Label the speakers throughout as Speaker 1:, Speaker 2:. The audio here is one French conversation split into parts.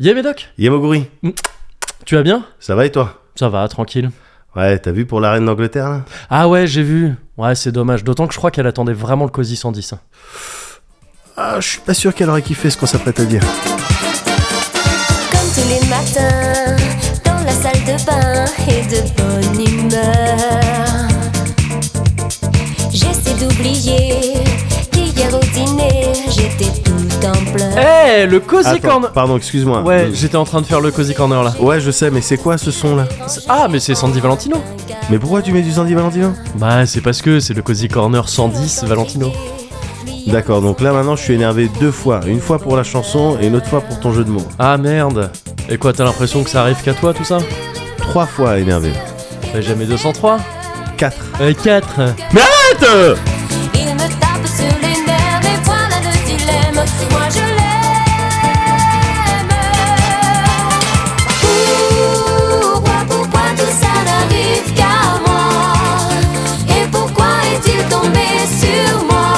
Speaker 1: Yeah, Médoc,
Speaker 2: Yamoguri,
Speaker 1: tu vas bien
Speaker 2: ça va et toi
Speaker 1: Ça va, tranquille.
Speaker 2: Ouais, t'as vu pour la reine d'Angleterre là
Speaker 1: Ah ouais, j'ai vu. Ouais, c'est dommage. D'autant que je crois qu'elle attendait vraiment le COSI 110. hein.
Speaker 2: Ah, je suis pas sûr qu'elle aurait kiffé ce qu'on s'apprête à dire.
Speaker 3: Comme tous les matins, dans la salle de bain et de bonne humeur. J'essaie d'oublier qu'hier au dîner, j'étais tout en
Speaker 1: Eh,
Speaker 3: pleurs.
Speaker 1: le COSI
Speaker 2: Attends,
Speaker 1: Corner
Speaker 2: pardon, excuse-moi.
Speaker 1: Ouais,
Speaker 2: Euh,
Speaker 1: j'étais en train de faire le COSI Corner là.
Speaker 2: ouais, je sais, mais c'est quoi ce son là
Speaker 1: Ah, mais c'est Sandy Valentino
Speaker 2: Mais pourquoi tu mets du Sandy Valentino
Speaker 1: Bah, c'est parce que c'est le COSI Corner 110 Valentino.
Speaker 2: D'accord, donc là maintenant je suis énervé deux fois. Une fois pour la chanson et une autre fois pour ton jeu de mots.
Speaker 1: Ah merde. Et quoi, t'as l'impression que ça arrive qu'à toi tout ça
Speaker 2: Trois fois énervé.
Speaker 1: Bah, Jamais 203
Speaker 2: Quatre.
Speaker 1: euh, 4
Speaker 3: Il me tape sur les nerfs et voilà le dilemme. Moi je l'aime. Pourquoi, pourquoi tout ça n'arrive qu'à moi Et pourquoi est-il tombé sur moi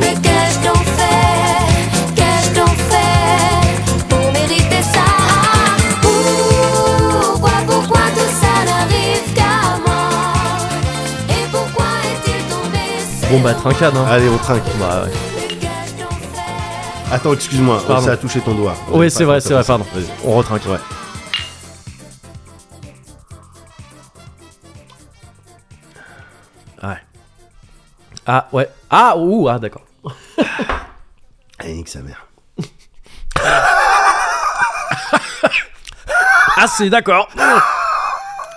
Speaker 3: Mais qu'ai-je donc fait Qu'ai-je donc fait pour mériter ça Pourquoi, pourquoi tout ça n'arrive qu'à moi et pourquoi est-il tombé sur
Speaker 1: Bon bah, trincade hein.
Speaker 2: Allez, on trinque.
Speaker 1: Bah, ouais.
Speaker 2: Attends, excuse-moi,
Speaker 1: Pardon.
Speaker 2: ça a touché ton doigt.
Speaker 1: Ouais, c'est vrai, c'est vrai, pardon.
Speaker 2: Vas-y.
Speaker 1: On retrinque.
Speaker 2: Ouais. Ouais.
Speaker 1: Ah ouais. Ah, ouh, ah, d'accord.
Speaker 2: Allez, nique sa mère.
Speaker 1: Ah, c'est d'accord.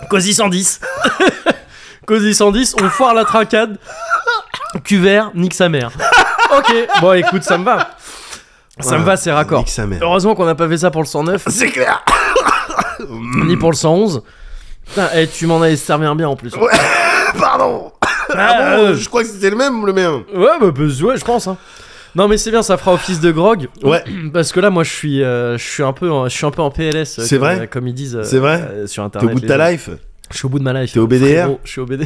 Speaker 1: Cosy 110. Cosy 110, on foire la trincade. Cuvert, nique sa mère. Ok, bon écoute, ça me va. Ça me va, c'est raccord.
Speaker 2: Nique sa mère.
Speaker 1: Heureusement qu'on n'a pas fait ça pour le 109,
Speaker 2: Oh, C'est clair
Speaker 1: ni pour le 111. Putain, eh, tu m'en as esservé bien en plus. Ouais,
Speaker 2: Pardon
Speaker 1: Euh.
Speaker 2: Ah bon, Je crois que c'était le même, le mien.
Speaker 1: ouais, bah, bah, ouais, je pense. hein. Non mais c'est bien, ça fera office de grog.
Speaker 2: Ouais.
Speaker 1: Parce que là, moi, je suis, euh, je suis un peu, en, je suis un peu en PLS. euh,
Speaker 2: C'est
Speaker 1: comme-
Speaker 2: vrai
Speaker 1: Comme ils disent. euh,
Speaker 2: C'est vrai
Speaker 1: euh, sur
Speaker 2: T'es
Speaker 1: internet.
Speaker 2: au bout de
Speaker 1: les
Speaker 2: ta
Speaker 1: gens.
Speaker 2: life
Speaker 1: Je suis au bout de ma life.
Speaker 2: T'es au BDR?
Speaker 1: Frérot, Je suis au BDR.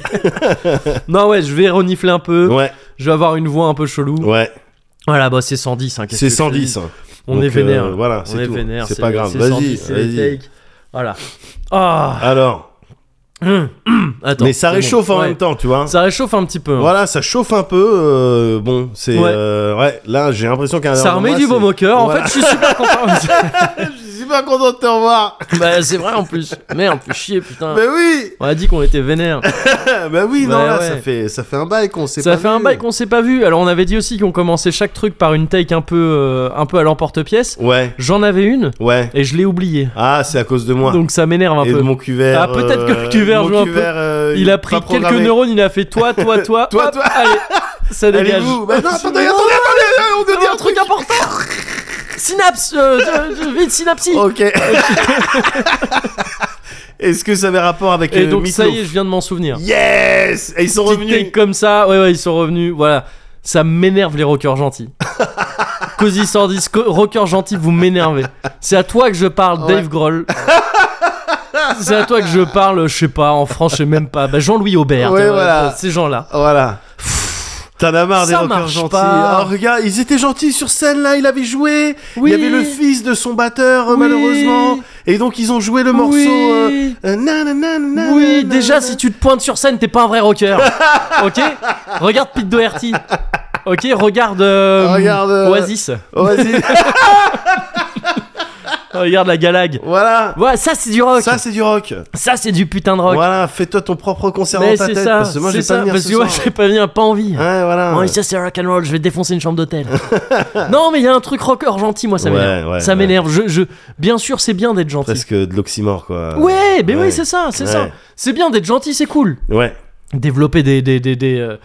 Speaker 1: non, ouais, je vais renifler un peu.
Speaker 2: Ouais,
Speaker 1: Je vais avoir une voix un peu chelou.
Speaker 2: ouais.
Speaker 1: Voilà, bah c'est 110. hein, qu'est-ce
Speaker 2: C'est
Speaker 1: que je te dis
Speaker 2: 110. hein.
Speaker 1: On
Speaker 2: Donc,
Speaker 1: est vénère.
Speaker 2: euh, voilà,
Speaker 1: on est
Speaker 2: c'est tout.
Speaker 1: vénère.
Speaker 2: C'est pas grave.
Speaker 1: c'est
Speaker 2: Vas-y,
Speaker 1: 110, c'est les
Speaker 2: vas-y.
Speaker 1: takes. Voilà. Ah,
Speaker 2: Alors,
Speaker 1: attends.
Speaker 2: mais ça
Speaker 1: c'est
Speaker 2: réchauffe
Speaker 1: bon.
Speaker 2: en
Speaker 1: Ouais.
Speaker 2: même temps, tu vois.
Speaker 1: Ça réchauffe un petit peu. hein.
Speaker 2: Voilà, ça chauffe un peu. euh, bon, c'est
Speaker 1: Ouais.
Speaker 2: euh, ouais. Là, j'ai l'impression qu'à
Speaker 1: Ça
Speaker 2: l'intérieur de
Speaker 1: remet
Speaker 2: moi,
Speaker 1: du
Speaker 2: c'est-
Speaker 1: baume au cœur. En
Speaker 2: Voilà.
Speaker 1: fait, je suis super content.
Speaker 2: Je suis pas content de te revoir.
Speaker 1: bah, c'est vrai en plus. Merde, fais chier, putain.
Speaker 2: Mais oui,
Speaker 1: On a dit qu'on était vénère.
Speaker 2: bah oui, non
Speaker 1: Ah. Bah
Speaker 2: là,
Speaker 1: ouais.
Speaker 2: ça fait ça fait un bail qu'on s'est
Speaker 1: Ça
Speaker 2: pas
Speaker 1: fait un
Speaker 2: vu.
Speaker 1: bail qu'on s'est pas vu. Alors, on avait dit aussi qu'on commençait chaque truc par une take un peu, euh, un peu à l'emporte-pièce.
Speaker 2: Ouais,
Speaker 1: J'en avais une
Speaker 2: ouais.
Speaker 1: et je l'ai oubliée.
Speaker 2: Ah, c'est à cause de moi.
Speaker 1: Donc ça m'énerve un
Speaker 2: Et
Speaker 1: peu.
Speaker 2: de mon cuvert.
Speaker 1: Ah, peut-être que le
Speaker 2: euh,
Speaker 1: cuvert
Speaker 2: mon
Speaker 1: joue un peu.
Speaker 2: cuvert, euh,
Speaker 1: Il a
Speaker 2: est
Speaker 1: pris
Speaker 2: pas
Speaker 1: quelques
Speaker 2: programmé.
Speaker 1: neurones, il a fait toi, toi, toi.
Speaker 2: Toi,
Speaker 1: hop,
Speaker 2: toi.
Speaker 1: Allez, ça
Speaker 2: Elle est
Speaker 1: dégage.
Speaker 2: où Bah non, attendez, attendez, attendez, on doit dire
Speaker 1: un truc important. Synapse, euh, euh, euh, vite synapsie.
Speaker 2: Ok. Est-ce que ça avait rapport avec
Speaker 1: Et
Speaker 2: euh,
Speaker 1: donc ça y
Speaker 2: Meatloaf
Speaker 1: est, je viens de m'en souvenir.
Speaker 2: Yes Et ils sont
Speaker 1: Petite take
Speaker 2: revenus.
Speaker 1: comme ça, ouais ouais, ils sont revenus. Voilà, ça m'énerve les rockers gentils. Cosy 110, co- rockers gentils, vous m'énervez. C'est à toi que je parle,
Speaker 2: Ouais.
Speaker 1: Dave Grohl. C'est à toi que je parle, je sais pas, en France, je sais même pas. Bah, Jean-Louis Aubert,
Speaker 2: Ouais,
Speaker 1: euh,
Speaker 2: voilà.
Speaker 1: ces gens-là.
Speaker 2: Voilà. T'en as marre des
Speaker 1: Ça
Speaker 2: rockers
Speaker 1: marche
Speaker 2: gentils.
Speaker 1: pas.
Speaker 2: Oh, regarde, ils étaient gentils sur scène là, il avait joué.
Speaker 1: Oui.
Speaker 2: Il y avait le fils de son batteur, euh,
Speaker 1: Oui.
Speaker 2: malheureusement. Et donc ils ont joué le morceau. euh,
Speaker 1: Oui.
Speaker 2: euh, nanana, nanana,
Speaker 1: Oui,
Speaker 2: nanana.
Speaker 1: déjà, si tu te pointes sur scène, t'es pas un vrai rocker. ok Regarde Pete Doherty. Ok, regarde. euh,
Speaker 2: Regarde, euh,
Speaker 1: Oasis.
Speaker 2: Oh, vas-y.
Speaker 1: Regarde la Galag.
Speaker 2: voilà.
Speaker 1: Voilà, ça c'est du rock.
Speaker 2: Ça, c'est du rock.
Speaker 1: Ça, c'est du putain de rock.
Speaker 2: Voilà, fais-toi ton propre concert
Speaker 1: Mais
Speaker 2: dans ta
Speaker 1: c'est
Speaker 2: tête.
Speaker 1: ça.
Speaker 2: parce que moi,
Speaker 1: c'est
Speaker 2: j'ai
Speaker 1: ça,
Speaker 2: pas venir
Speaker 1: parce
Speaker 2: ce
Speaker 1: que moi,
Speaker 2: soir. Ah.
Speaker 1: j'ai pas, venir, pas envie.
Speaker 2: Ouais, voilà.
Speaker 1: Oh, ça c'est rock and roll, je vais défoncer une chambre d'hôtel. non, mais il y a un truc rocker gentil, moi ça
Speaker 2: Ouais,
Speaker 1: m'énerve.
Speaker 2: ouais,
Speaker 1: ça
Speaker 2: ouais.
Speaker 1: m'énerve. Je, je... Bien sûr, c'est bien d'être gentil.
Speaker 2: Presque de l'oxymore, quoi.
Speaker 1: Ouais, mais
Speaker 2: Ouais.
Speaker 1: oui, c'est ça, c'est ça.
Speaker 2: Ouais.
Speaker 1: C'est bien d'être gentil, c'est cool.
Speaker 2: Ouais.
Speaker 1: développer des, des, des, des, euh,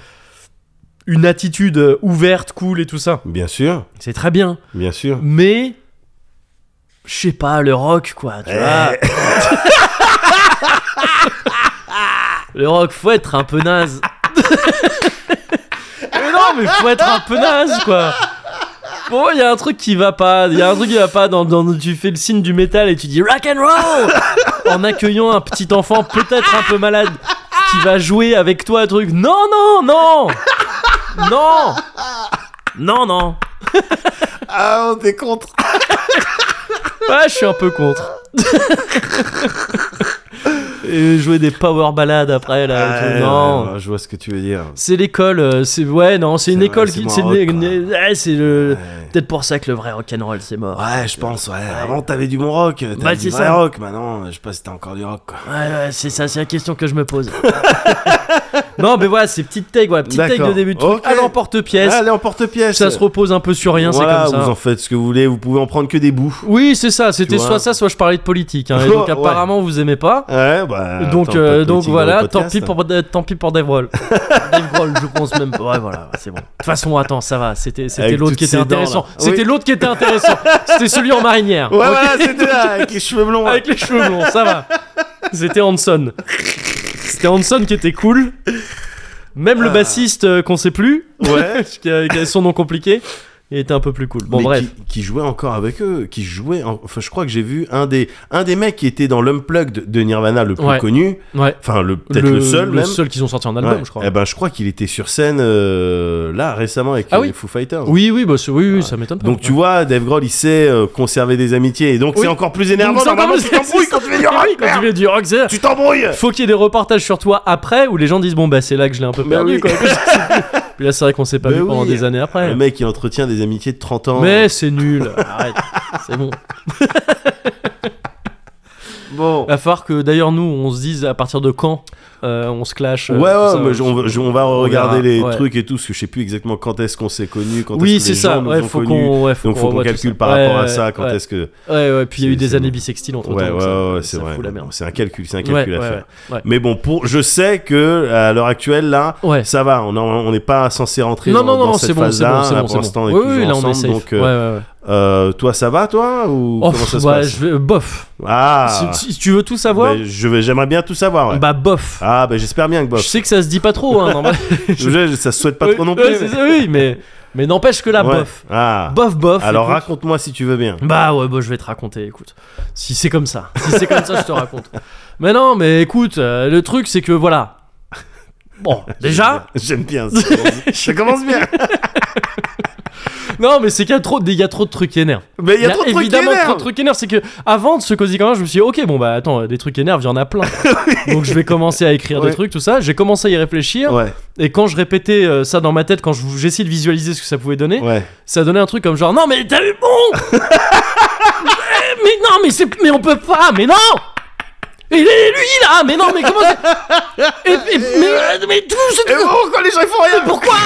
Speaker 1: une attitude euh, ouverte, cool et tout ça.
Speaker 2: Bien sûr,
Speaker 1: C'est très bien.
Speaker 2: bien sûr.
Speaker 1: Mais, je sais pas, le rock, quoi, tu
Speaker 2: Eh.
Speaker 1: vois. le rock, faut être un peu naze. mais non, mais faut être un peu naze, quoi. Bon, il y a un truc qui va pas. Il y a un truc qui va pas dans, dans- Tu fais le signe du métal et tu dis rock and roll en accueillant un petit enfant peut-être un peu malade qui va jouer avec toi un truc. Non, non, non, non, non, non.
Speaker 2: Ah, on est contre.
Speaker 1: Ouais, je suis un peu contre. Et jouer des power ballades après là. et tout.
Speaker 2: Ouais,
Speaker 1: non.
Speaker 2: ouais, ouais, je vois ce que tu veux dire.
Speaker 1: C'est l'école, euh, c'est ouais non, c'est une
Speaker 2: C'est
Speaker 1: école
Speaker 2: vrai, c'est
Speaker 1: qui,
Speaker 2: moins
Speaker 1: c'est une-
Speaker 2: rock, quoi.
Speaker 1: une- ouais, c'est le,
Speaker 2: Ouais.
Speaker 1: peut-être pour ça que le vrai rock'n'roll c'est mort.
Speaker 2: Ouais, je pense, ouais. Avant, t'avais du bon rock. T'avais
Speaker 1: Bah,
Speaker 2: du
Speaker 1: c'est
Speaker 2: vrai
Speaker 1: ça.
Speaker 2: rock. Maintenant, je sais pas si t'as encore du rock, quoi.
Speaker 1: Ouais, ouais, c'est ça, c'est la question que je me pose. non, mais voilà, ces petites tags, voilà, petites tags
Speaker 2: D'accord.
Speaker 1: de début de truc,
Speaker 2: Ok.
Speaker 1: à l'emporte-pièce,
Speaker 2: Allez, en porte-pièce.
Speaker 1: ça se repose un peu sur rien,
Speaker 2: Voilà,
Speaker 1: c'est comme ça.
Speaker 2: vous en faites ce que vous voulez. Vous pouvez en prendre que des bouts.
Speaker 1: Oui, c'est ça, c'était
Speaker 2: vois.
Speaker 1: soit ça, soit je parlais de politique. hein, et donc
Speaker 2: Ouais.
Speaker 1: apparemment, vous aimez pas.
Speaker 2: Ouais, bah.
Speaker 1: donc,
Speaker 2: attends,
Speaker 1: euh,
Speaker 2: pas de
Speaker 1: donc
Speaker 2: politique dans
Speaker 1: voilà,
Speaker 2: le
Speaker 1: tant
Speaker 2: podcast.
Speaker 1: pis, pour, euh, tant pis pour Dave Grohl. Dave Grohl, je pense même pas. Ouais, voilà, c'est bon. De toute façon, attends, ça va. C'était c'était
Speaker 2: Avec
Speaker 1: l'autre
Speaker 2: toutes
Speaker 1: qui était
Speaker 2: ces dents, là.
Speaker 1: intéressant.
Speaker 2: Oui.
Speaker 1: C'était l'autre qui était intéressant. C'était celui en marinière.
Speaker 2: Ouais,
Speaker 1: Ok.
Speaker 2: voilà, c'était là, avec les cheveux blonds.
Speaker 1: Avec les cheveux longs, ça va. C'était Hanson. C'était Hanson qui était cool. Même le bassiste euh, qu'on sait plus,
Speaker 2: Ah. Ouais.
Speaker 1: qui a, qui a son nom compliqué, il était un peu plus cool. Bon,
Speaker 2: Mais
Speaker 1: bref.
Speaker 2: Qui, qui jouait encore avec eux, qui jouait. en- Enfin, je crois que j'ai vu un des, un des mecs qui était dans l'Unplugged de Nirvana le plus
Speaker 1: Ouais.
Speaker 2: connu.
Speaker 1: Ouais.
Speaker 2: Enfin, le, peut-être le, seul
Speaker 1: le
Speaker 2: même.
Speaker 1: seul qu'ils ont sorti en album,
Speaker 2: Ouais.
Speaker 1: je crois.
Speaker 2: Eh ben, je crois qu'il était sur scène euh, là récemment avec
Speaker 1: Ah
Speaker 2: euh,
Speaker 1: oui.
Speaker 2: les Foo Fighters.
Speaker 1: Oui, oui, bah, c'est- oui, oui, ça m'étonne pas.
Speaker 2: Donc tu vois, Dave Grohl, il sait euh, conserver des amitiés et donc
Speaker 1: Oui.
Speaker 2: c'est encore plus
Speaker 1: Donc,
Speaker 2: énervant.
Speaker 1: c'est
Speaker 2: Normalement,
Speaker 1: encore
Speaker 2: tu
Speaker 1: plus-
Speaker 2: t'embrouilles quand tu fais du rock,
Speaker 1: Oui, quand tu
Speaker 2: merde.
Speaker 1: fais du rock, c'est-
Speaker 2: Tu t'embrouilles.
Speaker 1: faut qu'il y ait des reportages sur toi après où les gens disent bon bah c'est là que je l'ai un peu
Speaker 2: Bah
Speaker 1: perdu
Speaker 2: oui.
Speaker 1: quoi. Puis là c'est vrai qu'on s'est pas
Speaker 2: Bah
Speaker 1: vu
Speaker 2: oui.
Speaker 1: pendant des années après.
Speaker 2: Le mec, il entretient des amitiés de 30 ans.
Speaker 1: Mais c'est nul. Arrête. C'est bon.
Speaker 2: bon.
Speaker 1: Va falloir que d'ailleurs nous on se dise à partir de quand euh, on se clash. euh,
Speaker 2: Ouais,
Speaker 1: tout
Speaker 2: ouais,
Speaker 1: ça.
Speaker 2: mais je- on, va- je- on va regarder
Speaker 1: verra,
Speaker 2: les
Speaker 1: ouais.
Speaker 2: trucs et tout, parce que je sais plus exactement quand est-ce qu'on s'est connus, quand
Speaker 1: Oui c'est
Speaker 2: est-ce que les
Speaker 1: ça.
Speaker 2: gens nous
Speaker 1: Ouais,
Speaker 2: ont
Speaker 1: faut
Speaker 2: connus.
Speaker 1: qu'on ouais, faut
Speaker 2: Donc
Speaker 1: qu'on
Speaker 2: faut qu'on
Speaker 1: revoie tout
Speaker 2: calcule
Speaker 1: ça.
Speaker 2: par
Speaker 1: Ouais,
Speaker 2: rapport à
Speaker 1: ouais,
Speaker 2: ça, quand
Speaker 1: ouais.
Speaker 2: est-ce que...
Speaker 1: Ouais ouais. Puis il y a eu
Speaker 2: C'est-
Speaker 1: des
Speaker 2: c'est
Speaker 1: années
Speaker 2: bon.
Speaker 1: bisexiles entre temps.
Speaker 2: Ouais, ouais, ouais, c'est vrai.
Speaker 1: Fout la merde.
Speaker 2: Bon, C'est un calcul, c'est un
Speaker 1: Ouais,
Speaker 2: calcul à
Speaker 1: ouais,
Speaker 2: faire.
Speaker 1: ouais, ouais.
Speaker 2: Mais bon, pour, je sais que à l'heure actuelle, là,
Speaker 1: Ouais.
Speaker 2: ça va, on en- on n'est pas censé rentrer
Speaker 1: Non
Speaker 2: dans,
Speaker 1: non non
Speaker 2: dans
Speaker 1: non,
Speaker 2: cette
Speaker 1: c'est bon c'est bon
Speaker 2: phase-là.
Speaker 1: c'est
Speaker 2: Là,
Speaker 1: bon
Speaker 2: pour
Speaker 1: c'est
Speaker 2: l'instant,
Speaker 1: bon.
Speaker 2: on est
Speaker 1: Oui
Speaker 2: toujours
Speaker 1: oui là on est
Speaker 2: ensemble,
Speaker 1: safe.
Speaker 2: donc
Speaker 1: Ouais
Speaker 2: euh,
Speaker 1: ouais ouais.
Speaker 2: euh, toi, ça va, toi ou
Speaker 1: Oh,
Speaker 2: comment ça se
Speaker 1: ouais,
Speaker 2: passe
Speaker 1: je vais- bof.
Speaker 2: Ah,
Speaker 1: Si, si tu veux tout savoir,
Speaker 2: Ben, je vais, j'aimerais bien tout savoir. ouais.
Speaker 1: bah bof.
Speaker 2: Ah, bah j'espère bien que Bob.
Speaker 1: Je sais que ça se dit pas trop, hein, normal-
Speaker 2: Je- ça se souhaite pas
Speaker 1: Ouais,
Speaker 2: trop non plus.
Speaker 1: ouais, c'est ça, oui, mais, mais n'empêche que là,
Speaker 2: Ouais.
Speaker 1: bof.
Speaker 2: Ah.
Speaker 1: Bof, bof.
Speaker 2: Alors
Speaker 1: écoute.
Speaker 2: raconte-moi si tu veux bien.
Speaker 1: Bah ouais, bah, je vais te raconter, écoute. Si c'est comme ça, si c'est comme ça, je te raconte. Mais non, mais écoute, euh, le truc, c'est que voilà. Bon, déjà.
Speaker 2: J'aime bien. Ça commence, ça commence bien.
Speaker 1: Non, mais c'est qu'il y a trop, il y a trop de trucs qui énervent.
Speaker 2: Mais il y a trop de trucs qui
Speaker 1: évidemment trop
Speaker 2: énervent.
Speaker 1: de trucs qui énervent. C'est que avant de se causer quand même, je me suis dit, ok, bon bah attends, euh, des trucs qui énervent, il y en a plein. Donc je vais commencer à écrire
Speaker 2: Ouais.
Speaker 1: des trucs, tout ça. J'ai commencé à y réfléchir.
Speaker 2: Ouais,
Speaker 1: Et quand je répétais euh, ça dans ma tête, quand je- j'essayais de visualiser ce que ça pouvait donner,
Speaker 2: ouais.
Speaker 1: ça donnait un truc comme genre non mais t'as eu bon Eh, mais, mais non mais c'est mais on peut pas mais non et lui lui, là mais non mais comment c'est- et, et- mais, euh, mais tout c'est
Speaker 2: Et bon, quand les gens ils font rien.
Speaker 1: pourquoi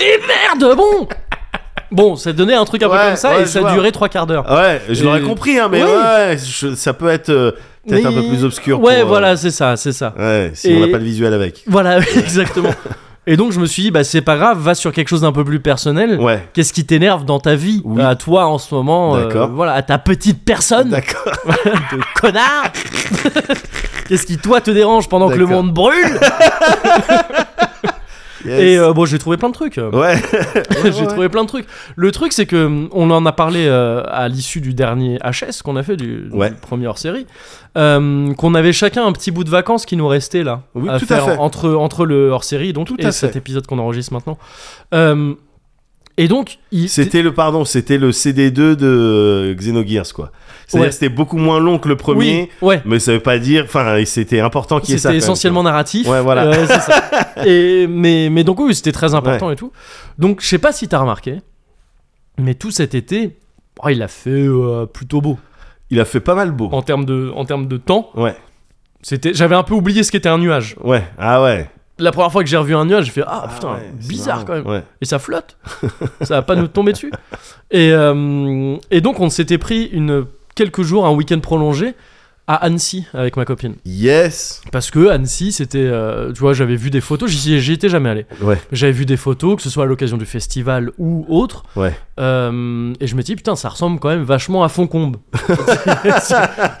Speaker 1: et merde bon bon ça donnait un truc un
Speaker 2: Ouais,
Speaker 1: peu comme ça
Speaker 2: ouais,
Speaker 1: et
Speaker 2: je
Speaker 1: ça
Speaker 2: vois. Ah,
Speaker 1: durait trois quarts d'heure
Speaker 2: Ouais, je l'aurais
Speaker 1: Et-
Speaker 2: compris, hein, mais
Speaker 1: Oui.
Speaker 2: ouais, je- ça peut être euh, peut-être un
Speaker 1: Mais-
Speaker 2: peu plus obscur.
Speaker 1: ouais
Speaker 2: pour, euh,
Speaker 1: voilà c'est ça c'est ça
Speaker 2: Ouais, si
Speaker 1: Et-
Speaker 2: on n'a pas de visuel avec.
Speaker 1: voilà exactement et donc je me suis dit bah c'est pas grave va sur quelque chose d'un peu plus personnel
Speaker 2: Ouais.
Speaker 1: Qu'est-ce qui t'énerve dans ta vie,
Speaker 2: Oui.
Speaker 1: à toi en ce moment, euh,
Speaker 2: D'accord.
Speaker 1: voilà, à ta petite personne,
Speaker 2: D'accord.
Speaker 1: de connard Qu'est-ce qui toi te dérange pendant que le
Speaker 2: D'accord.
Speaker 1: monde brûle
Speaker 2: Yes.
Speaker 1: Et euh, bon, j'ai trouvé plein de trucs.
Speaker 2: Ouais.
Speaker 1: j'ai trouvé plein de trucs. Le truc, c'est que hum, on en a parlé euh, à l'issue du dernier HS qu'on a fait du, du
Speaker 2: Ouais.
Speaker 1: premier hors série, euh, qu'on avait chacun un petit bout de vacances qui nous restait là
Speaker 2: Oui, tout à
Speaker 1: faire
Speaker 2: fait.
Speaker 1: entre entre le hors série donc
Speaker 2: Tout
Speaker 1: et
Speaker 2: à
Speaker 1: cet
Speaker 2: fait.
Speaker 1: épisode qu'on enregistre maintenant. Euh, et donc, il,
Speaker 2: C'était le pardon, c'était le CD2 de Xenogears quoi. C'est-à-dire
Speaker 1: Ouais.
Speaker 2: que c'était beaucoup moins long que le premier,
Speaker 1: oui, ouais.
Speaker 2: mais ça veut pas dire. Enfin, c'était important qu'il y ait
Speaker 1: C'était
Speaker 2: ça. quand même,
Speaker 1: essentiellement narratif.
Speaker 2: Ouais, voilà.
Speaker 1: Euh, c'est ça. et, mais, mais donc, oui, c'était très important et tout. Donc, je sais pas si t'as remarqué, mais tout cet été, oh, il a fait euh, plutôt beau.
Speaker 2: quoi. Il a fait pas mal beau.
Speaker 1: En termes de, en termes de temps,
Speaker 2: Ouais,
Speaker 1: c'était, j'avais un peu oublié ce qu'était un nuage.
Speaker 2: ouais, ah ouais.
Speaker 1: La première fois que j'ai revu un nuage, j'ai fait Ah
Speaker 2: Ah
Speaker 1: putain,
Speaker 2: ouais, c'est
Speaker 1: bizarre
Speaker 2: marrant.
Speaker 1: quand même.
Speaker 2: Ouais.
Speaker 1: Et ça flotte. ça va pas nous tomber dessus. Et, euh, et donc, on s'était pris une, quelques jours, un week-end prolongé à Annecy avec ma copine.
Speaker 2: Yes.
Speaker 1: Parce que Annecy, c'était. euh, tu vois, j'avais vu des photos, j'y j'y étais jamais allé.
Speaker 2: Ouais,
Speaker 1: J'avais vu des photos, que ce soit à l'occasion du festival ou autre,
Speaker 2: ouais.
Speaker 1: euh, et je me dis putain, ça ressemble quand même vachement à Foncombe. c'est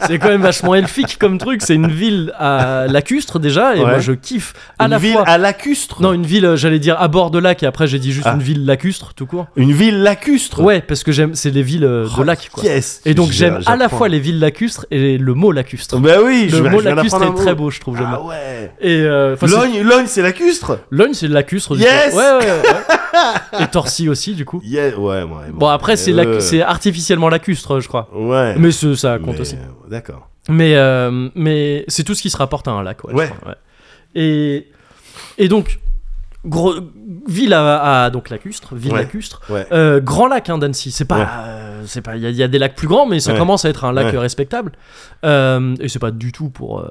Speaker 1: c'est quand même vachement elfique comme truc. C'est une ville à lacustre déjà, et
Speaker 2: Ouais.
Speaker 1: moi je kiffe à
Speaker 2: une
Speaker 1: la
Speaker 2: ville
Speaker 1: fois.
Speaker 2: à lacustre.
Speaker 1: Non, une ville, euh, j'allais dire à bord de lac, et après j'ai dit juste
Speaker 2: Ah.
Speaker 1: une ville lacustre, tout court.
Speaker 2: Une ville lacustre.
Speaker 1: Ouais, parce que j'aime, c'est les villes euh, de
Speaker 2: Oh,
Speaker 1: lac, quoi.
Speaker 2: Yes.
Speaker 1: Et donc j'aime à la
Speaker 2: J'apprends.
Speaker 1: fois les villes lacustres et le mot lacustre.
Speaker 2: Bah oui, je
Speaker 1: le
Speaker 2: viens-
Speaker 1: mot
Speaker 2: je viens
Speaker 1: lacustre est
Speaker 2: d'apprendre un
Speaker 1: très
Speaker 2: mot.
Speaker 1: beau, je trouve. j'aime
Speaker 2: Ah
Speaker 1: bien.
Speaker 2: ouais.
Speaker 1: Et euh, enfin, c'est-
Speaker 2: Logne, Logne, c'est lacustre.
Speaker 1: Logne, c'est de la custre.
Speaker 2: Yes
Speaker 1: ouais, ouais, ouais. Et Torsi aussi, du coup.
Speaker 2: Yeah, ouais, ouais,
Speaker 1: Bon, après, c'est la-
Speaker 2: euh,
Speaker 1: c'est artificiellement lacustre, je crois.
Speaker 2: Ouais.
Speaker 1: Mais ce- ça compte
Speaker 2: mais,
Speaker 1: aussi.
Speaker 2: euh, D'accord.
Speaker 1: Mais, euh, mais c'est tout ce qui se rapporte à un lac. Ouais. je
Speaker 2: Ouais.
Speaker 1: crois, ouais. Et, et donc, gros, ville à, à- donc lacustre, ville
Speaker 2: Ouais.
Speaker 1: lacustre,
Speaker 2: Ouais.
Speaker 1: euh, grand lac hein, d'Annecy. C'est pas,
Speaker 2: Ouais.
Speaker 1: euh, c'est pas. Il y, a- il y a des lacs plus grands, mais ça
Speaker 2: Ouais.
Speaker 1: commence à être un lac
Speaker 2: Ouais.
Speaker 1: euh, respectable. Euh, et c'est pas du tout pour. euh,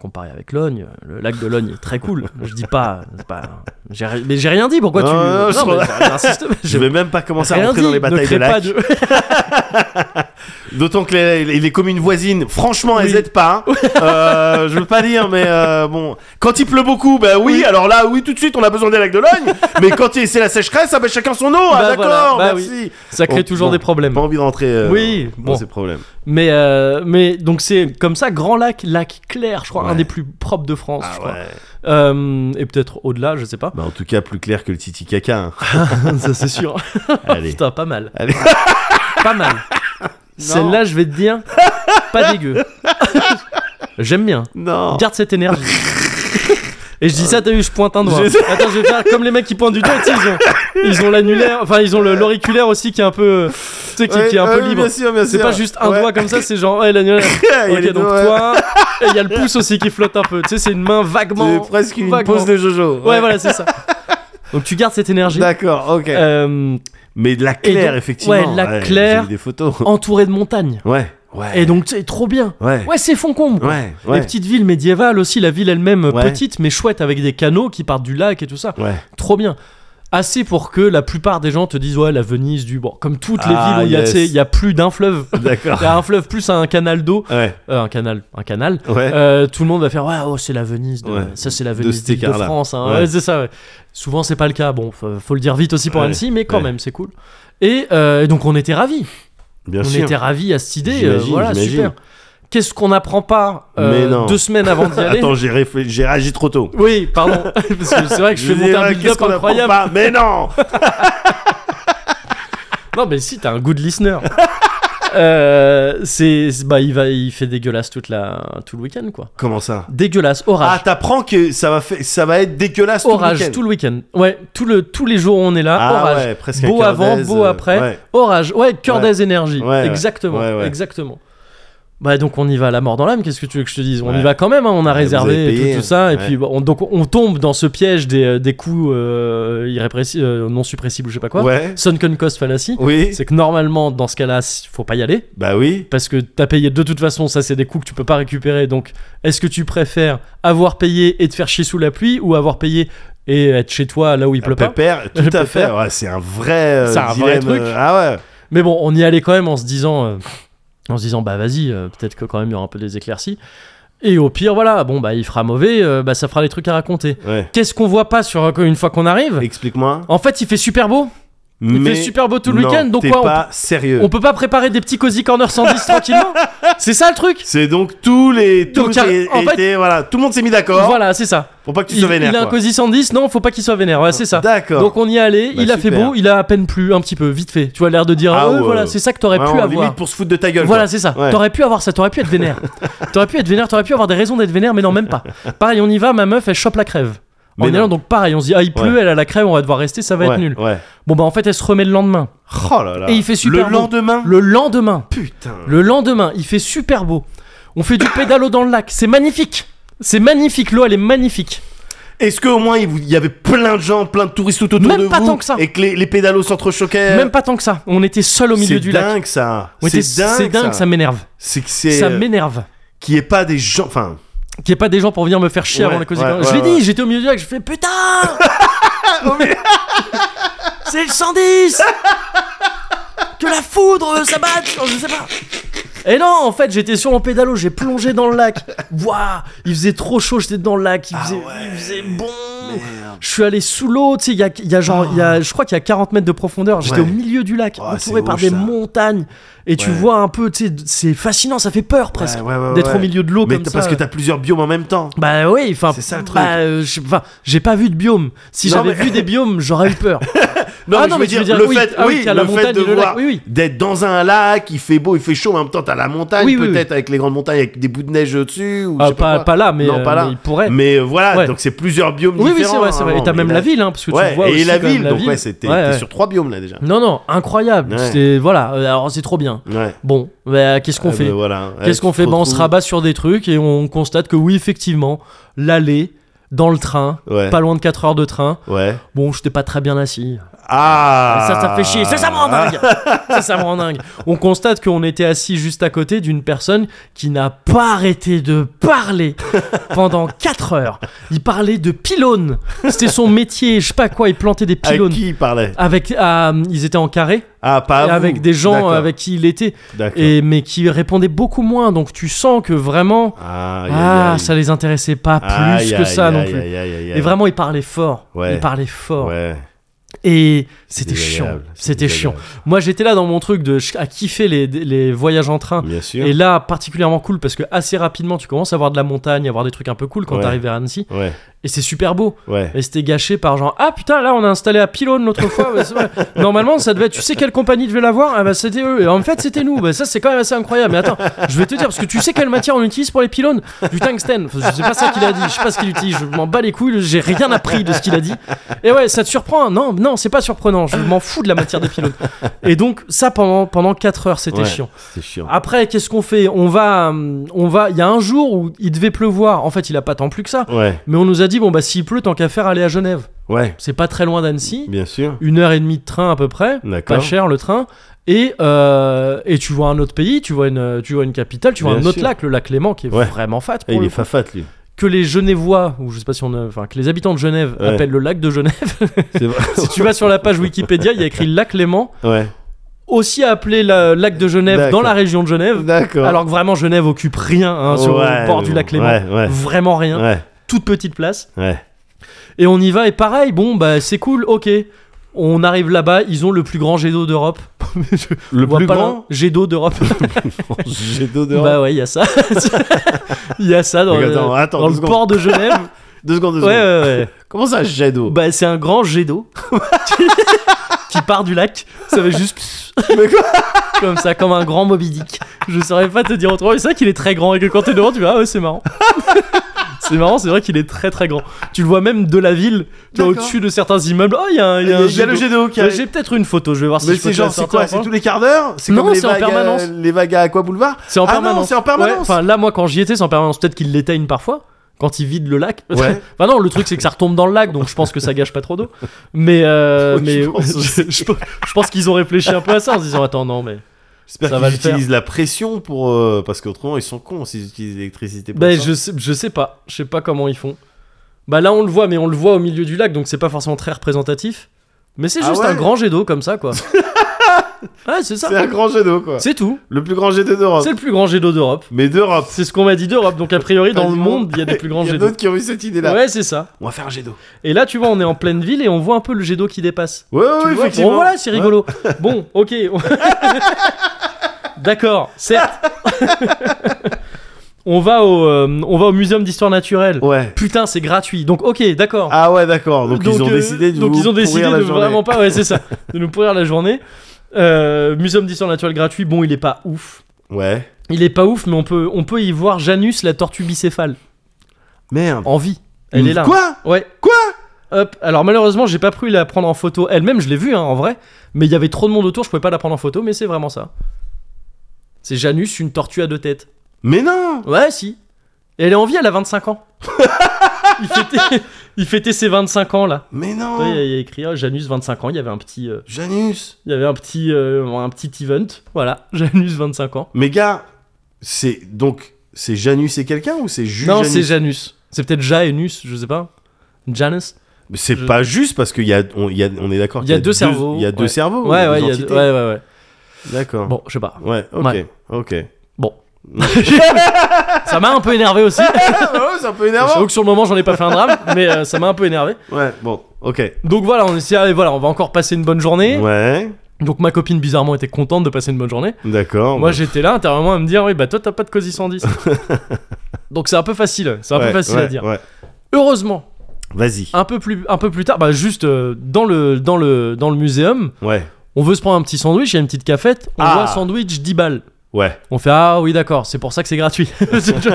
Speaker 1: comparer avec Logne, le lac de Logne est très cool. Je dis pas, c'est pas j'ai ri- mais j'ai rien dit. Pourquoi
Speaker 2: Non,
Speaker 1: tu
Speaker 2: non, non, je
Speaker 1: mais
Speaker 2: crois-
Speaker 1: j'insiste,
Speaker 2: Je
Speaker 1: j'ai
Speaker 2: vais même pas commencer à
Speaker 1: rien
Speaker 2: rentrer dans
Speaker 1: dit,
Speaker 2: les
Speaker 1: ne
Speaker 2: batailles de
Speaker 1: crée pas
Speaker 2: lacs. D'autant que les, les- les communes voisines, franchement,
Speaker 1: Oui.
Speaker 2: elles aident pas. hein. Euh, je veux pas dire, mais euh, bon, quand il pleut beaucoup, bah oui, alors là, oui, tout de suite, on a besoin des lacs de Logne. mais quand il- c'est la sécheresse, ah, bah, chacun son eau. ah,
Speaker 1: Bah,
Speaker 2: d'accord,
Speaker 1: voilà, bah oui.
Speaker 2: merci.
Speaker 1: Ça crée
Speaker 2: Bon,
Speaker 1: toujours
Speaker 2: Oh, bon,
Speaker 1: des problèmes.
Speaker 2: Pas envie de rentrer euh,
Speaker 1: Oui,
Speaker 2: dans
Speaker 1: bon.
Speaker 2: ces problèmes.
Speaker 1: Mais, euh, mais donc c'est comme ça, Grand Lac, Lac Clair, je crois, un
Speaker 2: Ouais.
Speaker 1: des plus propres de France, je
Speaker 2: Ah
Speaker 1: crois.
Speaker 2: ouais.
Speaker 1: Euh, et peut-être au-delà, je sais pas.
Speaker 2: Bah, en tout cas, plus clair que le Titicaca. hein.
Speaker 1: ça c'est sûr.
Speaker 2: Allez.
Speaker 1: Putain, pas mal.
Speaker 2: Allez.
Speaker 1: Pas mal. Celle-là, je vais te dire, pas dégueu. J'aime bien.
Speaker 2: Non.
Speaker 1: Garde cette énergie. Et je dis ça, t'as vu, je pointe un doigt.
Speaker 2: Je-
Speaker 1: Attends, je vais faire comme les mecs qui pointent du doigt, tu sais, ils ont, ils ont l'annulaire, enfin, ils ont le- l'auriculaire aussi qui est un peu, tu sais, qui,
Speaker 2: Ouais,
Speaker 1: qui est un
Speaker 2: ouais,
Speaker 1: peu
Speaker 2: oui,
Speaker 1: libre.
Speaker 2: Bien sûr, bien
Speaker 1: C'est
Speaker 2: sûr.
Speaker 1: pas juste un
Speaker 2: Ouais.
Speaker 1: doigt comme ça, c'est genre, ouais, l'annulaire.
Speaker 2: Ah, Il y a
Speaker 1: Ok,
Speaker 2: les
Speaker 1: donc
Speaker 2: deux, ouais.
Speaker 1: toi, et il y a le pouce aussi qui flotte un peu. Tu sais, c'est une main vaguement.
Speaker 2: C'est presque une
Speaker 1: vaguement.
Speaker 2: pause de Jojo.
Speaker 1: Ouais, voilà, c'est ça. Donc tu gardes cette énergie.
Speaker 2: D'accord, ok.
Speaker 1: Euh,
Speaker 2: Mais de la
Speaker 1: et
Speaker 2: claire,
Speaker 1: donc-
Speaker 2: effectivement.
Speaker 1: ouais, de la claire.
Speaker 2: J'ai vu des photos.
Speaker 1: entouré de montagnes.
Speaker 2: Ouais, ouais.
Speaker 1: Et donc, c'est trop bien.
Speaker 2: Ouais,
Speaker 1: Ouais, c'est Foncombe. quoi.
Speaker 2: ouais, ouais.
Speaker 1: Les petites villes médiévales aussi, la ville elle-même euh,
Speaker 2: Ouais.
Speaker 1: petite mais chouette avec des canaux qui partent du lac et tout ça.
Speaker 2: Ouais.
Speaker 1: Trop bien. Assez pour que la plupart des gens te disent ouais la Venise du bon comme toutes les
Speaker 2: Ah,
Speaker 1: villes où il y a,
Speaker 2: yes.
Speaker 1: tu sais, il y a plus d'un fleuve.
Speaker 2: D'accord.
Speaker 1: Il y a un fleuve plus un canal d'eau,
Speaker 2: Ouais,
Speaker 1: Euh, un canal, un canal.
Speaker 2: ouais.
Speaker 1: Euh, tout le monde va faire ouais oh, c'est la Venise de-
Speaker 2: Ouais.
Speaker 1: ça c'est la
Speaker 2: De
Speaker 1: Venise
Speaker 2: cet
Speaker 1: de,
Speaker 2: écart-là.
Speaker 1: France hein.
Speaker 2: Ouais.
Speaker 1: Ouais, c'est ça ouais. souvent c'est pas le cas bon faut, faut le dire vite aussi pour
Speaker 2: Ouais.
Speaker 1: Annecy mais quand
Speaker 2: Ouais.
Speaker 1: même c'est cool et euh, et donc on était ravis
Speaker 2: Bien
Speaker 1: on
Speaker 2: sûr.
Speaker 1: était ravis à cette idée euh,
Speaker 2: J'imagine,
Speaker 1: voilà
Speaker 2: j'imagine.
Speaker 1: super qu'est-ce qu'on n'apprend pas euh,
Speaker 2: Mais non.
Speaker 1: deux semaines avant d'y aller
Speaker 2: Attends, j'ai réfl- j'ai réagi trop tôt.
Speaker 1: oui pardon parce que c'est vrai que je fais
Speaker 2: veux
Speaker 1: monter
Speaker 2: dire,
Speaker 1: un
Speaker 2: qu'est-ce
Speaker 1: build-up
Speaker 2: qu'on apprend
Speaker 1: incroyable
Speaker 2: pas Mais non
Speaker 1: non mais si t'as un good listener Euh, c'est bah il va il fait dégueulasse toute la tout le week-end quoi
Speaker 2: Comment ça
Speaker 1: dégueulasse
Speaker 2: Ah,
Speaker 1: orage
Speaker 2: t'apprends que ça va, fait... ça va être dégueulasse
Speaker 1: orage
Speaker 2: Ah, tout le
Speaker 1: tout
Speaker 2: week-end.
Speaker 1: le week-end ouais tout le tous les jours on est là
Speaker 2: Ah
Speaker 1: orage
Speaker 2: ouais, presque un
Speaker 1: beau
Speaker 2: quart
Speaker 1: avant,
Speaker 2: d'aise,
Speaker 1: beau
Speaker 2: euh,
Speaker 1: après.
Speaker 2: ouais.
Speaker 1: Orage, ouais, cœur
Speaker 2: Ouais.
Speaker 1: des énergies.
Speaker 2: Ouais, ouais.
Speaker 1: Exactement,
Speaker 2: Ouais, ouais.
Speaker 1: exactement. Bah donc on y va à la mort dans l'âme, qu'est-ce que tu veux que je te dise On y
Speaker 2: Ouais.
Speaker 1: va quand même, hein, on a
Speaker 2: vous
Speaker 1: réservé
Speaker 2: avez
Speaker 1: et
Speaker 2: payé,
Speaker 1: tout, tout ça, et
Speaker 2: ouais.
Speaker 1: puis bon, on, donc on tombe dans ce piège des, euh, des coups euh, irrépressi- euh, non suppressibles, je sais pas quoi.
Speaker 2: Ouais.
Speaker 1: Sunken cost fallacy.
Speaker 2: Oui.
Speaker 1: C'est que normalement, dans ce cas-là, s- faut pas y aller,
Speaker 2: Bah oui.
Speaker 1: parce que t'as payé de toute façon, ça c'est des coups que tu peux pas récupérer, donc est-ce que tu préfères avoir payé et te faire chier sous la pluie, ou avoir payé et être chez toi là où il pleut pas
Speaker 2: Ah, Pépère,
Speaker 1: Le
Speaker 2: tout à fait.
Speaker 1: pépère.
Speaker 2: Ouais, c'est un vrai. euh,
Speaker 1: C'est un vrai
Speaker 2: dilemme,
Speaker 1: truc.
Speaker 2: euh, Ah ouais.
Speaker 1: Mais bon, on y allait quand même en se disant, euh, en se disant bah vas-y, euh, peut-être que quand même il y aura un peu des éclaircies. Et au pire, voilà, bon bah il fera mauvais, euh, bah ça fera des trucs à raconter.
Speaker 2: Ouais.
Speaker 1: Qu'est-ce qu'on voit pas sur euh, une fois qu'on arrive
Speaker 2: Explique-moi.
Speaker 1: En fait, il fait super beau. Il
Speaker 2: Mais
Speaker 1: fait super beau tout le
Speaker 2: non,
Speaker 1: week-end, donc
Speaker 2: t'es
Speaker 1: quoi on
Speaker 2: pas
Speaker 1: peut-
Speaker 2: sérieux.
Speaker 1: on, peut pas préparer des petits cozy corner 110 tranquillement C'est ça le truc
Speaker 2: C'est donc tous les
Speaker 1: Donc,
Speaker 2: tous
Speaker 1: y a-
Speaker 2: les-
Speaker 1: en fait-
Speaker 2: étaient- voilà, tout le monde s'est mis d'accord
Speaker 1: Voilà, c'est ça.
Speaker 2: pour pas que tu
Speaker 1: Il,
Speaker 2: sois vénère.
Speaker 1: il a un
Speaker 2: quoi.
Speaker 1: cosy 110, non, faut pas qu'il soit vénère. Ouais, c'est ça.
Speaker 2: D'accord.
Speaker 1: Donc on y est allé,
Speaker 2: Bah,
Speaker 1: il a fait
Speaker 2: super.
Speaker 1: beau, il a à peine plu un petit peu, vite fait. Tu vois l'air de dire
Speaker 2: Ah
Speaker 1: euh,
Speaker 2: ouais.
Speaker 1: voilà, c'est ça que t'aurais
Speaker 2: Ouais,
Speaker 1: pu
Speaker 2: on-
Speaker 1: avoir.
Speaker 2: limite pour se foutre de ta gueule.
Speaker 1: Voilà,
Speaker 2: quoi.
Speaker 1: c'est ça.
Speaker 2: Ouais.
Speaker 1: T'aurais pu avoir ça, t'aurais pu être vénère. t'aurais pu être vénère, t'aurais pu avoir des raisons d'être vénère, mais non, même pas. Pareil, on y va, ma meuf, elle chope la crève. En
Speaker 2: Mais
Speaker 1: y
Speaker 2: non.
Speaker 1: allant, donc pareil, on se dit, ah, il pleut,
Speaker 2: Ouais.
Speaker 1: elle a la crève, on va devoir rester, ça va
Speaker 2: Ouais,
Speaker 1: être nul.
Speaker 2: Ouais.
Speaker 1: Bon, bah, en fait, elle se remet le lendemain.
Speaker 2: Oh là là.
Speaker 1: Et il fait super
Speaker 2: Le
Speaker 1: beau.
Speaker 2: lendemain.
Speaker 1: Le lendemain,
Speaker 2: Putain.
Speaker 1: le lendemain, il fait super beau. On fait du pédalo dans le lac, c'est magnifique. C'est magnifique, l'eau, elle est magnifique.
Speaker 2: Est-ce qu'au moins il vous- il y avait plein de gens, plein de touristes tout autour
Speaker 1: Même
Speaker 2: de
Speaker 1: pas
Speaker 2: vous
Speaker 1: tant que ça.
Speaker 2: et que les, les pédalos s'entrechoquaient
Speaker 1: Même pas tant que ça. On était seul au milieu du
Speaker 2: Euh, C'est
Speaker 1: lac.
Speaker 2: dingue ça.
Speaker 1: On était-
Speaker 2: C'est dingue.
Speaker 1: C'est dingue, ça m'énerve.
Speaker 2: C'est que c'est euh,
Speaker 1: Ça m'énerve.
Speaker 2: qu'il n'y ait pas des gens. Enfin,
Speaker 1: Qu'il n'y ait pas des gens pour venir me faire chier
Speaker 2: Ouais,
Speaker 1: avant la cosy
Speaker 2: ouais,
Speaker 1: corner.
Speaker 2: ouais,
Speaker 1: je l'ai
Speaker 2: ouais.
Speaker 1: dit, j'étais au milieu du lac, je fais putain C'est le 110 Que la foudre s'abatte Je sais pas Et non, en fait, j'étais sur mon pédalo, j'ai plongé dans le lac. Waouh Il faisait trop chaud, j'étais dans le lac, il
Speaker 2: Ah
Speaker 1: faisait, il faisait bon Je suis allé sous l'eau, tu sais, il y a, il y a genre, il y a, je crois qu'il y a 40 mètres de profondeur, j'étais
Speaker 2: Ah. Ouais.
Speaker 1: au milieu du lac,
Speaker 2: Oh, c'est
Speaker 1: entouré
Speaker 2: ouf,
Speaker 1: par des
Speaker 2: ça.
Speaker 1: montagnes, et tu
Speaker 2: Ouais.
Speaker 1: vois un peu, tu sais, c'est fascinant, ça fait peur presque,
Speaker 2: ouais, ouais, ouais,
Speaker 1: d'être
Speaker 2: ouais.
Speaker 1: au milieu de l'eau
Speaker 2: mais
Speaker 1: comme
Speaker 2: t'as-
Speaker 1: ça.
Speaker 2: parce que t'as plusieurs biomes en même temps.
Speaker 1: Bah oui, enfin.
Speaker 2: C'est ça, le truc.
Speaker 1: bah, euh, je- enfin, j'ai pas vu de biome. Si
Speaker 2: Non,
Speaker 1: j'avais
Speaker 2: mais-
Speaker 1: vu des biomes, j'aurais eu peur.
Speaker 2: Non,
Speaker 1: Ah,
Speaker 2: mais
Speaker 1: non,
Speaker 2: je veux
Speaker 1: mais tu
Speaker 2: dire,
Speaker 1: veux dire,
Speaker 2: le
Speaker 1: oui,
Speaker 2: fait,
Speaker 1: ah oui,
Speaker 2: oui,
Speaker 1: qu'il y a
Speaker 2: le
Speaker 1: la
Speaker 2: fait
Speaker 1: montagne
Speaker 2: de
Speaker 1: et le lac,
Speaker 2: voir
Speaker 1: oui, oui.
Speaker 2: d'être dans un lac, il fait beau, il fait chaud, mais en même temps, t'as la montagne,
Speaker 1: Oui, oui,
Speaker 2: peut-être avec les grandes montagnes, avec des bouts de neige dessus. Ou je
Speaker 1: Ah,
Speaker 2: sais pas,
Speaker 1: pas,
Speaker 2: quoi.
Speaker 1: pas là, mais,
Speaker 2: Non,
Speaker 1: euh,
Speaker 2: pas là.
Speaker 1: mais il pourrait.
Speaker 2: Mais euh, voilà,
Speaker 1: Ouais.
Speaker 2: donc c'est plusieurs biomes
Speaker 1: oui, oui,
Speaker 2: différents.
Speaker 1: c'est vrai, c'est
Speaker 2: hein,
Speaker 1: vrai. Et t'as
Speaker 2: mais
Speaker 1: même
Speaker 2: là-
Speaker 1: la ville, hein, parce que
Speaker 2: Ouais,
Speaker 1: tu vois
Speaker 2: et
Speaker 1: aussi
Speaker 2: la
Speaker 1: quand même
Speaker 2: ville,
Speaker 1: la
Speaker 2: donc
Speaker 1: ville.
Speaker 2: ouais, c'était
Speaker 1: Ouais,
Speaker 2: t'es
Speaker 1: ouais.
Speaker 2: sur trois biomes là déjà.
Speaker 1: Non, non, incroyable.
Speaker 2: Ouais.
Speaker 1: C'est voilà. euh, Alors c'est trop bien.
Speaker 2: Ouais.
Speaker 1: Bon, bah, qu'est-ce qu'on
Speaker 2: Ah,
Speaker 1: fait
Speaker 2: bah, voilà. Ouais,
Speaker 1: Qu'est-ce
Speaker 2: tu
Speaker 1: qu'on
Speaker 2: te
Speaker 1: fait Bah, On se
Speaker 2: retrouves-
Speaker 1: rabat sur des trucs et on constate que oui, effectivement, l'aller dans le train,
Speaker 2: Ouais.
Speaker 1: pas loin de 4 heures de train.
Speaker 2: Ouais.
Speaker 1: Bon, j'étais pas très bien assis.
Speaker 2: Ah
Speaker 1: Ça, ça fait chier. Ça, ça me rend dingue. ça, ça me rend dingue. On constate qu'on était assis juste à côté d'une personne qui n'a pas arrêté de parler pendant 4 heures. Il parlait de pylônes. C'était son métier. Je sais pas quoi. Il plantait des
Speaker 2: Avec
Speaker 1: pylônes.
Speaker 2: ah, qui il parlait
Speaker 1: Avec, ah, ils étaient en carré
Speaker 2: Ah, pas
Speaker 1: et
Speaker 2: vous.
Speaker 1: avec des gens
Speaker 2: D'accord,
Speaker 1: avec qui il était,
Speaker 2: D'accord.
Speaker 1: et, mais qui répondaient beaucoup moins. Donc tu sens que vraiment,
Speaker 2: Ah, aïe,
Speaker 1: ah,
Speaker 2: aïe.
Speaker 1: ça les intéressait pas plus
Speaker 2: Aïe,
Speaker 1: que
Speaker 2: aïe,
Speaker 1: ça
Speaker 2: aïe,
Speaker 1: non
Speaker 2: aïe,
Speaker 1: plus.
Speaker 2: aïe, aïe, aïe, aïe.
Speaker 1: Et vraiment, ils parlaient fort.
Speaker 2: Ouais.
Speaker 1: Ils parlaient fort.
Speaker 2: Ouais.
Speaker 1: Et c'était chiant.
Speaker 2: désagréable, c'est
Speaker 1: C'était chiant.
Speaker 2: désagréable.
Speaker 1: Moi, j'étais là dans mon truc de ch- à kiffer les, les voyages en train.
Speaker 2: Bien sûr.
Speaker 1: Et là, particulièrement cool parce que assez rapidement, tu commences à voir de la montagne, à voir des trucs un peu cool quand
Speaker 2: Ouais.
Speaker 1: t'arrives vers Annecy.
Speaker 2: Ouais.
Speaker 1: Et c'est super beau.
Speaker 2: Ouais.
Speaker 1: Et c'était gâché par genre ah putain là on a installé à Pylône l'autre fois ouais, c'est vrai. normalement ça devait être tu sais quelle compagnie devait l'avoir ah bah c'était eux et en fait c'était nous bah ça c'est quand même assez incroyable mais attends je vais te dire parce que tu sais quelle matière on utilise pour les pylônes du tungstène Enfin, je sais pas ça qu'il a dit je sais pas ce qu'il utilise je m'en bats les couilles j'ai rien appris de ce qu'il a dit et ouais ça te surprend non non c'est pas surprenant je m'en fous de la matière des pylônes et donc ça pendant pendant 4 heures c'était
Speaker 2: Ouais.
Speaker 1: chiant
Speaker 2: C'est chiant.
Speaker 1: après qu'est-ce qu'on fait on va hum, on va il y a un jour où il devait pleuvoir en fait il a pas tant plus que ça
Speaker 2: Ouais.
Speaker 1: mais on nous a dit bon bah s'il pleut tant qu'à faire aller à Genève
Speaker 2: Ouais.
Speaker 1: c'est pas très loin d'Annecy,
Speaker 2: Bien sûr.
Speaker 1: une heure et demie de train à peu près,
Speaker 2: D'accord.
Speaker 1: pas cher le train. Et, euh, et tu vois un autre pays, tu vois une, tu vois une capitale, tu vois
Speaker 2: Bien
Speaker 1: un autre
Speaker 2: sûr.
Speaker 1: lac, le lac Léman qui est
Speaker 2: Ouais.
Speaker 1: vraiment fat.
Speaker 2: Eh,
Speaker 1: Pour
Speaker 2: il
Speaker 1: le
Speaker 2: est
Speaker 1: coup.
Speaker 2: fafat lui.
Speaker 1: Que les Genevois, ou je sais pas si on a- enfin que les habitants de Genève
Speaker 2: Ouais.
Speaker 1: appellent le lac de Genève.
Speaker 2: C'est vrai.
Speaker 1: si tu vas sur la page Wikipédia, il y a écrit lac Léman,
Speaker 2: Ouais.
Speaker 1: aussi appelé la- lac de Genève
Speaker 2: D'accord.
Speaker 1: dans la région de Genève.
Speaker 2: D'accord.
Speaker 1: Alors que vraiment Genève occupe rien hein, sur
Speaker 2: Ouais,
Speaker 1: le bord du
Speaker 2: bon,
Speaker 1: lac Léman,
Speaker 2: ouais, ouais.
Speaker 1: vraiment rien,
Speaker 2: Ouais.
Speaker 1: toute petite place.
Speaker 2: Ouais.
Speaker 1: Et on y va et pareil, bon bah c'est cool, ok. On arrive là-bas, ils ont le plus grand jet d'eau d'Europe. Je-
Speaker 2: Le
Speaker 1: on voit
Speaker 2: plus
Speaker 1: pas
Speaker 2: grand
Speaker 1: jet d'eau d'Europe.
Speaker 2: J'ai d'eau dehors.
Speaker 1: bah ouais, il y a ça. Il y a ça dans,
Speaker 2: Mais
Speaker 1: le-
Speaker 2: attends, attends,
Speaker 1: dans
Speaker 2: deux
Speaker 1: le
Speaker 2: secondes.
Speaker 1: port de Genève.
Speaker 2: Deux secondes, deux
Speaker 1: ouais, ouais,
Speaker 2: secondes.
Speaker 1: ouais.
Speaker 2: Comment ça, jet d'eau
Speaker 1: Bah c'est un grand jet d'eau qui part du lac. Ça va juste pss,
Speaker 2: Mais quoi
Speaker 1: comme ça, comme un grand Moby Dick. Je saurais pas te dire autrement. Et C'est vrai qu'il est très grand et que quand t'es devant, tu vas ah ouais c'est marrant. C'est marrant, c'est vrai qu'il est très très grand. Tu le vois même de la ville, tu vois,
Speaker 2: D'accord.
Speaker 1: au-dessus de certains immeubles. Oh, il y a un,
Speaker 2: Il
Speaker 1: il y a un jet
Speaker 2: le
Speaker 1: d'eau.
Speaker 2: jet d'eau qui
Speaker 1: Euh,
Speaker 2: arrive.
Speaker 1: J'ai peut-être une photo, je vais voir si
Speaker 2: Mais
Speaker 1: je peux
Speaker 2: c'est
Speaker 1: te la
Speaker 2: genre, c'est
Speaker 1: sortir
Speaker 2: quoi
Speaker 1: en
Speaker 2: C'est
Speaker 1: France.
Speaker 2: tous les quarts d'heure C'est
Speaker 1: Non,
Speaker 2: comme les
Speaker 1: c'est en
Speaker 2: vagues, euh,
Speaker 1: permanence.
Speaker 2: les vagues à Aqua Boulevard
Speaker 1: C'est en
Speaker 2: Ah non,
Speaker 1: permanence.
Speaker 2: c'est en permanence.
Speaker 1: Ouais, Enfin, là, moi, quand j'y étais, c'est en permanence. Peut-être qu'ils l'éteignent parfois. Quand ils vident le lac.
Speaker 2: Ouais.
Speaker 1: enfin, non, le truc, c'est que ça retombe dans le lac, donc je pense que ça gâche pas trop d'eau. Mais, euh,
Speaker 2: Oui,
Speaker 1: mais
Speaker 2: je pense
Speaker 1: je, je pense- je pense qu'ils ont réfléchi un peu à ça en se disant Attends, non, mais.
Speaker 2: J'espère
Speaker 1: Ça va
Speaker 2: qu'ils
Speaker 1: le faire.
Speaker 2: utilisent la pression pour. euh, parce qu'autrement, ils sont cons s'ils utilisent l'électricité pour.
Speaker 1: Ben,
Speaker 2: ça.
Speaker 1: je sais, je sais pas. Je sais pas comment ils font. Bah, là, on le voit, mais on le voit au milieu du lac, donc c'est pas forcément très représentatif. Mais c'est
Speaker 2: Ah
Speaker 1: juste
Speaker 2: ouais
Speaker 1: un grand jet d'eau comme ça, quoi. ouais, c'est ça.
Speaker 2: C'est Oh. un grand jet d'eau, quoi.
Speaker 1: C'est tout.
Speaker 2: Le plus grand jet d'eau d'Europe.
Speaker 1: C'est le plus grand jet d'eau d'Europe.
Speaker 2: Mais d'Europe.
Speaker 1: C'est ce qu'on m'a dit d'Europe, donc a priori dans le
Speaker 2: Quasiment.
Speaker 1: monde il y a des plus grands
Speaker 2: Il y a
Speaker 1: jets d'eau.
Speaker 2: d'autres qui ont eu cette idée-là.
Speaker 1: Ouais, c'est ça.
Speaker 2: On va faire un jet d'eau.
Speaker 1: Et là, tu vois, on est en pleine ville et on voit un peu le jet d'eau qui dépasse.
Speaker 2: Ouais, ouais,
Speaker 1: Tu vois
Speaker 2: ouais, effectivement.
Speaker 1: Bon, voilà, c'est rigolo. Bon, ok. D'accord, certes. on, va au, euh, on va au Muséum d'histoire naturelle.
Speaker 2: Ouais.
Speaker 1: Putain, c'est gratuit. Donc, ok, d'accord.
Speaker 2: Ah ouais, d'accord. Donc, ils ont
Speaker 1: euh,
Speaker 2: décidé de.
Speaker 1: donc
Speaker 2: vous
Speaker 1: ils ont décidé
Speaker 2: pourrir la
Speaker 1: de
Speaker 2: journée.
Speaker 1: vraiment pas. Ouais, c'est ça. De nous pourrir la journée. Euh, Muséum d'histoire naturelle gratuit. Bon, il est pas ouf.
Speaker 2: Ouais.
Speaker 1: Il est pas ouf, mais on peut, on peut y voir Janus, la tortue bicéphale,
Speaker 2: Merde.
Speaker 1: en vie. Elle est là.
Speaker 2: Mmh. Quoi
Speaker 1: Ouais.
Speaker 2: Quoi
Speaker 1: Hop. Alors malheureusement, j'ai pas pu la prendre en photo elle-même, je l'ai vue hein, en vrai, mais il y avait trop de monde autour, je pouvais pas la prendre en photo, mais c'est vraiment ça. C'est Janus, une tortue à deux têtes.
Speaker 2: Mais non
Speaker 1: Ouais, si. Et elle est en vie, elle a 25 ans. il, fêtait, il fêtait ses 25 ans là. Ouais,
Speaker 2: Mais
Speaker 1: Il y a-
Speaker 2: non
Speaker 1: il y a écrit oh, Janus 25 ans, il y avait un petit euh,
Speaker 2: Janus
Speaker 1: il y avait un petit euh, un petit event, voilà, Janus 25 ans.
Speaker 2: Mais gars, c'est. Donc, c'est Janus et quelqu'un ou c'est juste
Speaker 1: non,
Speaker 2: Janus
Speaker 1: c'est Janus. C'est peut-être Janus, je sais pas. Janus
Speaker 2: Mais C'est
Speaker 1: Je-
Speaker 2: pas juste parce qu'il y a, on, il y a- on est d'accord
Speaker 1: Il
Speaker 2: qu'il
Speaker 1: y a deux cerveaux,
Speaker 2: Il y a deux
Speaker 1: ouais.
Speaker 2: cerveaux. il y
Speaker 1: Ouais,
Speaker 2: a
Speaker 1: ouais,
Speaker 2: deux
Speaker 1: il y a-
Speaker 2: entités.
Speaker 1: ouais, ouais, ouais.
Speaker 2: D'accord.
Speaker 1: Bon, je sais pas.
Speaker 2: Ouais, ok,
Speaker 1: Ouais.
Speaker 2: ok.
Speaker 1: Bon. ça m'a un peu énervé aussi.
Speaker 2: Ah bah ouais, c'est un peu
Speaker 1: J'avoue
Speaker 2: énervant.
Speaker 1: que sur le moment, j'en ai pas fait un drame, mais euh, ça m'a un peu énervé.
Speaker 2: Ouais, bon, ok.
Speaker 1: Donc voilà, on s'est dit, allez, voilà, on va encore passer une bonne journée.
Speaker 2: Ouais,
Speaker 1: Donc ma copine, bizarrement, était contente de passer une bonne journée.
Speaker 2: d'accord.
Speaker 1: Moi,
Speaker 2: bah,
Speaker 1: j'étais là, intérieurement, à me dire, oui, bah toi, t'as pas de COSI 110. Donc c'est un peu facile, c'est un
Speaker 2: ouais,
Speaker 1: peu facile
Speaker 2: ouais,
Speaker 1: à dire.
Speaker 2: ouais.
Speaker 1: Heureusement
Speaker 2: Vas-y.
Speaker 1: Un peu plus, un peu plus tard, bah juste euh, dans le dans le dans le muséum,
Speaker 2: Ouais,
Speaker 1: on veut se prendre un petit sandwich et une petite cafette. On
Speaker 2: Ah.
Speaker 1: voit sandwich 10 balles.
Speaker 2: ouais.
Speaker 1: On fait ah oui d'accord, c'est pour ça que c'est gratuit. C'est genre,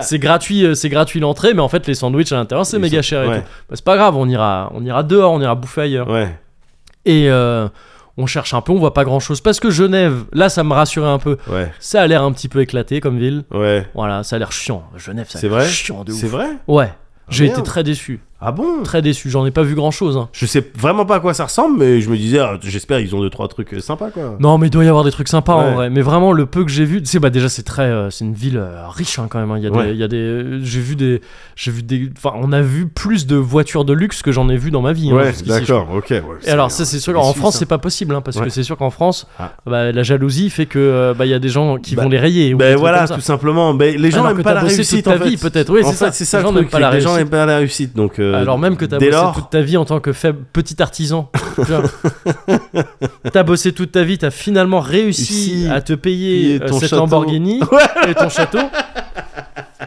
Speaker 1: c'est gratuit, euh, c'est gratuit l'entrée, mais en fait les sandwichs à l'intérieur c'est
Speaker 2: Ils
Speaker 1: méga
Speaker 2: sont-
Speaker 1: cher et
Speaker 2: ouais.
Speaker 1: tout. Bah, c'est pas grave, on ira on ira dehors, on ira bouffer ailleurs.
Speaker 2: ouais.
Speaker 1: Et euh, on cherche un peu, on voit pas grand chose parce que Genève, là ça me rassurait un peu.
Speaker 2: Ouais,
Speaker 1: Ça a l'air un petit peu éclaté comme ville.
Speaker 2: ouais.
Speaker 1: Voilà, ça a l'air chiant. Genève, ça a
Speaker 2: C'est
Speaker 1: l'air
Speaker 2: vrai
Speaker 1: chiant Oh, de ouf.
Speaker 2: C'est vrai
Speaker 1: Ouais, j'ai été
Speaker 2: merde.
Speaker 1: très déçu,
Speaker 2: Ah bon
Speaker 1: très déçu. J'en ai pas vu hein. grand chose.
Speaker 2: Je sais vraiment pas à quoi ça ressemble, mais je me disais, ah, j'espère ils ont deux trois trucs euh, sympas quoi.
Speaker 1: Non, mais il doit y avoir des trucs sympas en
Speaker 2: Ouais.
Speaker 1: vrai. Mais vraiment, le peu que j'ai vu, tu sais, bah déjà c'est très, euh, c'est une ville euh, riche hein, quand même. hein. Il y a des,
Speaker 2: Ouais.
Speaker 1: il y a des, euh, j'ai vu des, j'ai vu des, enfin, on a vu plus de voitures de luxe que j'en ai vu dans ma vie. hein,
Speaker 2: ouais,
Speaker 1: jusqu'ici,
Speaker 2: d'accord, ok. ouais,
Speaker 1: je- Et alors ça c'est sûr, en
Speaker 2: déçu,
Speaker 1: France
Speaker 2: ça.
Speaker 1: c'est pas possible hein, parce que
Speaker 2: Ouais.
Speaker 1: c'est sûr qu'en France,
Speaker 2: Ah.
Speaker 1: bah, la jalousie fait que euh, bah il y a des gens qui
Speaker 2: Bah,
Speaker 1: vont les rayer. ou des
Speaker 2: Ben
Speaker 1: trucs
Speaker 2: voilà,
Speaker 1: comme ça.
Speaker 2: tout simplement. Ben, les gens
Speaker 1: Alors que
Speaker 2: n'aiment pas
Speaker 1: t'as
Speaker 2: la
Speaker 1: bossé toute
Speaker 2: réussite
Speaker 1: ta
Speaker 2: en fait.
Speaker 1: vie, peut-être, oui,
Speaker 2: En
Speaker 1: c'est
Speaker 2: fait,
Speaker 1: ça.
Speaker 2: C'est ça
Speaker 1: Les
Speaker 2: le
Speaker 1: gens
Speaker 2: truc,
Speaker 1: n'aiment pas la
Speaker 2: c'est que les gens
Speaker 1: réussite.
Speaker 2: n'aiment pas la réussite. Donc euh,
Speaker 1: Alors même que t'as
Speaker 2: dès
Speaker 1: bossé
Speaker 2: lors,
Speaker 1: toute ta vie en tant que faible petit artisan. tu vois. t'as bossé toute ta vie, t'as finalement réussi
Speaker 2: Ici,
Speaker 1: à te payer
Speaker 2: payer
Speaker 1: euh,
Speaker 2: ton
Speaker 1: cette
Speaker 2: château.
Speaker 1: Lamborghini et ton château.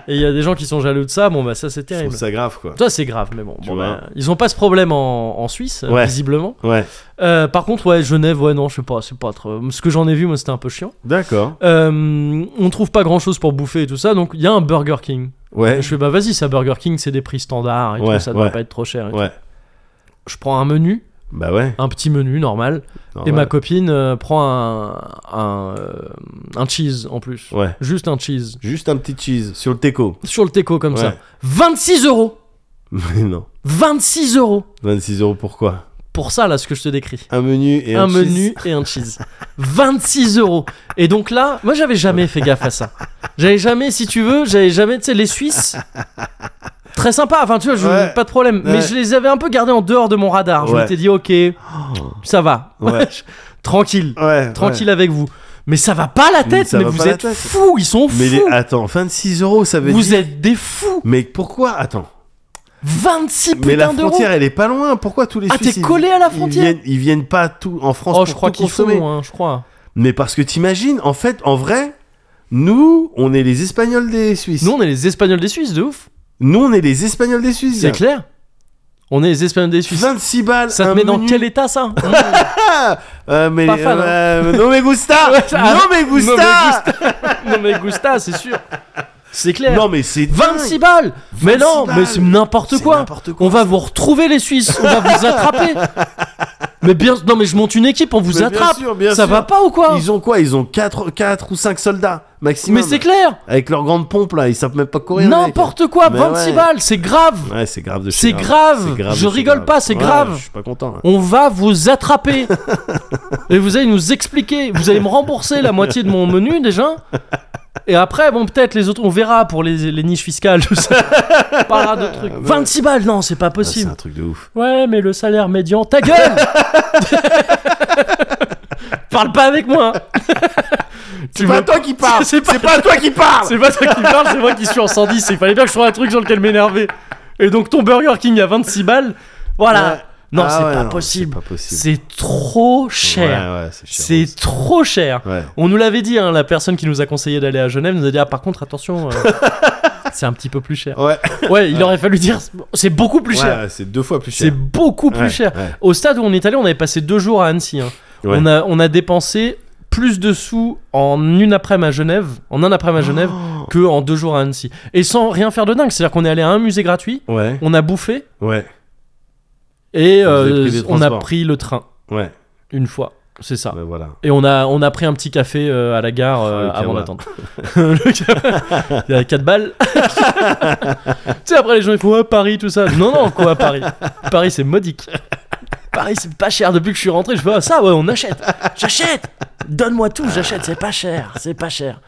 Speaker 1: Et il y a des gens qui sont jaloux de ça, bon bah ça c'est
Speaker 2: je
Speaker 1: terrible.
Speaker 2: trouve ça grave quoi.
Speaker 1: Toi c'est grave, mais bon,
Speaker 2: Tu
Speaker 1: bon,
Speaker 2: vois.
Speaker 1: bah, ils ont pas ce problème en, en Suisse, euh,
Speaker 2: Ouais.
Speaker 1: visiblement.
Speaker 2: Ouais,
Speaker 1: Euh, par contre, ouais, Genève, ouais, non, je sais pas, c'est pas trop. Ce que j'en ai vu, moi c'était un peu chiant.
Speaker 2: d'accord.
Speaker 1: Euh, on trouve pas grand chose pour bouffer et tout ça, donc il y a un Burger King.
Speaker 2: Ouais,
Speaker 1: Je fais bah vas-y, ça Burger King, c'est des prix standards et
Speaker 2: Ouais,
Speaker 1: tout, ça doit
Speaker 2: ouais.
Speaker 1: pas être trop cher. et
Speaker 2: ouais.
Speaker 1: je prends un menu,
Speaker 2: Bah ouais.
Speaker 1: un petit menu normal,
Speaker 2: non,
Speaker 1: et
Speaker 2: ouais.
Speaker 1: ma copine euh, prend un, un, euh, un cheese en plus.
Speaker 2: Ouais.
Speaker 1: Juste un cheese.
Speaker 2: Juste un petit cheese sur le teco.
Speaker 1: Sur le teco comme
Speaker 2: Ouais.
Speaker 1: ça. 26 euros
Speaker 2: Mais non.
Speaker 1: 26 euros
Speaker 2: 26 euros pourquoi
Speaker 1: Pour ça, là, ce que je te décris.
Speaker 2: Un menu et
Speaker 1: un
Speaker 2: un, cheese.
Speaker 1: menu et un cheese. 26 euros. Et donc là, moi j'avais jamais fait gaffe à ça. J'avais jamais, si tu veux, j'avais jamais, tu sais, les Suisses. Très sympa, enfin tu vois, je-
Speaker 2: Ouais.
Speaker 1: pas de problème. Mais
Speaker 2: Ouais.
Speaker 1: je les avais un peu gardés en dehors de mon radar. Je
Speaker 2: Ouais.
Speaker 1: m'étais dit, ok, ça va.
Speaker 2: Ouais.
Speaker 1: Tranquille.
Speaker 2: Ouais.
Speaker 1: tranquille avec vous. Mais ça va pas la
Speaker 2: Mais
Speaker 1: tête,
Speaker 2: ça
Speaker 1: mais
Speaker 2: va
Speaker 1: vous
Speaker 2: pas la
Speaker 1: êtes
Speaker 2: tête.
Speaker 1: fous, ils sont
Speaker 2: ouais. Mais les-
Speaker 1: fous.
Speaker 2: attends, 26 euros, ça veut
Speaker 1: vous
Speaker 2: dire.
Speaker 1: êtes des fous.
Speaker 2: Mais pourquoi Attends.
Speaker 1: 26
Speaker 2: Mais la
Speaker 1: putains d'euros.
Speaker 2: frontière, elle est pas loin. Pourquoi tous les
Speaker 1: Ah,
Speaker 2: Suisses
Speaker 1: t'es
Speaker 2: ils-
Speaker 1: collé à la
Speaker 2: Ils
Speaker 1: frontière
Speaker 2: viennent, ils viennent pas tout en France
Speaker 1: Oh,
Speaker 2: pour
Speaker 1: je crois
Speaker 2: tout
Speaker 1: qu'ils
Speaker 2: consommer.
Speaker 1: font, hein, je crois.
Speaker 2: Mais parce que t'imagines, en fait, en vrai, nous, on est les Espagnols des Suisses.
Speaker 1: Nous, on est les Espagnols des Suisses, de ouf.
Speaker 2: Nous, on est les Espagnols des Suisses.
Speaker 1: C'est clair On est les Espagnols des Suisses.
Speaker 2: 26 balles.
Speaker 1: Ça te
Speaker 2: un
Speaker 1: met dans
Speaker 2: menu.
Speaker 1: quel état ça hein
Speaker 2: Ah Euh, mais,
Speaker 1: Pas fan, hein.
Speaker 2: euh, non mais gusta,
Speaker 1: Ouais, ça-
Speaker 2: non mais
Speaker 1: Non, mais
Speaker 2: gusta.
Speaker 1: Non mais Gusta, c'est sûr. C'est clair.
Speaker 2: Non mais c'est dingue.
Speaker 1: 26 balles Mais
Speaker 2: 26
Speaker 1: non, mais
Speaker 2: balles.
Speaker 1: c'est n'importe
Speaker 2: C'est
Speaker 1: quoi.
Speaker 2: n'importe quoi.
Speaker 1: On va vous retrouver les Suisses, on va vous attraper. Mais bien, non mais je monte une équipe, on vous
Speaker 2: Mais bien
Speaker 1: attrape.
Speaker 2: sûr, bien
Speaker 1: ça
Speaker 2: sûr.
Speaker 1: va pas ou quoi
Speaker 2: Ils ont quoi Ils ont 4, ou 5 soldats maximum.
Speaker 1: Oh. Mais c'est clair.
Speaker 2: Avec leur grande pompe là, ils savent même pas courir. les mecs.
Speaker 1: N'importe quoi,
Speaker 2: Mais
Speaker 1: 26
Speaker 2: ouais.
Speaker 1: balles, c'est grave.
Speaker 2: Ouais, c'est grave de
Speaker 1: C'est
Speaker 2: chez
Speaker 1: grave.
Speaker 2: C'est grave
Speaker 1: Je
Speaker 2: de chez
Speaker 1: rigole pas, c'est
Speaker 2: Ouais,
Speaker 1: grave.
Speaker 2: Je suis pas content. hein.
Speaker 1: On va vous attraper. Et vous allez nous expliquer. Vous allez me rembourser la moitié de mon menu déjà. Et après, bon, peut-être les autres, on verra pour les, les niches fiscales, tout ça. On parlera de trucs. 26 balles, non, c'est pas
Speaker 2: bah. Ah, c'est
Speaker 1: possible.
Speaker 2: un truc de ouf.
Speaker 1: ouais, mais le salaire médian, ta gueule Parle pas avec moi hein. Tu
Speaker 2: C'est pas
Speaker 1: me-
Speaker 2: toi qui parle.
Speaker 1: C'est
Speaker 2: C'est
Speaker 1: pas-
Speaker 2: pas, toi qui parle.
Speaker 1: C'est pas toi qui parle, c'est moi qui suis en 110. Il fallait bien que je trouve un truc sur lequel m'énerver. Et donc ton Burger King à 26 balles, voilà.
Speaker 2: Ouais.
Speaker 1: Non,
Speaker 2: Ah
Speaker 1: c'est
Speaker 2: ouais,
Speaker 1: pas
Speaker 2: non,
Speaker 1: possible.
Speaker 2: C'est pas possible.
Speaker 1: C'est trop cher.
Speaker 2: Ouais, ouais, c'est cher.
Speaker 1: c'est trop cher.
Speaker 2: Ouais.
Speaker 1: On nous l'avait dit, hein, la personne qui nous a conseillé d'aller à Genève nous a dit Ah, par contre, attention, euh, c'est un petit peu plus cher.
Speaker 2: Ouais.
Speaker 1: Ouais, il aurait fallu dire C'est beaucoup plus
Speaker 2: Ouais,
Speaker 1: cher.
Speaker 2: C'est deux fois plus
Speaker 1: C'est
Speaker 2: cher.
Speaker 1: beaucoup plus
Speaker 2: Ouais,
Speaker 1: cher.
Speaker 2: ouais.
Speaker 1: Au stade où on est allé, on avait passé deux jours à Annecy. hein.
Speaker 2: Ouais.
Speaker 1: On, a, on a dépensé plus de sous en une après-midi à Genève, en un après-midi à Genève,
Speaker 2: Oh.
Speaker 1: que en deux jours à Annecy. Et sans rien faire de dingue, c'est-à-dire qu'on est allé à un musée gratuit,
Speaker 2: Ouais.
Speaker 1: on a bouffé
Speaker 2: Ouais.
Speaker 1: et
Speaker 2: Vous avez
Speaker 1: euh,
Speaker 2: pris des
Speaker 1: on a
Speaker 2: transports.
Speaker 1: pris le train
Speaker 2: Ouais.
Speaker 1: une fois. C'est ça.
Speaker 2: Ben voilà.
Speaker 1: Et on a, on a pris un petit café euh, à la gare euh,
Speaker 2: Oh, le
Speaker 1: avant
Speaker 2: kawa.
Speaker 1: d'attendre. Le kawa. il y a 4 balles. tu sais, après les gens ils font Ouais, Paris, tout ça. Non, non, quoi, Paris Paris, c'est modique. Paris, c'est pas cher. Depuis que je suis rentré, je fais Ah, ça, ouais, on achète. J'achète. Donne-moi tout, j'achète. C'est pas cher. C'est pas cher.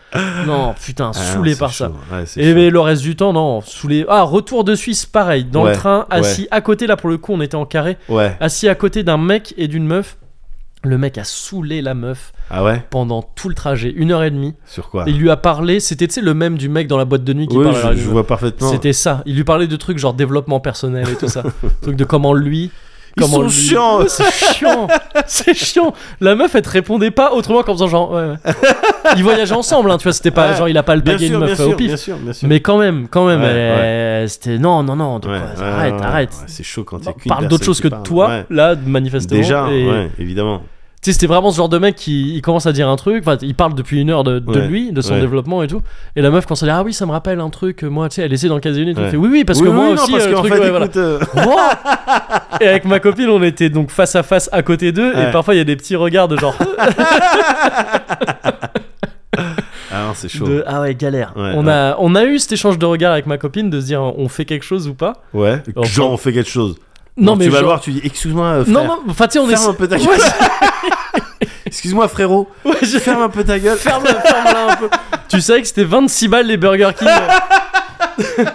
Speaker 1: Non, putain,
Speaker 2: Ah,
Speaker 1: saoulé
Speaker 2: c'est
Speaker 1: par ça. Eh ben,
Speaker 2: chaud. Ouais, c'est
Speaker 1: Et
Speaker 2: chaud.
Speaker 1: mais le reste du temps, non, saoulé. Ah, retour de Suisse, pareil. Dans
Speaker 2: Ouais,
Speaker 1: le train, assis à côté, là pour le coup, on était en carré.
Speaker 2: Ouais.
Speaker 1: Assis à côté d'un mec et d'une meuf. Le mec a saoulé la meuf
Speaker 2: Ah ouais
Speaker 1: pendant tout le trajet, une heure et demie.
Speaker 2: Sur quoi
Speaker 1: Il lui a parlé, c'était tu sais, le même du mec dans la boîte de nuit qui
Speaker 2: Ah. Oui,
Speaker 1: parle. à la
Speaker 2: je, je
Speaker 1: radio.
Speaker 2: vois parfaitement.
Speaker 1: C'était ça. Il lui parlait de trucs genre développement personnel et tout ça. trucs de comment lui,
Speaker 2: Ils
Speaker 1: comment
Speaker 2: sont
Speaker 1: lui-
Speaker 2: chiants.
Speaker 1: C'est chiant. C'est chiant. La meuf, elle te répondait pas autrement qu'en faisant genre. ouais, ouais. Ils voyageaient ensemble, hein, tu vois. C'était pas
Speaker 2: Ouais.
Speaker 1: genre il a pas le
Speaker 2: Bien
Speaker 1: bagué une
Speaker 2: sûr, bien
Speaker 1: meuf euh, au
Speaker 2: sûr,
Speaker 1: pif.
Speaker 2: bien sûr, bien sûr.
Speaker 1: Mais quand même, quand même,
Speaker 2: Ouais,
Speaker 1: elle- c'était non, non, non, de quoi,
Speaker 2: Ouais, ouais,
Speaker 1: arrête,
Speaker 2: ouais,
Speaker 1: arrête.
Speaker 2: ouais, c'est chaud quand il y a
Speaker 1: Bah,
Speaker 2: qu'une
Speaker 1: parle d'autre
Speaker 2: personne
Speaker 1: chose
Speaker 2: qui
Speaker 1: que de
Speaker 2: parle.
Speaker 1: toi,
Speaker 2: Ouais.
Speaker 1: là, manifestement.
Speaker 2: Déjà,
Speaker 1: et-
Speaker 2: ouais, évidemment.
Speaker 1: Tu sais, c'était vraiment ce genre de mec qui il commence à dire un truc, enfin, il parle depuis une heure de, de
Speaker 2: Ouais,
Speaker 1: lui, de son
Speaker 2: ouais.
Speaker 1: développement et tout. Et la meuf, quand ça dit Ah oui, ça me rappelle un truc, euh, moi, tu sais, elle essaie dans le casier, et tout.
Speaker 2: Ouais.
Speaker 1: elle fait Oui, oui, parce
Speaker 2: Oui,
Speaker 1: que
Speaker 2: oui,
Speaker 1: moi
Speaker 2: non,
Speaker 1: aussi,
Speaker 2: parce
Speaker 1: euh,
Speaker 2: qu'en
Speaker 1: truc,
Speaker 2: fait,
Speaker 1: ouais, voilà.
Speaker 2: écoute, euh,
Speaker 1: Wow et avec ma copine, on était donc face à face à côté d'eux, et
Speaker 2: Ouais.
Speaker 1: parfois il y a des petits regards de genre
Speaker 2: Ah non, c'est chaud.
Speaker 1: de, Ah ouais, galère.
Speaker 2: Ouais,
Speaker 1: on,
Speaker 2: ouais.
Speaker 1: A, on a eu cet échange de regards avec ma copine de se dire On fait quelque chose ou pas
Speaker 2: Ouais.
Speaker 1: Enfin-
Speaker 2: Genre, on fait quelque chose.
Speaker 1: Non,
Speaker 2: Genre,
Speaker 1: mais.
Speaker 2: tu vas
Speaker 1: genre-
Speaker 2: le voir, tu dis excuse-moi, euh, frère.
Speaker 1: Non, non, enfin, tu sais, on est.
Speaker 2: ferme un peu ta gueule. Excuse-moi, frérot.
Speaker 1: Ouais, je-
Speaker 2: Ferme un peu ta gueule.
Speaker 1: ferme, ferme-la un peu. Tu savais que c'était 26 balles les Burger King.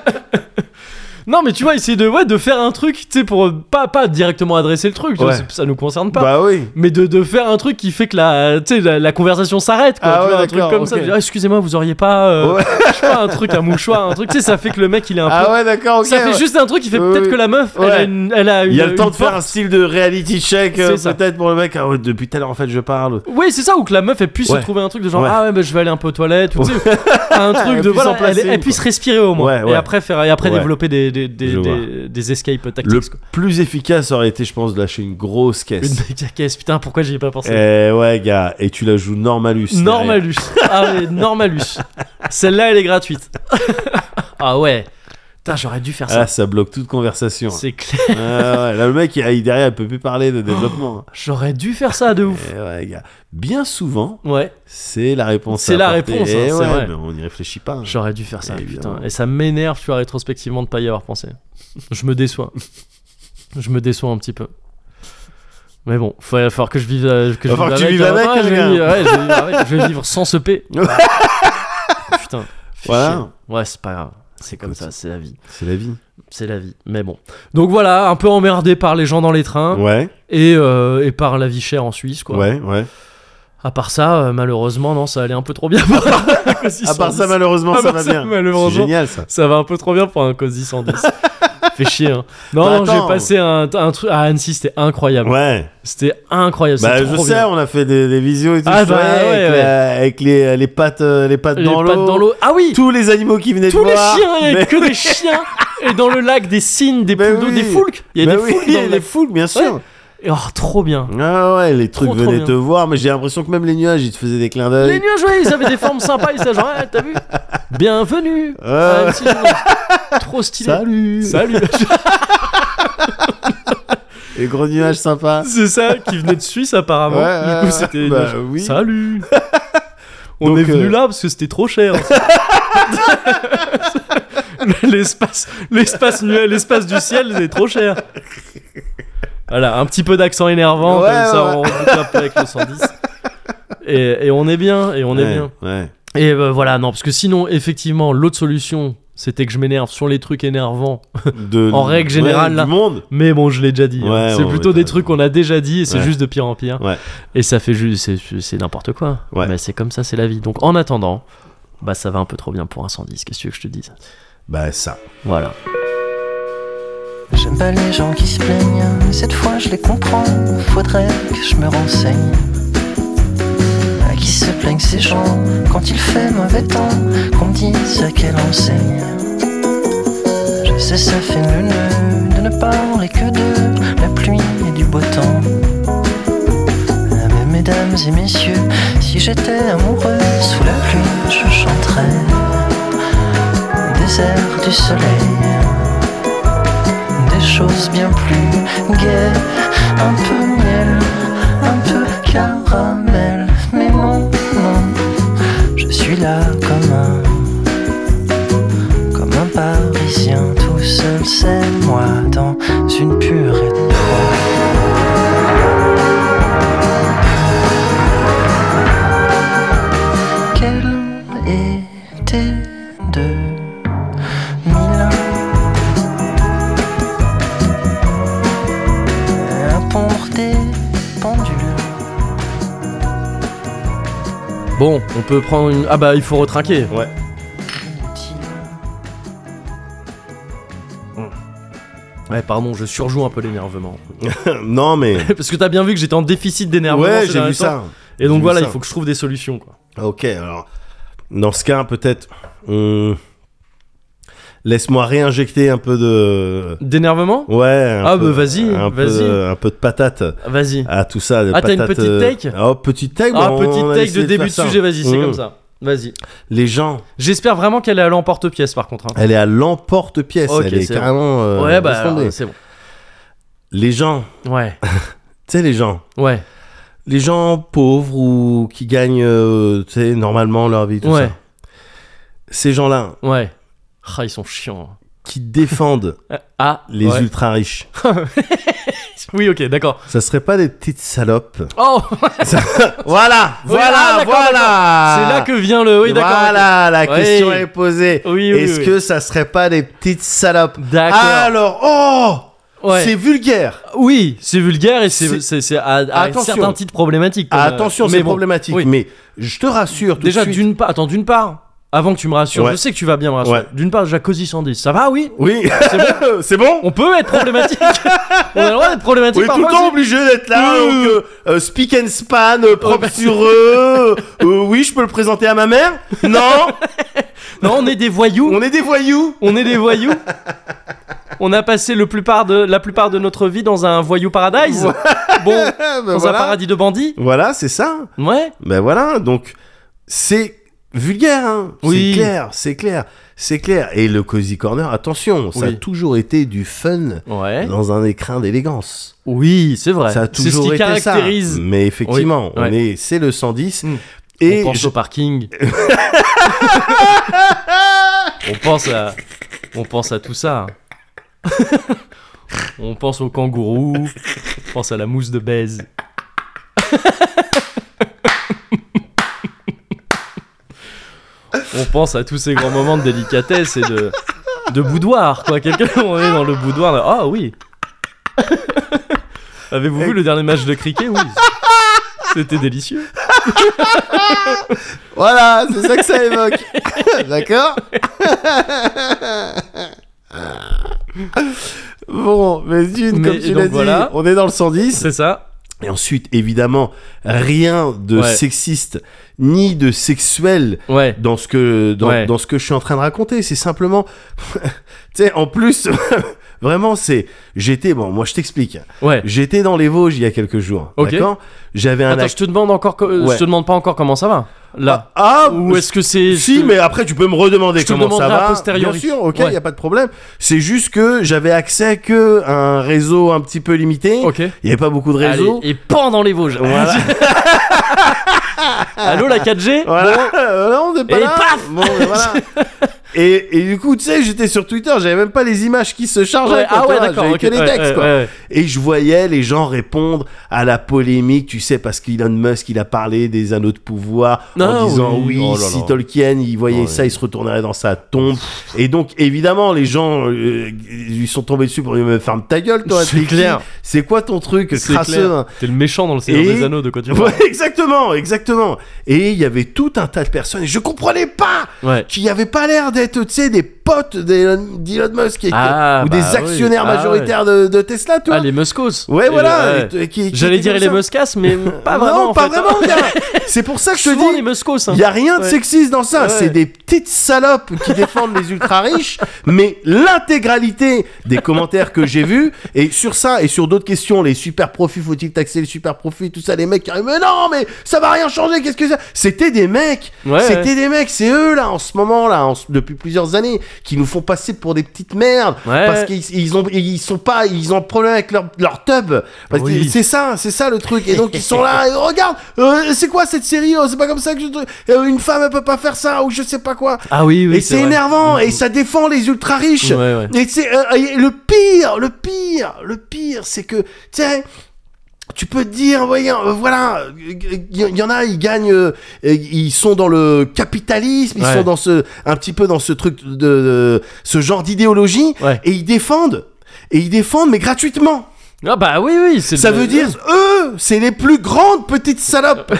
Speaker 1: non, mais tu vois, essayer de, ouais, de faire un truc, tu sais, pour euh, pas, pas directement adresser le truc, tu vois,
Speaker 2: Ouais.
Speaker 1: c'est- ça nous concerne pas.
Speaker 2: Bah oui.
Speaker 1: Mais de, de faire un truc qui fait que la, tu sais, la, la conversation s'arrête, quoi.
Speaker 2: Ah
Speaker 1: tu
Speaker 2: ouais,
Speaker 1: vois, un truc
Speaker 2: d'accord,
Speaker 1: comme ça.
Speaker 2: ok.
Speaker 1: de dire, Ah, Excusez-moi, vous auriez pas, euh,
Speaker 2: Ouais.
Speaker 1: je sais pas, un truc, un mouchoir, un truc. Tu sais, ça fait que le mec, il est un peu.
Speaker 2: Ah ouais, d'accord, ok.
Speaker 1: ça fait
Speaker 2: ouais.
Speaker 1: juste un truc qui fait
Speaker 2: Oui,
Speaker 1: peut-être
Speaker 2: oui.
Speaker 1: que la meuf, elle a
Speaker 2: Ouais.
Speaker 1: une. Elle a
Speaker 2: Il y a
Speaker 1: une-
Speaker 2: le temps
Speaker 1: une
Speaker 2: de faire un style de reality check, euh,
Speaker 1: C'est ça.
Speaker 2: peut-être pour le mec. Ah ouais, depuis tout à l'heure, en fait, je parle.
Speaker 1: Oui, c'est ça, ou que la meuf elle puisse
Speaker 2: Ouais.
Speaker 1: se trouver un truc de genre
Speaker 2: Ouais.
Speaker 1: ah ouais, bah, je vais aller un peu aux toilettes, ou tu sais, un truc
Speaker 2: Elle
Speaker 1: de
Speaker 2: puisse
Speaker 1: voilà,
Speaker 2: en placer
Speaker 1: elle,
Speaker 2: une,
Speaker 1: elle
Speaker 2: quoi.
Speaker 1: puisse respirer au moins,
Speaker 2: Ouais, ouais.
Speaker 1: et après faire, et après
Speaker 2: Ouais.
Speaker 1: développer des des, des,
Speaker 2: Je vois.
Speaker 1: des, des escapes tactiques,
Speaker 2: Le
Speaker 1: quoi.
Speaker 2: plus efficace aurait été, je pense, de lâcher une grosse
Speaker 1: Une
Speaker 2: caisse.
Speaker 1: méga caisse, putain, pourquoi j'y ai pas pensé
Speaker 2: Eh ouais, gars. Et tu la joues normalus. derrière.
Speaker 1: Normalus, ah ouais, normalus. Celle-là elle est gratuite. ah ouais, putain, j'aurais dû faire ça.
Speaker 2: Ah, ça bloque toute conversation.
Speaker 1: c'est Oh. clair,
Speaker 2: Ah ouais, là, le mec, il- derrière, il peut plus parler de développement.
Speaker 1: j'aurais dû faire ça de ouf.
Speaker 2: Eh ouais, gars. Bien souvent,
Speaker 1: Ouais,
Speaker 2: c'est la réponse.
Speaker 1: C'est
Speaker 2: à
Speaker 1: la
Speaker 2: apporter.
Speaker 1: réponse, hein,
Speaker 2: Eh
Speaker 1: c'est
Speaker 2: ouais,
Speaker 1: vrai.
Speaker 2: mais on n'y réfléchit pas. hein.
Speaker 1: j'aurais dû faire ça,
Speaker 2: Évidemment.
Speaker 1: putain. Et ça m'énerve, tu vois, rétrospectivement de pas y avoir pensé. Je me déçois. Je me déçois un petit peu. Mais bon, faut- il va falloir que je vive, euh, que je
Speaker 2: Va falloir que tu
Speaker 1: vive
Speaker 2: vives
Speaker 1: avec.
Speaker 2: avec,
Speaker 1: Ouais, je vais
Speaker 2: Adrien.
Speaker 1: vivre- ouais, je vais vivre avec. Je vais vivre sans ce P. Oh, Putain. fais
Speaker 2: Voilà.
Speaker 1: chier. Ouais, c'est pas grave. C'est comme
Speaker 2: Écoute.
Speaker 1: ça, c'est la vie.
Speaker 2: C'est la vie.
Speaker 1: C'est la vie. Mais bon. Donc voilà, un peu emmerdé par les gens dans les trains
Speaker 2: Ouais,
Speaker 1: et, euh, et par la vie chère en Suisse, hein, quoi.
Speaker 2: ouais, ouais.
Speaker 1: À part ça, euh, malheureusement, non, ça allait un peu trop bien. pour un cosy
Speaker 2: À part ça,
Speaker 1: 110.
Speaker 2: malheureusement,
Speaker 1: À
Speaker 2: ça
Speaker 1: part
Speaker 2: va
Speaker 1: ça,
Speaker 2: bien.
Speaker 1: malheureusement.
Speaker 2: C'est génial, ça.
Speaker 1: Ça va un peu trop bien pour un cosy 110. Fais chier, hein. Non,
Speaker 2: Bah,
Speaker 1: non, j'ai
Speaker 2: attends.
Speaker 1: passé un, un truc à Annecy, c'était incroyable.
Speaker 2: Ouais.
Speaker 1: C'était incroyable.
Speaker 2: Bah,
Speaker 1: c'est
Speaker 2: je
Speaker 1: trop
Speaker 2: sais,
Speaker 1: bien.
Speaker 2: on a fait des, des visios et tout.
Speaker 1: Ah,
Speaker 2: je
Speaker 1: bah,
Speaker 2: travaillais
Speaker 1: ouais,
Speaker 2: avec,
Speaker 1: ouais.
Speaker 2: la- avec les, les pattes, euh, les pattes
Speaker 1: Les
Speaker 2: dans
Speaker 1: pattes dans
Speaker 2: l'eau.
Speaker 1: l'eau. Ah oui,
Speaker 2: Tous les animaux qui venaient
Speaker 1: tous
Speaker 2: de
Speaker 1: les
Speaker 2: voir.
Speaker 1: chiens, il y avait
Speaker 2: Mais-
Speaker 1: que des chiens. Et dans le lac, des cygnes, des
Speaker 2: Bah
Speaker 1: poules d'eau,
Speaker 2: oui.
Speaker 1: des foulques. Il y a
Speaker 2: Bah
Speaker 1: des
Speaker 2: oui,
Speaker 1: foulques
Speaker 2: il y
Speaker 1: dans
Speaker 2: a
Speaker 1: le
Speaker 2: des
Speaker 1: lac.
Speaker 2: foules, bien sûr.
Speaker 1: Et oh, trop bien.
Speaker 2: Ah ouais, les trucs
Speaker 1: Trop, trop
Speaker 2: venaient
Speaker 1: bien.
Speaker 2: te voir, mais j'ai l'impression que même les nuages, ils te faisaient des
Speaker 1: Les
Speaker 2: clins d'œil.
Speaker 1: nuages, ouais, ils avaient des formes sympas. Ils étaient genre, ah, t'as vu Bienvenue.
Speaker 2: Ouais,
Speaker 1: à
Speaker 2: ouais.
Speaker 1: Annecy, non. Trop stylé.
Speaker 2: Salut.
Speaker 1: Salut.
Speaker 2: Les gros nuages sympas.
Speaker 1: C'est ça qui venait de Suisse apparemment.
Speaker 2: Ouais, ouais,
Speaker 1: du coup,
Speaker 2: ouais.
Speaker 1: c'était
Speaker 2: Bah, oui.
Speaker 1: salut. On
Speaker 2: Donc,
Speaker 1: est venu
Speaker 2: euh,
Speaker 1: là parce que c'était trop cher. l'espace, l'espace nuel, l'espace du ciel, c'est trop cher. Voilà, un petit peu d'accent énervant
Speaker 2: Ouais,
Speaker 1: comme ça,
Speaker 2: ouais.
Speaker 1: on doute un peu avec le 110. Et, et on est bien, et on est
Speaker 2: Ouais,
Speaker 1: bien.
Speaker 2: Ouais.
Speaker 1: Et euh, voilà, non, parce que sinon, effectivement, l'autre solution, c'était que je m'énerve sur les trucs énervants
Speaker 2: De-
Speaker 1: En règle
Speaker 2: ouais,
Speaker 1: générale, là.
Speaker 2: Du monde.
Speaker 1: mais bon, je l'ai déjà dit. hein.
Speaker 2: Ouais,
Speaker 1: c'est
Speaker 2: ouais,
Speaker 1: plutôt
Speaker 2: ouais,
Speaker 1: des
Speaker 2: t'as
Speaker 1: trucs
Speaker 2: raison.
Speaker 1: qu'on a déjà dit et c'est
Speaker 2: Ouais.
Speaker 1: juste de pire en pire.
Speaker 2: Ouais.
Speaker 1: Et ça fait juste. C'est, c'est n'importe quoi.
Speaker 2: Ouais.
Speaker 1: Mais c'est comme ça, c'est la vie. Donc en attendant, bah ça va un peu trop bien pour un 110. Qu'est-ce que tu veux que je te dise
Speaker 2: Bah, ça.
Speaker 1: Voilà.
Speaker 4: J'aime pas les gens qui se plaignent, mais cette fois je les comprends. Faudrait que je me renseigne. À qui se plaignent ces gens quand il fait mauvais temps, qu'on me dise à quelle enseigne. Je sais, ça fait le nœud de ne parler que de la pluie et du beau temps. Ah, mais mesdames et messieurs, si j'étais amoureux sous la pluie, je chanterais des airs du soleil des choses bien plus gaies, un peu miel, un peu caramel. Mais non, non, je suis là comme un, comme un Parisien tout seul, c'est moi dans une purée de poids. Quel été de Milan à pondre des pendules.
Speaker 1: Bon, on peut prendre une. Ah bah il faut retrinquer.
Speaker 2: Ouais.
Speaker 4: Inutiles.
Speaker 2: Ouais,
Speaker 1: Ouais, pardon, je surjoue un peu l'énervement.
Speaker 2: non, mais.
Speaker 1: Parce que t'as bien vu que j'étais en déficit d'énervement.
Speaker 2: ouais,
Speaker 1: ces
Speaker 2: j'ai
Speaker 1: derniers
Speaker 2: vu
Speaker 1: temps.
Speaker 2: ça.
Speaker 1: Et donc
Speaker 2: J'ai
Speaker 1: voilà,
Speaker 2: vu ça.
Speaker 1: il faut que je trouve des solutions. Quoi.
Speaker 2: Ok, alors. Dans ce cas, peut-être. on- Laisse-moi réinjecter un peu de.
Speaker 1: D'énervement
Speaker 2: Ouais. un
Speaker 1: Ah,
Speaker 2: peu-
Speaker 1: bah, vas-y,
Speaker 2: un peu-
Speaker 1: vas-y.
Speaker 2: Un peu de patate
Speaker 1: Vas-y.
Speaker 2: à tout ça. de
Speaker 1: Ah, t'as une
Speaker 2: patate,
Speaker 1: petite
Speaker 2: euh,
Speaker 1: take
Speaker 2: Oh, petite take
Speaker 1: Ah,
Speaker 2: bah, on a
Speaker 1: petit take
Speaker 2: essayé
Speaker 1: de
Speaker 2: faire
Speaker 1: début de
Speaker 2: ça.
Speaker 1: sujet, vas-y, c'est
Speaker 2: Mmh.
Speaker 1: comme ça. Vas-y.
Speaker 2: Les gens,
Speaker 1: J'espère vraiment qu'elle est à l'emporte-pièce par contre. hein.
Speaker 2: elle est à l'emporte-pièce.
Speaker 1: Ok,
Speaker 2: elle est
Speaker 1: c'est bon.
Speaker 2: carrément. euh,
Speaker 1: ouais, bah
Speaker 2: laisse tomber.
Speaker 1: alors, c'est bon.
Speaker 2: Les gens,
Speaker 1: Ouais,
Speaker 2: tu sais, les gens.
Speaker 1: ouais,
Speaker 2: Les gens pauvres ou qui gagnent, euh, tu sais, normalement leur vie, tout
Speaker 1: ouais,
Speaker 2: ça. Ces gens-là
Speaker 1: ouais. Ah, ils sont chiants.
Speaker 2: qui défendent
Speaker 1: Euh, Ah,
Speaker 2: les
Speaker 1: ouais.
Speaker 2: ultra riches,
Speaker 1: Oui, ok, d'accord.
Speaker 2: ça serait pas des petites salopes
Speaker 1: Oh,
Speaker 2: Voilà,
Speaker 1: ah,
Speaker 2: voilà,
Speaker 1: d'accord,
Speaker 2: voilà.
Speaker 1: c'est là que vient le. Oui, d'accord.
Speaker 2: Ah. Voilà, la
Speaker 1: Oui.
Speaker 2: question est posée.
Speaker 1: Oui, oui,
Speaker 2: Est-ce
Speaker 1: oui.
Speaker 2: que ça serait pas des petites salopes
Speaker 1: ok. D'accord.
Speaker 2: Alors, oh,
Speaker 1: Ouais.
Speaker 2: c'est vulgaire.
Speaker 1: Oui, c'est vulgaire et c'est
Speaker 2: C'est-
Speaker 1: c'est- c'est à, à
Speaker 2: Attention.
Speaker 1: certains titres problématiques. comme,
Speaker 2: Ah,
Speaker 1: euh,
Speaker 2: attention,
Speaker 1: mais
Speaker 2: c'est
Speaker 1: bon.
Speaker 2: problématique.
Speaker 1: Oui.
Speaker 2: Mais je te rassure tout
Speaker 1: Déjà,
Speaker 2: de suite.
Speaker 1: d'une part, attends, d'une part, avant que tu me rassures,
Speaker 2: Ouais.
Speaker 1: je sais que tu vas bien me rassurer.
Speaker 2: Ouais.
Speaker 1: D'une part, déjà, Cosi 110, ça va, oui
Speaker 2: Oui, c'est bon.
Speaker 1: On peut être problématique On a le droit d'être problématique
Speaker 2: On est tout
Speaker 1: parfois
Speaker 2: le temps
Speaker 1: aussi.
Speaker 2: obligé d'être là,
Speaker 1: Oui, oui,
Speaker 2: donc, euh, euh, speak and span, euh, propre
Speaker 1: bah,
Speaker 2: sur eux. euh, oui, je peux le présenter à ma mère. Non,
Speaker 1: Non, on est des voyous
Speaker 2: on est des voyous.
Speaker 1: On est des voyous On a passé le plupart de, la plupart de notre vie dans un voyou paradise Bon,
Speaker 2: Ah, ben
Speaker 1: dans
Speaker 2: voilà,
Speaker 1: un paradis de bandits
Speaker 2: Voilà, c'est ça.
Speaker 1: Ouais
Speaker 2: Ben voilà, donc c'est vulgaire, hein.
Speaker 1: Oui.
Speaker 2: C'est clair, c'est clair, c'est clair. Et le cozy corner, attention, ça a
Speaker 1: Oui.
Speaker 2: toujours été du fun
Speaker 1: Ouais
Speaker 2: dans un écrin d'élégance.
Speaker 1: Oui, c'est vrai.
Speaker 2: Ça a
Speaker 1: C'est ce
Speaker 2: toujours
Speaker 1: qui
Speaker 2: été
Speaker 1: caractérise.
Speaker 2: ça. Mais effectivement,
Speaker 1: Oui,
Speaker 2: on
Speaker 1: ouais.
Speaker 2: est, c'est le 110.
Speaker 1: Mm.
Speaker 2: Et
Speaker 1: on pense
Speaker 2: je-
Speaker 1: au parking. on pense à, on pense à tout ça. on pense au kangourou. On pense à la mousse de baise. on pense à tous ces grands moments de délicatesse et de, de boudoir, quoi. Quelqu'un, on est dans le boudoir. là. Ah oui. Avez-vous vu le dernier match de cricket Oui. C'était délicieux.
Speaker 2: voilà, c'est ça que ça évoque. D'accord Bon, mais d'une,
Speaker 1: Mais-
Speaker 2: comme
Speaker 1: et
Speaker 2: tu
Speaker 1: donc
Speaker 2: l'as dit,
Speaker 1: voilà.
Speaker 2: on est dans le 110.
Speaker 1: C'est ça
Speaker 2: Et ensuite, évidemment, rien de
Speaker 1: Ouais.
Speaker 2: sexiste ni de sexuel
Speaker 1: Ouais.
Speaker 2: dans ce que dans,
Speaker 1: Ouais.
Speaker 2: dans ce que je suis en train de raconter c'est simplement tu sais en plus vraiment c'est j'étais bon moi je t'explique
Speaker 1: Ouais.
Speaker 2: j'étais dans les Vosges il y a quelques jours
Speaker 1: Ok.
Speaker 2: d'accord j'avais un
Speaker 1: Attends, je
Speaker 2: acte-
Speaker 1: te demande encore, co- euh,
Speaker 2: Ouais.
Speaker 1: je te demande pas encore comment ça va. Là.
Speaker 2: ah
Speaker 1: Ou est-ce que c'est
Speaker 2: si
Speaker 1: je te-
Speaker 2: mais après tu peux me redemander
Speaker 1: je te
Speaker 2: comment ça
Speaker 1: demanderai a
Speaker 2: va bien
Speaker 1: posteriori.
Speaker 2: sûr ok il
Speaker 1: Ouais.
Speaker 2: y a pas de problème c'est juste que j'avais accès que à un réseau un petit peu limité il
Speaker 1: Ok.
Speaker 2: y avait pas beaucoup de
Speaker 1: Allez,
Speaker 2: réseaux
Speaker 1: et pendant les Vosges.
Speaker 2: Voilà.
Speaker 1: Allô la 4G
Speaker 2: Voilà, voilà, on n'est pas
Speaker 1: Et
Speaker 2: là.
Speaker 1: paf
Speaker 2: Bon, mais voilà. et, et du coup, tu sais, j'étais sur Twitter, j'avais même pas les images qui se
Speaker 1: Ouais,
Speaker 2: chargeaient. quoi,
Speaker 1: ah ouais,
Speaker 2: tu vois,
Speaker 1: d'accord.
Speaker 2: j'avais
Speaker 1: ok,
Speaker 2: que les
Speaker 1: ouais,
Speaker 2: textes,
Speaker 1: ouais,
Speaker 2: quoi.
Speaker 1: ouais,
Speaker 2: Et je voyais les gens répondre à la polémique, tu sais, parce qu'Elon Musk, il a parlé des anneaux de pouvoir
Speaker 1: Ah
Speaker 2: en disant
Speaker 1: oui,
Speaker 2: oui,
Speaker 1: oh là là.
Speaker 2: si Tolkien, il voyait
Speaker 1: Ouais.
Speaker 2: ça, il se retournerait dans sa tombe. Et donc, évidemment, les gens euh, lui sont tombés dessus pour lui me ferme ta gueule, toi.
Speaker 1: C'est
Speaker 2: t'es qui
Speaker 1: clair.
Speaker 2: C'est quoi ton truc,
Speaker 1: ouais. C'est
Speaker 2: crasseux hein
Speaker 1: clair. T'es le méchant dans le Seigneur
Speaker 2: Et-
Speaker 1: des Anneaux de quoi tu parles.
Speaker 2: Ouais, exactement, exactement. Et il y avait tout un tas de personnes et je comprenais pas
Speaker 1: Ouais.
Speaker 2: qu'il n'y avait pas l'air d'être, tu sais, des potes d'Elon d'Elon Musk et-
Speaker 1: Ah,
Speaker 2: ou
Speaker 1: bah
Speaker 2: des actionnaires
Speaker 1: oui. Ah,
Speaker 2: majoritaires de, de Tesla, tu vois.
Speaker 1: Ah les Muscos.
Speaker 2: Ouais,
Speaker 1: Et
Speaker 2: voilà.
Speaker 1: le-
Speaker 2: et- et qui- qui
Speaker 1: J'allais
Speaker 2: étaient
Speaker 1: dire
Speaker 2: comme
Speaker 1: les
Speaker 2: ça.
Speaker 1: Muscas, mais pas vraiment.
Speaker 2: Non,
Speaker 1: en
Speaker 2: pas
Speaker 1: fait, hein.
Speaker 2: vraiment. gars. C'est pour ça que je te
Speaker 1: Souvent les
Speaker 2: dis.
Speaker 1: Muscos. hein.
Speaker 2: Il y a rien de
Speaker 1: Ouais.
Speaker 2: sexiste dans ça,
Speaker 1: Ouais.
Speaker 2: c'est des petites salopes qui défendent les ultra riches, mais l'intégralité des commentaires que j'ai vus et sur ça et sur d'autres questions, les super profits, faut-il taxer les super profits, tout ça, les mecs qui arrivent, mais non, mais ça va rien changer, qu'est-ce que ça C'était des mecs,
Speaker 1: Ouais,
Speaker 2: c'était
Speaker 1: ouais.
Speaker 2: des mecs, c'est eux là en ce moment là, en ce- depuis plusieurs années, qui nous font passer pour des petites merdes
Speaker 1: Ouais.
Speaker 2: parce qu'ils ils ont ils sont pas ils ont problème avec leur leur tub. Parce que
Speaker 1: Ah Oui.
Speaker 2: c'est ça, c'est ça le truc. Et donc ils sont là, et regarde, euh, c'est quoi cette série Oh, C'est pas comme ça que je... euh, une femme elle peut pas faire ça ou je sais pas quoi.
Speaker 1: Ah oui, oui.
Speaker 2: et c'est
Speaker 1: vrai. Mm-hmm.
Speaker 2: énervant et ça défend les ultra riches.
Speaker 1: Ouais, ouais.
Speaker 2: Et c'est euh, et le pire, le pire, le pire, c'est que tu sais. Tu peux te dire, voyez, euh, voilà, il y, y en a, ils gagnent, euh, et ils sont dans le capitalisme, ils
Speaker 1: Ouais.
Speaker 2: sont dans ce, un petit peu dans ce truc de, de- ce genre d'idéologie,
Speaker 1: Ouais.
Speaker 2: et ils défendent, et ils défendent, mais gratuitement.
Speaker 1: Ah bah oui, oui. c'est
Speaker 2: Ça
Speaker 1: le-
Speaker 2: veut dire, eux, c'est les plus grandes petites salopes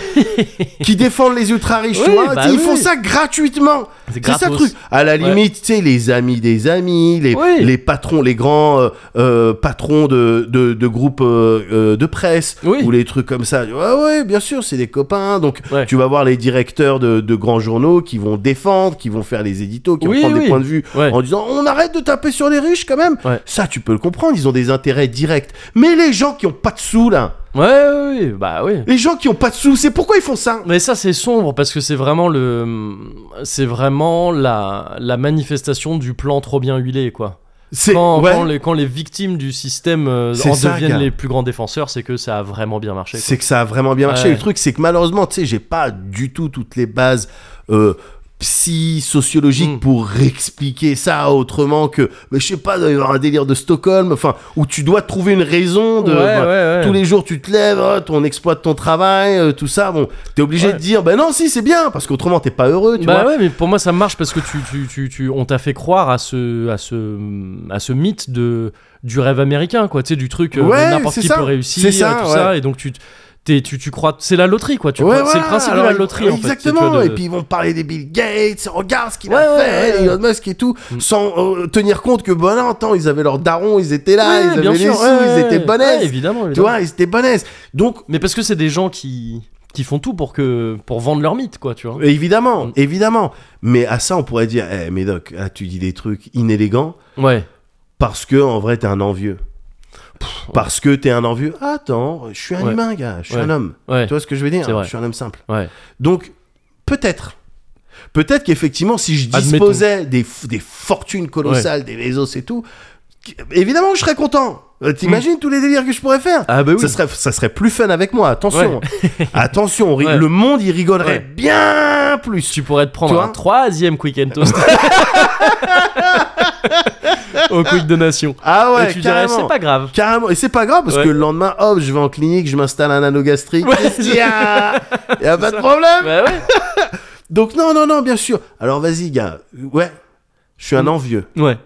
Speaker 2: qui défendent les ultra riches,
Speaker 1: Oui,
Speaker 2: tu vois.
Speaker 1: bah
Speaker 2: Ils
Speaker 1: oui.
Speaker 2: font ça gratuitement.
Speaker 1: c'est
Speaker 2: C'est ça le
Speaker 1: gratos.
Speaker 2: truc. À la
Speaker 1: Ouais.
Speaker 2: limite, tu sais, les amis des amis, les,
Speaker 1: Oui.
Speaker 2: les patrons, les grands euh, euh, patrons de, de, de groupes euh, euh, de presse
Speaker 1: Oui.
Speaker 2: ou les trucs comme ça. Ouais, ouais, bien sûr, c'est des copains. Donc,
Speaker 1: Ouais.
Speaker 2: tu vas voir les directeurs de, de grands journaux qui vont défendre, qui vont faire les éditos, qui
Speaker 1: Oui,
Speaker 2: vont prendre
Speaker 1: oui.
Speaker 2: des points de vue
Speaker 1: Ouais.
Speaker 2: en disant on arrête de taper sur les riches quand même.
Speaker 1: Ouais.
Speaker 2: Ça, tu peux le comprendre. Ils ont des intérêts directs. Mais les gens qui ont pas de sous là,
Speaker 1: Ouais, ouais, ouais, bah oui.
Speaker 2: les gens qui ont pas de sous, c'est pourquoi ils font ça.
Speaker 1: Mais ça c'est sombre parce que c'est vraiment le, c'est vraiment la, la manifestation du plan trop bien huilé quoi.
Speaker 2: C'est
Speaker 1: Quand,
Speaker 2: ouais.
Speaker 1: quand les, quand les victimes du système euh,
Speaker 2: C'est
Speaker 1: en
Speaker 2: ça,
Speaker 1: deviennent
Speaker 2: gars.
Speaker 1: les plus grands défenseurs, c'est que ça a vraiment bien marché. quoi.
Speaker 2: C'est que ça a vraiment bien marché.
Speaker 1: Ouais.
Speaker 2: Le truc, c'est que malheureusement, tu sais, j'ai pas du tout toutes les bases euh, psy sociologiques
Speaker 1: Mm.
Speaker 2: pour expliquer ça autrement que, mais je sais pas, il doit y avoir un délire de Stockholm, enfin, où tu dois trouver une raison de.
Speaker 1: Ouais,
Speaker 2: enfin,
Speaker 1: ouais, ouais.
Speaker 2: Tous les jours, tu te lèves, oh, ton exploit de ton travail, euh, tout ça. Bon, t'es obligé
Speaker 1: Ouais.
Speaker 2: de dire, ben non, si, c'est bien, parce qu'autrement, t'es pas heureux, tu
Speaker 1: bah
Speaker 2: vois.
Speaker 1: ouais, mais pour moi ça marche parce que tu, tu, tu, tu- on t'a fait croire à ce, à ce, à ce mythe de, du rêve américain, quoi. Tu sais, du truc euh,
Speaker 2: Ouais,
Speaker 1: n'importe
Speaker 2: c'est
Speaker 1: qui
Speaker 2: ça.
Speaker 1: peut réussir,
Speaker 2: C'est ça,
Speaker 1: et tout
Speaker 2: ouais.
Speaker 1: ça, et donc tu, t'es- tu, tu crois, c'est la loterie, quoi. Tu
Speaker 2: Ouais,
Speaker 1: crois- c'est
Speaker 2: voilà,
Speaker 1: le principe
Speaker 2: alors,
Speaker 1: de la
Speaker 2: ils-
Speaker 1: loterie, en fait. c'est, tu vois,
Speaker 2: Exactement,
Speaker 1: de-
Speaker 2: et puis ils vont parler des Bill Gates, regarde ce qu'il
Speaker 1: Ouais,
Speaker 2: a
Speaker 1: ouais,
Speaker 2: fait,
Speaker 1: ouais, Mm. ouais.
Speaker 2: Elon Musk et tout, sans euh, tenir compte que, bon, non, attends, ils avaient leur daron, ils étaient là,
Speaker 1: Ouais,
Speaker 2: ils avaient
Speaker 1: bien
Speaker 2: les
Speaker 1: sûr,
Speaker 2: sous,
Speaker 1: ouais,
Speaker 2: ils
Speaker 1: ouais,
Speaker 2: étaient bonnets.
Speaker 1: évidemment,
Speaker 2: tu
Speaker 1: évidemment.
Speaker 2: vois, ils étaient bonnets. Donc,
Speaker 1: Mais parce que c'est des gens qui, qui font tout pour que, pour vendre leur mythe, quoi, tu vois.
Speaker 2: évidemment,
Speaker 1: Mm.
Speaker 2: évidemment. Mais à ça, on pourrait dire, eh, Médoc, ah, tu dis des trucs inélégants
Speaker 1: Ouais.
Speaker 2: parce que, en vrai, t'es un envieux. Parce que t'es un envieux. Attends, je suis un
Speaker 1: Ouais.
Speaker 2: humain, gars, je suis
Speaker 1: Ouais.
Speaker 2: un homme.
Speaker 1: Ouais.
Speaker 2: Tu vois ce que je veux dire hein,
Speaker 1: C'est vrai.
Speaker 2: Je suis un homme simple.
Speaker 1: Ouais.
Speaker 2: Donc, peut-être. Peut-être qu'effectivement, si je
Speaker 1: Admettons.
Speaker 2: disposais des, f- des fortunes colossales, des réseaux et tout, qu- évidemment, je serais content. Euh, T'imagines tous les délires que je pourrais faire
Speaker 1: Mm. Ah bah oui.
Speaker 2: ça, serait, ça serait plus fun avec moi, attention. attention, on ri-
Speaker 1: Ouais.
Speaker 2: le monde y rigolerait
Speaker 1: Ouais.
Speaker 2: bien plus.
Speaker 1: Tu pourrais te prendre
Speaker 2: Toi
Speaker 1: un troisième Quick and Toast. Au Quick Donation.
Speaker 2: Ah ouais,
Speaker 1: Et tu dirais,
Speaker 2: carrément.
Speaker 1: c'est pas grave.
Speaker 2: Carrément, et c'est pas grave parce
Speaker 1: Ouais.
Speaker 2: que le lendemain, hop, je vais en clinique, je m'installe un anogastrique.
Speaker 1: Ouais,
Speaker 2: Qu'est-ce qu'il y a Y a pas de
Speaker 1: ça.
Speaker 2: problème.
Speaker 1: Bah ouais.
Speaker 2: Donc, non, non, non, bien sûr. Alors, vas-y, gars. Ouais, je suis
Speaker 1: Mm.
Speaker 2: un envieux.
Speaker 1: Ouais,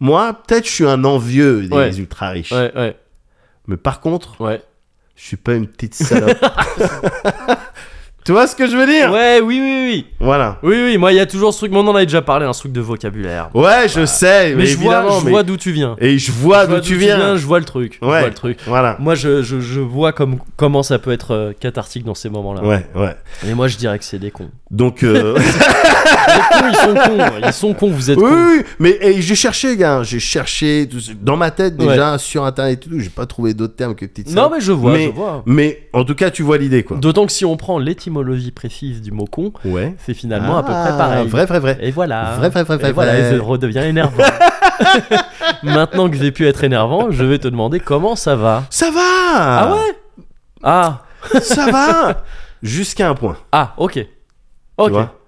Speaker 2: Moi, peut-être, je suis un envieux des
Speaker 1: Ouais.
Speaker 2: ultra riches.
Speaker 1: ouais, ouais,
Speaker 2: Mais par contre,
Speaker 1: ouais.
Speaker 2: je suis pas une petite salope. tu vois ce que je veux dire
Speaker 1: Ouais, oui, oui, oui.
Speaker 2: Voilà.
Speaker 1: Oui, oui, moi, il y a toujours ce truc, mais on en a déjà parlé, un truc de vocabulaire.
Speaker 2: Ouais, je sais, mais,
Speaker 1: Mais je vois,
Speaker 2: Eh évidemment,
Speaker 1: je
Speaker 2: mais-
Speaker 1: vois d'où tu viens.
Speaker 2: Et je vois
Speaker 1: Je vois
Speaker 2: d'où tu viens.
Speaker 1: Je vois le truc. Je
Speaker 2: Ouais.
Speaker 1: vois le truc.
Speaker 2: Voilà.
Speaker 1: Moi, je, je, je vois comme, comment ça peut être euh, cathartique dans ces moments-là.
Speaker 2: Ouais, ouais.
Speaker 1: Mais moi, je dirais que c'est des cons.
Speaker 2: Donc, euh,
Speaker 1: Les cons, ils sont cons. hein. Ils sont cons, vous êtes
Speaker 2: oui,
Speaker 1: cons.
Speaker 2: oui, mais et j'ai cherché, gars, j'ai cherché tout ce- dans ma tête déjà sur internet et tout. J'ai pas trouvé d'autres termes que petite.
Speaker 1: Non,
Speaker 2: salope.
Speaker 1: mais je vois,
Speaker 2: Mais-
Speaker 1: je vois.
Speaker 2: Mais en tout cas, tu vois l'idée, quoi.
Speaker 1: D'autant que si on prend l'étymologie précise du mot con,
Speaker 2: Ouais.
Speaker 1: c'est finalement à peu
Speaker 2: Ah,
Speaker 1: près pareil.
Speaker 2: Vrai, vrai, vrai.
Speaker 1: Et voilà.
Speaker 2: Vrai, vrai, vrai, vrai,
Speaker 1: Et voilà,
Speaker 2: vrai.
Speaker 1: je redeviens énervant. Maintenant que j'ai pu être énervant, je vais te demander comment ça va.
Speaker 2: Ça va.
Speaker 1: Ah, ouais Ah,
Speaker 2: Ça va. Jusqu'à un point.
Speaker 1: ah, ok. Ok.
Speaker 2: Tu vois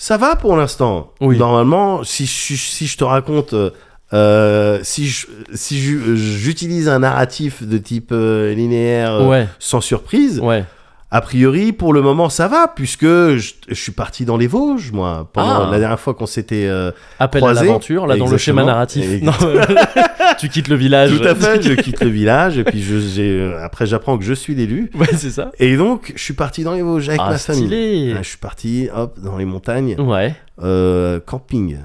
Speaker 2: ça va pour l'instant.
Speaker 1: Oui.
Speaker 2: Normalement, si, je- si je te raconte, euh, euh, si je- si je- j'utilise un narratif de type euh, linéaire euh,
Speaker 1: ouais,
Speaker 2: sans surprise,
Speaker 1: ouais.
Speaker 2: a priori, pour le moment, ça va, puisque je, je suis parti dans les Vosges, moi, pendant
Speaker 1: Ah.
Speaker 2: la dernière fois qu'on s'était. euh,
Speaker 1: Appel
Speaker 2: Croisé,
Speaker 1: à l'aventure, là, dans le
Speaker 2: exactement.
Speaker 1: schéma narratif.
Speaker 2: Et-
Speaker 1: Non, tu quittes le village.
Speaker 2: Tout à fait, je quitte le village, et puis je, j'ai, euh, après, j'apprends que je suis l'élu.
Speaker 1: Ouais, c'est ça.
Speaker 2: Et donc, je suis parti dans les Vosges avec
Speaker 1: ah,
Speaker 2: ma famille.
Speaker 1: stylé.
Speaker 2: Ouais, Je suis parti, hop, dans les montagnes,
Speaker 1: Ouais.
Speaker 2: euh, camping.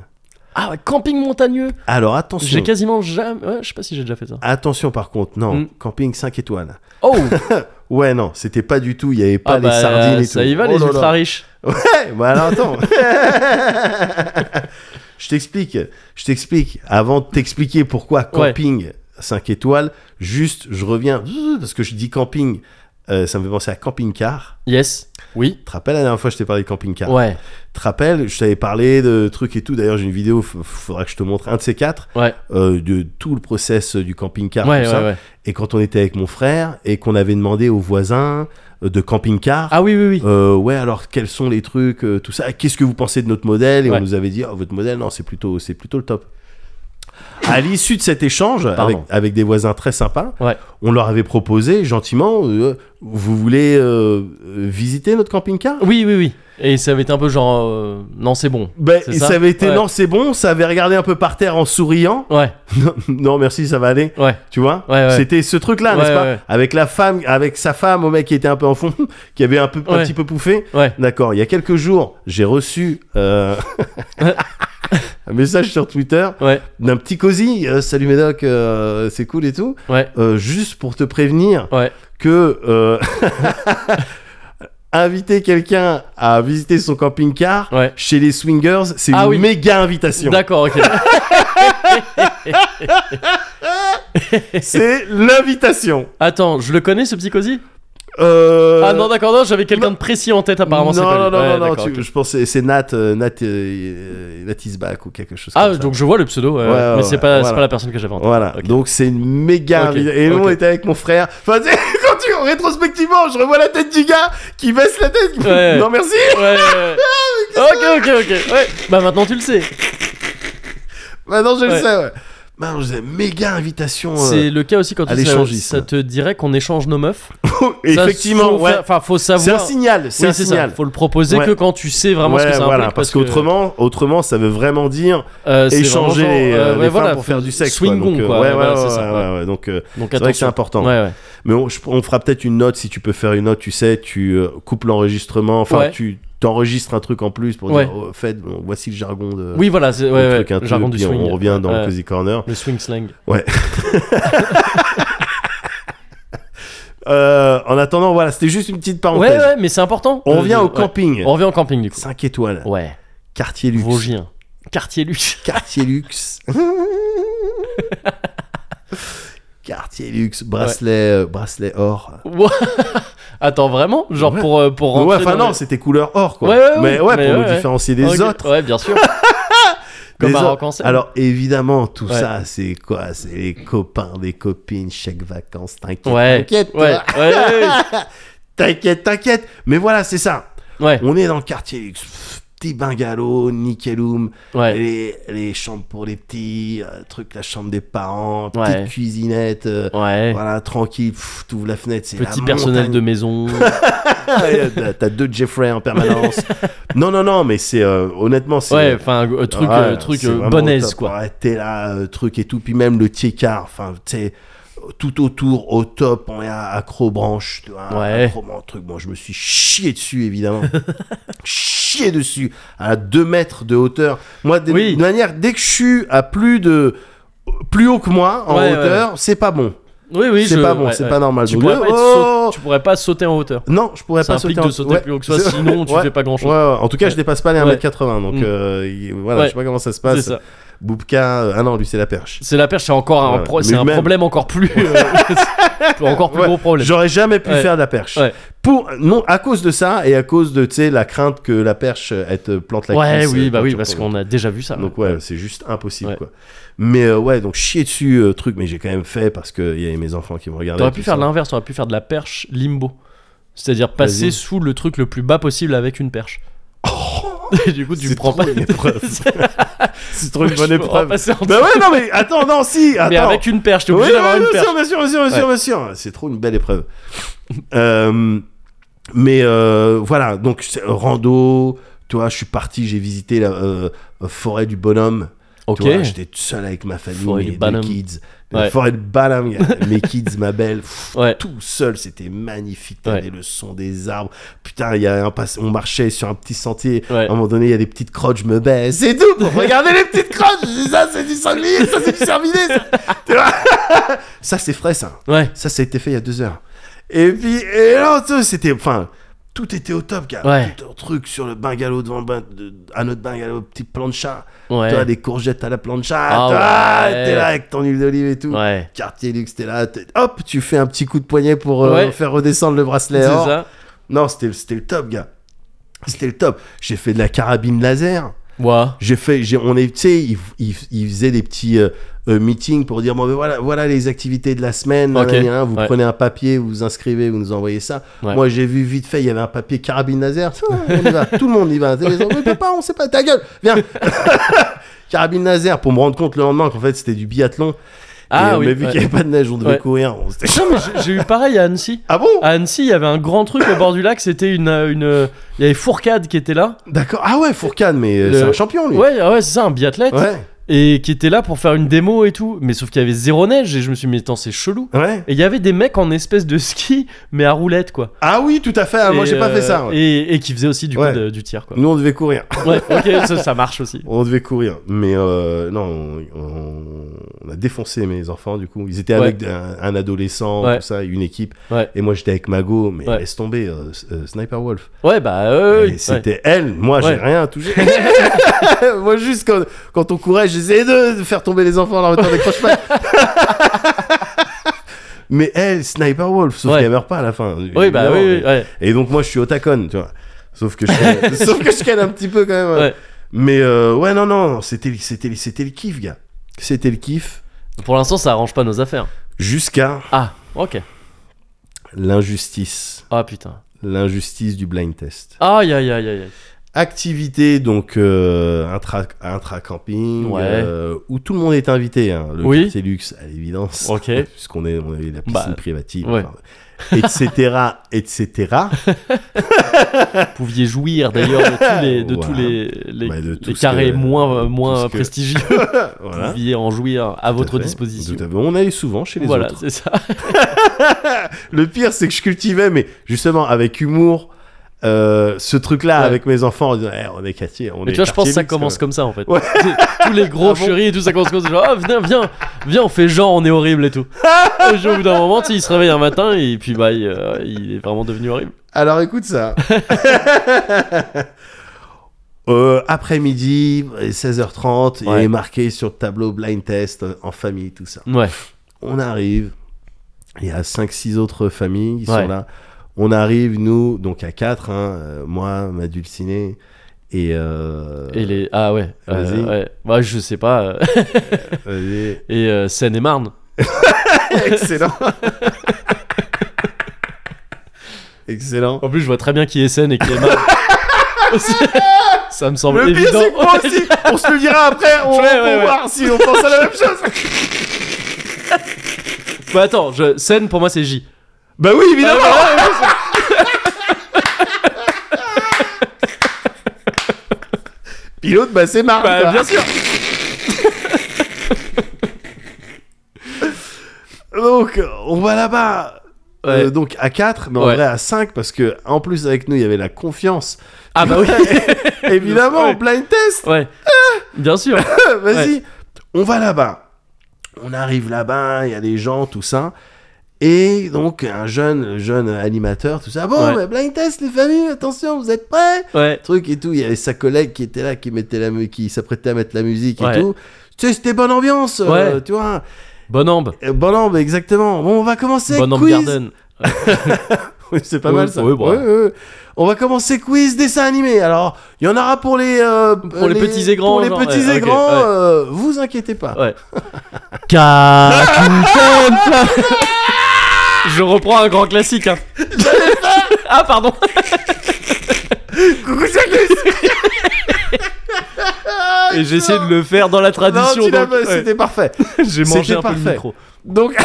Speaker 1: Ah, ouais, camping montagneux.
Speaker 2: Alors, attention.
Speaker 1: J'ai quasiment jamais. Ouais, je sais pas si j'ai déjà fait ça.
Speaker 2: Attention par contre, non,
Speaker 1: Mm.
Speaker 2: camping 5 étoiles.
Speaker 1: Oh
Speaker 2: Ouais, non, c'était pas du tout, il y avait pas
Speaker 1: Ah
Speaker 2: les
Speaker 1: bah,
Speaker 2: sardines et
Speaker 1: Ça
Speaker 2: tout.
Speaker 1: y va,
Speaker 2: Oh
Speaker 1: les
Speaker 2: là là.
Speaker 1: ultra riches.
Speaker 2: Ouais, bah alors attends. je t'explique, je t'explique. Avant de t'expliquer pourquoi camping 5 étoiles, juste je reviens, parce que je dis camping, euh, ça me fait penser à camping-car.
Speaker 1: Yes. Oui.
Speaker 2: Tu te rappelles la dernière fois je t'ai parlé de camping-car
Speaker 1: Ouais.
Speaker 2: Tu te rappelles, je t'avais parlé de trucs et tout. D'ailleurs, j'ai une vidéo, f- faudra que je te montre un de ces quatre,
Speaker 1: Ouais.
Speaker 2: euh, de tout le process euh, du camping-car.
Speaker 1: ouais,
Speaker 2: tout
Speaker 1: ouais,
Speaker 2: ça.
Speaker 1: ouais.
Speaker 2: Et quand on était avec mon frère et qu'on avait demandé aux voisins euh, de camping-car,
Speaker 1: Ah oui, oui, oui.
Speaker 2: euh, ouais, alors quels sont les trucs, euh, tout ça. Qu'est-ce que vous pensez de notre modèle Et
Speaker 1: Ouais.
Speaker 2: on nous avait dit, Ah, votre modèle, non, c'est plutôt, c'est plutôt le top. À l'issue de cet échange avec,
Speaker 1: Pardon.
Speaker 2: avec des voisins très sympas,
Speaker 1: Ouais.
Speaker 2: on leur avait proposé gentiment, euh, vous voulez euh, visiter notre camping-car
Speaker 1: Oui, oui, oui. Et ça avait été un peu genre. euh, non, c'est bon.
Speaker 2: Ben,
Speaker 1: C'est
Speaker 2: ça
Speaker 1: ça
Speaker 2: avait été
Speaker 1: Ouais.
Speaker 2: non, c'est bon, ça avait regardé un peu par terre en souriant.
Speaker 1: Ouais,
Speaker 2: non, merci, ça va aller.
Speaker 1: ouais.
Speaker 2: Tu vois
Speaker 1: Ouais, ouais.
Speaker 2: C'était ce truc-là,
Speaker 1: Ouais,
Speaker 2: n'est-ce pas
Speaker 1: ouais, ouais.
Speaker 2: Avec la femme, avec sa femme, au mec qui était un peu en fond, qui avait un, peu, un
Speaker 1: Ouais.
Speaker 2: petit peu pouffé.
Speaker 1: Ouais.
Speaker 2: D'accord. Il y a quelques jours, j'ai reçu euh, un message sur Twitter
Speaker 1: Ouais,
Speaker 2: d'un petit cosy. euh, Salut Médoc, euh, c'est cool et tout.
Speaker 1: ouais,
Speaker 2: Euh, juste pour te prévenir
Speaker 1: ouais.
Speaker 2: que euh, inviter quelqu'un à visiter son camping-car
Speaker 1: Ouais.
Speaker 2: chez les swingers, c'est
Speaker 1: Ah
Speaker 2: une
Speaker 1: oui.
Speaker 2: méga invitation.
Speaker 1: D'accord, ok.
Speaker 2: C'est l'invitation.
Speaker 1: Attends, je le connais ce petit cosy
Speaker 2: Euh,
Speaker 1: Ah non, d'accord, non, j'avais quelqu'un
Speaker 2: non.
Speaker 1: de précis en tête apparemment. c'est
Speaker 2: non,
Speaker 1: pas lui.
Speaker 2: non, non,
Speaker 1: Ouais,
Speaker 2: non, non,
Speaker 1: d'accord,
Speaker 2: tu-
Speaker 1: ok.
Speaker 2: je pense que c'est Nat, euh, Nat, euh, Nat is back ou quelque chose
Speaker 1: Ah,
Speaker 2: comme ça.
Speaker 1: donc je vois le pseudo, ouais,
Speaker 2: Ouais, ouais,
Speaker 1: mais c'est
Speaker 2: ouais,
Speaker 1: pas, c'est
Speaker 2: voilà.
Speaker 1: pas la personne que j'avais en tête.
Speaker 2: Voilà,
Speaker 1: Ok.
Speaker 2: donc c'est une méga
Speaker 1: Ok,
Speaker 2: invita- Et nous, on
Speaker 1: ok.
Speaker 2: était avec mon frère. Enfin, tu sais, quand tu rétrospectivement, je revois la tête du gars qui baisse la tête. qui-
Speaker 1: Ouais.
Speaker 2: Non, merci.
Speaker 1: Ouais, ouais, ouais. ok, ok, ok. Ouais. Bah maintenant tu le sais.
Speaker 2: Maintenant, je le
Speaker 1: Ouais.
Speaker 2: sais. Ouais. Maintenant, je sais, méga invitation. euh,
Speaker 1: C'est le cas aussi quand
Speaker 2: à
Speaker 1: tu- ça,
Speaker 2: l'échangisme.
Speaker 1: ça te dirait qu'on échange nos meufs. Ça,
Speaker 2: Effectivement,
Speaker 1: faut
Speaker 2: ouais.
Speaker 1: faire- Enfin, faut
Speaker 2: C'est un
Speaker 1: savoir.
Speaker 2: signal, c'est
Speaker 1: Oui,
Speaker 2: un
Speaker 1: c'est
Speaker 2: signal.
Speaker 1: ça. Faut le proposer
Speaker 2: Ouais.
Speaker 1: que quand tu sais vraiment ce
Speaker 2: Ouais,
Speaker 1: que ça implique.
Speaker 2: voilà, parce qu'autrement, autrement, ça veut vraiment dire échanger les, euh, les femmes pour faire du sexe. quoi.
Speaker 1: Swingon,
Speaker 2: Donc, euh,
Speaker 1: quoi.
Speaker 2: ouais, ouais,
Speaker 1: voilà,
Speaker 2: ouais,
Speaker 1: c'est ça,
Speaker 2: ouais,
Speaker 1: ouais.
Speaker 2: ouais. Donc, euh,
Speaker 1: Donc
Speaker 2: c'est vrai que c'est
Speaker 1: attention.
Speaker 2: important. Euh,
Speaker 1: Ouais, ouais.
Speaker 2: Mais on, je- on fera peut-être une note si tu peux faire une note. Tu sais, tu euh, coupes l'enregistrement. Enfin,
Speaker 1: Ouais.
Speaker 2: tu t'enregistres un truc en plus pour
Speaker 1: Ouais.
Speaker 2: dire, oh, faites, bon, voici le jargon de.
Speaker 1: Oui, voilà, c'est ouais,
Speaker 2: le
Speaker 1: ouais,
Speaker 2: truc, un
Speaker 1: le
Speaker 2: truc,
Speaker 1: jargon du
Speaker 2: puis
Speaker 1: swing.
Speaker 2: on revient dans
Speaker 1: Ouais.
Speaker 2: le Cozy Corner.
Speaker 1: le swing slang.
Speaker 2: Euh, en attendant, voilà, c'était juste une petite
Speaker 1: Ouais,
Speaker 2: parenthèse.
Speaker 1: ouais, mais c'est important.
Speaker 2: On
Speaker 1: Euh,
Speaker 2: revient au
Speaker 1: ouais.
Speaker 2: camping.
Speaker 1: On revient au camping du coup.
Speaker 2: 5 étoiles.
Speaker 1: Ouais.
Speaker 2: Quartier luxe.
Speaker 1: Vosgien. Quartier luxe.
Speaker 2: Quartier luxe. Quartier luxe, bracelet, euh, bracelet or.
Speaker 1: Ouah. Attends, vraiment Genre
Speaker 2: Ouais.
Speaker 1: pour, euh, pour
Speaker 2: ouais,
Speaker 1: rentrer.
Speaker 2: enfin
Speaker 1: dans
Speaker 2: non,
Speaker 1: les-
Speaker 2: c'était couleur or quoi.
Speaker 1: Ouais, ouais, ouais.
Speaker 2: mais ouais,
Speaker 1: Mais ouais,
Speaker 2: pour nous
Speaker 1: ouais.
Speaker 2: différencier des
Speaker 1: Ok.
Speaker 2: autres.
Speaker 1: Ouais, bien sûr.
Speaker 2: des
Speaker 1: Comme un
Speaker 2: autres.
Speaker 1: rock en scène.
Speaker 2: Alors évidemment, tout
Speaker 1: Ouais.
Speaker 2: ça, c'est quoi C'est les copains, des copines, chaque vacances, t'inquiète.
Speaker 1: Ouais.
Speaker 2: T'inquiète, toi.
Speaker 1: Ouais. Ouais. ouais,
Speaker 2: t'inquiète, t'inquiète. Mais voilà, c'est ça.
Speaker 1: Ouais.
Speaker 2: On est dans le quartier luxe. Pff, Petit bungalow, nickelum,
Speaker 1: Ouais.
Speaker 2: les, les chambres pour les petits, euh, truc, la chambre des parents, petite
Speaker 1: Ouais.
Speaker 2: cuisinette, euh,
Speaker 1: Ouais.
Speaker 2: Voilà, tranquille, pff, t'ouvres la fenêtre, c'est
Speaker 1: Petit
Speaker 2: la
Speaker 1: personnel de
Speaker 2: montagne.
Speaker 1: maison.
Speaker 2: de... T'as deux Jeffrey en permanence. non, non, non, mais c'est... euh, honnêtement, c'est...
Speaker 1: ouais, enfin, euh, truc,
Speaker 2: Ouais,
Speaker 1: euh, truc
Speaker 2: c'est
Speaker 1: euh,
Speaker 2: vraiment
Speaker 1: bonne
Speaker 2: au
Speaker 1: aise,
Speaker 2: top.
Speaker 1: quoi.
Speaker 2: Ouais, t'es là, euh, truc et tout, puis même le tiécard, enfin, tu sais... Tout autour, au top, on est à Acrobranche, tu vois,
Speaker 1: Ouais.
Speaker 2: Accrobranche, truc. Bon, je me suis chié dessus, évidemment. chié dessus, à 2 mètres de hauteur. Moi, de,
Speaker 1: Oui.
Speaker 2: de manière, dès que je suis à plus de. plus haut que moi, en
Speaker 1: Ouais, ouais,
Speaker 2: hauteur, c'est pas bon.
Speaker 1: Oui, oui,
Speaker 2: c'est
Speaker 1: je-
Speaker 2: pas bon,
Speaker 1: ouais,
Speaker 2: c'est
Speaker 1: ouais.
Speaker 2: pas normal.
Speaker 1: Tu
Speaker 2: Donc,
Speaker 1: pourrais, pas être
Speaker 2: oh
Speaker 1: saut- tu pourrais pas sauter en hauteur.
Speaker 2: non, je pourrais
Speaker 1: Ça
Speaker 2: pas
Speaker 1: implique
Speaker 2: sauter en-
Speaker 1: de sauter
Speaker 2: ouais,
Speaker 1: plus haut que soi,
Speaker 2: c'est-
Speaker 1: sinon tu
Speaker 2: ouais,
Speaker 1: fais pas grand
Speaker 2: ouais,
Speaker 1: chose.
Speaker 2: ouais. En tout cas, je dépasse pas les
Speaker 1: Ouais.
Speaker 2: 1m80, donc
Speaker 1: Mm.
Speaker 2: euh, y- voilà,
Speaker 1: Ouais.
Speaker 2: je sais pas comment ça
Speaker 1: C'est
Speaker 2: se passe.
Speaker 1: ça.
Speaker 2: Boubka, euh, ah non, lui c'est la perche.
Speaker 1: C'est la perche, c'est encore un,
Speaker 2: Ouais,
Speaker 1: pro-
Speaker 2: mais
Speaker 1: c'est un
Speaker 2: même-
Speaker 1: problème encore plus. euh, encore plus
Speaker 2: Ouais,
Speaker 1: gros problème.
Speaker 2: J'aurais jamais pu
Speaker 1: Oh, Ouais.
Speaker 2: faire de la perche.
Speaker 1: Ouais.
Speaker 2: Pour non, à cause de ça et à cause de tu sais la crainte que la perche euh, elle te plante la
Speaker 1: ouais,
Speaker 2: cuisse, euh,
Speaker 1: oui, bah
Speaker 2: quand
Speaker 1: oui,
Speaker 2: tu
Speaker 1: parce
Speaker 2: prends-
Speaker 1: qu'on a déjà vu ça.
Speaker 2: donc ouais, c'est juste impossible
Speaker 1: Ouais.
Speaker 2: quoi. Mais euh, ouais, donc chier dessus euh, truc, mais j'ai quand même fait parce que il y avait mes enfants qui me regardaient.
Speaker 1: T'aurais
Speaker 2: tout
Speaker 1: pu faire
Speaker 2: ça.
Speaker 1: l'inverse, t'aurais pu faire de la perche limbo. C'est-à-dire passer
Speaker 2: Vas-y.
Speaker 1: sous le truc le plus bas possible avec une perche. Et du coup, tu
Speaker 2: C'est
Speaker 1: prends
Speaker 2: trop
Speaker 1: pas
Speaker 2: une épreuve. C'est trop une
Speaker 1: Je
Speaker 2: bonne
Speaker 1: pourrais
Speaker 2: épreuve.
Speaker 1: passer en
Speaker 2: Bah ouais, non mais attends, non si, attends.
Speaker 1: Mais avec une perche, t'es
Speaker 2: Oui,
Speaker 1: obligé d'avoir
Speaker 2: oui,
Speaker 1: une
Speaker 2: bien
Speaker 1: perche.
Speaker 2: sûr, bien sûr, bien sûr, bien sûr, bien sûr. C'est trop une belle épreuve. Euh, mais euh, voilà, donc c'est- rando, tu vois, je suis parti, j'ai visité la euh, forêt du bonhomme.
Speaker 1: Ok.
Speaker 2: Tu vois, j'étais tout seul avec ma famille,
Speaker 1: Forêt du
Speaker 2: mes, mes
Speaker 1: bonhomme.
Speaker 2: kids. La
Speaker 1: Ouais.
Speaker 2: forêt du bonhomme, mes kids, ma belle. pff,
Speaker 1: Ouais.
Speaker 2: Tout seul, c'était magnifique.
Speaker 1: Ouais.
Speaker 2: T'avais le son des arbres. Putain, il y a un pass- on marchait sur un petit sentier.
Speaker 1: Ouais.
Speaker 2: À un moment donné, il y a des petites crottes, je me baisse. C'est tout. Regardez les petites crottes. Je dis, Ça, c'est du sanglier. Ça, c'est du cervidé. Ça, Tu vois Ça, c'est frais, ça.
Speaker 1: Ouais.
Speaker 2: Ça, ça a été fait il y a deux heures. Et puis, et là, tu sais, c'était. Enfin, tout était au top, gars.
Speaker 1: Ouais.
Speaker 2: Tout un truc sur le bungalow devant le bun- de- à notre bungalow, petit plancha. Tu vois,
Speaker 1: Ouais.
Speaker 2: des courgettes à la plancha.
Speaker 1: Ah
Speaker 2: tu vois,
Speaker 1: ouais.
Speaker 2: t'es là avec ton huile d'olive et tout.
Speaker 1: Ouais.
Speaker 2: Quartier luxe, t'es là. t'es- Hop, tu fais un petit coup de poignet pour euh,
Speaker 1: Ouais.
Speaker 2: faire redescendre le bracelet.
Speaker 1: C'est
Speaker 2: or.
Speaker 1: ça.
Speaker 2: Non, c'était c'était le top, gars. C'était le top. J'ai fait de la carabine laser.
Speaker 1: Ouais.
Speaker 2: J'ai fait, j'ai, on est, tu sais, ils, ils, ils faisaient des petits euh, euh, meetings pour dire bon, ben voilà, voilà les activités de la semaine.
Speaker 1: Ok.
Speaker 2: nanani, hein. vous
Speaker 1: Ouais.
Speaker 2: prenez un papier, vous vous inscrivez, vous nous envoyez ça.
Speaker 1: Ouais.
Speaker 2: Moi, j'ai vu vite fait, il y avait un papier carabine laser. Ah, on y va, tout le monde y va. Les gens, mais papa, on sait pas, ta gueule, viens. carabine laser pour me rendre compte le lendemain qu'en fait c'était du biathlon.
Speaker 1: Ah
Speaker 2: et, euh,
Speaker 1: oui.
Speaker 2: Mais vu
Speaker 1: ouais.
Speaker 2: qu'il n'y avait pas de neige, on devait
Speaker 1: Ouais.
Speaker 2: courir. on s'était-
Speaker 1: Non, mais j'ai- j'ai eu pareil à Annecy.
Speaker 2: Ah bon
Speaker 1: À Annecy, il y avait un grand truc au bord du lac. C'était une, euh, une, euh, il y avait Fourcade qui était là.
Speaker 2: D'accord. Ah ouais, Fourcade, mais euh,
Speaker 1: Le-
Speaker 2: c'est un champion lui.
Speaker 1: Ouais, ah ouais, c'est ça, un biathlète,
Speaker 2: Ouais.
Speaker 1: et qui était là pour faire une démo et tout. Mais sauf qu'il y avait zéro neige et je me suis dit, mais attends, c'est chelou.
Speaker 2: Ouais.
Speaker 1: Et il y avait des mecs en espèce de ski, mais à roulette quoi.
Speaker 2: Ah oui, tout à fait. Ah, moi,
Speaker 1: Et,
Speaker 2: j'ai pas
Speaker 1: euh,
Speaker 2: fait ça. ouais.
Speaker 1: Et, et qui faisait aussi du
Speaker 2: Ouais.
Speaker 1: coup de- du tir quoi.
Speaker 2: Nous, on devait courir.
Speaker 1: Ouais, ok, ça, ça marche aussi.
Speaker 2: On devait courir. Mais euh, non, on, on- on a défoncé mes enfants, du coup. Ils étaient
Speaker 1: Ouais.
Speaker 2: avec un, un adolescent,
Speaker 1: Ouais.
Speaker 2: tout ça, une équipe.
Speaker 1: Ouais.
Speaker 2: Et moi, j'étais avec Mago, mais
Speaker 1: Ouais.
Speaker 2: laisse tomber, euh, S- euh, Sniper Wolf.
Speaker 1: Ouais, bah, euh,
Speaker 2: Et
Speaker 1: oui, ouais.
Speaker 2: C'était elle, moi, j'ai
Speaker 1: Ouais.
Speaker 2: rien touché. moi, juste quand, quand on courait, j'essayais de faire tomber les enfants en leur mettant des croche Mais elle, Sniper Wolf, sauf
Speaker 1: Ouais.
Speaker 2: qu'elle meurt pas à la fin.
Speaker 1: Oui, bah,
Speaker 2: évidemment.
Speaker 1: oui, oui, ouais.
Speaker 2: Et donc moi je suis au tacon, tu vois. Sauf que je cale, sauf que je cale un petit peu quand même. hein.
Speaker 1: Ouais.
Speaker 2: Mais euh, ouais non non, c'était c'était c'était le kiff gars. C'était le kiff
Speaker 1: Pour l'instant, ça arrange pas nos affaires.
Speaker 2: jusqu'à
Speaker 1: Ah, ok.
Speaker 2: l'injustice,
Speaker 1: Ah, putain.
Speaker 2: l'injustice du blind test.
Speaker 1: Aïe, aïe, aïe, aïe. aïe.
Speaker 2: Activité donc euh, intra intra camping
Speaker 1: Ouais.
Speaker 2: où tout le monde est invité hein. le
Speaker 1: Oui.
Speaker 2: quartier luxe à l'évidence.
Speaker 1: Ok.
Speaker 2: Puisqu'on est on avait la piscine
Speaker 1: Bah,
Speaker 2: privative
Speaker 1: ouais.
Speaker 2: enfin, etc., etc.
Speaker 1: Vous pouviez jouir d'ailleurs de tous les, de
Speaker 2: Voilà.
Speaker 1: tous les, les,
Speaker 2: Bah, de tout
Speaker 1: les
Speaker 2: ce
Speaker 1: carrés
Speaker 2: que-
Speaker 1: moins,
Speaker 2: tout
Speaker 1: moins
Speaker 2: ce que-
Speaker 1: prestigieux. Vous
Speaker 2: voilà.
Speaker 1: pouviez en jouir à
Speaker 2: Tout
Speaker 1: votre
Speaker 2: à fait.
Speaker 1: disposition.
Speaker 2: Tout à fait. On allait souvent chez les
Speaker 1: Voilà,
Speaker 2: autres.
Speaker 1: c'est ça.
Speaker 2: Le pire, c'est que je cultivais, mais justement avec humour, euh, ce truc-là
Speaker 1: Ouais.
Speaker 2: avec mes enfants en disant Eh, on est quartier, on
Speaker 1: Mais
Speaker 2: est
Speaker 1: tu vois, je pense
Speaker 2: quartier
Speaker 1: que ça
Speaker 2: luxe,
Speaker 1: commence
Speaker 2: quoi.
Speaker 1: comme ça en fait.
Speaker 2: euh. Ouais.
Speaker 1: C'est- Tous les gros
Speaker 2: Ah bon
Speaker 1: chéris et tout, ça commence comme ça. Genre, Ah, viens, viens, viens, on fait genre, on est horrible et tout. et puis, au bout d'un moment, tu sais, il se réveille un matin et puis bah, il, euh, il est vraiment devenu horrible.
Speaker 2: Alors écoute ça. Euh, Après-midi, 16h30, il
Speaker 1: Ouais.
Speaker 2: est marqué sur le tableau blind test euh, en famille, tout ça.
Speaker 1: Ouais,
Speaker 2: On arrive, il y a 5-6 autres familles qui
Speaker 1: Ouais.
Speaker 2: sont là. On arrive, nous, donc à 4, moi, ma dulcinée et. euh,
Speaker 1: et les. Ah ouais, euh,
Speaker 2: Vas-y.
Speaker 1: ouais. Bah, je sais pas. euh,
Speaker 2: vas-y.
Speaker 1: Et euh, Seine-et-Marne.
Speaker 2: Excellent. Excellent.
Speaker 1: En plus, je vois très bien qui est Seine et qui est Marne. Aussi, ça me semble
Speaker 2: Le pire,
Speaker 1: évident.
Speaker 2: c'est que moi aussi, on se le dira après, on
Speaker 1: Ouais,
Speaker 2: va
Speaker 1: ouais, ouais.
Speaker 2: voir si on pense à la même chose.
Speaker 1: Bah, attends, je... Seine pour moi c'est J.
Speaker 2: Bah oui, évidemment. Pilote, bah c'est marrant.
Speaker 1: Bah, bien sûr.
Speaker 2: Donc, on va là-bas.
Speaker 1: Ouais.
Speaker 2: Euh, donc à 4, mais en
Speaker 1: Ouais.
Speaker 2: vrai à 5, parce que en plus avec nous, il y avait la confiance.
Speaker 1: Ah bah oui,
Speaker 2: Évidemment,
Speaker 1: Ouais.
Speaker 2: blind test.
Speaker 1: ouais.
Speaker 2: Ah.
Speaker 1: Bien sûr.
Speaker 2: vas-y, on va là-bas. On arrive là-bas, il y a des gens, tout ça. Et donc, un jeune, jeune animateur, tout ça. Bon,
Speaker 1: Ouais.
Speaker 2: bah, blind test, les familles, attention, vous êtes prêts
Speaker 1: Ouais.
Speaker 2: Truc et tout. Il y avait sa collègue qui était là, qui mettait la mu- qui s'apprêtait à mettre la musique
Speaker 1: Ouais.
Speaker 2: et tout. Tu sais, c'était bonne ambiance, euh,
Speaker 1: Ouais.
Speaker 2: tu vois.
Speaker 1: Bonne ambe.
Speaker 2: Euh, Bonne ambiance, exactement. Bon, on va commencer.
Speaker 1: Bonne ambe
Speaker 2: quiz.
Speaker 1: garden.
Speaker 2: Oui, c'est pas
Speaker 1: Oui,
Speaker 2: mal ça.
Speaker 1: oui, bon.
Speaker 2: Ouais, ouais, ouais. On va commencer quiz dessin animé. Alors, il y en aura pour les euh, pour
Speaker 1: les petits et grands,
Speaker 2: Pour les
Speaker 1: genre,
Speaker 2: petits
Speaker 1: ouais,
Speaker 2: et
Speaker 1: ok,
Speaker 2: grands,
Speaker 1: ouais.
Speaker 2: euh, vous inquiétez pas.
Speaker 1: Ouais. Capitaine Je reprends un grand classique. hein. ah, pardon.
Speaker 2: Coucou Jacques
Speaker 1: Et j'ai essayé de le faire dans la tradition.
Speaker 2: Non, tu l'as
Speaker 1: donc,
Speaker 2: pas,
Speaker 1: ouais.
Speaker 2: c'était parfait.
Speaker 1: J'ai mangé
Speaker 2: c'était
Speaker 1: un peu le
Speaker 2: parfait.
Speaker 1: micro.
Speaker 2: Donc,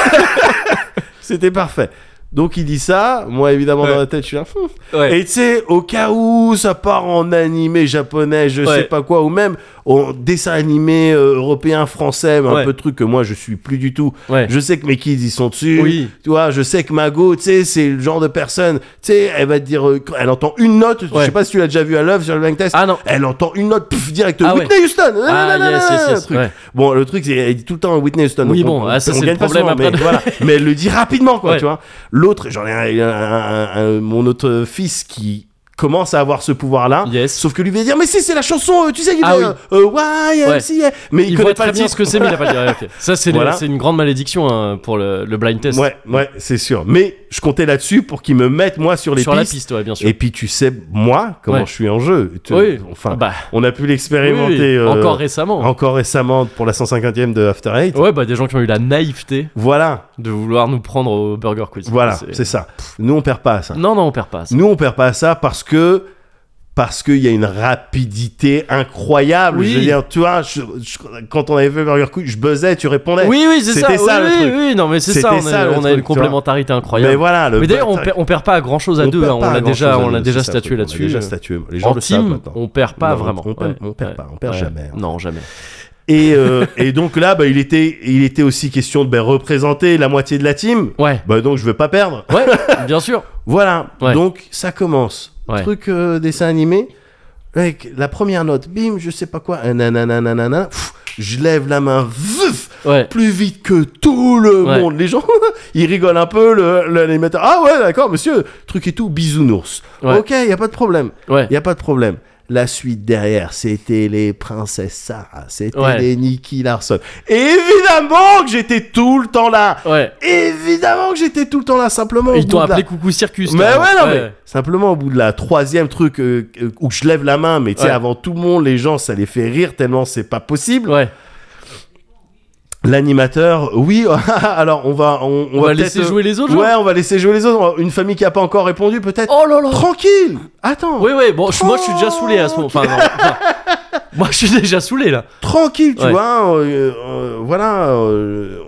Speaker 2: c'était parfait. Donc, il dit ça. Moi, évidemment,
Speaker 1: Ouais.
Speaker 2: dans la tête, je suis là. Hum.
Speaker 1: Ouais.
Speaker 2: Et tu sais, au cas où ça part en animé japonais, je
Speaker 1: Ouais.
Speaker 2: sais pas quoi, ou même en dessin animé euh, européen, français, mais
Speaker 1: Ouais.
Speaker 2: un peu de truc que moi, je suis plus du tout.
Speaker 1: Ouais.
Speaker 2: Je sais que mes kids, ils sont dessus.
Speaker 1: Oui.
Speaker 2: Tu vois, je sais que Mago, tu sais, c'est le genre de personne, tu sais, elle va te dire, euh, quand elle entend une note, je
Speaker 1: Ouais.
Speaker 2: sais pas si tu l'as déjà vu à l'œuvre sur le blind test.
Speaker 1: Ah non.
Speaker 2: Elle entend une note, pif, direct,
Speaker 1: Ah ouais.
Speaker 2: Whitney Houston
Speaker 1: Ah,
Speaker 2: nanana,
Speaker 1: yes, yes, yes,
Speaker 2: truc.
Speaker 1: ouais.
Speaker 2: Bon, le truc, c'est elle dit tout le temps Whitney Houston.
Speaker 1: Oui,
Speaker 2: donc
Speaker 1: bon,
Speaker 2: on-
Speaker 1: ah, ça,
Speaker 2: on
Speaker 1: c'est le
Speaker 2: gagne pas
Speaker 1: problème
Speaker 2: souvent,
Speaker 1: après.
Speaker 2: Mais, voilà. mais elle le dit rapidement, quoi,
Speaker 1: Ouais.
Speaker 2: tu vois. L'autre, j'en ai un, un- un- un- mon autre fils qui commence à avoir ce pouvoir-là.
Speaker 1: Yes.
Speaker 2: Sauf que lui va dire, mais si, c'est la chanson, euh, tu sais, il
Speaker 1: Ah
Speaker 2: fait, euh, euh, YMCA. Mais il,
Speaker 1: Il, voit
Speaker 2: connaît pas
Speaker 1: très
Speaker 2: le
Speaker 1: bien
Speaker 2: titre.
Speaker 1: ce que c'est, mais il a pas dit. Ouais, ok. Ça, c'est le-
Speaker 2: Voilà.
Speaker 1: c'est une grande malédiction hein, pour le, le blind test.
Speaker 2: Ouais, ouais, c'est sûr. Mais je comptais là-dessus pour qu'il me mette, moi, sur les
Speaker 1: Sur la
Speaker 2: pistes.
Speaker 1: piste, ouais, bien sûr.
Speaker 2: Et puis, tu sais, moi, comment
Speaker 1: Ouais.
Speaker 2: je suis en jeu. Tu- euh,
Speaker 1: Oui.
Speaker 2: Enfin,
Speaker 1: bah,
Speaker 2: on a
Speaker 1: oui,
Speaker 2: pu
Speaker 1: oui,
Speaker 2: l'expérimenter. euh,
Speaker 1: Encore récemment.
Speaker 2: encore récemment pour la 150e de After Eight.
Speaker 1: Ouais, bah, des gens qui ont eu la naïveté
Speaker 2: Voilà,
Speaker 1: de vouloir nous prendre au Burger Quiz.
Speaker 2: voilà,
Speaker 1: C'est-
Speaker 2: c'est ça. Nous on perd pas à ça.
Speaker 1: Non, non, on perd pas. ça.
Speaker 2: Nous on perd pas à ça parce que parce qu'il y a une rapidité incroyable.
Speaker 1: Oui.
Speaker 2: Je veux dire, tu vois, je- je- quand on avait fait Burger Quiz, je buzzais, tu répondais.
Speaker 1: Oui, oui, c'est ça.
Speaker 2: C'était ça,
Speaker 1: oui,
Speaker 2: le
Speaker 1: oui,
Speaker 2: truc.
Speaker 1: oui, non, mais c'est
Speaker 2: C'était
Speaker 1: ça. On
Speaker 2: ça,
Speaker 1: a,
Speaker 2: le
Speaker 1: on a
Speaker 2: truc,
Speaker 1: une
Speaker 2: tu vois.
Speaker 1: complémentarité incroyable.
Speaker 2: Mais voilà, le
Speaker 1: Mais d'ailleurs, on,
Speaker 2: buzz-
Speaker 1: perd- on perd pas à grand chose à
Speaker 2: on
Speaker 1: deux.
Speaker 2: perd
Speaker 1: hein, on
Speaker 2: pas
Speaker 1: l'a
Speaker 2: grand-chose
Speaker 1: déjà,
Speaker 2: à
Speaker 1: on
Speaker 2: deux,
Speaker 1: l'a
Speaker 2: c'est
Speaker 1: déjà
Speaker 2: ça,
Speaker 1: statué
Speaker 2: on l'a
Speaker 1: là-dessus.
Speaker 2: déjà
Speaker 1: euh,
Speaker 2: statué. Les gens
Speaker 1: En
Speaker 2: le savent
Speaker 1: team,
Speaker 2: maintenant.
Speaker 1: on perd pas
Speaker 2: Non,
Speaker 1: vraiment.
Speaker 2: on perd-
Speaker 1: Ouais,
Speaker 2: on perd
Speaker 1: ouais.
Speaker 2: pas, on perd
Speaker 1: Ouais.
Speaker 2: jamais. hein.
Speaker 1: Non, jamais.
Speaker 2: Et, euh, et donc là, bah, il, était, il était aussi question de ben, représenter la moitié de la team.
Speaker 1: Ouais,
Speaker 2: Bah, donc je veux pas perdre.
Speaker 1: ouais, bien sûr.
Speaker 2: Voilà.
Speaker 1: Ouais.
Speaker 2: Donc ça commence.
Speaker 1: Ouais.
Speaker 2: Truc euh, dessin animé. Avec la première note, bim, je sais pas quoi, euh, nanana, nanana, pff, je lève la main, vuf,
Speaker 1: Ouais.
Speaker 2: plus vite que tout le
Speaker 1: Ouais.
Speaker 2: monde. Les gens, ils rigolent un peu, le- l'animateur. Ah ouais, d'accord, monsieur, truc et tout, bisounours.
Speaker 1: Ouais.
Speaker 2: Ok, y a pas de problème.
Speaker 1: Ouais.
Speaker 2: Il a pas de problème. La suite derrière, c'était les princesses Sarah, c'était
Speaker 1: Ouais.
Speaker 2: les Nicky Larson. Et évidemment que j'étais tout le temps là.
Speaker 1: Ouais.
Speaker 2: Évidemment que j'étais tout le temps là, simplement. au
Speaker 1: Ils
Speaker 2: bout
Speaker 1: t'ont
Speaker 2: de la-
Speaker 1: appelé Coucou Circus.
Speaker 2: Mais ouais,
Speaker 1: carrément.
Speaker 2: non, mais simplement au bout de la troisième truc euh, euh, où je lève la main, mais tu sais,
Speaker 1: Ouais.
Speaker 2: avant tout le monde, les gens, ça les fait rire tellement c'est pas possible.
Speaker 1: Ouais.
Speaker 2: L'animateur, oui, alors on va, on, on
Speaker 1: On va
Speaker 2: peut-être,
Speaker 1: laisser
Speaker 2: euh,
Speaker 1: jouer les autres.
Speaker 2: Ouais,
Speaker 1: genre
Speaker 2: on va laisser jouer les autres. Une famille qui a pas encore répondu, peut-être.
Speaker 1: Oh là là.
Speaker 2: Tranquille. Attends.
Speaker 1: Oui, oui, bon, je- moi je suis déjà saoulé à ce moment. Enfin, non, enfin, moi je suis déjà saoulé là.
Speaker 2: Bah, tranquille, tu
Speaker 1: Ouais.
Speaker 2: vois. euh, euh, voilà, euh,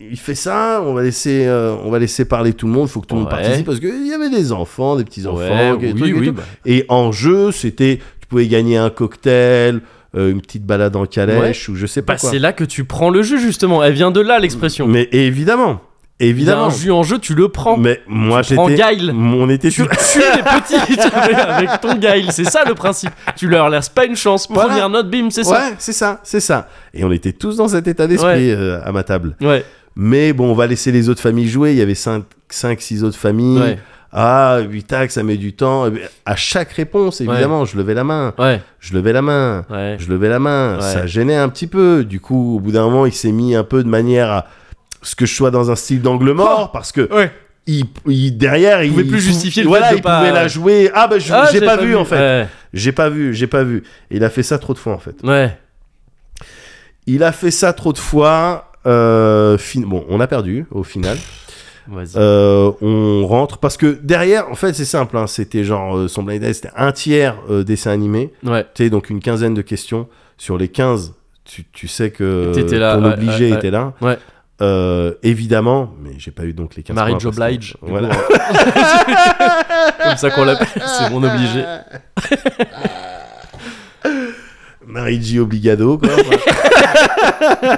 Speaker 2: il fait ça. On va laisser, euh, on va laisser parler tout le monde. Il faut que tout le monde
Speaker 1: Ouais.
Speaker 2: participe parce qu'il y avait des enfants, des petits enfants,
Speaker 1: Ouais,
Speaker 2: des
Speaker 1: oui,
Speaker 2: trucs et
Speaker 1: oui,
Speaker 2: tout.
Speaker 1: bah.
Speaker 2: Et en jeu, c'était, tu pouvais gagner un cocktail, euh, une petite balade en calèche ou je sais pas
Speaker 1: Bah,
Speaker 2: quoi.
Speaker 1: c'est là que tu prends le jus justement. Elle vient de là l'expression.
Speaker 2: Mais évidemment,
Speaker 1: Il y a
Speaker 2: évidemment.
Speaker 1: un jus en jeu, tu le prends.
Speaker 2: Mais moi
Speaker 1: Tu prends
Speaker 2: j'étais,
Speaker 1: Guile.
Speaker 2: on était
Speaker 1: Tu
Speaker 2: sur.
Speaker 1: tues les petits tu vois, avec ton Guile, c'est ça le principe. Tu leur laisses pas une chance.
Speaker 2: Voilà.
Speaker 1: Première note, bim, c'est ça.
Speaker 2: Ouais, c'est ça, c'est ça. Et on était tous dans cet état d'esprit euh, à ma table.
Speaker 1: Ouais,
Speaker 2: Mais bon, on va laisser les autres familles jouer. Il y avait 5, 6 autres familles.
Speaker 1: ouais,
Speaker 2: Ah, 8 tacs, ça met du temps. Eh bien, À chaque réponse, évidemment, je levais la main.
Speaker 1: ouais,
Speaker 2: Je levais la main.
Speaker 1: ouais.
Speaker 2: Je levais la main.
Speaker 1: Ouais.
Speaker 2: Ça gênait un petit peu. Du coup, au bout d'un moment, il s'est mis un peu de manière à ce que je sois dans un style d'angle mort parce que
Speaker 1: Ouais.
Speaker 2: il, il- derrière il
Speaker 1: Oh. pouvait plus justifier le
Speaker 2: voilà
Speaker 1: fait de
Speaker 2: il
Speaker 1: pas-
Speaker 2: pouvait la jouer ah bah je-
Speaker 1: Ah,
Speaker 2: j'ai pas, vu en fait
Speaker 1: Ouais,
Speaker 2: j'ai pas vu j'ai pas vu Et il a fait ça trop de fois en fait
Speaker 1: ouais.
Speaker 2: il a fait ça trop de fois euh, fin- bon on a perdu au final
Speaker 1: Vas-y.
Speaker 2: Euh, on rentre parce que derrière, en fait, c'est simple. hein, c'était genre euh, son blind test, c'était un tiers euh, dessin animé.
Speaker 1: ouais.
Speaker 2: Tu sais, donc une quinzaine de questions sur les 15 Tu, tu sais que
Speaker 1: T'étais là,
Speaker 2: ton
Speaker 1: ouais,
Speaker 2: obligé
Speaker 1: ouais, ouais.
Speaker 2: était là.
Speaker 1: Ouais.
Speaker 2: Euh, évidemment, mais j'ai pas eu donc les 15
Speaker 1: Marie
Speaker 2: points
Speaker 1: Jo
Speaker 2: parce que-
Speaker 1: Blige. du
Speaker 2: Voilà.
Speaker 1: coup, hein. Comme ça qu'on l'appelle, c'est mon obligé.
Speaker 2: Marie J obligado quoi.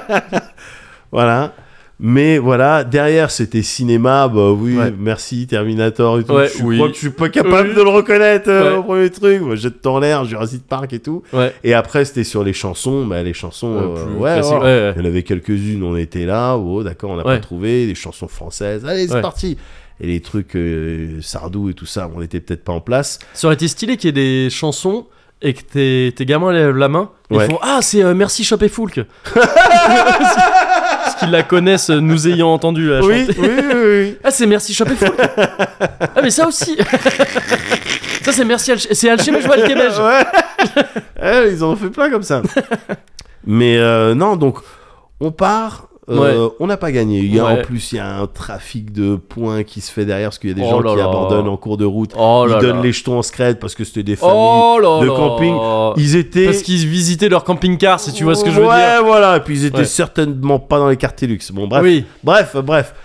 Speaker 2: voilà. Mais voilà, derrière c'était cinéma, bah oui,
Speaker 1: Ouais.
Speaker 2: merci Terminator et tout.
Speaker 1: Ouais,
Speaker 2: je
Speaker 1: oui.
Speaker 2: crois que je suis pas capable
Speaker 1: Oui.
Speaker 2: de le reconnaître euh,
Speaker 1: Ouais.
Speaker 2: au premier truc. Moi, jette en l'air, Jurassic Park et tout.
Speaker 1: Ouais.
Speaker 2: Et après c'était sur les chansons, bah les chansons, euh,
Speaker 1: Plus
Speaker 2: ouais,
Speaker 1: classique.
Speaker 2: voilà.
Speaker 1: ouais,
Speaker 2: il y en avait quelques-unes, on était là, oh d'accord, on n'a
Speaker 1: Ouais.
Speaker 2: pas trouvé, des chansons françaises, allez c'est
Speaker 1: Ouais.
Speaker 2: parti. Et les trucs euh, Sardou et tout ça, on était peut-être pas en place.
Speaker 1: Ça aurait été stylé qu'il y ait des chansons et que tes, tes gamins lèvent la main. Ils
Speaker 2: Ouais.
Speaker 1: font Ah, c'est euh, Merci Chop et Foulk. Parce qu'ils la connaissent, euh, nous ayant entendu la
Speaker 2: Oui,
Speaker 1: chanter.
Speaker 2: oui, oui, oui.
Speaker 1: Ah, c'est Merci Chop et Foulk. ah, mais ça aussi. ça, c'est Merci Alch- C'est Alchemège ou Alchemège
Speaker 2: Ouais. Eh, ils en ont fait plein comme ça. Mais euh, non, donc on part. euh, On n'a pas gagné. Il y a,
Speaker 1: Ouais.
Speaker 2: En plus, il y a un trafic de points qui se fait derrière parce qu'il y a des
Speaker 1: Oh
Speaker 2: gens
Speaker 1: là
Speaker 2: qui
Speaker 1: là.
Speaker 2: abandonnent en cours de route.
Speaker 1: Oh
Speaker 2: ils
Speaker 1: là
Speaker 2: donnent
Speaker 1: là.
Speaker 2: les jetons en scred parce que c'était des familles.
Speaker 1: Oh là
Speaker 2: de
Speaker 1: là.
Speaker 2: camping. Ils étaient.
Speaker 1: Parce qu'ils visitaient leur camping-car, si tu vois ce que je veux
Speaker 2: ouais,
Speaker 1: dire.
Speaker 2: voilà. Et puis ils étaient
Speaker 1: Ouais.
Speaker 2: certainement pas dans les quartiers luxe. Bon, bref.
Speaker 1: Oui.
Speaker 2: Bref, bref.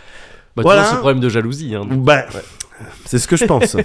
Speaker 1: Bah,
Speaker 2: Voilà.
Speaker 1: tu vois, c'est problème de jalousie. hein.
Speaker 2: Ben, c'est ce que je pense.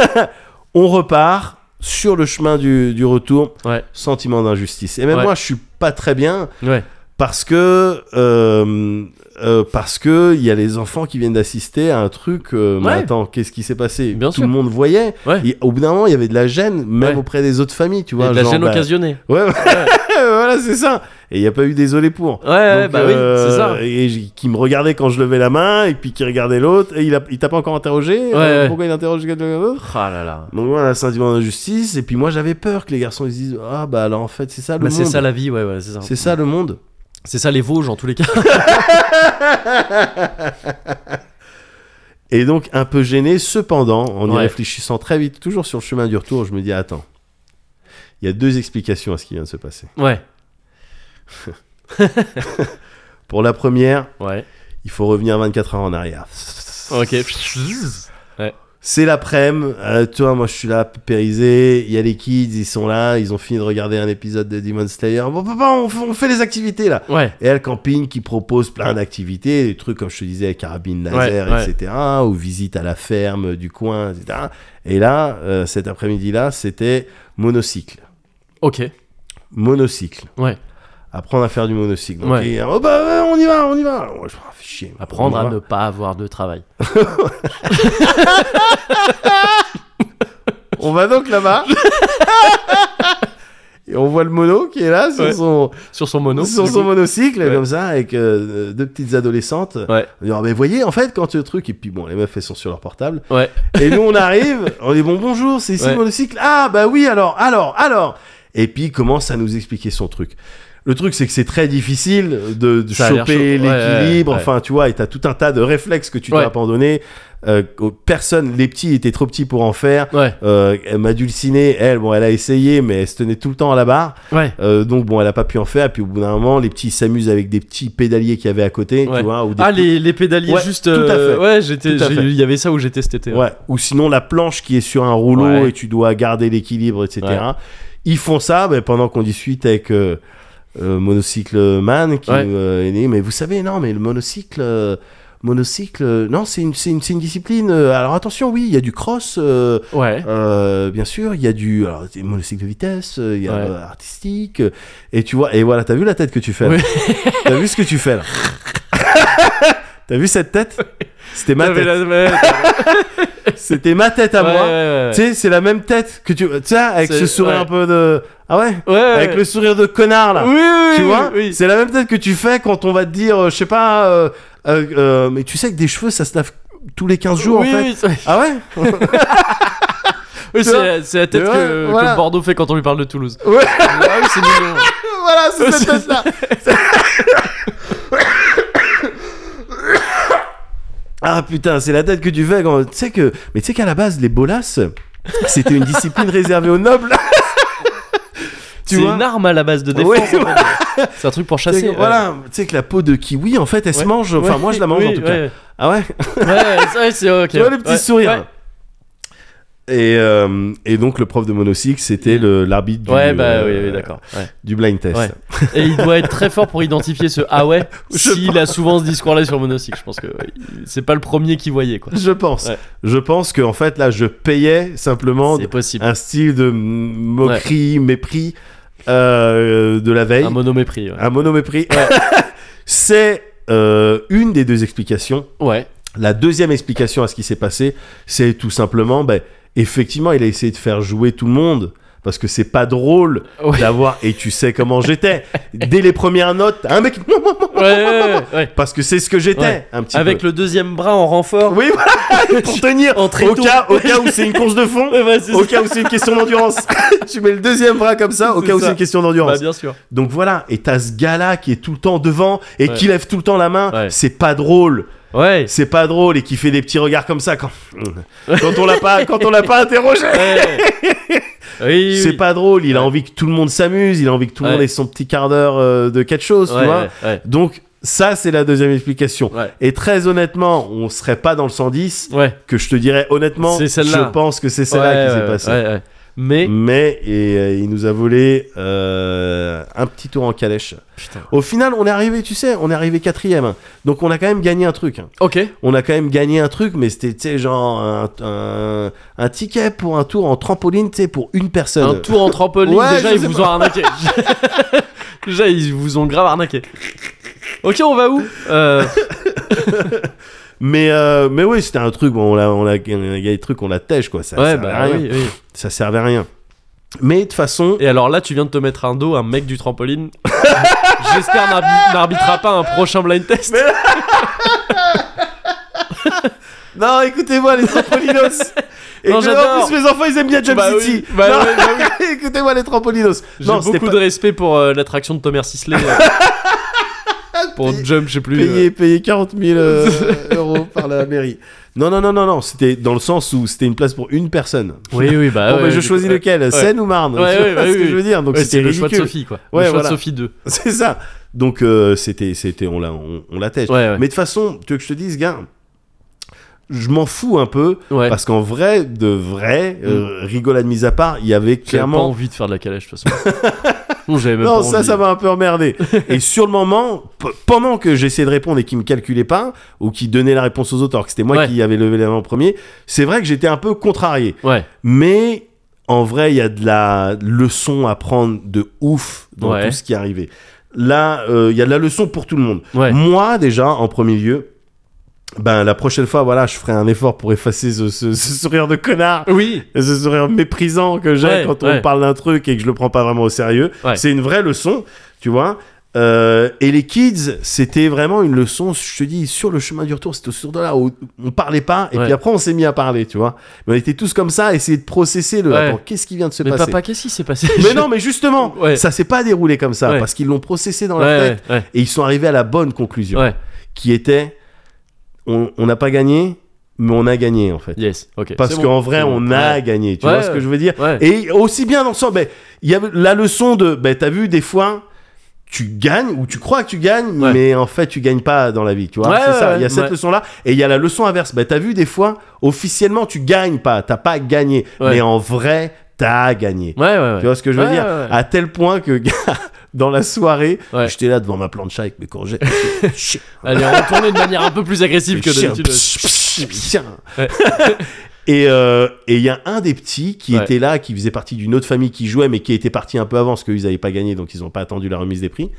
Speaker 2: on repart sur le chemin du, du retour.
Speaker 1: Ouais.
Speaker 2: Sentiment d'injustice. Et même
Speaker 1: Ouais.
Speaker 2: moi, je suis pas très bien.
Speaker 1: Ouais.
Speaker 2: parce que euh, euh, parce que il y a les enfants qui viennent d'assister à un truc. euh, mais
Speaker 1: Ouais.
Speaker 2: attends, qu'est-ce qui s'est passé
Speaker 1: Bien
Speaker 2: Tout
Speaker 1: sûr.
Speaker 2: le monde voyait.
Speaker 1: Ouais.
Speaker 2: Et au bout d'un moment, il y avait de la gêne, même
Speaker 1: Ouais.
Speaker 2: auprès des autres familles, tu
Speaker 1: Et
Speaker 2: vois.
Speaker 1: de la
Speaker 2: genre,
Speaker 1: gêne
Speaker 2: bah,
Speaker 1: occasionnée.
Speaker 2: Ouais, voilà, c'est ça. Et il n'y a pas eu désolé pour.
Speaker 1: Ouais, ouais,
Speaker 2: Donc,
Speaker 1: bah oui, c'est ça.
Speaker 2: euh, Et j- qui me regardait quand je levais la main, et puis qui regardait l'autre. Et il a- il t'a pas encore interrogé euh,
Speaker 1: ouais.
Speaker 2: Pourquoi il interroge quelqu'un d'autre
Speaker 1: Ah là là.
Speaker 2: Donc voilà, sentiment d'injustice. Et puis moi, j'avais peur que les garçons ils se disent Ah, bah alors en fait, c'est ça le
Speaker 1: Bah,
Speaker 2: monde.
Speaker 1: c'est ça la vie, ouais, ouais, c'est ça.
Speaker 2: C'est ça le monde.
Speaker 1: C'est ça les Vosges en tous les cas.
Speaker 2: Et donc un peu gêné, cependant, en y
Speaker 1: Ouais.
Speaker 2: réfléchissant très vite, toujours sur le chemin du retour, je me dis attends, il y a deux explications à ce qui vient de se passer.
Speaker 1: Ouais,
Speaker 2: Pour la première,
Speaker 1: ouais.
Speaker 2: il faut revenir 24 heures en arrière.
Speaker 1: Ok.
Speaker 2: C'est l'après-midi, euh, toi, moi je suis là, pépérisé, il y a les kids, ils sont là, ils ont fini de regarder un épisode de Demon Slayer. Bon papa, on, f- on fait les activités là.
Speaker 1: Ouais.
Speaker 2: Et elle camping qui propose plein d'activités, des trucs comme je te disais, carabine laser,
Speaker 1: Ouais, ouais.
Speaker 2: etc. Ou visite à la ferme du coin, etc. Et là, euh, cet après-midi là, c'était monocycle.
Speaker 1: Ok.
Speaker 2: Monocycle.
Speaker 1: Ouais.
Speaker 2: Apprendre à faire du monocycle. Donc,
Speaker 1: Ouais.
Speaker 2: il y a, oh bah ouais, on y va, on y va. Alors, moi, je me fais chier.
Speaker 1: Apprendre
Speaker 2: On y
Speaker 1: à
Speaker 2: va.
Speaker 1: ne pas avoir de travail.
Speaker 2: On va donc là-bas. Et on voit le mono qui est là sur
Speaker 1: Ouais.
Speaker 2: son,
Speaker 1: Sur son mono.
Speaker 2: sur
Speaker 1: du
Speaker 2: son
Speaker 1: coup.
Speaker 2: monocycle,
Speaker 1: Ouais.
Speaker 2: comme ça, avec euh, deux petites adolescentes.
Speaker 1: Ouais.
Speaker 2: On dit, Ah, mais voyez, en fait, quand le truc, et puis bon, les meufs, elles sont sur leur portable.
Speaker 1: Ouais.
Speaker 2: Et nous, on arrive, on dit bon, bonjour, c'est ici
Speaker 1: Ouais.
Speaker 2: le monocycle. Ah, bah oui, alors, alors, alors. Et puis, il commence à nous expliquer son truc. Le truc, c'est que c'est très difficile de, de
Speaker 1: Ça a l'air
Speaker 2: choper
Speaker 1: chaud. Ouais,
Speaker 2: l'équilibre.
Speaker 1: ouais, ouais.
Speaker 2: Enfin, tu vois, et t'as tout un tas de réflexes que tu dois
Speaker 1: Ouais.
Speaker 2: abandonner. euh, qu'aux- personne, les petits étaient trop petits pour en faire.
Speaker 1: Ouais.
Speaker 2: Euh, ma dulcinée, elle, bon, elle a essayé, mais elle se tenait tout le temps à la barre.
Speaker 1: Ouais.
Speaker 2: Euh, donc, bon, elle a pas pu en faire. Puis, au bout d'un moment, les petits s'amusent avec des petits pédaliers qu'il y avait à côté,
Speaker 1: Ouais.
Speaker 2: tu vois. Ou des
Speaker 1: Ah, les, les pédaliers
Speaker 2: Ouais,
Speaker 1: juste.
Speaker 2: tout à
Speaker 1: euh,
Speaker 2: fait.
Speaker 1: Ouais, j'étais.
Speaker 2: Tout à
Speaker 1: j'ai-
Speaker 2: fait.
Speaker 1: Il y avait ça où j'étais cet été. hein.
Speaker 2: Ouais. Ou sinon la planche qui est sur un rouleau
Speaker 1: Ouais.
Speaker 2: et tu dois garder l'équilibre, etc.
Speaker 1: Ouais.
Speaker 2: Ils font ça mais pendant qu'on discute avec euh, euh, Monocycle Man qui
Speaker 1: Ouais.
Speaker 2: nous, euh, est né. Mais vous savez, non, mais le monocycle. euh, Monocycle, euh, non, c'est une, c'est une, c'est une discipline. euh, Alors attention, oui, il y a du cross, euh,
Speaker 1: Ouais.
Speaker 2: euh, bien sûr, il y a du alors, c'est monocycle de vitesse, euh, il y a
Speaker 1: Ouais.
Speaker 2: euh, artistique, euh, et tu vois, et voilà, t'as vu la tête que tu fais là
Speaker 1: Oui.
Speaker 2: T'as vu ce que tu fais là T'as vu cette tête C'était ma
Speaker 1: T'avais
Speaker 2: tête.
Speaker 1: la- ouais,
Speaker 2: C'était ma tête à
Speaker 1: ouais,
Speaker 2: moi.
Speaker 1: ouais, ouais.
Speaker 2: Tu sais, c'est la même tête que tu. Tu sais, avec
Speaker 1: C'est-
Speaker 2: ce sourire
Speaker 1: ouais.
Speaker 2: un peu de. Ah ouais
Speaker 1: Ouais, ouais.
Speaker 2: Avec le sourire de connard là.
Speaker 1: Oui, oui,
Speaker 2: tu
Speaker 1: oui,
Speaker 2: vois
Speaker 1: oui.
Speaker 2: C'est la même tête que tu fais quand on va te dire, euh, je sais pas. euh, euh, euh, mais tu sais que des cheveux, ça se lave tous les 15 jours
Speaker 1: Oui,
Speaker 2: en fait.
Speaker 1: oui, c'est-
Speaker 2: Ah ouais
Speaker 1: oui,
Speaker 2: Tu vois
Speaker 1: c'est c'est la tête
Speaker 2: Ouais,
Speaker 1: que, que
Speaker 2: voilà.
Speaker 1: Bordeaux fait quand on lui parle de Toulouse.
Speaker 2: Ouais.
Speaker 1: Ah oui, c'est mignon.
Speaker 2: Voilà, c'est cette
Speaker 1: C'est-
Speaker 2: tête là Ah putain, c'est la tête que tu fais quand. Tu sais que. Mais tu sais qu'à la base, les bolasses, c'était une discipline réservée aux nobles. Tu
Speaker 1: C'est
Speaker 2: vois
Speaker 1: une arme à la base de défense.
Speaker 2: Ouais,
Speaker 1: en fait. C'est euh, un truc pour
Speaker 2: Tu sais
Speaker 1: chasser.
Speaker 2: que- Voilà, tu sais que la peau de kiwi, en fait, elle se mange. Enfin, moi, je la mange en tout cas. Ah ouais
Speaker 1: cas. Ouais, c'est- ouais, c'est ok.
Speaker 2: Tu vois le petit
Speaker 1: Ouais,
Speaker 2: sourire et, euh, et donc, le prof de monocycle, c'était le- l'arbitre du,
Speaker 1: Ouais, ouais bah
Speaker 2: euh,
Speaker 1: oui, oui, d'accord. ouais.
Speaker 2: du blind test.
Speaker 1: Ouais. Et il doit être très fort pour identifier ce ah ouais
Speaker 2: Je
Speaker 1: s'il a souvent ce discours-là sur monocycle. Je pense que ouais, il- c'est pas le premier qui voyait quoi.
Speaker 2: Je pense.
Speaker 1: Ouais.
Speaker 2: Je pense qu'en fait, là, je payais simplement
Speaker 1: C'est possible.
Speaker 2: un style de m- moquerie, mépris euh, de la veille.
Speaker 1: Un monomépris. Ouais.
Speaker 2: Un monomépris. C'est euh, une des deux explications.
Speaker 1: ouais.
Speaker 2: La deuxième explication à ce qui s'est passé, c'est tout simplement, ben, effectivement, il a essayé de faire jouer tout le monde. Parce que c'est pas drôle
Speaker 1: Ouais.
Speaker 2: d'avoir. Et tu sais comment j'étais. Dès les premières notes, un mec.
Speaker 1: Ouais, ouais, ouais, ouais.
Speaker 2: Parce que c'est ce que j'étais,
Speaker 1: Ouais.
Speaker 2: un petit
Speaker 1: Avec
Speaker 2: peu.
Speaker 1: le deuxième bras en renfort.
Speaker 2: Oui, voilà, pour tenir.
Speaker 1: En
Speaker 2: Au
Speaker 1: tréteau.
Speaker 2: cas, au cas où c'est une course de fond,
Speaker 1: Ouais, ouais, c'est
Speaker 2: au
Speaker 1: ça.
Speaker 2: cas où c'est une question d'endurance. tu mets le deuxième bras comme ça, au
Speaker 1: C'est
Speaker 2: cas où
Speaker 1: ça.
Speaker 2: c'est une question
Speaker 1: Bah,
Speaker 2: d'endurance.
Speaker 1: bien sûr.
Speaker 2: Donc voilà, et t'as ce gars-là qui est tout le temps devant et
Speaker 1: Ouais.
Speaker 2: qui lève tout le temps la main.
Speaker 1: Ouais.
Speaker 2: C'est pas drôle.
Speaker 1: Ouais.
Speaker 2: c'est pas drôle et qui fait des petits regards comme ça quand, quand on l'a pas quand on l'a pas interrogé.
Speaker 1: Ouais. oui,
Speaker 2: C'est
Speaker 1: oui.
Speaker 2: pas drôle, il a
Speaker 1: Ouais.
Speaker 2: envie que tout le monde s'amuse, il a envie que tout le
Speaker 1: Ouais.
Speaker 2: monde ait son petit quart d'heure euh, de quelque chose,
Speaker 1: Ouais,
Speaker 2: tu vois.
Speaker 1: ouais, ouais.
Speaker 2: Donc ça c'est la deuxième explication.
Speaker 1: Ouais.
Speaker 2: Et très honnêtement, on serait pas dans le 110
Speaker 1: Ouais.
Speaker 2: que je te dirais honnêtement,
Speaker 1: C'est celle-là.
Speaker 2: je pense que c'est
Speaker 1: Ouais,
Speaker 2: celle-là qui
Speaker 1: ouais,
Speaker 2: s'est passée.
Speaker 1: ouais, ouais. Mais
Speaker 2: Mais et, euh, il nous a volé euh, un petit tour en calèche.
Speaker 1: Putain.
Speaker 2: Au final, on est arrivé, tu sais, on est arrivé quatrième. hein. Donc on a quand même gagné un truc. hein.
Speaker 1: ok.
Speaker 2: on a quand même gagné un truc, mais c'était, tu sais, genre un, un, un ticket pour un tour en trampoline, tu sais, pour une personne.
Speaker 1: Un tour en trampoline,
Speaker 2: Ouais,
Speaker 1: déjà
Speaker 2: je
Speaker 1: ils
Speaker 2: sais
Speaker 1: vous
Speaker 2: pas.
Speaker 1: ont arnaqué. déjà ils vous ont grave arnaqué. Ok, on va où Euh,
Speaker 2: Mais, euh, mais oui, c'était un truc, bon, on l'a, on l'a, on a gagné le truc, on l'a tèche, quoi. Ça,
Speaker 1: Ouais,
Speaker 2: servait à
Speaker 1: bah
Speaker 2: rien.
Speaker 1: oui, oui.
Speaker 2: Ça servait à rien. Mais de toute façon,
Speaker 1: Et alors là, tu viens de te mettre un dos, un mec du trampoline. J'espère n'arbi- n'arbitrera pas un prochain blind test.
Speaker 2: non, écoutez-moi, les trampolinos. Et
Speaker 1: Non,
Speaker 2: que,
Speaker 1: j'adore.
Speaker 2: en plus, mes enfants, ils aiment bien Jump
Speaker 1: Bah oui,
Speaker 2: City.
Speaker 1: bah
Speaker 2: Non,
Speaker 1: ouais, bah oui.
Speaker 2: écoutez-moi, les trampolinos.
Speaker 1: J'ai
Speaker 2: Non, c'était
Speaker 1: beaucoup
Speaker 2: pas
Speaker 1: de respect pour euh, l'attraction de Thomas Sisley. euh, pour Jump, je sais plus.
Speaker 2: payé,
Speaker 1: euh,
Speaker 2: payé 40 000 euh, euros par la mairie. Non, non, non, non, non. C'était dans le sens où c'était une place pour une personne.
Speaker 1: Oui, oui, bah.
Speaker 2: bon,
Speaker 1: ouais,
Speaker 2: ben, je
Speaker 1: ouais,
Speaker 2: choisis
Speaker 1: ouais.
Speaker 2: lequel Seine ou Marne
Speaker 1: Ouais,
Speaker 2: Tu
Speaker 1: ouais,
Speaker 2: vois
Speaker 1: ouais,
Speaker 2: ce que
Speaker 1: oui,
Speaker 2: je veux
Speaker 1: oui.
Speaker 2: dire Donc
Speaker 1: Ouais,
Speaker 2: c'était
Speaker 1: c'est le choix
Speaker 2: ridicule.
Speaker 1: de Sophie, quoi.
Speaker 2: Ouais,
Speaker 1: le choix
Speaker 2: voilà.
Speaker 1: de Sophie 2.
Speaker 2: C'est ça. Donc euh, c'était, c'était, on l'a, on, on la tèche.
Speaker 1: Ouais, ouais.
Speaker 2: Mais de toute façon, tu veux que je te dise, gars, je m'en fous un peu
Speaker 1: Ouais. Mm.
Speaker 2: parce qu'en vrai, de vrai, euh, rigolade mise à part, il y avait
Speaker 1: J'avais pas
Speaker 2: clairement.
Speaker 1: envie de faire de la calèche de toute façon. non, j'avais même
Speaker 2: Non,
Speaker 1: pas
Speaker 2: ça,
Speaker 1: envie.
Speaker 2: ça m'a un peu emmerdé. et sur le moment, p- pendant que j'essayais de répondre et qu'il me calculait pas, ou qu'il donnait la réponse aux autres, alors que c'était moi
Speaker 1: Ouais.
Speaker 2: qui avais levé la main en premier, c'est vrai que j'étais un peu contrarié.
Speaker 1: Ouais,
Speaker 2: Mais en vrai, il y a de la leçon à prendre de ouf dans
Speaker 1: Ouais.
Speaker 2: tout ce qui est arrivé. Là, euh, il y a de la leçon pour tout le monde.
Speaker 1: ouais.
Speaker 2: Moi, déjà, en premier lieu, ben, la prochaine fois, voilà, je ferai un effort pour effacer ce, ce- ce sourire de connard,
Speaker 1: Oui,
Speaker 2: ce sourire méprisant que j'ai
Speaker 1: Ouais,
Speaker 2: quand on
Speaker 1: ouais.
Speaker 2: me parle d'un truc et que je le prends pas vraiment au sérieux.
Speaker 1: Ouais.
Speaker 2: C'est une vraie leçon, tu vois. Euh, et les kids, c'était vraiment une leçon, je te dis, sur le chemin du retour, c'était sur de là où on parlait pas, et
Speaker 1: Ouais.
Speaker 2: puis après on s'est mis à parler, tu vois. Mais on était tous comme ça, à essayer de processer le.
Speaker 1: Ouais.
Speaker 2: Attends, qu'est-ce qui vient de se
Speaker 1: mais
Speaker 2: passer
Speaker 1: papa, qu'est-ce qui s'est passé
Speaker 2: Mais non, mais justement,
Speaker 1: Ouais.
Speaker 2: ça s'est pas déroulé comme ça,
Speaker 1: Ouais.
Speaker 2: parce qu'ils l'ont processé dans
Speaker 1: ouais,
Speaker 2: leur tête,
Speaker 1: ouais, ouais,
Speaker 2: et ils sont arrivés à la bonne conclusion
Speaker 1: ouais.
Speaker 2: qui était on on n'a pas gagné, mais on a gagné en fait.
Speaker 1: Yes, ok.
Speaker 2: Parce
Speaker 1: c'est bon,
Speaker 2: qu'en vrai,
Speaker 1: c'est bon.
Speaker 2: on a
Speaker 1: Ouais.
Speaker 2: gagné. Tu
Speaker 1: Ouais,
Speaker 2: vois ce que
Speaker 1: ouais.
Speaker 2: je veux dire
Speaker 1: Ouais.
Speaker 2: Et aussi bien dans le sens, ben, il y a la leçon de, ben, t'as vu, des fois, tu gagnes ou tu crois que tu gagnes,
Speaker 1: Ouais.
Speaker 2: mais en fait, tu gagnes pas dans la vie. Tu vois
Speaker 1: Ouais,
Speaker 2: C'est
Speaker 1: ouais,
Speaker 2: ça. Il y a
Speaker 1: ouais,
Speaker 2: cette
Speaker 1: ouais.
Speaker 2: leçon-là. Et il y a la leçon inverse. Ben, t'as vu, des fois, officiellement, tu gagnes pas. T'as pas gagné.
Speaker 1: Ouais.
Speaker 2: Mais en vrai, t'as gagné.
Speaker 1: Ouais, ouais, ouais.
Speaker 2: Tu vois ce que je veux
Speaker 1: Ouais,
Speaker 2: dire
Speaker 1: ouais, ouais.
Speaker 2: À tel point que dans la soirée,
Speaker 1: Ouais.
Speaker 2: j'étais là devant ma plancha avec mes courgettes. Shit.
Speaker 1: Allez, on va tourner de manière un peu plus agressive que
Speaker 2: Chien,
Speaker 1: d'habitude.
Speaker 2: psh, psh, chien.
Speaker 1: Ouais.
Speaker 2: Et euh, et il y a un des petits qui
Speaker 1: Ouais.
Speaker 2: était là, qui faisait partie d'une autre famille qui jouait, mais qui était parti un peu avant, parce qu'ils n'avaient pas gagné, donc ils n'ont pas attendu la remise des prix,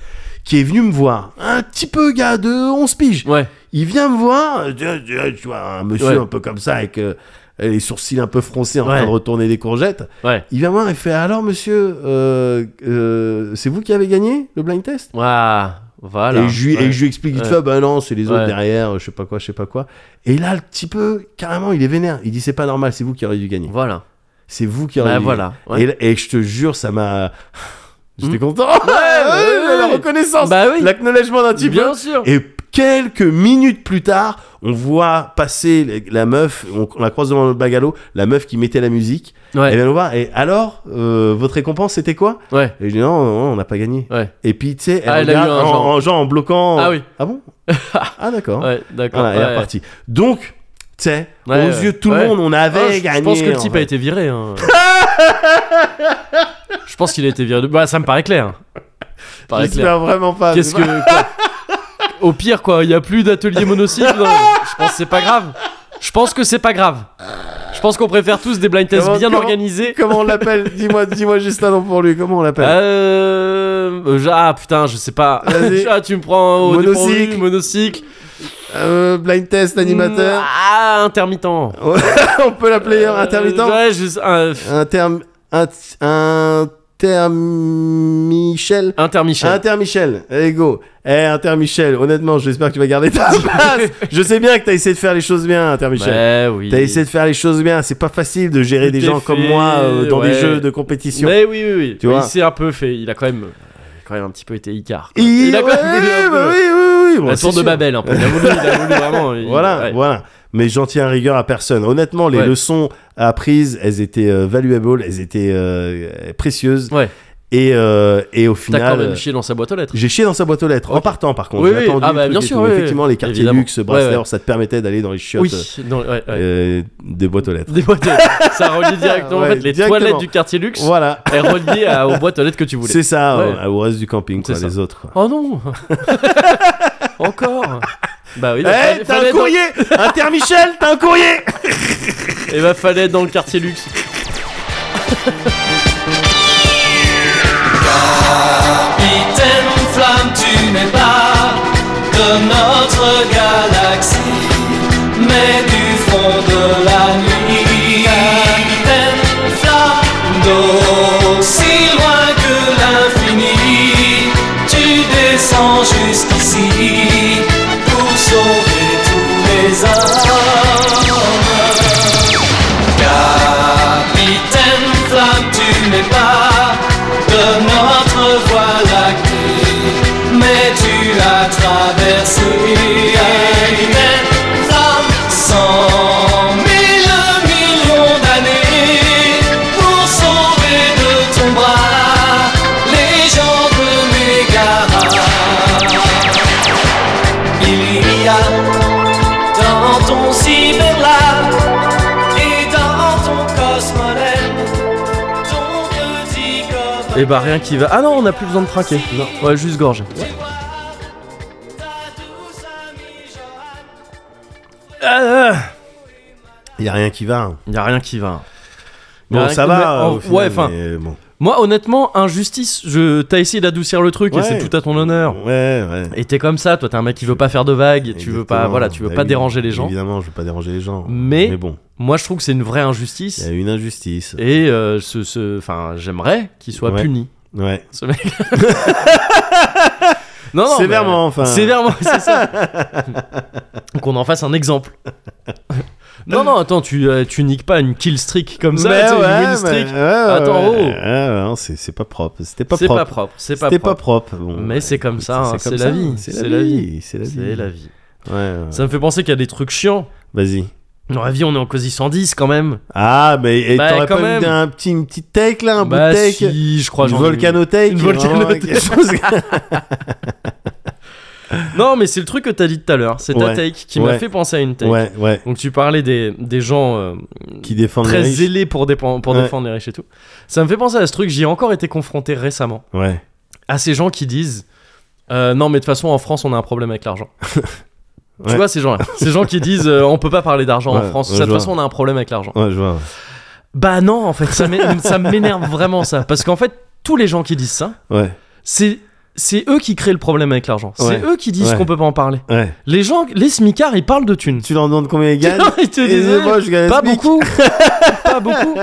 Speaker 2: qui est venu me voir. Un petit peu, gars, de 11 piges.
Speaker 1: Ouais,
Speaker 2: Il vient me voir, euh, tu- tu tu vois, un monsieur
Speaker 1: Ouais.
Speaker 2: un peu comme ça, avec euh, les sourcils un peu froncés, en
Speaker 1: Ouais.
Speaker 2: train de retourner des courgettes.
Speaker 1: ouais.
Speaker 2: Il vient me voir et fait Alors, monsieur, euh, euh, c'est vous qui avez gagné le blind test
Speaker 1: Ouah, voilà.
Speaker 2: et, je lui, et
Speaker 1: Ah Ouais.
Speaker 2: je lui explique vite
Speaker 1: Ouais.
Speaker 2: fait, ben non, c'est les autres
Speaker 1: Ouais.
Speaker 2: derrière, je sais pas quoi, je sais pas quoi. Et là, le petit peu, carrément, il est vénère. Il dit, c'est pas normal, c'est vous qui auriez dû gagner.
Speaker 1: Voilà.
Speaker 2: C'est vous qui auriez
Speaker 1: Bah
Speaker 2: dû
Speaker 1: voilà.
Speaker 2: gagner.
Speaker 1: ouais.
Speaker 2: Et, et je te jure, ça m'a. J'étais
Speaker 1: Mm.
Speaker 2: content.
Speaker 1: ouais,
Speaker 2: la
Speaker 1: ouais.
Speaker 2: reconnaissance,
Speaker 1: Bah oui.
Speaker 2: l'acknowledgement d'un petit peu.
Speaker 1: Bien sûr.
Speaker 2: Et quelques minutes plus tard, on voit passer les- la meuf, on, on la croise devant le bagalo, la meuf qui mettait la musique. Elle
Speaker 1: Ouais,
Speaker 2: vient nous voir, et alors, euh, votre récompense, c'était quoi
Speaker 1: ouais,
Speaker 2: Et je dis, non, non, on n'a pas gagné.
Speaker 1: ouais.
Speaker 2: Et puis, tu sais, elle,
Speaker 1: Ah, elle a eu
Speaker 2: regarde
Speaker 1: un
Speaker 2: en,
Speaker 1: genre.
Speaker 2: en- genre en bloquant.
Speaker 1: Ah oui.
Speaker 2: Ah bon Ah d'accord.
Speaker 1: Ouais, d'accord.
Speaker 2: Voilà, elle est
Speaker 1: ouais.
Speaker 2: repartie. Donc, tu sais,
Speaker 1: Ouais,
Speaker 2: aux
Speaker 1: ouais.
Speaker 2: yeux de tout le
Speaker 1: Ouais.
Speaker 2: monde, on avait
Speaker 1: Ah, je-
Speaker 2: gagné.
Speaker 1: Je pense que le
Speaker 2: en
Speaker 1: type
Speaker 2: fait.
Speaker 1: a été viré. hein. je pense qu'il a été viré. de- Bah, ça me paraît clair. Ça me paraît clair.
Speaker 2: J'espère vraiment pas.
Speaker 1: Qu'est-ce que. quoi Au pire, quoi, il y a plus d'atelier monocycle. non, Je pense que c'est pas grave. Je pense que c'est pas grave. Je pense qu'on préfère tous des blind tests
Speaker 2: Comment-
Speaker 1: bien
Speaker 2: comment-
Speaker 1: organisés.
Speaker 2: Comment on l'appelle Dis-moi, dis-moi juste un nom pour lui. Comment on l'appelle
Speaker 1: Euh. euh, Ah putain, je sais pas.
Speaker 2: Vas-y.
Speaker 1: ah, tu me prends au
Speaker 2: Monocycle.
Speaker 1: dépourvu, monocycle. Ah.
Speaker 2: Euh, Blind test animateur.
Speaker 1: Mm, Ah, intermittent.
Speaker 2: on peut l'appeler euh, intermittent.
Speaker 1: Euh, Ouais, je- euh, pff,
Speaker 2: Interm, int- intermichel.
Speaker 1: Intermichel.
Speaker 2: Inter Michel, allez go. Eh Inter Michel, honnêtement, j'espère que tu vas garder ta place. Je sais bien que t'as essayé de faire les choses bien, Inter Michel.
Speaker 1: Ouais, oui.
Speaker 2: T'as essayé de faire les choses bien, c'est pas facile de gérer
Speaker 1: Il
Speaker 2: des
Speaker 1: t'est
Speaker 2: gens comme
Speaker 1: fait,
Speaker 2: moi euh, dans des
Speaker 1: ouais.
Speaker 2: jeux de compétition.
Speaker 1: Mais oui, oui, oui.
Speaker 2: Tu
Speaker 1: Mais
Speaker 2: vois.
Speaker 1: il s'est un peu fait. Il a quand même, quand même un petit peu été Icar. quoi.
Speaker 2: Et-
Speaker 1: Il a quand
Speaker 2: ouais,
Speaker 1: même voulu un
Speaker 2: bah
Speaker 1: peu
Speaker 2: oui, oui, oui, bon,
Speaker 1: la
Speaker 2: c'est
Speaker 1: tour de
Speaker 2: sûr.
Speaker 1: Babel un peu. Il a voulu, il a voulu vraiment. il-
Speaker 2: Voilà,
Speaker 1: ouais.
Speaker 2: voilà. Mais j'en tiens rigueur à personne. Honnêtement, les
Speaker 1: Ouais.
Speaker 2: leçons apprises, elles étaient euh, valuables, elles étaient euh, précieuses.
Speaker 1: Ouais.
Speaker 2: Et, euh, et au final.
Speaker 1: T'as quand même
Speaker 2: euh,
Speaker 1: chié dans sa boîte aux lettres.
Speaker 2: J'ai chié dans sa boîte aux lettres en
Speaker 1: Ok.
Speaker 2: partant par contre.
Speaker 1: Oui,
Speaker 2: J'ai
Speaker 1: oui.
Speaker 2: attendu
Speaker 1: Ah,
Speaker 2: le
Speaker 1: bah,
Speaker 2: truc
Speaker 1: bien
Speaker 2: et
Speaker 1: sûr,
Speaker 2: tout.
Speaker 1: oui, oui.
Speaker 2: Effectivement, les quartiers
Speaker 1: Évidemment.
Speaker 2: luxe, bracelets,
Speaker 1: Ouais, ouais.
Speaker 2: ça te permettait d'aller dans les chiottes
Speaker 1: Oui. Non, ouais, ouais.
Speaker 2: euh, des boîtes aux lettres.
Speaker 1: Des boîtes. aux- ça relie directement. en
Speaker 2: Ouais,
Speaker 1: fait, les
Speaker 2: directement.
Speaker 1: toilettes du quartier luxe
Speaker 2: Voilà,
Speaker 1: est reliée à- aux boîtes aux lettres que tu voulais.
Speaker 2: c'est ça,
Speaker 1: Ouais.
Speaker 2: euh, au reste du camping, quoi,
Speaker 1: C'est ça.
Speaker 2: les autres. quoi.
Speaker 1: Oh non. Encore. Bah oui.
Speaker 2: Eh, t'as un courrier Inter Michel, t'as un courrier
Speaker 1: Et bah fallait être dans le quartier luxe.
Speaker 5: capitaine flamme, tu n'es pas de notre galaxie, mais du fond de la nuit. Capitaine flamme, d'aussi loin que l'infini, tu descends jusqu'ici pour sauver tous les hommes. Capitaine Flamme, tu
Speaker 1: Et bah rien qui va. Ah non, on a plus besoin de trinquer. Non. Ouais, juste gorge. Ah,
Speaker 2: Il y a rien qui va. hein.
Speaker 1: y a rien qui va. Y a
Speaker 2: Bon,
Speaker 1: rien
Speaker 2: ça
Speaker 1: qui-
Speaker 2: va. euh,
Speaker 1: mais-
Speaker 2: au
Speaker 1: en-
Speaker 2: final,
Speaker 1: ouais, enfin.
Speaker 2: mais bon.
Speaker 1: Moi, honnêtement, injustice, je... t'as essayé d'adoucir le truc et
Speaker 2: Ouais.
Speaker 1: c'est tout à ton honneur.
Speaker 2: Ouais, ouais.
Speaker 1: Et t'es comme ça, toi, t'es un mec qui veut pas faire de vagues, tu veux pas,
Speaker 2: Exactement.
Speaker 1: voilà, tu veux
Speaker 2: Bah
Speaker 1: pas
Speaker 2: oui,
Speaker 1: déranger les gens.
Speaker 2: Évidemment, je veux pas déranger les gens.
Speaker 1: Mais-
Speaker 2: bon,
Speaker 1: Moi, je trouve que c'est une vraie
Speaker 2: il
Speaker 1: injustice.
Speaker 2: y a une injustice.
Speaker 1: Et euh, ce, ce- enfin, j'aimerais qu'il soit
Speaker 2: Ouais.
Speaker 1: puni.
Speaker 2: Ouais.
Speaker 1: Ce mec. non, non,
Speaker 2: Sévèrement,
Speaker 1: mais-
Speaker 2: enfin.
Speaker 1: Sévèrement, c'est ça. Qu'on en fasse un exemple. non, non, attends, tu, euh, tu niques pas une kill streak comme ça,
Speaker 2: Mais
Speaker 1: tu sais, une
Speaker 2: ouais,
Speaker 1: win streak.
Speaker 2: mais- ouais, ouais,
Speaker 1: Attends,
Speaker 2: ouais,
Speaker 1: oh.
Speaker 2: ouais, ouais, non, c'est c'est pas propre. C'était pas
Speaker 1: C'est
Speaker 2: propre.
Speaker 1: pas propre, c'est pas
Speaker 2: C'était
Speaker 1: propre.
Speaker 2: pas propre. Bon,
Speaker 1: Mais c'est comme ça, hein,
Speaker 2: comme
Speaker 1: c'est la vie,
Speaker 2: C'est la vie. C'est la vie.
Speaker 1: C'est la vie.
Speaker 2: Ouais, ouais.
Speaker 1: Ça me fait penser qu'il y a des trucs chiants.
Speaker 2: Vas-y.
Speaker 1: Dans la vie, on est en quasi 110 quand même.
Speaker 2: Ah, mais et
Speaker 1: Bah,
Speaker 2: t'aurais
Speaker 1: quand
Speaker 2: pas
Speaker 1: même.
Speaker 2: mis un petit, une petite take là, un
Speaker 1: bah,
Speaker 2: bout de take
Speaker 1: si, je crois.
Speaker 2: Une
Speaker 1: j'en ai eu.
Speaker 2: volcanotech
Speaker 1: Une
Speaker 2: vraiment,
Speaker 1: volcanotech.
Speaker 2: quelque chose-
Speaker 1: Non, mais c'est le truc que t'as dit tout à l'heure. C'est ta
Speaker 2: Ouais.
Speaker 1: take qui m'a
Speaker 2: Ouais.
Speaker 1: fait penser à une take.
Speaker 2: ouais, ouais,
Speaker 1: Donc tu parlais des, des gens euh,
Speaker 2: qui défendent
Speaker 1: très
Speaker 2: les riches.
Speaker 1: zélés pour, dépen- pour
Speaker 2: Ouais.
Speaker 1: défendre les riches et tout. Ça me fait penser à ce truc, j'y ai encore été confronté récemment,
Speaker 2: Ouais.
Speaker 1: à ces gens qui disent euh, Non mais de toute façon en France on a un problème avec l'argent ». Tu
Speaker 2: Ouais.
Speaker 1: vois ces gens là, ces gens qui disent euh, on peut pas parler d'argent en
Speaker 2: Ouais,
Speaker 1: France,
Speaker 2: ouais,
Speaker 1: de
Speaker 2: je
Speaker 1: toute
Speaker 2: vois.
Speaker 1: façon on a un problème avec l'argent.
Speaker 2: Ouais, je vois.
Speaker 1: Bah non en fait, ça m'é- ça m'énerve vraiment ça, parce qu'en fait tous les gens qui disent ça,
Speaker 2: Ouais,
Speaker 1: c'est c'est eux qui créent le problème avec l'argent, c'est
Speaker 2: Ouais.
Speaker 1: eux qui disent
Speaker 2: Ouais.
Speaker 1: qu'on peut pas en parler.
Speaker 2: ouais.
Speaker 1: Les gens, les smicards ils parlent de thunes.
Speaker 2: Tu leur demandes combien ils gagnent
Speaker 1: Ils te
Speaker 2: Et
Speaker 1: disent,
Speaker 2: moi, je gagne un
Speaker 1: pas
Speaker 2: SMIC.
Speaker 1: beaucoup pas beaucoup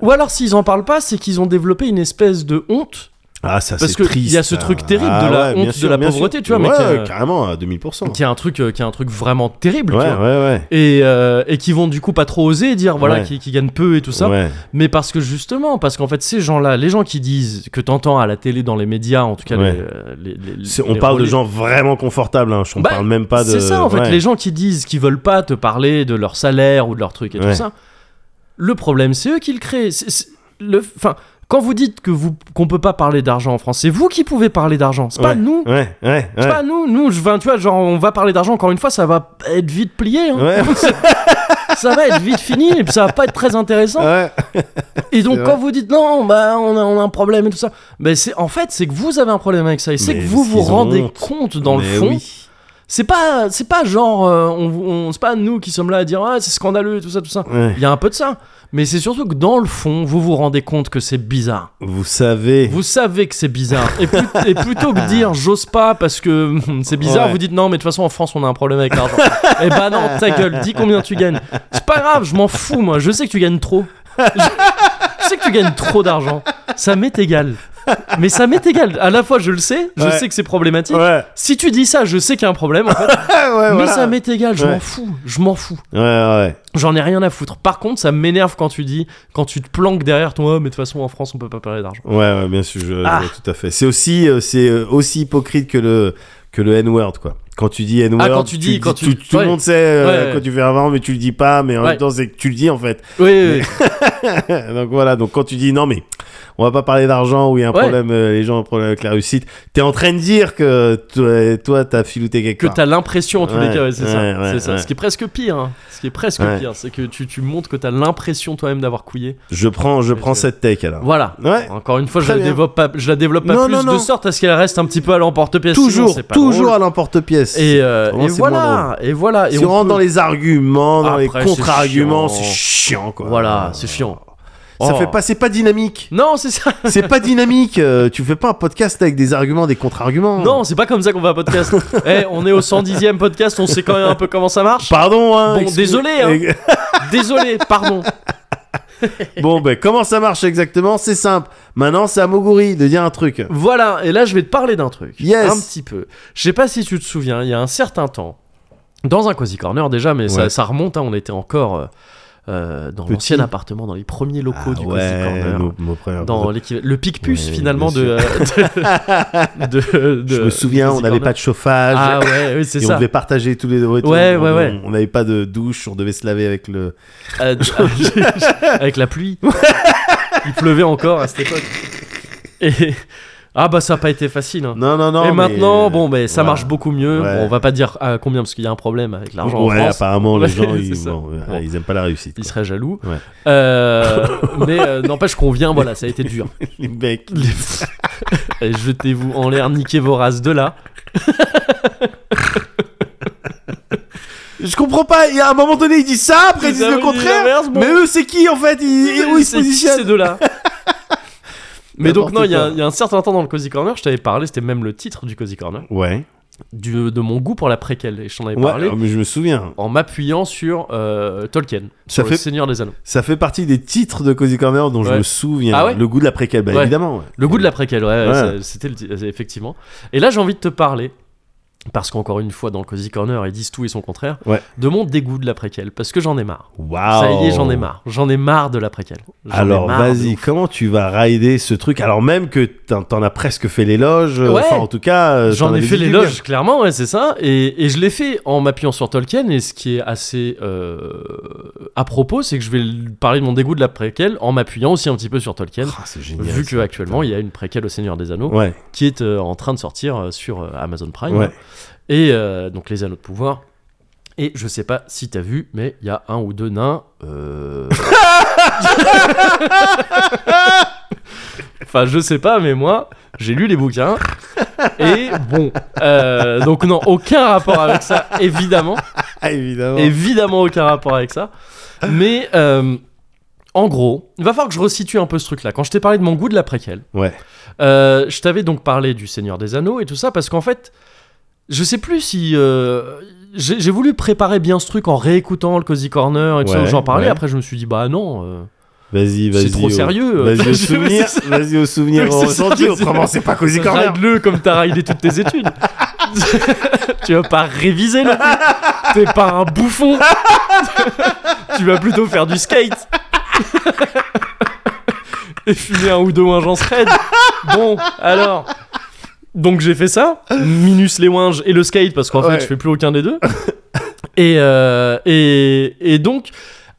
Speaker 1: ou alors s'ils en parlent pas c'est qu'ils ont développé une espèce de honte
Speaker 2: Ah, ça,
Speaker 1: Parce
Speaker 2: c'est
Speaker 1: que
Speaker 2: triste.
Speaker 1: il y a ce truc
Speaker 2: ça. Ah
Speaker 1: terrible de la honte,
Speaker 2: bien
Speaker 1: de la
Speaker 2: bien
Speaker 1: pauvreté, tu vois, mais
Speaker 2: Ouais,
Speaker 1: qui a-
Speaker 2: carrément, à 2000%.
Speaker 1: qui est un truc euh, qui est un truc vraiment terrible
Speaker 2: Ouais,
Speaker 1: tu
Speaker 2: ouais,
Speaker 1: vois.
Speaker 2: ouais.
Speaker 1: Et, euh, et qui vont du coup pas trop oser dire voilà
Speaker 2: Ouais.
Speaker 1: qui, qui gagnent peu et tout ça
Speaker 2: Ouais,
Speaker 1: mais parce que justement parce qu'en fait ces gens là les gens qui disent que t'entends à la télé dans les médias en tout cas
Speaker 2: Ouais.
Speaker 1: les, euh, les- les-
Speaker 2: C'est- on
Speaker 1: les
Speaker 2: parle de
Speaker 1: relais-
Speaker 2: gens vraiment confortables, hein. je- on
Speaker 1: Bah,
Speaker 2: parle même pas de.
Speaker 1: C'est ça en fait,
Speaker 2: ouais.
Speaker 1: les gens qui disent qu'ils veulent pas te parler de leur salaire ou de leur truc et tout
Speaker 2: Ouais.
Speaker 1: ça. Le problème, c'est eux qui le créent. C'est- c'est- le, enfin, quand vous dites que vous qu'on peut pas parler d'argent en France, c'est vous qui pouvez parler d'argent, c'est pas
Speaker 2: Ouais,
Speaker 1: nous.
Speaker 2: Ouais, ouais,
Speaker 1: C'est
Speaker 2: ouais.
Speaker 1: pas nous, nous, je, enfin, tu vois, genre, on va parler d'argent, encore une fois, ça va être vite plié, hein.
Speaker 2: Ouais,
Speaker 1: ça va être vite fini, et puis ça va pas être très intéressant.
Speaker 2: ouais.
Speaker 1: et donc,
Speaker 2: c'est
Speaker 1: quand vous dites, non, bah, on a, on a un problème et tout ça, mais c'est, en fait, c'est que vous avez un problème avec ça, et c'est
Speaker 2: Mais
Speaker 1: que vous vous
Speaker 2: ils ont
Speaker 1: rendez
Speaker 2: honte.
Speaker 1: compte, dans
Speaker 2: Mais
Speaker 1: le fond,
Speaker 2: oui.
Speaker 1: c'est pas, c'est pas genre, euh, on, on- c'est pas nous qui sommes là à dire ah c'est scandaleux et tout ça, tout ça.
Speaker 2: Ouais.
Speaker 1: Il y a un peu de ça, mais c'est surtout que dans le fond, vous vous rendez compte que c'est bizarre.
Speaker 2: Vous savez.
Speaker 1: Vous savez que c'est bizarre, et, plut- et plutôt que dire j'ose pas parce que hum, c'est bizarre,
Speaker 2: Ouais.
Speaker 1: vous dites non mais de toute façon en France on a un problème avec l'argent. et bah non ta gueule, dis combien tu gagnes. C'est pas grave, je m'en fous moi, je sais que tu gagnes trop. Je, je sais que tu gagnes trop d'argent, ça m'est égal. Mais ça m'est égal. À la fois je le sais, je
Speaker 2: Ouais.
Speaker 1: sais que c'est problématique.
Speaker 2: Ouais,
Speaker 1: Si tu dis ça, je sais qu'il y a un problème. en fait.
Speaker 2: Ah, ouais,
Speaker 1: Mais
Speaker 2: voilà.
Speaker 1: ça m'est égal, je
Speaker 2: Ouais.
Speaker 1: m'en fous, je m'en fous.
Speaker 2: Ouais, ouais.
Speaker 1: J'en ai rien à foutre. Par contre, ça m'énerve quand tu dis, quand tu te planques derrière ton homme, mais de toute façon en France on peut pas parler d'argent.
Speaker 2: Ouais, ouais, bien sûr, je, je
Speaker 1: Ah.
Speaker 2: vois tout à fait. C'est aussi, euh, c'est euh, aussi hypocrite que le que le N-word quoi. Quand tu dis N-word,
Speaker 1: Ah, quand tu dis- quand tu-
Speaker 2: tout, tout
Speaker 1: ouais.
Speaker 2: le monde sait euh,
Speaker 1: Ouais, ouais.
Speaker 2: quand tu fais avant, mais tu le dis pas, mais en
Speaker 1: Ouais.
Speaker 2: même temps c'est que tu le dis en fait.
Speaker 1: Oui, oui, oui.
Speaker 2: donc voilà, donc quand tu dis non mais on va pas parler d'argent ou il y a un
Speaker 1: Ouais.
Speaker 2: problème, euh, les gens ont un problème avec la réussite, t'es en train de dire que toi, toi t'as filouté quelque
Speaker 1: que
Speaker 2: part.
Speaker 1: t'as l'impression en tous les
Speaker 2: Ouais,
Speaker 1: cas, ouais, c'est ça.
Speaker 2: ouais, ouais,
Speaker 1: c'est ça.
Speaker 2: ouais.
Speaker 1: Ce qui est presque pire, hein. ce qui est presque
Speaker 2: Ouais.
Speaker 1: pire, c'est que tu, tu montres que t'as l'impression toi-même d'avoir couillé.
Speaker 2: Je prends, je
Speaker 1: Mais
Speaker 2: prends
Speaker 1: c'est-
Speaker 2: cette take alors.
Speaker 1: Voilà.
Speaker 2: Ouais.
Speaker 1: Encore une fois, je
Speaker 2: Très
Speaker 1: la,
Speaker 2: bien.
Speaker 1: développe pas, je la développe pas
Speaker 2: Non,
Speaker 1: plus
Speaker 2: non,
Speaker 1: de
Speaker 2: non.
Speaker 1: sorte à ce qu'elle reste un petit peu à l'emporte-pièce. sinon
Speaker 2: Toujours,
Speaker 1: c'est pas
Speaker 2: toujours
Speaker 1: drôle.
Speaker 2: à l'emporte-pièce.
Speaker 1: Et, euh,
Speaker 2: Vraiment,
Speaker 1: et
Speaker 2: c'est moins
Speaker 1: voilà,
Speaker 2: drôle.
Speaker 1: et voilà. Et
Speaker 2: si
Speaker 1: on
Speaker 2: on rentre
Speaker 1: peut-
Speaker 2: dans les arguments, dans les
Speaker 1: Après, c'est
Speaker 2: contre-arguments,
Speaker 1: chiant.
Speaker 2: c'est chiant quoi.
Speaker 1: Voilà, c'est chiant.
Speaker 2: Ça
Speaker 1: Oh.
Speaker 2: fait pas, c'est pas dynamique.
Speaker 1: Non, c'est ça.
Speaker 2: C'est pas dynamique. euh, tu fais pas un podcast avec des arguments, des contre-arguments.
Speaker 1: Non, c'est pas comme ça qu'on fait un podcast. Eh, on est au 110e podcast, on sait quand même un peu comment ça marche.
Speaker 2: Pardon. Hein,
Speaker 1: Bon,
Speaker 2: excuse-
Speaker 1: désolé, hein. Désolé, pardon.
Speaker 2: bon, ben comment ça marche exactement C'est simple. Maintenant, c'est à Moguri de dire un truc.
Speaker 1: Voilà, et là je vais te parler d'un truc.
Speaker 2: Yes.
Speaker 1: Un petit peu. Je sais pas si tu te souviens, il y a un certain temps, dans un Cozy Corner déjà, mais ça,
Speaker 2: Ouais.
Speaker 1: ça remonte, hein, on était encore euh, euh, dans
Speaker 2: Petit.
Speaker 1: l'ancien appartement, dans les premiers locaux
Speaker 2: Ah
Speaker 1: du Cozy
Speaker 2: ouais,
Speaker 1: Corner.
Speaker 2: nos- nos premières-
Speaker 1: Dans l'équivalent- le pic-puce
Speaker 2: Oui,
Speaker 1: finalement de,
Speaker 2: bien
Speaker 1: euh, de, de-
Speaker 2: Je
Speaker 1: de-
Speaker 2: me souviens,
Speaker 1: Cozy
Speaker 2: on n'avait
Speaker 1: Corner.
Speaker 2: pas de chauffage.
Speaker 1: Ah ouais, oui, c'est
Speaker 2: Et on
Speaker 1: ça.
Speaker 2: devait partager tous les ouais,
Speaker 1: Ouais,
Speaker 2: on-
Speaker 1: ouais,
Speaker 2: on-
Speaker 1: ouais.
Speaker 2: On n'avait pas de douche, on devait se laver avec le.
Speaker 1: Euh, avec la pluie. Il pleuvait encore à cette époque. Et Ah bah ça a pas été facile. hein.
Speaker 2: Non, non, non.
Speaker 1: et
Speaker 2: mais-
Speaker 1: maintenant, bon, mais ça
Speaker 2: voilà.
Speaker 1: marche beaucoup mieux.
Speaker 2: Ouais.
Speaker 1: Bon, on va pas dire à combien parce qu'il y a un problème avec l'argent
Speaker 2: Ouais,
Speaker 1: en France.
Speaker 2: apparemment, les gens,
Speaker 1: Ouais,
Speaker 2: ils,
Speaker 1: c'est ça.
Speaker 2: bon, ouais,
Speaker 1: Bon.
Speaker 2: ils aiment pas la réussite.
Speaker 1: Il
Speaker 2: quoi.
Speaker 1: serait jaloux.
Speaker 2: Ouais.
Speaker 1: Euh, mais euh, n'empêche qu'on vient, voilà, ça a été dur.
Speaker 2: Les mecs.
Speaker 1: Et Jetez-vous en l'air, niquez vos races de là.
Speaker 2: Je comprends pas, il y a un moment donné, ils disent ça, après ils
Speaker 1: Ils
Speaker 2: disent
Speaker 1: avaient
Speaker 2: le
Speaker 1: dit
Speaker 2: contraire.
Speaker 1: l'inverse, Ah, bon.
Speaker 2: Mais eux, c'est qui en fait Ils- ils- Où ils se
Speaker 1: C'est qui ces
Speaker 2: positionnent
Speaker 1: deux-là Mais donc,
Speaker 2: N'importe
Speaker 1: non, il y, a
Speaker 2: quoi.
Speaker 1: un- il y a un certain temps dans le Cozy Corner, je t'avais parlé, c'était même le titre du Cozy Corner,
Speaker 2: Ouais.
Speaker 1: du- de mon goût pour la préquelle, et je t'en avais
Speaker 2: Ouais, euh,
Speaker 1: parlé,
Speaker 2: alors, mais je me souviens.
Speaker 1: en m'appuyant sur euh, Tolkien,
Speaker 2: Ça
Speaker 1: sur
Speaker 2: fait-
Speaker 1: le Seigneur des Anneaux.
Speaker 2: Ça fait partie des titres de Cozy Corner dont je
Speaker 1: Ouais.
Speaker 2: me souviens.
Speaker 1: Ah ouais
Speaker 2: le goût de la préquelle, bah,
Speaker 1: Ouais.
Speaker 2: évidemment. ouais.
Speaker 1: Le goût de la préquelle, ouais,
Speaker 2: Ouais.
Speaker 1: ça- c'était le ti- euh, effectivement. Et là, j'ai envie de te parler, parce qu'encore une fois, dans le Cozy Corner, ils disent tout et son contraire,
Speaker 2: Ouais.
Speaker 1: de mon dégoût de la préquelle, parce que j'en ai marre.
Speaker 2: Waouh.
Speaker 1: Ça y est, j'en ai marre. J'en ai marre de la préquelle. J'en ai
Speaker 2: oh. Alors
Speaker 1: marre de
Speaker 2: vas-y,
Speaker 1: ouf.
Speaker 2: comment tu vas rider ce truc Alors même que t'en t'en as presque fait l'éloge, euh,
Speaker 1: Ouais.
Speaker 2: enfin en tout cas, euh, t'en
Speaker 1: J'en ai
Speaker 2: avais
Speaker 1: fait
Speaker 2: dit du bien.
Speaker 1: l'éloge, clairement, ouais, c'est ça. Et, et je l'ai fait en m'appuyant sur Tolkien. Et ce qui est assez euh, à propos, c'est que je vais l- parler de mon dégoût de la préquelle en m'appuyant aussi un petit peu sur Tolkien.
Speaker 2: Ah, c'est génial.
Speaker 1: Vu
Speaker 2: ça.
Speaker 1: que euh, actuellement il y a une préquelle au Seigneur des Anneaux
Speaker 2: Ouais,
Speaker 1: qui est euh, en train de sortir euh, sur euh, Amazon Prime
Speaker 2: ouais.
Speaker 1: et euh, donc les Anneaux de Pouvoir et je sais pas si t'as vu mais il y a un ou deux nains euh, enfin je sais pas mais moi j'ai lu les bouquins et bon euh, donc non aucun rapport avec ça évidemment
Speaker 2: Ah, évidemment.
Speaker 1: évidemment aucun rapport avec ça mais euh, en gros il va falloir que je resitue un peu ce truc là quand je t'ai parlé de mon goût de la préquelle
Speaker 2: Ouais.
Speaker 1: euh, je t'avais donc parlé du Seigneur des Anneaux et tout ça parce qu'en fait, je sais plus si euh, j'ai j'ai voulu préparer bien ce truc en réécoutant le Cozy Corner et tout ça
Speaker 2: Ouais,
Speaker 1: où j'en parlais.
Speaker 2: ouais.
Speaker 1: Après, je me suis dit bah non, euh,
Speaker 2: Vas-y, vas-y.
Speaker 1: c'est trop
Speaker 2: au-
Speaker 1: sérieux. euh.
Speaker 2: Vas-y
Speaker 1: Je-
Speaker 2: au souvenir,
Speaker 1: c'est ça.
Speaker 2: vas-y au souvenir
Speaker 1: Oui,
Speaker 2: au
Speaker 1: c'est ça,
Speaker 2: ressenti.
Speaker 1: vas-y.
Speaker 2: Autrement, c'est pas Cozy Corner.
Speaker 1: Ride-le comme t'as raidé toutes tes études. tu vas pas réviser non plus. T'es pas un bouffon. tu vas plutôt faire du skate. Et fumer un ou deux winges en shred. Bon, alors. Donc j'ai fait ça, minus les winges et le skate, parce qu'en
Speaker 2: Ouais.
Speaker 1: fait je fais plus aucun des deux. Et, euh, et, et donc,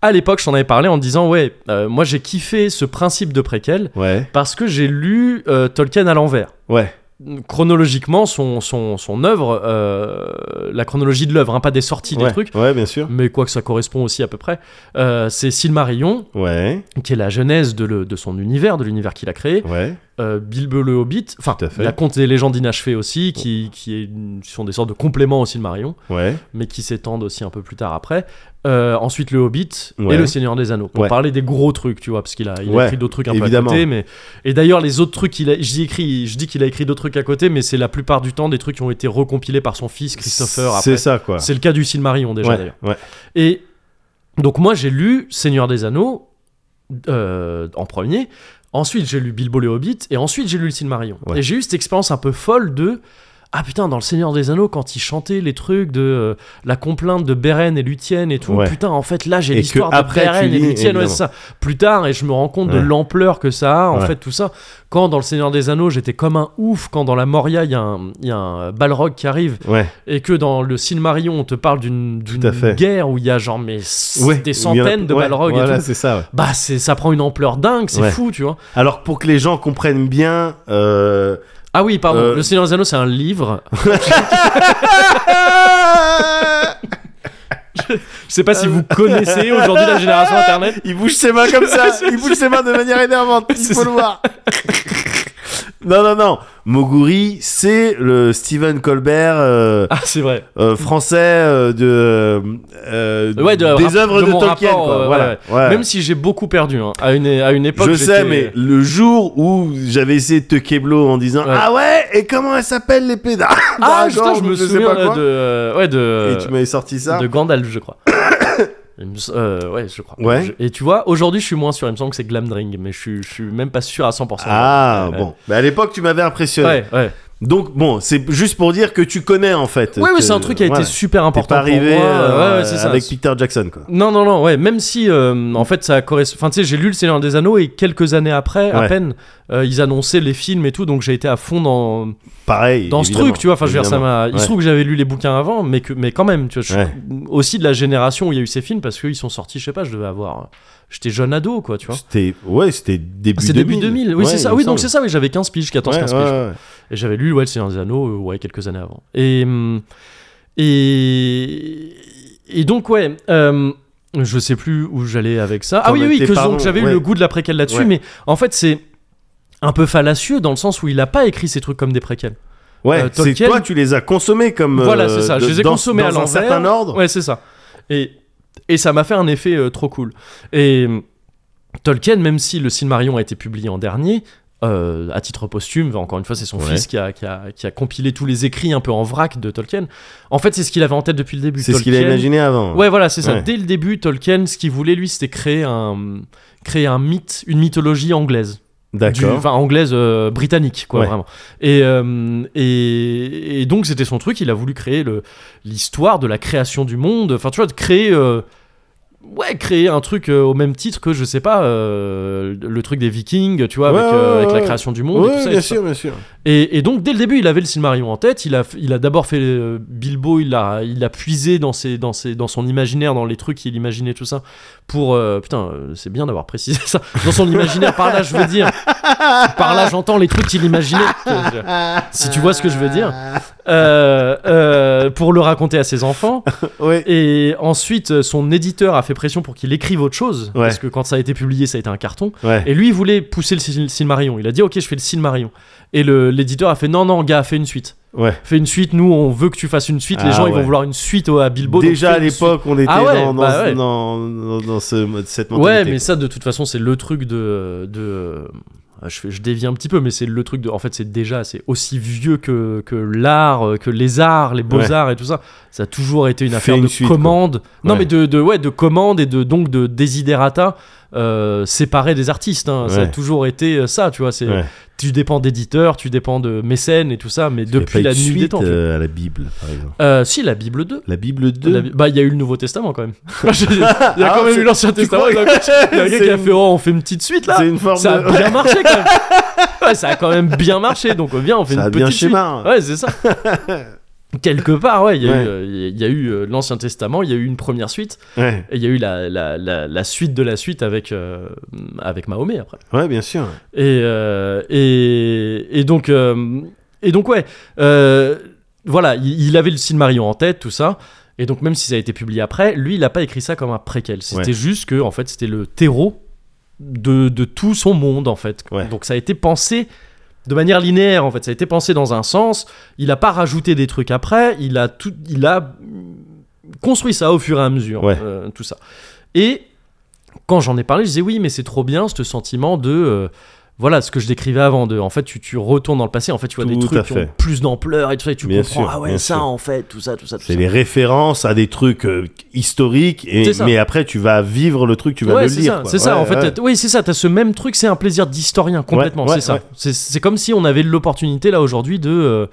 Speaker 1: à l'époque, je t'en avais parlé en disant, ouais, euh, moi j'ai kiffé ce principe de préquel,
Speaker 2: Ouais,
Speaker 1: parce que j'ai lu euh, Tolkien à l'envers.
Speaker 2: ouais,
Speaker 1: Chronologiquement, son, son, son œuvre, euh, la chronologie de l'œuvre, hein, pas des sorties,
Speaker 2: ouais.
Speaker 1: des trucs,
Speaker 2: Ouais, bien sûr.
Speaker 1: mais quoi que ça correspond aussi à peu près, euh, c'est Silmarillion,
Speaker 2: Ouais,
Speaker 1: qui est la genèse de, le- de son univers, de l'univers qu'il a créé,
Speaker 2: ouais.
Speaker 1: euh, Bilbo le Hobbit, enfin,
Speaker 2: Tout à fait.
Speaker 1: la conte des légendes inachevées aussi, qui, qui est une- sont des sortes de compléments au Silmarillion,
Speaker 2: Ouais,
Speaker 1: mais qui s'étendent aussi un peu plus tard après. Euh, ensuite, le Hobbit
Speaker 2: Ouais.
Speaker 1: et le Seigneur des Anneaux. Pour
Speaker 2: Ouais.
Speaker 1: parler des gros trucs, tu vois, parce qu'il a, il a
Speaker 2: Ouais,
Speaker 1: écrit d'autres trucs un
Speaker 2: évidemment.
Speaker 1: peu à côté. Mais... Et d'ailleurs, les autres trucs, qu'il a... je, dis écrit, je dis qu'il a écrit d'autres trucs à côté, mais c'est la plupart du temps des trucs qui ont été recompilés par son fils, Christopher.
Speaker 2: C'est
Speaker 1: après.
Speaker 2: ça quoi.
Speaker 1: C'est le cas du Silmarillion déjà,
Speaker 2: ouais,
Speaker 1: d'ailleurs.
Speaker 2: ouais.
Speaker 1: Et donc, moi, j'ai lu Seigneur des Anneaux euh, en premier. Ensuite, j'ai lu Bilbo le Hobbit. Et ensuite, j'ai lu le Silmarillion.
Speaker 2: Ouais.
Speaker 1: Et j'ai eu cette expérience un peu folle de. Ah putain, dans le Seigneur des Anneaux, quand il chantait les trucs de euh, la complainte de Beren et Luthien et tout,
Speaker 2: Ouais.
Speaker 1: putain, en fait, là, j'ai
Speaker 2: Et que
Speaker 1: l'histoire de
Speaker 2: après, tu
Speaker 1: Beren et
Speaker 2: lis,
Speaker 1: Luthien, ouais,
Speaker 2: évidemment.
Speaker 1: c'est ça. Plus tard, et je me rends compte de
Speaker 2: Ouais.
Speaker 1: l'ampleur que ça a, en
Speaker 2: Ouais.
Speaker 1: fait, tout ça. Quand dans le Seigneur des Anneaux, j'étais comme un ouf, quand dans la Moria, il y, a un- il y a un Balrog qui arrive
Speaker 2: Ouais.
Speaker 1: et que dans le Silmarillion on te parle d'une d'une
Speaker 2: Tout à fait.
Speaker 1: guerre où il y a genre mais c-
Speaker 2: Ouais,
Speaker 1: des
Speaker 2: il y en a-
Speaker 1: centaines de
Speaker 2: ouais,
Speaker 1: Balrogs et
Speaker 2: Voilà,
Speaker 1: tout.
Speaker 2: c'est ça. ouais.
Speaker 1: Bah c'est ça prend une ampleur dingue, c'est
Speaker 2: Ouais.
Speaker 1: fou, tu vois.
Speaker 2: Alors pour que les gens comprennent bien, euh,
Speaker 1: Ah oui, pardon,
Speaker 2: Euh,
Speaker 1: Le Seigneur des Anneaux c'est un livre. Je sais pas si
Speaker 2: Euh.
Speaker 1: vous connaissez aujourd'hui la génération internet.
Speaker 2: Il bouge ses mains comme ça, il bouge ses mains de manière énervante, il
Speaker 1: C'est
Speaker 2: faut
Speaker 1: ça.
Speaker 2: le voir. non, non, non, Moguri, c'est le Stephen Colbert euh,
Speaker 1: Ah c'est vrai.
Speaker 2: euh, français euh, de, euh,
Speaker 1: Ouais, de-
Speaker 2: des œuvres de,
Speaker 1: mon
Speaker 2: Tolkien.
Speaker 1: rapport,
Speaker 2: quoi.
Speaker 1: euh,
Speaker 2: voilà.
Speaker 1: ouais,
Speaker 2: ouais.
Speaker 1: Même si j'ai beaucoup perdu hein. à une à une époque.
Speaker 2: Je sais,
Speaker 1: j'étais- euh,
Speaker 2: mais le jour où j'avais essayé de te keblo en disant
Speaker 1: Ouais.
Speaker 2: Ah ouais, et comment elle s'appelle l'épée d'Aragorn
Speaker 1: ah putain, je me
Speaker 2: sais
Speaker 1: souviens
Speaker 2: pas quoi.
Speaker 1: de euh, ouais de
Speaker 2: Et tu m'avais sorti ça
Speaker 1: de Gandalf je crois. Il me s- euh, ouais, je crois.
Speaker 2: Ouais.
Speaker 1: Je- Et tu vois, aujourd'hui, je suis moins sûr. Il me semble que c'est Glamdring, mais je suis, je suis même pas sûr à 100%.
Speaker 2: Ah
Speaker 1: Ouais.
Speaker 2: bon, Bah, à l'époque tu m'avais impressionné.
Speaker 1: Ouais, ouais.
Speaker 2: Donc bon, c'est juste pour dire que tu connais en fait.
Speaker 1: Ouais, mais
Speaker 2: Que-
Speaker 1: c'est un truc qui a
Speaker 2: voilà.
Speaker 1: été super
Speaker 2: T'es
Speaker 1: important
Speaker 2: pas arrivé
Speaker 1: pour moi.
Speaker 2: euh,
Speaker 1: Ouais, ouais, c'est ça.
Speaker 2: avec Peter Jackson quoi.
Speaker 1: Non, non, non, ouais, même si, euh, en fait, ça correspond. Enfin, tu sais, j'ai lu Le Seigneur des Anneaux et quelques années après,
Speaker 2: Ouais.
Speaker 1: à peine, euh, ils annonçaient les films et tout, donc j'ai été à fond dans,
Speaker 2: Pareil.
Speaker 1: dans ce truc, tu vois. Enfin, je veux dire, ça m'a. Il
Speaker 2: Ouais.
Speaker 1: se trouve que j'avais lu les bouquins avant, mais, que, mais quand même, tu vois, je suis
Speaker 2: Ouais.
Speaker 1: aussi de la génération où il y a eu ces films parce qu'ils sont sortis, je sais pas, je devais avoir. J'étais jeune ado, quoi, tu vois.
Speaker 2: C'était ouais, c'était début.
Speaker 1: Ah, C'est début 2000, oui, c'est ça. Oui, donc c'est
Speaker 2: ça.
Speaker 1: ça, oui, j'avais 15 piges, 14, 15 piges. Et j'avais lu ouais, Le Seigneur des Anneaux euh, ouais, quelques années avant. Et, hum, et, et donc, ouais, euh, je sais plus où j'allais avec ça. Ah
Speaker 2: T'en
Speaker 1: oui, oui,
Speaker 2: étais,
Speaker 1: que,
Speaker 2: pardon,
Speaker 1: donc j'avais
Speaker 2: ouais.
Speaker 1: eu le goût de la préquelle là-dessus,
Speaker 2: Ouais.
Speaker 1: mais en fait, c'est un peu fallacieux dans le sens où il a pas écrit ces trucs comme des préquelles.
Speaker 2: Ouais,
Speaker 1: Euh,
Speaker 2: c'est
Speaker 1: Tolkien-
Speaker 2: toi tu les as consommés comme euh,
Speaker 1: voilà, c'est ça, je
Speaker 2: de-
Speaker 1: les ai
Speaker 2: dans-
Speaker 1: consommés à
Speaker 2: dans un
Speaker 1: l'envers.
Speaker 2: certain ordre.
Speaker 1: Ouais, c'est ça. Et, et ça m'a fait un effet euh, trop cool. Et hum, Tolkien, même si le Silmarillion a été publié en dernier, euh, à titre posthume, encore une fois, c'est son
Speaker 2: Ouais.
Speaker 1: fils qui a, qui, a, qui a compilé tous les écrits un peu en vrac de Tolkien. En fait, c'est ce qu'il avait en tête depuis le début.
Speaker 2: C'est ce qu'il a
Speaker 1: Tolkien-
Speaker 2: imaginé avant.
Speaker 1: Ouais, voilà, c'est ça.
Speaker 2: Ouais.
Speaker 1: Dès le début, Tolkien, ce qu'il voulait, lui, c'était créer un, créer un mythe, une mythologie anglaise du-
Speaker 2: D'accord.
Speaker 1: Enfin, anglaise, euh, britannique, quoi,
Speaker 2: Ouais.
Speaker 1: vraiment. Et, euh, et, et donc, c'était son truc. Il a voulu créer le- l'histoire de la création du monde. Enfin, tu vois, de créer. euh, Ouais, créer un truc euh, au même titre que, je sais pas, euh, le truc des Vikings, tu vois,
Speaker 2: Ouais,
Speaker 1: avec, euh,
Speaker 2: ouais,
Speaker 1: avec la
Speaker 2: ouais.
Speaker 1: création du monde. et tout
Speaker 2: Ouais,
Speaker 1: ça, et
Speaker 2: bien
Speaker 1: tout ça.
Speaker 2: sûr, bien sûr.
Speaker 1: Et, et donc dès le début, il avait le Silmarillion en tête. Il a, il a d'abord fait euh, Bilbo. Il a, il a puisé dans ses, dans ses, dans son imaginaire, dans les trucs qu'il imaginait tout ça. Pour euh, putain, euh, c'est bien d'avoir précisé ça. Dans son imaginaire, par là, je veux dire. Par là, j'entends les trucs qu'il imaginait. Si tu vois ce que je veux dire. Euh, euh, pour le raconter à ses enfants.
Speaker 2: Ouais.
Speaker 1: Et ensuite, euh, son éditeur a fait pression pour qu'il écrive autre chose.
Speaker 2: Ouais.
Speaker 1: Parce que quand ça a été publié, ça a été un carton.
Speaker 2: Ouais.
Speaker 1: Et lui, il voulait pousser le Sil- Silmarillion. Il a dit, ok, je fais le Silmarillion. Et le- l'éditeur a fait, non, non, gars, fais une suite.
Speaker 2: Ouais.
Speaker 1: Fais une suite, nous, on veut que tu fasses une suite.
Speaker 2: Ah,
Speaker 1: Les gens, ils
Speaker 2: ouais.
Speaker 1: vont vouloir une suite au- à Bilbo. donc
Speaker 2: Déjà
Speaker 1: fais
Speaker 2: à
Speaker 1: une
Speaker 2: l'époque, on était
Speaker 1: Ah ouais,
Speaker 2: dans, dans,
Speaker 1: bah ouais.
Speaker 2: dans- dans- dans ce mode- cette
Speaker 1: suite. Ouais,
Speaker 2: mentalité.
Speaker 1: mais ça, de toute façon, c'est le truc de... de... ah, Je, fais- je dévie un petit peu, mais c'est le truc de. En fait, c'est déjà, c'est aussi vieux que, que l'art, euh, que les arts, les beaux-arts et tout ça. Ça a toujours été une
Speaker 2: Fais
Speaker 1: affaire
Speaker 2: une
Speaker 1: de
Speaker 2: suite, quoi.
Speaker 1: commande. Non,
Speaker 2: Ouais.
Speaker 1: mais de, de, ouais, de commande et de, donc de desiderata euh, séparés des artistes. hein. Ça a
Speaker 2: Ouais.
Speaker 1: toujours été euh, ça, tu vois. C'est,
Speaker 2: Ouais.
Speaker 1: tu dépends d'éditeurs, tu dépends de mécènes et tout ça, mais
Speaker 2: Il y a pas
Speaker 1: depuis
Speaker 2: eu
Speaker 1: la
Speaker 2: de
Speaker 1: nuit des
Speaker 2: suite,
Speaker 1: temps. tu vois.
Speaker 2: euh, à la Bible, par exemple.
Speaker 1: Euh, si, la Bible 2.
Speaker 2: La Bible
Speaker 1: La
Speaker 2: 2.
Speaker 1: Bi- bah, il y a eu le Nouveau Testament quand même. il y a
Speaker 2: Ah,
Speaker 1: quand même
Speaker 2: c'est-
Speaker 1: eu l'Ancien
Speaker 2: tu
Speaker 1: Testament.
Speaker 2: crois
Speaker 1: Il y a un gars
Speaker 2: C'est
Speaker 1: qui a
Speaker 2: une-
Speaker 1: fait Oh, on fait une petite suite là.
Speaker 2: C'est une forme
Speaker 1: Ça a
Speaker 2: de.
Speaker 1: bien marché quand même. Ouais, ça a quand même bien marché. Donc, viens, on fait
Speaker 2: Ça
Speaker 1: une
Speaker 2: a
Speaker 1: petite
Speaker 2: bien
Speaker 1: suite.
Speaker 2: schéma. hein.
Speaker 1: Ouais, c'est ça. Quelque part, ouais, il y a
Speaker 2: Ouais.
Speaker 1: eu, euh, il y a eu euh, l'Ancien Testament, il y a eu une première suite,
Speaker 2: Ouais.
Speaker 1: et il y a eu la, la, la, la suite de la suite avec, euh, avec Mahomet après.
Speaker 2: Ouais, bien sûr.
Speaker 1: Et, euh, et, et donc, euh, et donc ouais, euh, voilà, il, il avait le Silmarillion en tête, tout ça. Et donc, même si ça a été publié après, lui, il n'a pas écrit ça comme un préquel. C'était
Speaker 2: Ouais.
Speaker 1: juste que, en fait, c'était le terreau de, de tout son monde, en fait.
Speaker 2: Ouais.
Speaker 1: Donc, ça a été pensé de manière linéaire, en fait. Ça a été pensé dans un sens. Il n'a pas rajouté des trucs après. Il a, tout, il a construit ça au fur et à mesure,
Speaker 2: Ouais.
Speaker 1: euh, tout ça. Et quand j'en ai parlé, je disais oui, mais c'est trop bien ce sentiment de euh, voilà ce que je décrivais avant de en fait tu, tu retournes dans le passé, en fait tu vois des
Speaker 2: Tout à
Speaker 1: trucs qui
Speaker 2: fait.
Speaker 1: ont plus d'ampleur et tout ça et tu
Speaker 2: Bien
Speaker 1: comprends
Speaker 2: sûr,
Speaker 1: ah
Speaker 2: bien
Speaker 1: ouais ça
Speaker 2: sûr.
Speaker 1: en fait tout ça tout ça tout
Speaker 2: C'est
Speaker 1: ça.
Speaker 2: les références à des trucs euh, historiques, et,
Speaker 1: C'est ça.
Speaker 2: mais après tu vas vivre le truc, tu vas
Speaker 1: Ouais,
Speaker 2: le
Speaker 1: c'est
Speaker 2: lire.
Speaker 1: ça,
Speaker 2: quoi.
Speaker 1: c'est ça.
Speaker 2: Ouais,
Speaker 1: En fait,
Speaker 2: ouais.
Speaker 1: t'as- oui, c'est ça. T'as ce même truc, c'est un plaisir d'historien complètement.
Speaker 2: Ouais, ouais,
Speaker 1: c'est ça.
Speaker 2: ouais.
Speaker 1: C'est- C'est comme si on avait l'opportunité là aujourd'hui de, euh,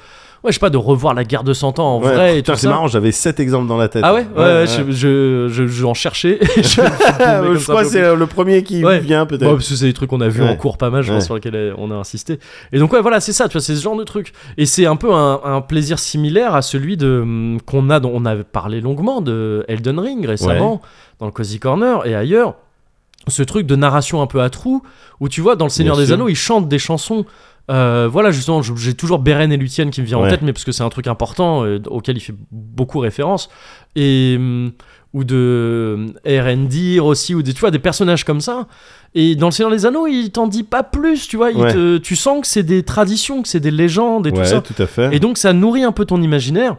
Speaker 1: ouais, je sais pas, de revoir la guerre de 100 ans en
Speaker 2: Ouais,
Speaker 1: vrai et
Speaker 2: putain,
Speaker 1: tout
Speaker 2: c'est
Speaker 1: ça.
Speaker 2: marrant, j'avais 7 exemples dans la tête.
Speaker 1: Ah ouais, ouais, ouais,
Speaker 2: Ouais, ouais.
Speaker 1: Je, je, je, je en cherchais. je, je boumais
Speaker 2: Euh,
Speaker 1: comme
Speaker 2: je
Speaker 1: ça un
Speaker 2: crois
Speaker 1: peu
Speaker 2: que c'est le premier qui
Speaker 1: Ouais.
Speaker 2: vient
Speaker 1: Ouais,
Speaker 2: peut-être.
Speaker 1: parce que c'est des trucs qu'on a vu
Speaker 2: Ouais.
Speaker 1: en cours pas mal, je pense,
Speaker 2: Ouais.
Speaker 1: sur lesquels on a insisté. Et donc, ouais, voilà, c'est ça, tu vois, c'est ce genre de truc. Et c'est un peu un, un plaisir similaire à celui de hum, qu'on a, dont on avait parlé longuement de Elden Ring récemment, dans le Cozy Corner et ailleurs. Ce truc de narration un peu à trous, où tu vois, dans Le Seigneur
Speaker 2: Bien
Speaker 1: des
Speaker 2: sûr.
Speaker 1: Anneaux, ils chantent des chansons. Euh, voilà, justement, je- j'ai toujours Beren et Lutienne qui me vient en
Speaker 2: Ouais.
Speaker 1: tête, mais parce que c'est un truc important euh, auquel il fait beaucoup référence. Et. hum, ou de euh, R&D aussi ou des tu vois des personnages comme ça et dans le Seigneur des Anneaux il t'en dit pas plus tu vois il
Speaker 2: Ouais.
Speaker 1: te- tu sens que c'est des traditions que c'est des légendes et tout ça
Speaker 2: tout à fait.
Speaker 1: et donc ça nourrit un peu ton imaginaire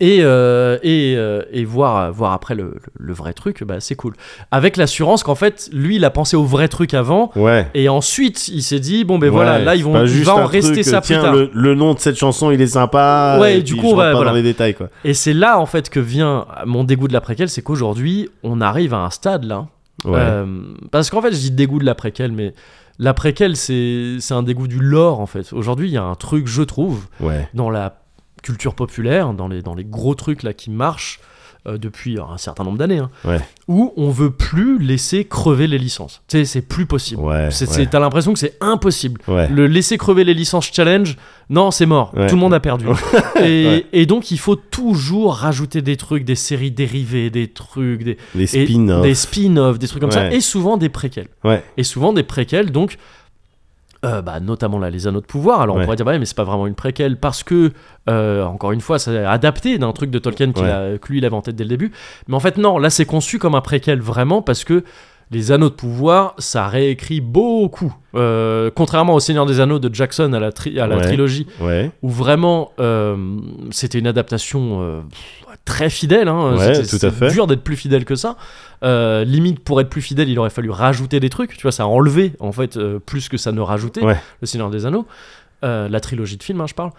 Speaker 1: et, euh, et, euh, et voir, voir après le, le- le vrai truc bah, c'est cool avec l'assurance qu'en fait lui il a pensé au vrai truc avant
Speaker 2: Ouais.
Speaker 1: et ensuite il s'est dit bon ben
Speaker 2: Ouais,
Speaker 1: voilà là ils
Speaker 2: c'est
Speaker 1: vont
Speaker 2: pas
Speaker 1: il
Speaker 2: juste
Speaker 1: va
Speaker 2: un
Speaker 1: en
Speaker 2: truc,
Speaker 1: rester
Speaker 2: euh,
Speaker 1: ça plus
Speaker 2: tiens,
Speaker 1: tard
Speaker 2: Le, le nom de cette chanson, il est sympa.
Speaker 1: Ouais,
Speaker 2: et
Speaker 1: du
Speaker 2: puis
Speaker 1: coup,
Speaker 2: je
Speaker 1: on va-
Speaker 2: rentre pas
Speaker 1: voilà.
Speaker 2: dans les détails quoi.
Speaker 1: et c'est là en fait que vient mon dégoût de la préquelle c'est qu'aujourd'hui on arrive à un stade là
Speaker 2: Ouais.
Speaker 1: Euh, parce qu'en fait, je dis dégoût de la préquelle, mais la préquelle, c'est c'est un dégoût du lore, en fait. Aujourd'hui, il y a un truc, je trouve,
Speaker 2: ouais.
Speaker 1: dans la culture populaire, dans les, dans les gros trucs là qui marchent euh, depuis un certain nombre d'années, hein,
Speaker 2: Ouais.
Speaker 1: où on veut plus laisser crever les licences. Tu sais, c'est plus possible.
Speaker 2: Ouais.
Speaker 1: C'est- c'est-
Speaker 2: ouais.
Speaker 1: T'as l'impression que c'est impossible.
Speaker 2: Ouais.
Speaker 1: Le laisser crever les licences challenge, non, c'est mort.
Speaker 2: Ouais.
Speaker 1: Tout le monde a perdu. et,
Speaker 2: Ouais.
Speaker 1: et donc, il faut toujours rajouter des trucs, des séries dérivées, des trucs, des,
Speaker 2: Les
Speaker 1: et
Speaker 2: spin-offs.
Speaker 1: des spin-offs, des trucs comme ça,
Speaker 2: Ouais.
Speaker 1: et souvent des préquels.
Speaker 2: Ouais.
Speaker 1: Et souvent des préquels, donc, euh, bah, notamment là, les anneaux de pouvoir. Alors
Speaker 2: Ouais.
Speaker 1: on pourrait dire, bah ouais, mais c'est pas vraiment une préquelle parce que, euh, encore une fois, c'est adapté d'un truc de Tolkien qu'il
Speaker 2: Ouais.
Speaker 1: a- que lui, il avait en tête dès le début. Mais en fait, non, là, c'est conçu comme un préquel vraiment parce que. Les Anneaux de Pouvoir, ça réécrit beaucoup. Euh, contrairement au Seigneur des Anneaux de Jackson à la, tri- à la
Speaker 2: Ouais.
Speaker 1: trilogie,
Speaker 2: Ouais.
Speaker 1: où vraiment euh, c'était une adaptation euh, pff, très fidèle. hein.
Speaker 2: Ouais,
Speaker 1: C'était-
Speaker 2: tout
Speaker 1: c'était
Speaker 2: à fait.
Speaker 1: dur d'être plus fidèle que ça. Euh, limite, pour être plus fidèle, il aurait fallu rajouter des trucs. Tu vois, ça a enlevé, en fait, euh, plus que ça ne rajoutait,
Speaker 2: Ouais.
Speaker 1: Le Seigneur des Anneaux, Euh, la trilogie de films, hein, je parle.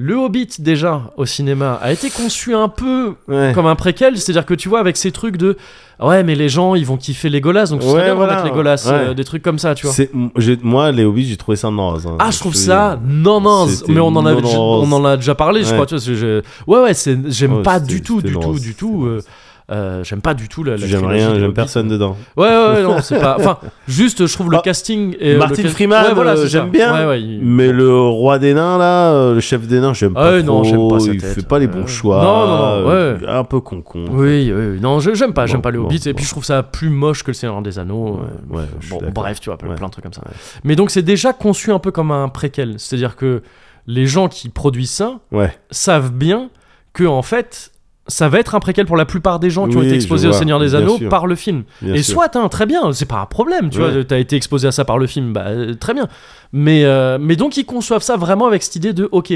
Speaker 1: Le Hobbit, déjà, au cinéma, a été conçu un peu
Speaker 2: Ouais.
Speaker 1: comme un préquel, c'est-à-dire que tu vois, avec ces trucs de ouais, mais les gens, ils vont kiffer Legolas, donc ce serait
Speaker 2: Ouais,
Speaker 1: bien de
Speaker 2: voilà.
Speaker 1: remettre Legolas, euh,
Speaker 2: Ouais.
Speaker 1: des trucs comme ça, tu vois.
Speaker 2: C'est- m- j'ai- moi, les Hobbits, j'ai trouvé ça naze. hein.
Speaker 1: Ah, je trouve ça non
Speaker 2: C'était
Speaker 1: mais on en, avait,
Speaker 2: non-nonce.
Speaker 1: on en a déjà parlé, je
Speaker 2: Ouais.
Speaker 1: crois. Tu vois, c'est- je- Ouais, ouais, c'est- j'aime
Speaker 2: Ouais,
Speaker 1: pas
Speaker 2: c'était-
Speaker 1: du tout,
Speaker 2: c'était
Speaker 1: du tout,
Speaker 2: naze,
Speaker 1: du
Speaker 2: c'était
Speaker 1: tout. euh,
Speaker 2: naze.
Speaker 1: euh, j'aime pas du tout la. la
Speaker 2: J'aime
Speaker 1: trilogie
Speaker 2: rien,
Speaker 1: des
Speaker 2: j'aime
Speaker 1: Hobbits.
Speaker 2: personne dedans.
Speaker 1: Ouais, ouais, ouais, non, c'est pas. Enfin, juste, je trouve le
Speaker 2: Ah,
Speaker 1: casting. Et, euh,
Speaker 2: Martin
Speaker 1: le cast-
Speaker 2: Freeman,
Speaker 1: ouais, voilà,
Speaker 2: euh,
Speaker 1: c'est
Speaker 2: j'aime
Speaker 1: ça.
Speaker 2: bien.
Speaker 1: Ouais, ouais, il-
Speaker 2: Mais le roi des nains, là, euh, le chef des nains, j'aime
Speaker 1: Ah
Speaker 2: pas
Speaker 1: ouais, non,
Speaker 2: trop.
Speaker 1: j'aime pas sa
Speaker 2: il
Speaker 1: tête.
Speaker 2: fait pas les
Speaker 1: Euh,
Speaker 2: bons choix.
Speaker 1: non, non, non,
Speaker 2: euh,
Speaker 1: ouais.
Speaker 2: Un peu con-con.
Speaker 1: Oui, oui, oui. non, je- j'aime pas, j'aime
Speaker 2: Bon,
Speaker 1: pas le
Speaker 2: bon,
Speaker 1: Hobbit, et
Speaker 2: bon.
Speaker 1: puis je trouve ça plus moche que le Seigneur des Anneaux. euh,
Speaker 2: Ouais, ouais, je suis
Speaker 1: bon,
Speaker 2: d'accord.
Speaker 1: bref, tu vois, plein
Speaker 2: Ouais.
Speaker 1: de trucs comme ça.
Speaker 2: Ouais.
Speaker 1: Mais donc, c'est déjà conçu un peu comme un préquel, c'est-à-dire que les gens qui produisent ça,
Speaker 2: Ouais,
Speaker 1: savent bien que en fait ça va être un préquel pour la plupart des gens qui ont
Speaker 2: Oui,
Speaker 1: été
Speaker 2: je
Speaker 1: exposés au
Speaker 2: vois,
Speaker 1: Seigneur des
Speaker 2: bien
Speaker 1: Anneaux
Speaker 2: sûr.
Speaker 1: par le film.
Speaker 2: bien
Speaker 1: et
Speaker 2: sûr.
Speaker 1: soit, hein, très bien, c'est pas un problème, tu
Speaker 2: Ouais.
Speaker 1: vois, t'as été exposé à ça par le film, bah euh, très bien. Mais, euh, mais donc ils conçoivent ça vraiment avec cette idée de, ok,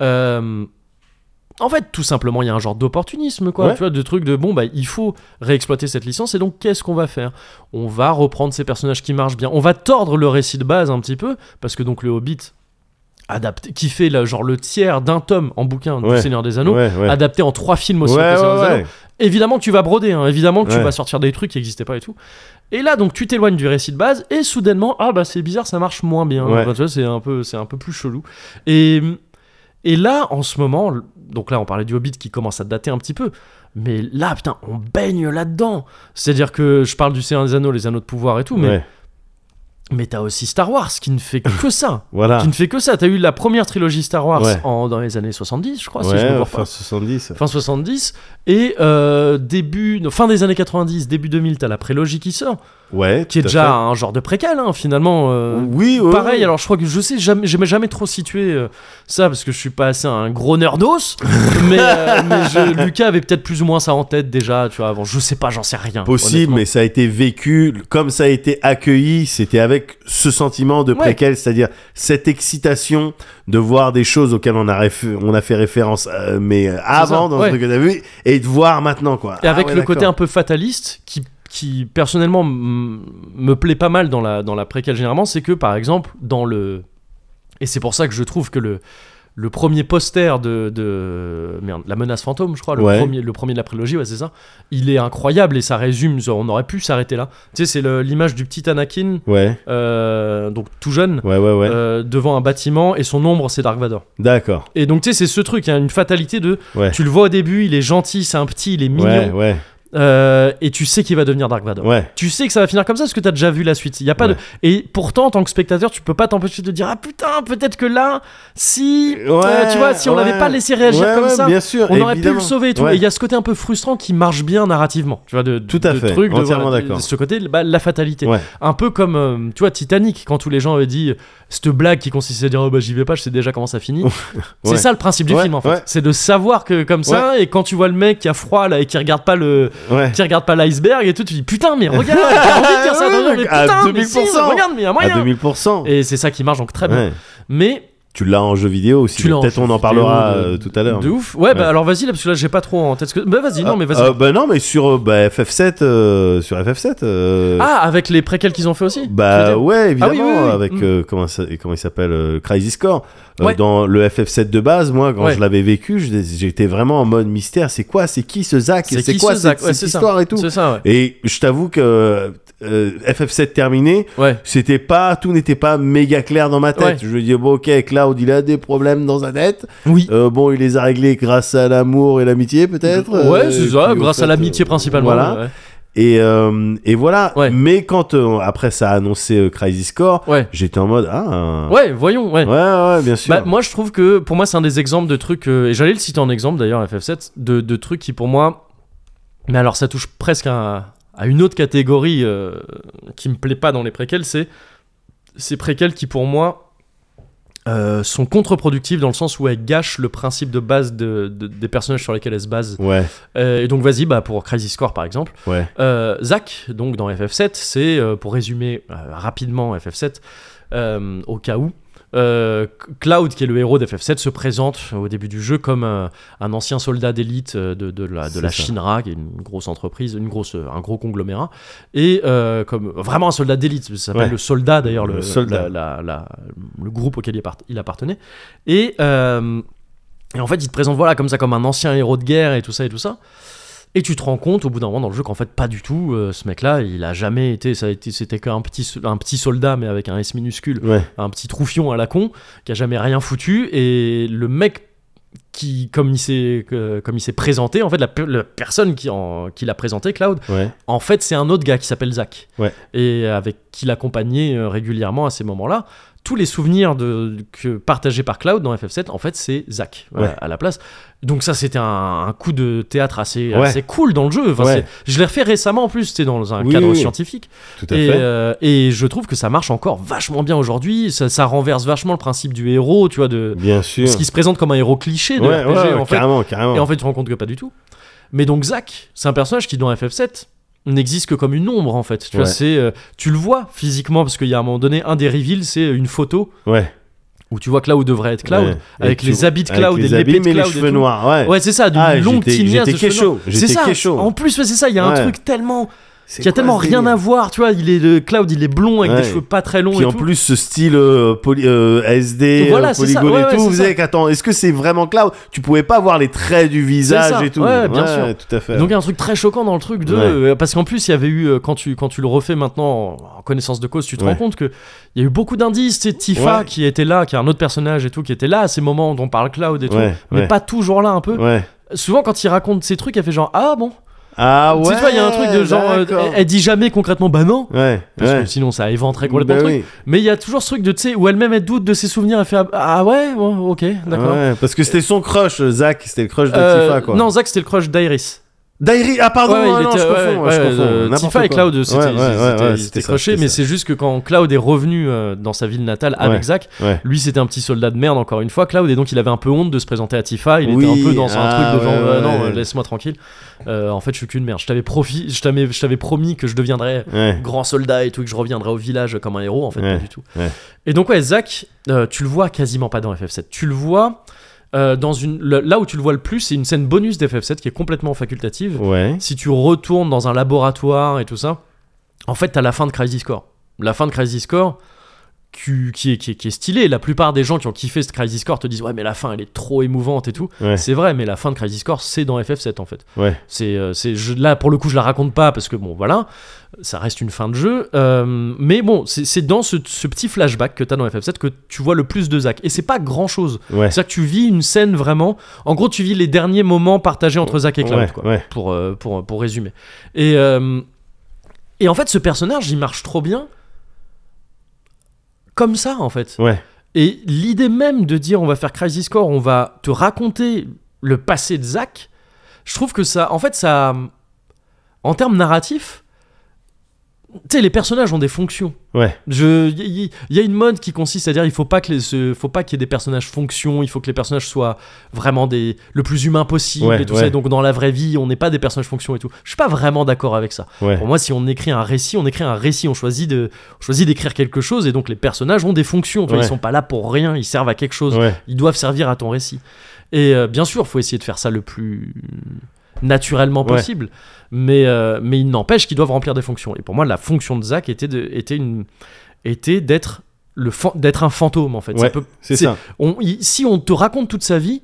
Speaker 1: euh, en fait, tout simplement, il y a un genre d'opportunisme, quoi,
Speaker 2: Ouais.
Speaker 1: tu vois, de trucs de, bon, bah il faut réexploiter cette licence, et donc qu'est-ce qu'on va faire On va reprendre ces personnages qui marchent bien, on va tordre le récit de base un petit peu, parce que donc le Hobbit, adapté, qui fait là, genre le tiers d'un tome en bouquin
Speaker 2: Ouais.
Speaker 1: du Seigneur des Anneaux,
Speaker 2: ouais, ouais.
Speaker 1: adapté en trois films aussi,
Speaker 2: Ouais,
Speaker 1: le Seigneur
Speaker 2: ouais,
Speaker 1: des Anneaux,
Speaker 2: ouais.
Speaker 1: évidemment que tu vas broder, hein, évidemment que tu
Speaker 2: Ouais.
Speaker 1: vas sortir des trucs qui n'existaient pas et tout. Et là, donc, tu t'éloignes du récit de base et soudainement, ah bah c'est bizarre, ça marche moins bien.
Speaker 2: Ouais.
Speaker 1: Enfin, tu vois, c'est un peu, c'est un peu plus chelou. Et et là, en ce moment, l- donc là, on parlait du Hobbit qui commence à dater un petit peu, mais là, putain, on baigne là-dedans. C'est-à-dire que je parle du Seigneur des Anneaux, les Anneaux de pouvoir et tout, mais
Speaker 2: Ouais,
Speaker 1: mais t'as aussi Star Wars qui ne fait que ça.
Speaker 2: Voilà.
Speaker 1: Qui ne fait que ça. T'as eu la première trilogie Star Wars
Speaker 2: Ah. Ouais.
Speaker 1: en, dans les années 70, je crois, si je me
Speaker 2: Ouais,
Speaker 1: gourre pas
Speaker 2: fin 70.
Speaker 1: fin 70 et euh, début non, fin des années 90 début 2000 t'as la prélogie qui sort
Speaker 2: Ouais,
Speaker 1: qui est
Speaker 2: tout à
Speaker 1: déjà
Speaker 2: fait.
Speaker 1: un genre de préquel hein, finalement euh,
Speaker 2: Oui, ouais,
Speaker 1: Pareil,
Speaker 2: ouais.
Speaker 1: alors je crois que je sais jamais, j'ai jamais trop situé euh, ça parce que je suis pas assez un gros nerdos, mais, euh, mais je- Lucas avait peut-être plus ou moins ça en tête déjà, tu vois. Avant, je sais pas, j'en sais rien.
Speaker 2: Possible,
Speaker 1: honnêtement.
Speaker 2: mais ça a été vécu, comme ça a été accueilli, c'était avec ce sentiment de
Speaker 1: Ouais.
Speaker 2: préquel, c'est-à-dire cette excitation de voir des choses auxquelles on a, réf- on a fait référence, euh, mais euh, avant
Speaker 1: ça,
Speaker 2: dans
Speaker 1: ouais.
Speaker 2: ce truc que t'as vu, et de voir maintenant, quoi.
Speaker 1: Et avec
Speaker 2: Ah ouais,
Speaker 1: le côté un
Speaker 2: d'accord.
Speaker 1: peu fataliste qui, qui personnellement m- me plaît pas mal dans la, dans la préquelle généralement, c'est que par exemple, dans le. Et c'est pour ça que je trouve que le, le premier poster de, de. Merde, La menace fantôme, je crois, le,
Speaker 2: Ouais.
Speaker 1: premier, le premier de la prélogie, ouais, c'est ça. Il est incroyable et ça résume, genre, on aurait pu s'arrêter là. Tu sais, c'est le- l'image du petit Anakin,
Speaker 2: Ouais,
Speaker 1: euh, donc tout jeune,
Speaker 2: ouais, ouais, ouais.
Speaker 1: euh, devant un bâtiment et son ombre, c'est Dark Vador.
Speaker 2: D'accord.
Speaker 1: Et donc, tu sais, c'est ce truc, il y a une fatalité de.
Speaker 2: Ouais.
Speaker 1: Tu le vois au début, il est gentil, c'est un petit, il est mignon.
Speaker 2: Ouais, ouais,
Speaker 1: Euh, et tu sais qu'il va devenir Dark Vador.
Speaker 2: ouais.
Speaker 1: Tu sais que ça va finir comme ça parce que t'as déjà vu la suite. Il y a pas
Speaker 2: Ouais.
Speaker 1: de... Et pourtant, en tant que spectateur, tu peux pas t'empêcher de dire Ah putain, peut-être que là, si. euh,
Speaker 2: Ouais,
Speaker 1: tu vois, si on l'avait
Speaker 2: ouais.
Speaker 1: pas laissé réagir
Speaker 2: Ouais,
Speaker 1: comme
Speaker 2: ouais,
Speaker 1: ça,
Speaker 2: bien sûr,
Speaker 1: on aurait pu le
Speaker 2: évidemment.
Speaker 1: sauver et tout.
Speaker 2: Ouais.
Speaker 1: Et il y a ce côté un peu frustrant qui marche bien narrativement. Tu vois, de,
Speaker 2: Tout à
Speaker 1: de
Speaker 2: fait,
Speaker 1: trucs, de-
Speaker 2: entièrement
Speaker 1: voilà, de-
Speaker 2: d'accord.
Speaker 1: Ce côté, bah, la fatalité.
Speaker 2: Ouais.
Speaker 1: Un peu comme, euh, tu vois, Titanic, quand tous les gens avaient dit euh, cette blague qui consistait à dire Oh bah j'y vais pas, je sais déjà comment ça finit. C'est
Speaker 2: Ouais.
Speaker 1: ça le principe du
Speaker 2: Ouais,
Speaker 1: film en fait.
Speaker 2: ouais.
Speaker 1: C'est de savoir que comme ça, et quand tu vois le mec qui a froid là et qui regarde pas le
Speaker 2: Ouais.
Speaker 1: tu regardes pas l'iceberg et tout, tu dis putain, mais regarde, j'ai envie de dire ça,
Speaker 2: Ouais,
Speaker 1: attends, mais
Speaker 2: à
Speaker 1: putain, mais si,
Speaker 2: 2000%.
Speaker 1: regarde, mais il y a
Speaker 2: À
Speaker 1: moyen.
Speaker 2: 2000%.
Speaker 1: Et c'est ça qui marche donc très bien.
Speaker 2: Ouais.
Speaker 1: Mais
Speaker 2: Tu l'as en jeu vidéo aussi.
Speaker 1: Tu l'as en
Speaker 2: Peut-être
Speaker 1: jeu
Speaker 2: on en parlera
Speaker 1: vidéo de-
Speaker 2: euh, tout à l'heure.
Speaker 1: De ouf. Ouais,
Speaker 2: Ouais.
Speaker 1: bah alors vas-y, là, parce que là, j'ai pas trop en tête. ce que- Bah vas-y, non, mais vas-y.
Speaker 2: Euh, bah non, mais sur euh, bah, FF7, euh, sur FF7. euh,
Speaker 1: ah, avec les préquels qu'ils ont fait aussi tu veux
Speaker 2: Bah
Speaker 1: dire
Speaker 2: ouais, évidemment,
Speaker 1: oui, oui.
Speaker 2: avec
Speaker 1: Mm.
Speaker 2: euh, comment, ça- et comment il s'appelle euh, Crisis Core. Euh,
Speaker 1: Ouais.
Speaker 2: Dans le FF7 de base, moi, quand
Speaker 1: Ouais.
Speaker 2: je l'avais vécu, je- j'étais vraiment en mode mystère. C'est quoi C'est qui ce Zack
Speaker 1: C'est
Speaker 2: C'est
Speaker 1: qui ce
Speaker 2: quoi cette-
Speaker 1: Zack Ouais,
Speaker 2: cette
Speaker 1: c'est ça.
Speaker 2: histoire et tout
Speaker 1: C'est ça, ouais.
Speaker 2: Et je t'avoue que euh, FF7 terminé,
Speaker 1: Ouais.
Speaker 2: c'était pas tout n'était pas méga clair dans ma tête. Je me dis bon ok Cloud il a des problèmes dans sa tête.
Speaker 1: Oui.
Speaker 2: Euh, bon il les a réglés grâce à l'amour et l'amitié peut-être.
Speaker 1: ouais,
Speaker 2: Euh,
Speaker 1: c'est
Speaker 2: et
Speaker 1: ça,
Speaker 2: puis, au
Speaker 1: grâce
Speaker 2: fait,
Speaker 1: à l'amitié
Speaker 2: euh,
Speaker 1: principalement.
Speaker 2: Voilà.
Speaker 1: ouais.
Speaker 2: Et, euh, et voilà.
Speaker 1: Ouais.
Speaker 2: Mais quand euh, après ça a annoncé euh, Crisis Core,
Speaker 1: Ouais.
Speaker 2: j'étais en mode ah.
Speaker 1: Ouais, voyons, ouais.
Speaker 2: Ouais ouais bien sûr.
Speaker 1: Bah, moi, je trouve que pour moi, c'est un des exemples de trucs, euh, et j'allais le citer en exemple d'ailleurs, FF7, de, de trucs qui pour moi. Mais alors, ça touche presque à, à une autre catégorie euh, qui me plaît pas dans les préquels, c'est ces préquels qui pour moi euh, sont contre-productifs dans le sens où elles gâchent le principe de base de- de- des personnages sur lesquels elles se basent.
Speaker 2: Ouais
Speaker 1: Euh, et donc, vas-y, bah, pour Crisis Core par exemple.
Speaker 2: ouais.
Speaker 1: Euh, Zach, donc dans FF7, c'est, euh, pour résumer euh, rapidement FF7, euh, au cas où, euh, C- Cloud, qui est le héros d'FF7, se présente au début du jeu comme euh, un ancien soldat d'élite euh, de, de la, de
Speaker 2: C'est
Speaker 1: la
Speaker 2: ça.
Speaker 1: Shinra, qui est une grosse entreprise, une grosse, euh, un gros conglomérat, et euh, comme vraiment un soldat d'élite, ça s'appelle
Speaker 2: Ouais.
Speaker 1: le soldat d'ailleurs, le,
Speaker 2: Le
Speaker 1: la-
Speaker 2: soldat.
Speaker 1: la- la- le groupe auquel il appart- il appartenait. Et, euh, et en fait, il te présente voilà, comme ça, comme un ancien héros de guerre et tout ça et tout ça. Et tu te rends compte au bout d'un moment dans le jeu qu'en fait pas du tout, euh, ce mec-là, il a jamais été, ça a été, c'était qu'un petit, so- un petit soldat mais avec un S minuscule,
Speaker 2: Ouais.
Speaker 1: un petit troufion à la con qui a jamais rien foutu et le mec qui, comme il s'est, que- comme il s'est présenté, en fait la, pe- la personne qui, en- qui l'a présenté, Cloud,
Speaker 2: Ouais.
Speaker 1: en fait c'est un autre gars qui s'appelle Zach
Speaker 2: Ouais.
Speaker 1: et avec qui l'accompagnait euh, régulièrement à ces moments-là. Tous les souvenirs de, que, partagés par Cloud dans FF7, en fait, c'est Zach voilà,
Speaker 2: Ouais.
Speaker 1: à la place. Donc ça, c'était un, un coup de théâtre assez,
Speaker 2: Ouais.
Speaker 1: assez cool dans le jeu. Enfin,
Speaker 2: Ouais.
Speaker 1: c'est- Je l'ai refait récemment en plus, c'était dans un
Speaker 2: Oui,
Speaker 1: cadre
Speaker 2: oui.
Speaker 1: scientifique.
Speaker 2: Tout à
Speaker 1: Et,
Speaker 2: fait.
Speaker 1: euh, et je trouve que ça marche encore vachement bien aujourd'hui. Ça, ça renverse vachement le principe du héros, tu vois, de
Speaker 2: bien sûr.
Speaker 1: ce qui se présente comme un héros cliché de
Speaker 2: ouais,
Speaker 1: RPG,
Speaker 2: ouais,
Speaker 1: en fait.
Speaker 2: carrément carrément.
Speaker 1: Et en fait, tu te rends compte que pas du tout. Mais donc, Zack, c'est un personnage qui, dans FF7, n'existe que comme une ombre, en fait. Tu, vois,
Speaker 2: Ouais.
Speaker 1: c'est, euh, tu le vois physiquement, parce qu'il y a un moment donné, un des reveals, c'est euh, une photo
Speaker 2: ouais.
Speaker 1: où tu vois Cloud devrait être Cloud,
Speaker 2: Ouais.
Speaker 1: avec
Speaker 2: Et
Speaker 1: les
Speaker 2: tu-
Speaker 1: habits de
Speaker 2: avec
Speaker 1: Cloud et
Speaker 2: les
Speaker 1: l'épée
Speaker 2: habits,
Speaker 1: de
Speaker 2: mais
Speaker 1: Cloud.
Speaker 2: les
Speaker 1: et
Speaker 2: cheveux
Speaker 1: tout.
Speaker 2: noirs. Ouais.
Speaker 1: Ouais, c'est ça, d'une
Speaker 2: Ah,
Speaker 1: longue
Speaker 2: j'étais-
Speaker 1: petite niaise
Speaker 2: j'étais
Speaker 1: de cheveux
Speaker 2: kécho,
Speaker 1: noirs.
Speaker 2: j'étais
Speaker 1: C'est ça.
Speaker 2: kécho.
Speaker 1: En plus, ouais, c'est ça, il y a un
Speaker 2: Ouais.
Speaker 1: truc tellement
Speaker 2: C'est
Speaker 1: qui a
Speaker 2: quoi
Speaker 1: tellement
Speaker 2: ce
Speaker 1: rien
Speaker 2: délire
Speaker 1: à voir, tu vois, il est le Cloud, il est blond avec
Speaker 2: Ouais.
Speaker 1: des cheveux pas très longs
Speaker 2: Puis
Speaker 1: et
Speaker 2: en
Speaker 1: tout.
Speaker 2: plus, ce style euh, poly- euh, SD,
Speaker 1: Donc voilà,
Speaker 2: euh,
Speaker 1: c'est ça.
Speaker 2: polygone
Speaker 1: Ouais,
Speaker 2: et
Speaker 1: ouais,
Speaker 2: tout,
Speaker 1: c'est
Speaker 2: vous
Speaker 1: ça.
Speaker 2: savez qu'attends, est-ce que c'est vraiment Cloud Tu pouvais pas voir les traits du visage
Speaker 1: ça.
Speaker 2: et tout.
Speaker 1: Ouais, bien sûr.
Speaker 2: Tout à fait.
Speaker 1: Donc il y a un truc très choquant dans le truc de
Speaker 2: Ouais.
Speaker 1: euh, parce qu'en plus il y avait eu euh, quand tu quand tu le refais maintenant en, en connaissance de cause tu te
Speaker 2: Ouais.
Speaker 1: rends compte que il y a eu beaucoup d'indices c'est Tifa
Speaker 2: Ouais.
Speaker 1: qui était là qui est un autre personnage et tout qui était là à ces moments dont parle Cloud et tout
Speaker 2: Ouais,
Speaker 1: mais
Speaker 2: ouais.
Speaker 1: pas toujours là un peu
Speaker 2: Ouais.
Speaker 1: souvent quand il raconte ces trucs elle fait genre ah bon
Speaker 2: Ah
Speaker 1: Tu sais,
Speaker 2: ouais.
Speaker 1: tu vois il y a un truc de genre euh,
Speaker 2: d'accord.
Speaker 1: elle, elle dit jamais concrètement bah non
Speaker 2: Ouais.
Speaker 1: parce
Speaker 2: ouais.
Speaker 1: que sinon ça éventerait complètement le
Speaker 2: Bah
Speaker 1: truc
Speaker 2: oui.
Speaker 1: mais il y a toujours ce truc de tu sais où elle-même elle doute de ses souvenirs elle fait ah, ah ouais bon, ok d'accord
Speaker 2: Ah Ouais, parce que c'était son crush, euh, Zach, c'était le crush de
Speaker 1: Euh,
Speaker 2: Tifa quoi.
Speaker 1: non Zach c'était le crush d'Iris
Speaker 2: Dairi, ah pardon,
Speaker 1: Ouais,
Speaker 2: ah
Speaker 1: il
Speaker 2: non,
Speaker 1: était-
Speaker 2: je
Speaker 1: ouais,
Speaker 2: confonds,
Speaker 1: ouais,
Speaker 2: je confonds,
Speaker 1: euh,
Speaker 2: n'importe
Speaker 1: Tifa et
Speaker 2: quoi.
Speaker 1: Cloud, c'était
Speaker 2: Ouais, ouais, ouais, ouais,
Speaker 1: c'était
Speaker 2: c'était ça,
Speaker 1: crushé,
Speaker 2: c'était
Speaker 1: mais
Speaker 2: ça.
Speaker 1: c'est juste que quand Cloud est revenu euh, dans sa ville natale avec
Speaker 2: Ouais.
Speaker 1: Zack,
Speaker 2: Ouais.
Speaker 1: lui c'était un petit soldat de merde encore une fois, Cloud, et donc il avait un peu honte de se présenter à Tifa, il
Speaker 2: Oui,
Speaker 1: était un peu dans un
Speaker 2: ah,
Speaker 1: truc de genre
Speaker 2: ouais,
Speaker 1: euh,
Speaker 2: ouais,
Speaker 1: non,
Speaker 2: ouais.
Speaker 1: euh, laisse-moi tranquille, Euh, en fait je suis qu'une merde, je t'avais profi- je t'avais- je t'avais promis que je deviendrais
Speaker 2: Ouais.
Speaker 1: grand soldat et tout, que je reviendrai au village comme un héros, en fait,
Speaker 2: Ouais,
Speaker 1: pas du tout.
Speaker 2: ouais.
Speaker 1: Et donc, ouais, Zach, euh, tu le vois quasiment pas dans FF7. Tu le vois euh, dans une. le- là où tu le vois le plus, c'est une scène bonus d'FF7 qui est complètement facultative.
Speaker 2: Ouais.
Speaker 1: Si tu retournes dans un laboratoire et tout ça, en fait, t'as la fin de Crisis Core. La fin de Crisis Core. Qui, qui est, qui, est, qui est stylée. La plupart des gens qui ont kiffé ce Crisis Core te disent Ouais, mais la fin elle est trop émouvante et tout.
Speaker 2: Ouais.
Speaker 1: C'est vrai, mais la fin de Crisis Core c'est dans FF7 en fait.
Speaker 2: Ouais.
Speaker 1: C'est, euh, c'est, je- là, pour le coup, je la raconte pas parce que bon, voilà, ça reste une fin de jeu. Euh, mais bon, c'est, c'est dans ce, ce petit flashback que t'as dans FF7 que tu vois le plus de Zack. Et c'est pas grand chose.
Speaker 2: Ouais.
Speaker 1: C'est-à-dire que tu vis une scène vraiment. En gros, tu vis les derniers moments partagés entre Zack et Cloud,
Speaker 2: Ouais,
Speaker 1: quoi,
Speaker 2: ouais.
Speaker 1: Pour, euh, pour, pour résumer. Et, euh, et en fait, ce personnage, il marche trop bien. Comme ça, en fait.
Speaker 2: Ouais.
Speaker 1: Et l'idée même de dire on va faire Crisis Core, on va te raconter le passé de Zack, je trouve que ça, en fait, ça, en termes narratifs, Tu sais, les personnages ont des fonctions.
Speaker 2: Ouais.
Speaker 1: Je, il y, y- y a une mode qui consiste à dire il faut pas que les, ce- faut pas qu'il y ait des personnages fonctions, il faut que les personnages soient vraiment des le plus humain possible
Speaker 2: Ouais,
Speaker 1: et tout
Speaker 2: ouais.
Speaker 1: ça. Et donc dans la vraie vie, on n'est pas des personnages fonctions et tout. Je suis pas vraiment d'accord avec ça.
Speaker 2: Ouais.
Speaker 1: Pour moi, si on écrit un récit, on écrit un récit, on choisit de, on choisit d'écrire quelque chose et donc les personnages ont des fonctions. Tu vois,
Speaker 2: Ouais.
Speaker 1: Ils sont pas là pour rien, ils servent à quelque chose.
Speaker 2: Ouais.
Speaker 1: Ils doivent servir à ton récit. Et euh, bien sûr, faut essayer de faire ça le plus naturellement
Speaker 2: Ouais.
Speaker 1: possible. Mais, euh, mais il n'empêche qu'ils doivent remplir des fonctions. Et pour moi, la fonction de Zach était de- était une- était d'être le fan- d'être un fantôme en fait. Ça
Speaker 2: Ouais,
Speaker 1: peut-
Speaker 2: C'est ça.
Speaker 1: on- il- si on te raconte toute sa vie,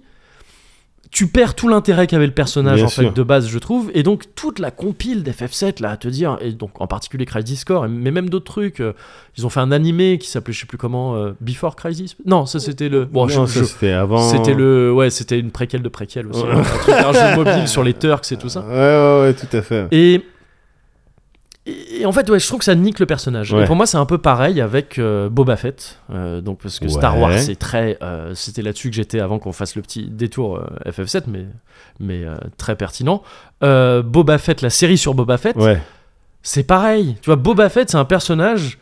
Speaker 1: tu perds tout l'intérêt qu'avait le personnage
Speaker 2: Bien
Speaker 1: en fait
Speaker 2: sûr.
Speaker 1: de base, je trouve. Et donc toute la compile d'FF7 là à te dire, et donc en particulier Crisis Core, mais même d'autres trucs. euh, ils ont fait un animé qui s'appelait je sais plus comment euh, Before Crisis. Non, ça c'était le. Bon, je-
Speaker 2: Non,
Speaker 1: je-
Speaker 2: ça, c'était avant.
Speaker 1: c'était le ouais c'était une préquelle de préquelle aussi
Speaker 2: Ouais.
Speaker 1: un, truc, un jeu mobile sur les Turks et tout ça
Speaker 2: Ouais, ouais, ouais, tout à fait.
Speaker 1: et et et en fait ouais je trouve que ça nique le personnage
Speaker 2: Ouais.
Speaker 1: et pour moi c'est un peu pareil avec euh, Boba Fett Euh, donc parce que Star
Speaker 2: Ouais.
Speaker 1: Wars c'est très euh, c'était là-dessus que j'étais avant qu'on fasse le petit détour euh, FF7 mais mais euh, très pertinent Euh, Boba Fett la série sur Boba Fett
Speaker 2: Ouais.
Speaker 1: c'est pareil. Tu vois, Boba Fett, c'est un personnage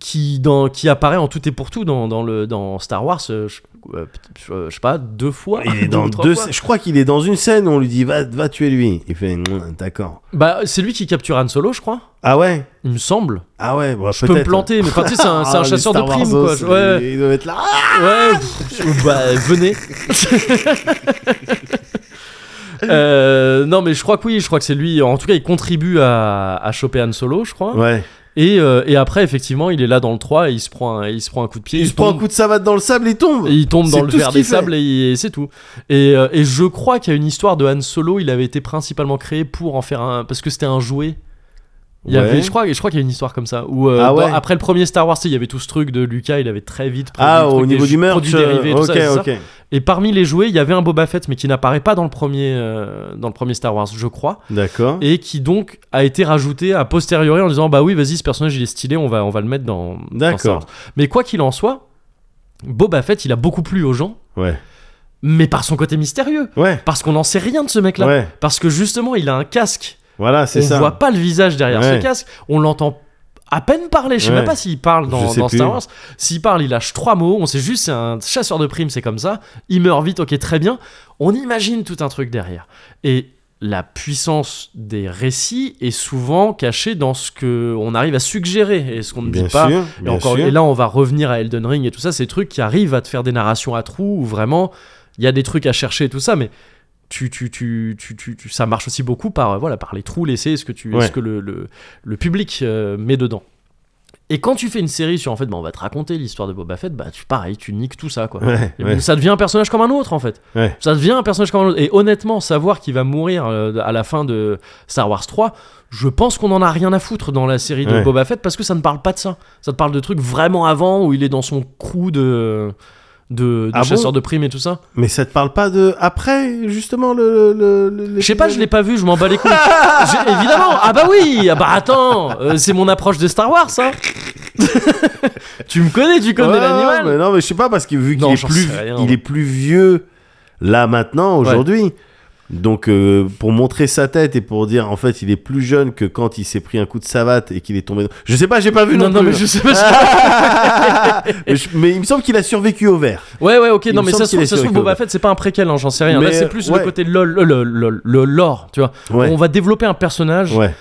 Speaker 1: qui, dans, qui apparaît en tout et pour tout dans, dans, le, dans Star Wars, euh, je, euh, je- je sais pas, deux fois.
Speaker 2: Il est
Speaker 1: deux
Speaker 2: dans
Speaker 1: ou trois
Speaker 2: deux.
Speaker 1: fois.
Speaker 2: Je crois qu'il est dans une scène où on lui dit va, va tuer lui. Il fait Mouah, d'accord.
Speaker 1: Bah, c'est lui qui capture Han Solo, je crois.
Speaker 2: Ah ouais.
Speaker 1: Il me semble.
Speaker 2: Ah ouais. Bon,
Speaker 1: Je peux me planter, mais enfin, tu sais, c'est un,
Speaker 2: Ah,
Speaker 1: c'est un chasseur de primes, quoi. Je- ouais. Ah.
Speaker 2: Il doit être là.
Speaker 1: Ouais, pff, bah, venez. Euh, non, mais je crois que oui, je crois que c'est lui. En tout cas, il contribue à, à choper Han Solo, je crois.
Speaker 2: Ouais.
Speaker 1: Et, euh, et après, effectivement, il est là dans le 3 et il se prend un, il se prend un coup de pied.
Speaker 2: Il se prend un
Speaker 1: tombe.
Speaker 2: coup de savate dans le sable et tombe.
Speaker 1: Et il tombe
Speaker 2: C'est
Speaker 1: dans le
Speaker 2: tout ce
Speaker 1: verre
Speaker 2: qu'il
Speaker 1: des
Speaker 2: fait.
Speaker 1: sables et, il- et c'est tout. Et, euh, et je crois qu'il y a une histoire de Han Solo. Il avait été principalement créé pour en faire un. Parce que c'était un jouet. Il y
Speaker 2: Ouais.
Speaker 1: avait, je crois, je crois qu'il y a une histoire comme ça. Où, euh,
Speaker 2: Ah
Speaker 1: dans-
Speaker 2: ouais.
Speaker 1: après le premier Star Wars, tu sais, il y avait tout ce truc de Lucas. Il avait très vite. produit
Speaker 2: Ah,
Speaker 1: le
Speaker 2: au
Speaker 1: truc
Speaker 2: niveau
Speaker 1: des
Speaker 2: du
Speaker 1: jeux-
Speaker 2: merch. euh,
Speaker 1: produits dérivés, tout
Speaker 2: ok,
Speaker 1: ça, c'est ça.
Speaker 2: ok.
Speaker 1: Et parmi les jouets, il y avait un Boba Fett, mais qui n'apparaît pas dans le premier, euh, dans le premier Star Wars, je crois,
Speaker 2: D'accord.
Speaker 1: et qui donc a été rajouté à posteriori en disant bah oui, vas-y, ce personnage il est stylé, on va, on va le mettre dans. dans
Speaker 2: D'accord.
Speaker 1: Star Wars. Mais quoi qu'il en soit, Boba Fett, il a beaucoup plu aux gens
Speaker 2: Ouais.
Speaker 1: mais par son côté mystérieux.
Speaker 2: Ouais.
Speaker 1: Parce qu'on n'en sait rien de ce mec-là.
Speaker 2: Ouais.
Speaker 1: Parce que justement, il a un casque.
Speaker 2: Voilà,
Speaker 1: On
Speaker 2: c'est ça.
Speaker 1: voit pas le visage derrière
Speaker 2: Ouais.
Speaker 1: ce casque. On l'entend à peine parler. Je sais
Speaker 2: Ouais.
Speaker 1: même pas s'il parle dans,
Speaker 2: Je sais
Speaker 1: dans Star
Speaker 2: plus.
Speaker 1: Wars. S'il parle, il lâche trois mots. On sait juste c'est un chasseur de primes, c'est comme ça. Il meurt vite, ok, très bien. On imagine tout un truc derrière. Et la puissance des récits est souvent cachée dans ce que on arrive à suggérer et ce qu'on ne
Speaker 2: Bien
Speaker 1: dit pas
Speaker 2: sûr.
Speaker 1: et,
Speaker 2: bien
Speaker 1: encore,
Speaker 2: sûr.
Speaker 1: et là, on va revenir à Elden Ring et tout ça, ces trucs qui arrivent à te faire des narrations à trous où vraiment il y a des trucs à chercher et tout ça, mais tu, tu, tu, tu, tu- tu- ça marche aussi beaucoup par, euh, voilà, par les trous laissés et ce que, tu,
Speaker 2: Ouais.
Speaker 1: ce que le, le, le public euh, met dedans. Et quand tu fais une série sur en fait, bah, on va te raconter l'histoire de Boba Fett, bah tu pareil, tu niques tout ça quoi.
Speaker 2: Ouais,
Speaker 1: Et
Speaker 2: ouais.
Speaker 1: Ça devient un personnage comme un autre en fait.
Speaker 2: Ouais.
Speaker 1: Ça devient un personnage comme un autre. Et honnêtement, savoir qu'il va mourir euh, à la fin de Star Wars 3, je pense qu'on en a rien à foutre dans la série de
Speaker 2: Ouais.
Speaker 1: Boba Fett parce que ça ne parle pas de ça. Ça te parle de trucs vraiment avant où il est dans son crew de de, de
Speaker 2: Ah bon
Speaker 1: chasseur de primes et tout ça.
Speaker 2: Mais ça te parle pas de après justement le. le, le- le-
Speaker 1: Je sais pas, je l'ai pas vu, je m'en bats les couilles. J'ai- Évidemment, ah bah oui, ah bah attends, euh, c'est mon approche de Star Wars, hein. tu me connais, tu connais
Speaker 2: Ouais,
Speaker 1: l'animal.
Speaker 2: mais Non, mais je sais pas parce que vu qu'il
Speaker 1: Non,
Speaker 2: est
Speaker 1: j'en
Speaker 2: plus,
Speaker 1: sais rien,
Speaker 2: il
Speaker 1: moi.
Speaker 2: est plus vieux là maintenant aujourd'hui. Donc euh, pour montrer sa tête et pour dire en fait il est plus jeune que quand il s'est pris un coup de savate et qu'il est tombé. Dans... Je sais pas, j'ai pas vu non,
Speaker 1: Non, non,
Speaker 2: plus.
Speaker 1: mais je sais pas.
Speaker 2: Mais je- mais il me semble qu'il a survécu au verre.
Speaker 1: Ouais, ouais, ok,
Speaker 2: Il
Speaker 1: non,
Speaker 2: me
Speaker 1: mais
Speaker 2: semble
Speaker 1: ça se
Speaker 2: qu'il
Speaker 1: trouve,
Speaker 2: est
Speaker 1: ça se trouve,
Speaker 2: sur
Speaker 1: Boba Fett, c'est pas un préquel, hein, j'en sais rien.
Speaker 2: Mais,
Speaker 1: Là, c'est plus
Speaker 2: ouais.
Speaker 1: le côté lol, le, le, le, le lore, tu vois.
Speaker 2: Ouais.
Speaker 1: On va développer un personnage,
Speaker 2: Ouais.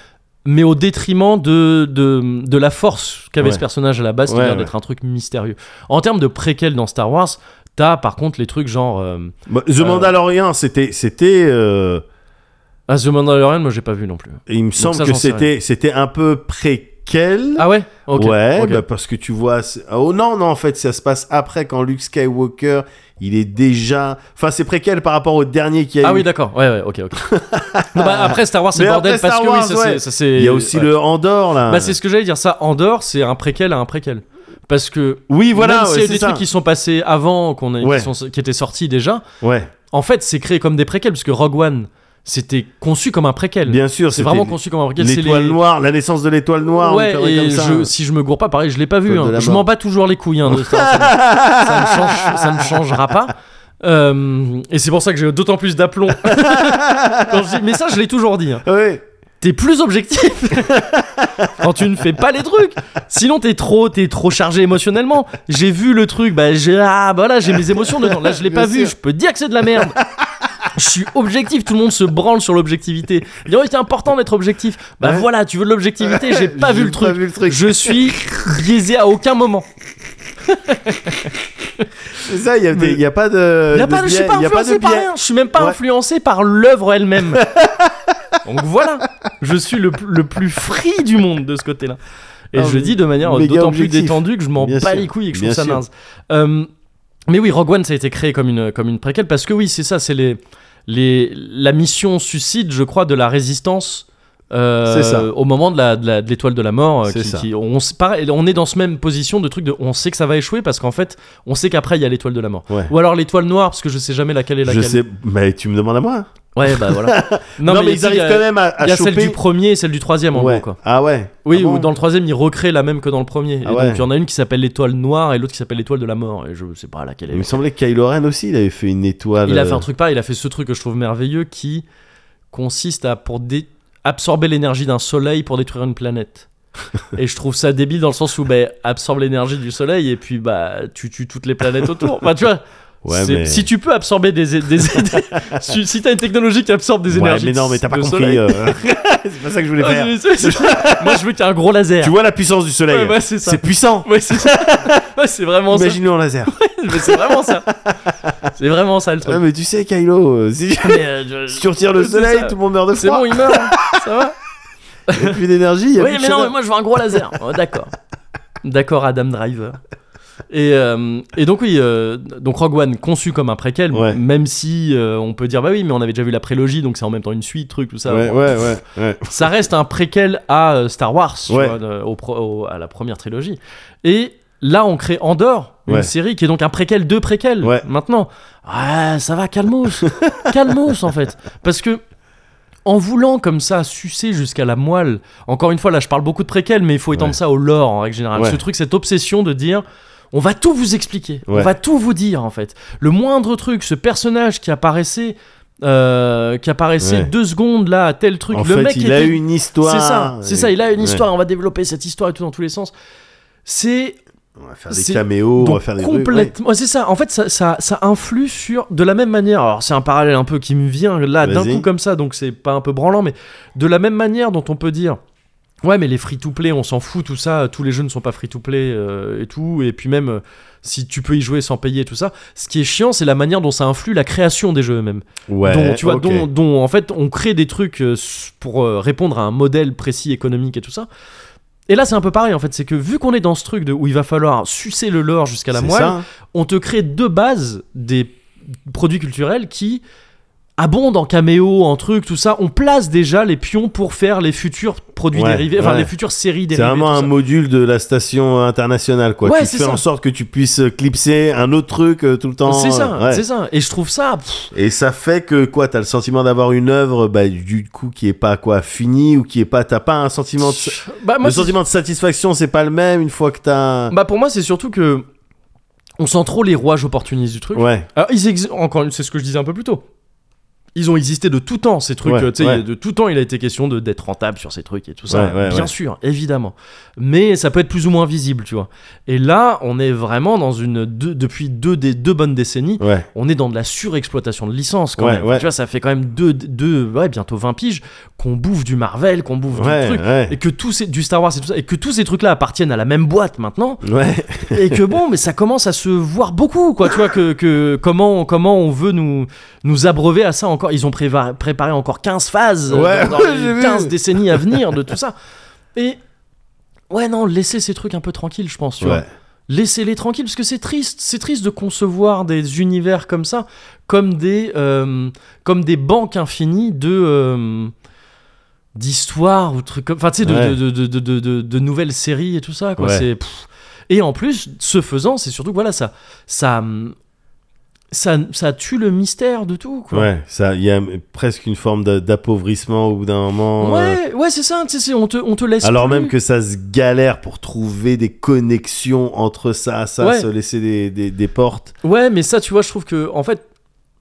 Speaker 1: mais au détriment de, de, de la force qu'avait
Speaker 2: Ouais.
Speaker 1: ce personnage à la base, c'est-à-dire
Speaker 2: Ouais, ouais.
Speaker 1: d'être un truc mystérieux. En termes de préquel dans Star Wars, t'as par contre les trucs genre. Euh,
Speaker 2: Bah, The Mandalorian, c'était c'était. euh,
Speaker 1: ah, The Mandalorian, moi j'ai pas vu non plus.
Speaker 2: Il me semble
Speaker 1: ça,
Speaker 2: que
Speaker 1: j'en sais
Speaker 2: c'était c'était un peu préquel.
Speaker 1: Ah ouais Ok.
Speaker 2: ouais,
Speaker 1: ok.
Speaker 2: bah parce que tu vois. c'est- ah, Oh non, non, en fait, ça se passe après quand Luke Skywalker, il est déjà. Enfin, c'est préquel par rapport au dernier qui a
Speaker 1: Ah
Speaker 2: eu.
Speaker 1: oui, d'accord, ouais, ouais, ok, ok. Non, bah, après, Star Wars, c'est
Speaker 2: Mais
Speaker 1: le bordel
Speaker 2: après Star
Speaker 1: parce que oui,
Speaker 2: Wars,
Speaker 1: ça c'est-
Speaker 2: ouais.
Speaker 1: ça c'est.
Speaker 2: Il y a aussi
Speaker 1: ouais.
Speaker 2: le Andorre là.
Speaker 1: Bah, c'est ce que j'allais dire, ça, Andorre, c'est un préquel à un préquel. Parce que
Speaker 2: Oui,
Speaker 1: Même
Speaker 2: voilà,
Speaker 1: s'il y
Speaker 2: ouais,
Speaker 1: a eu
Speaker 2: c'est
Speaker 1: des
Speaker 2: ça.
Speaker 1: trucs qui sont passés avant, qu'on ait-
Speaker 2: Ouais.
Speaker 1: qui, sont- qui étaient sortis déjà,
Speaker 2: Ouais,
Speaker 1: en fait, c'est créé comme des préquels, parce que Rogue One, c'était conçu comme un préquel.
Speaker 2: bien sûr.
Speaker 1: c'est vraiment
Speaker 2: c'était
Speaker 1: conçu comme un préquel. c'est
Speaker 2: L'étoile
Speaker 1: les-
Speaker 2: noire, la naissance de l'étoile noire, on
Speaker 1: Ouais,
Speaker 2: dirait
Speaker 1: et
Speaker 2: comme ça.
Speaker 1: je- si je me gourre pas, pareil, je l'ai pas vu.
Speaker 2: Étoile de
Speaker 1: hein.
Speaker 2: la
Speaker 1: Je
Speaker 2: mort.
Speaker 1: m'en bats toujours les couilles hein, de Star Wars. ça, ne change- ça ne changera pas. Euh, et c'est pour ça que j'ai d'autant plus d'aplomb. Quand je dis- Mais ça, je l'ai toujours dit. hein.
Speaker 2: Ouais,
Speaker 1: T'es- t'es plus objectif quand tu ne fais pas les trucs. Sinon, t'es trop, t'es trop chargé émotionnellement. J'ai vu le truc, bah j'ai, ah voilà, j'ai mes émotions dedans. Là, je l'ai
Speaker 2: Bien
Speaker 1: pas vu.
Speaker 2: sûr.
Speaker 1: Je peux dire que c'est de la merde. Je suis objectif, tout le monde se branle sur l'objectivité. Il dit, oh, c'est important d'être objectif. Bah
Speaker 2: Ouais.
Speaker 1: voilà, tu veux de l'objectivité, j'ai pas vu le
Speaker 2: J'ai pas
Speaker 1: truc.
Speaker 2: vu le truc.
Speaker 1: Je suis biaisé à aucun moment.
Speaker 2: C'est ça, il y a, des- il y a pas de.
Speaker 1: Il y a pas de- je suis
Speaker 2: biais-
Speaker 1: pas
Speaker 2: il y a pas de
Speaker 1: influencé par
Speaker 2: biais.
Speaker 1: rien. Je suis même pas
Speaker 2: Ouais.
Speaker 1: influencé par l'œuvre elle-même. Donc voilà, je suis le, le plus free du monde de ce côté-là. Et
Speaker 2: Ah,
Speaker 1: je le dis de manière
Speaker 2: méga
Speaker 1: d'autant plus
Speaker 2: objectif.
Speaker 1: détendue que je m'en
Speaker 2: Bien
Speaker 1: bats
Speaker 2: sûr,
Speaker 1: les couilles et que je
Speaker 2: bien
Speaker 1: trouve ça
Speaker 2: sûr.
Speaker 1: naze. Euh, mais oui, Rogue One, ça a été créé comme une, comme une préquelle parce que oui, c'est ça, c'est les, les, la mission suicide, je crois, de la résistance. euh,
Speaker 2: C'est ça.
Speaker 1: Au moment de la- de la- de l'étoile de, la mort, euh,
Speaker 2: C'est
Speaker 1: qui-
Speaker 2: ça.
Speaker 1: qui- on, se- pareil, on est dans ce même position de truc de on sait que ça va échouer parce qu'en fait on sait qu'après il y a l'étoile de la mort.
Speaker 2: Ouais.
Speaker 1: Ou alors l'étoile noire, parce que je sais jamais laquelle est
Speaker 2: Je
Speaker 1: laquelle.
Speaker 2: sais, mais tu me demandes à moi.
Speaker 1: Ouais, bah voilà.
Speaker 2: Non, mais,
Speaker 1: il y
Speaker 2: ils
Speaker 1: a-
Speaker 2: arrivent quand même à, à
Speaker 1: Il y a
Speaker 2: choper.
Speaker 1: celle du premier et celle du troisième en
Speaker 2: ouais.
Speaker 1: gros quoi.
Speaker 2: Ah ouais.
Speaker 1: Oui,
Speaker 2: Ah bon
Speaker 1: ou dans le troisième, ils recréent la même que dans le premier. Et
Speaker 2: Ah ouais.
Speaker 1: donc il y en a une qui s'appelle l'étoile noire et l'autre qui s'appelle l'étoile de la mort. Et je sais pas laquelle
Speaker 2: Il me
Speaker 1: est.
Speaker 2: semblait que Kylo Ren aussi, il avait fait une étoile.
Speaker 1: Il a fait
Speaker 2: euh,
Speaker 1: un truc pareil, il a fait ce truc que je trouve merveilleux qui consiste à pour dé- absorber l'énergie d'un soleil pour détruire une planète. et je trouve ça débile dans le sens où bah, absorbe l'énergie du soleil et puis bah tu tues toutes les planètes autour. Enfin tu vois,
Speaker 2: Ouais,
Speaker 1: C'est-
Speaker 2: mais...
Speaker 1: Si tu peux absorber des. des, des- si si t'as une technologie qui absorbe des
Speaker 2: Ouais,
Speaker 1: énergies.
Speaker 2: mais non, mais t'as pas
Speaker 1: de
Speaker 2: compris.
Speaker 1: soleil.
Speaker 2: euh, c'est pas ça que je voulais
Speaker 1: Ah,
Speaker 2: faire.
Speaker 1: c'est- c'est- c'est- Moi, je veux qu'il y ait un gros laser.
Speaker 2: Tu vois la puissance du soleil.
Speaker 1: Ouais, ouais, c'est ça.
Speaker 2: c'est puissant.
Speaker 1: Ouais, c'est ça. Ouais, c'est vraiment ça.
Speaker 2: Imagine-le en laser.
Speaker 1: Mais c'est vraiment ça. C'est vraiment ça le truc.
Speaker 2: Ouais, mais tu sais, Kylo, euh, si,
Speaker 1: Mais, euh, je-
Speaker 2: si tu retires le
Speaker 1: C'est
Speaker 2: soleil,
Speaker 1: ça.
Speaker 2: tout le monde meurt de
Speaker 1: C'est
Speaker 2: froid.
Speaker 1: bon, il meurt. hein. Ça va
Speaker 2: Il n'y a plus d'énergie. il y a
Speaker 1: Oui,
Speaker 2: plus de
Speaker 1: mais non,
Speaker 2: chaleur.
Speaker 1: mais moi, je veux un gros laser. Oh, D'accord. D'accord, Adam Driver. Et, euh, et donc oui, euh, donc Rogue One conçu comme un préquel,
Speaker 2: Ouais.
Speaker 1: même si euh, on peut dire bah oui, mais on avait déjà vu la prélogie, donc c'est en même temps une suite, truc, tout ça.
Speaker 2: Ouais,
Speaker 1: Bon,
Speaker 2: ouais, ouais, ouais.
Speaker 1: ça reste un préquel à euh, Star Wars, tu
Speaker 2: Ouais.
Speaker 1: vois, de- au pro- au- à la première trilogie. Et là, on crée Andorre, une
Speaker 2: Ouais.
Speaker 1: série qui est donc un préquel de préquel.
Speaker 2: Ouais.
Speaker 1: Maintenant, ah, ça va, calmos, calmos en fait, parce que en voulant comme ça sucer jusqu'à la moelle. Encore une fois, là, je parle beaucoup de préquel, mais il faut étendre
Speaker 2: Ouais.
Speaker 1: ça au lore en règle générale.
Speaker 2: Ouais.
Speaker 1: Ce truc, cette obsession de dire. On va tout vous expliquer, on
Speaker 2: Ouais.
Speaker 1: va tout vous dire en fait. Le moindre truc, ce personnage qui apparaissait, euh, qui apparaissait
Speaker 2: Ouais.
Speaker 1: deux secondes là, à tel truc,
Speaker 2: En
Speaker 1: le
Speaker 2: fait,
Speaker 1: mec
Speaker 2: il
Speaker 1: était-
Speaker 2: a eu une histoire.
Speaker 1: c'est ça, c'est ça, il a une
Speaker 2: Ouais.
Speaker 1: histoire, on va développer cette histoire et tout dans tous les sens. C'est
Speaker 2: On va faire des
Speaker 1: C'est-
Speaker 2: caméos, on va
Speaker 1: donc
Speaker 2: faire des trucs. ouais.
Speaker 1: complètement. ouais, c'est ça, en fait, ça, ça, ça influe sur. De la même manière, alors c'est un parallèle un peu qui me vient là d'un
Speaker 2: Vas-y.
Speaker 1: coup comme ça, donc c'est pas un peu branlant, mais de la même manière dont on peut dire. Ouais, mais les free-to-play, on s'en fout, tout ça. Tous les jeux ne sont pas free-to-play euh, et tout. Et puis même, euh, si tu peux y jouer sans payer, tout ça. Ce qui est chiant, c'est la manière dont ça influe la création des jeux eux-mêmes
Speaker 2: Ouais,
Speaker 1: dont, tu vois,
Speaker 2: ok.
Speaker 1: dont, dont, en fait on crée des trucs euh, s- pour euh, répondre à un modèle précis économique et tout ça. Et là c'est un peu pareil en fait, c'est que vu qu'on est dans ce truc de, où il va falloir sucer le lore jusqu'à la
Speaker 2: C'est
Speaker 1: moelle,
Speaker 2: ça.
Speaker 1: on te crée deux bases des produits culturels qui abondent en caméos, en trucs, tout ça. On place déjà les pions pour faire les futurs produits
Speaker 2: Ouais,
Speaker 1: dérivés, enfin
Speaker 2: ouais.
Speaker 1: les futures séries
Speaker 2: C'est
Speaker 1: dérivées.
Speaker 2: vraiment
Speaker 1: tout
Speaker 2: un
Speaker 1: ça.
Speaker 2: module de la station internationale, quoi.
Speaker 1: Ouais,
Speaker 2: qui
Speaker 1: c'est
Speaker 2: fait en
Speaker 1: ça.
Speaker 2: sorte que tu puisses clipser un autre truc euh, tout le temps.
Speaker 1: C'est ça,
Speaker 2: euh, ouais.
Speaker 1: c'est ça. Et je trouve ça. pff,
Speaker 2: Et ça fait que quoi, t'as le sentiment d'avoir une œuvre, bah, du coup, qui est pas quoi finie ou qui est pas, t'as pas un sentiment. De...
Speaker 1: bah, moi,
Speaker 2: le
Speaker 1: c'est-
Speaker 2: sentiment de satisfaction, c'est pas le même une fois que t'as.
Speaker 1: bah, pour moi, c'est surtout que. On sent trop les rouages opportunistes du truc.
Speaker 2: ouais,
Speaker 1: Alors, Ah, ils exi- encore une- c'est ce que je disais un peu plus tôt. Ils ont existé de tout temps, ces trucs.
Speaker 2: Ouais,
Speaker 1: euh, tu sais,
Speaker 2: ouais.
Speaker 1: De tout temps, il a été question de- d'être rentable sur ces trucs et tout ça.
Speaker 2: Ouais, ouais,
Speaker 1: Bien
Speaker 2: ouais.
Speaker 1: sûr, évidemment. Mais ça peut être plus ou moins visible, tu vois. Et là, on est vraiment dans une. deux- depuis deux, dé- deux bonnes décennies,
Speaker 2: ouais,
Speaker 1: on est dans de la surexploitation de licences quand
Speaker 2: Ouais,
Speaker 1: même.
Speaker 2: ouais.
Speaker 1: Tu vois, ça fait quand même deux, deux ouais, bientôt 20 piges qu'on bouffe du Marvel, qu'on bouffe
Speaker 2: ouais,
Speaker 1: du truc.
Speaker 2: ouais,
Speaker 1: Et que tous ces, du Star Wars et tout ça, et que tous ces trucs-là appartiennent à la même boîte maintenant,
Speaker 2: ouais,
Speaker 1: et que bon mais ça commence à se voir beaucoup quoi tu vois que, que comment comment on veut nous nous abreuver à ça encore ils ont préva- préparé encore 15 phases euh,
Speaker 2: Ouais,
Speaker 1: dans, dans
Speaker 2: j'ai
Speaker 1: les
Speaker 2: vu.
Speaker 1: 15 décennies à venir de tout ça et ouais non laissez ces trucs un peu tranquilles je pense tu vois
Speaker 2: ouais.
Speaker 1: laissez-les tranquilles parce que c'est triste c'est triste de concevoir des univers comme ça comme des euh, comme des banques infinies de euh, d'histoires ou trucs comme enfin tu sais de,
Speaker 2: Ouais.
Speaker 1: de, de, de, de, de- de nouvelles séries et tout ça quoi
Speaker 2: Ouais.
Speaker 1: c'est pff. et en plus ce faisant c'est surtout que voilà ça ça hum, ça, ça tue le mystère de tout quoi
Speaker 2: Ouais, ça, il y a presque une forme d'a- d'appauvrissement au bout d'un moment. euh,
Speaker 1: ouais, ouais, c'est ça tu sais c'est- on te on te laisse
Speaker 2: Alors
Speaker 1: plus.
Speaker 2: même que ça se galère pour trouver des connexions entre ça, ça,
Speaker 1: Ouais.
Speaker 2: se laisser des, des, des portes.
Speaker 1: ouais mais ça tu vois je trouve que en fait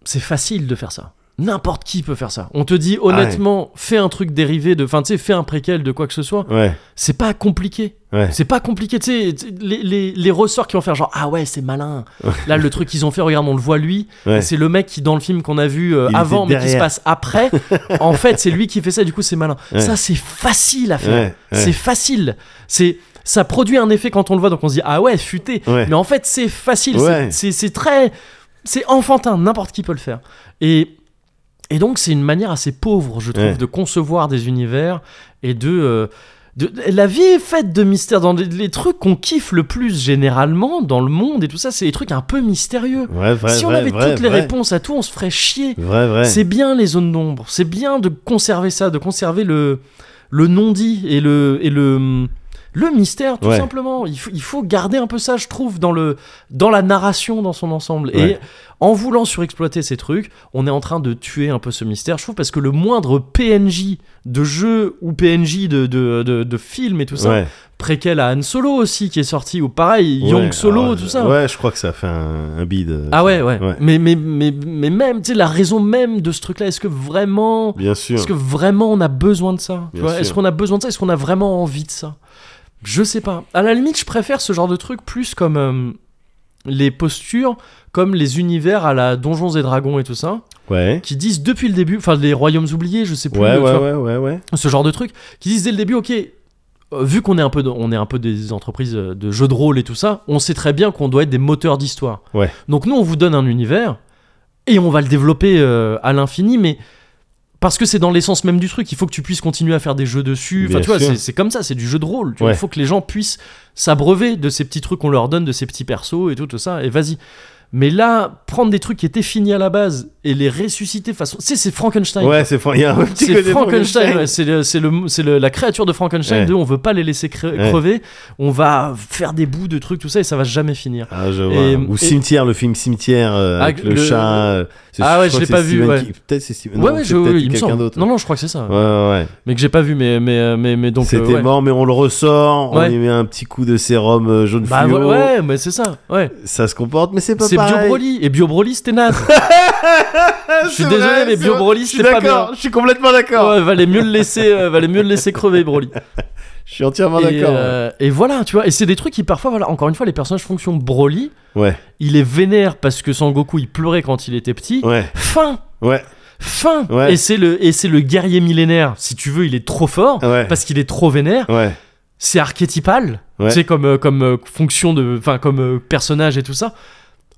Speaker 1: c'est facile de faire ça N'importe qui peut faire ça. On te dit
Speaker 2: Ah
Speaker 1: honnêtement, fais un truc dérivé de, enfin tu sais, fais un préquel de quoi que ce soit.
Speaker 2: Ouais,
Speaker 1: C'est pas compliqué.
Speaker 2: ouais.
Speaker 1: C'est pas compliqué, tu sais, tu sais, les, les- les ressorts qui vont faire genre ah ouais c'est malin. Là le truc qu'ils ont fait, regarde on le voit lui,
Speaker 2: Ouais.
Speaker 1: Et c'est le mec qui dans le film qu'on a vu euh,
Speaker 2: Il était
Speaker 1: avant mais qui se
Speaker 2: derrière.
Speaker 1: passe après. en fait c'est lui qui fait ça, du coup c'est malin.
Speaker 2: Ouais.
Speaker 1: Ça c'est facile à faire,
Speaker 2: Ouais, ouais.
Speaker 1: c'est facile, c'est ça produit un effet quand on le voit donc on se dit ah ouais futé.
Speaker 2: Ouais.
Speaker 1: Mais en fait c'est facile, c'est-
Speaker 2: Ouais.
Speaker 1: c'est c'est très c'est enfantin, n'importe qui peut le faire. Et et donc c'est une manière assez pauvre je trouve
Speaker 2: Ouais.
Speaker 1: de concevoir des univers et de euh, de- la vie est faite de mystères. Dans les, les trucs qu'on kiffe le plus généralement dans le monde et tout ça, c'est des trucs un peu mystérieux.
Speaker 2: Ouais, vrai,
Speaker 1: si on
Speaker 2: vrai,
Speaker 1: avait
Speaker 2: vrai,
Speaker 1: toutes les
Speaker 2: vrai.
Speaker 1: réponses à tout, on se ferait chier.
Speaker 2: Vrai, vrai.
Speaker 1: C'est bien les zones d'ombre. C'est bien de conserver ça, de conserver le le non-dit et le et le le mystère tout
Speaker 2: Ouais.
Speaker 1: simplement. Il faut, il faut garder un peu ça, je trouve, dans le dans la narration dans son ensemble. Et
Speaker 2: Ouais.
Speaker 1: en voulant surexploiter ces trucs, on est en train de tuer un peu ce mystère, je trouve, parce que le moindre PNJ de jeu ou PNJ de de, de, de film et tout ça,
Speaker 2: Ouais,
Speaker 1: préquel à Han Solo aussi qui est sorti ou pareil
Speaker 2: ouais.
Speaker 1: Young Solo
Speaker 2: Alors,
Speaker 1: tout ça
Speaker 2: Ouais, je crois que ça fait un, un bide. euh,
Speaker 1: ah ouais ouais,
Speaker 2: Ouais.
Speaker 1: Mais, mais mais mais même tu sais la raison même de ce truc là est-ce que vraiment
Speaker 2: Bien sûr.
Speaker 1: est-ce que vraiment on a besoin de ça tu
Speaker 2: Bien
Speaker 1: vois
Speaker 2: sûr.
Speaker 1: est-ce qu'on a besoin de ça est-ce qu'on a vraiment envie de ça je sais pas à la limite je préfère ce genre de truc plus comme euh, les postures comme les univers à la Donjons et Dragons et tout ça
Speaker 2: Ouais.
Speaker 1: qui disent depuis le début enfin les royaumes oubliés je sais plus
Speaker 2: Ouais,
Speaker 1: tu vois,
Speaker 2: ouais, ouais, ouais, ouais.
Speaker 1: ce genre de truc qui disent dès le début ok euh, vu qu'on est un peu dans- on est un peu des entreprises euh, de jeux de rôle et tout ça on sait très bien qu'on doit être des moteurs d'histoire
Speaker 2: Ouais.
Speaker 1: donc nous on vous donne un univers et on va le développer euh, à l'infini mais parce que c'est dans l'essence même du truc il faut que tu puisses continuer à faire des jeux dessus enfin
Speaker 2: Bien
Speaker 1: tu vois
Speaker 2: sûr.
Speaker 1: c'est- c'est comme ça c'est du jeu de rôle tu vois. il
Speaker 2: Ouais.
Speaker 1: faut que les gens puissent s'abreuver de ces petits trucs qu'on leur donne de ces petits persos et tout, tout ça et vas-y mais là prendre des trucs qui étaient finis à la base et les ressusciter façon tu sais c'est Frankenstein
Speaker 2: Ah Ouais, c'est Fran- il y a un petit
Speaker 1: c'est
Speaker 2: côté
Speaker 1: Frankenstein, ouais, c'est le- c'est le- c'est le- la créature de Frankenstein
Speaker 2: Ouais.
Speaker 1: de on veut pas les laisser cre-
Speaker 2: Ouais.
Speaker 1: crever, on va faire des bouts de trucs, tout ça, et ça va jamais finir.
Speaker 2: Ah, je vois.
Speaker 1: Et-
Speaker 2: Ou
Speaker 1: et-
Speaker 2: Cimetière, le film Cimetière euh,
Speaker 1: Ah,
Speaker 2: avec le,
Speaker 1: le-
Speaker 2: chat. euh, c'est-
Speaker 1: Ah ouais, je
Speaker 2: crois
Speaker 1: l'ai
Speaker 2: que
Speaker 1: pas
Speaker 2: c'est
Speaker 1: vu,
Speaker 2: Stephen
Speaker 1: ouais.
Speaker 2: King. Peut-être c'est Steven.
Speaker 1: ouais,
Speaker 2: non,
Speaker 1: ouais,
Speaker 2: c'est
Speaker 1: je-
Speaker 2: peut-être
Speaker 1: oui, il me
Speaker 2: quelqu'un
Speaker 1: semble.
Speaker 2: d'autre.
Speaker 1: Non, non, je crois que c'est ça.
Speaker 2: Ouais, ouais, ouais.
Speaker 1: Mais que j'ai pas vu, mais, mais, mais, mais donc. euh,
Speaker 2: C'était
Speaker 1: ouais.
Speaker 2: mort, mais on le ressort.
Speaker 1: Ouais.
Speaker 2: On y met un petit coup de sérum euh, jaune
Speaker 1: Bah
Speaker 2: fluo.
Speaker 1: voilà, ouais, mais c'est ça, ouais.
Speaker 2: Ça se comporte, mais c'est pas
Speaker 1: C'est Bio
Speaker 2: pareil.
Speaker 1: Broly, et Bio Broly c'était naze. Je suis
Speaker 2: C'est
Speaker 1: désolé,
Speaker 2: vrai,
Speaker 1: mais
Speaker 2: c'est
Speaker 1: Bio
Speaker 2: vrai.
Speaker 1: Broly
Speaker 2: Je suis
Speaker 1: c'était pas
Speaker 2: d'accord,
Speaker 1: bien.
Speaker 2: Je suis complètement d'accord.
Speaker 1: Ouais, valait mieux le laisser, euh, valait mieux le laisser crever Broly.
Speaker 2: Je suis entièrement
Speaker 1: et,
Speaker 2: d'accord.
Speaker 1: euh, et voilà, tu vois, et c'est des trucs qui parfois, voilà, encore une fois, les personnages fonction Broly,
Speaker 2: Ouais,
Speaker 1: il est vénère parce que Sangoku il pleurait quand il était petit.
Speaker 2: ouais,
Speaker 1: Fin,
Speaker 2: ouais,
Speaker 1: fin.
Speaker 2: Ouais.
Speaker 1: Et c'est le et c'est le guerrier millénaire. Si tu veux, il est trop fort
Speaker 2: Ouais.
Speaker 1: parce qu'il est trop vénère.
Speaker 2: ouais.
Speaker 1: C'est archétypal.
Speaker 2: Ouais.
Speaker 1: Tu sais comme euh, comme euh, fonction de enfin comme euh, personnage et tout ça.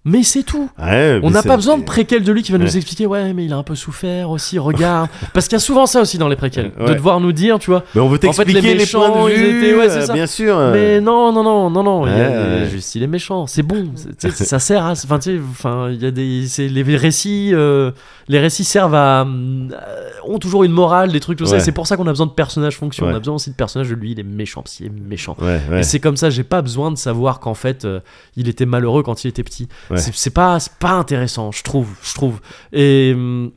Speaker 1: Mais c'est tout.
Speaker 2: Ouais,
Speaker 1: On
Speaker 2: mais
Speaker 1: n'a
Speaker 2: c'est-
Speaker 1: pas besoin de préquel de lui qui va nous
Speaker 2: Ouais.
Speaker 1: expliquer ouais mais il a un peu souffert aussi regarde parce qu'il y a souvent ça aussi dans les préquels de
Speaker 2: Ouais.
Speaker 1: devoir nous dire tu vois
Speaker 2: Mais on veut t'expliquer
Speaker 1: les
Speaker 2: les, points
Speaker 1: méchants,
Speaker 2: de
Speaker 1: ils
Speaker 2: vue.
Speaker 1: étaient- ouais, c'est
Speaker 2: euh,
Speaker 1: ça.
Speaker 2: Bien sûr.
Speaker 1: mais non non non non non il y a
Speaker 2: Ouais,
Speaker 1: des-
Speaker 2: ouais.
Speaker 1: juste il est méchant c'est bon c'est- tu sais, ça sert à enfin tu sais, enfin il y a des c'est- les récits euh, les récits servent à euh, ont toujours une morale des trucs tout ça
Speaker 2: Ouais.
Speaker 1: et c'est pour ça qu'on a besoin de personnages fonction on
Speaker 2: Ouais.
Speaker 1: a besoin aussi de personnages de lui il est méchant parce qu'il est méchant
Speaker 2: Ouais, ouais.
Speaker 1: et c'est comme ça j'ai pas besoin de savoir qu'en fait euh, il était malheureux quand il était petit
Speaker 2: Ouais.
Speaker 1: c'est c'est pas c'est pas intéressant je trouve je trouve et hum,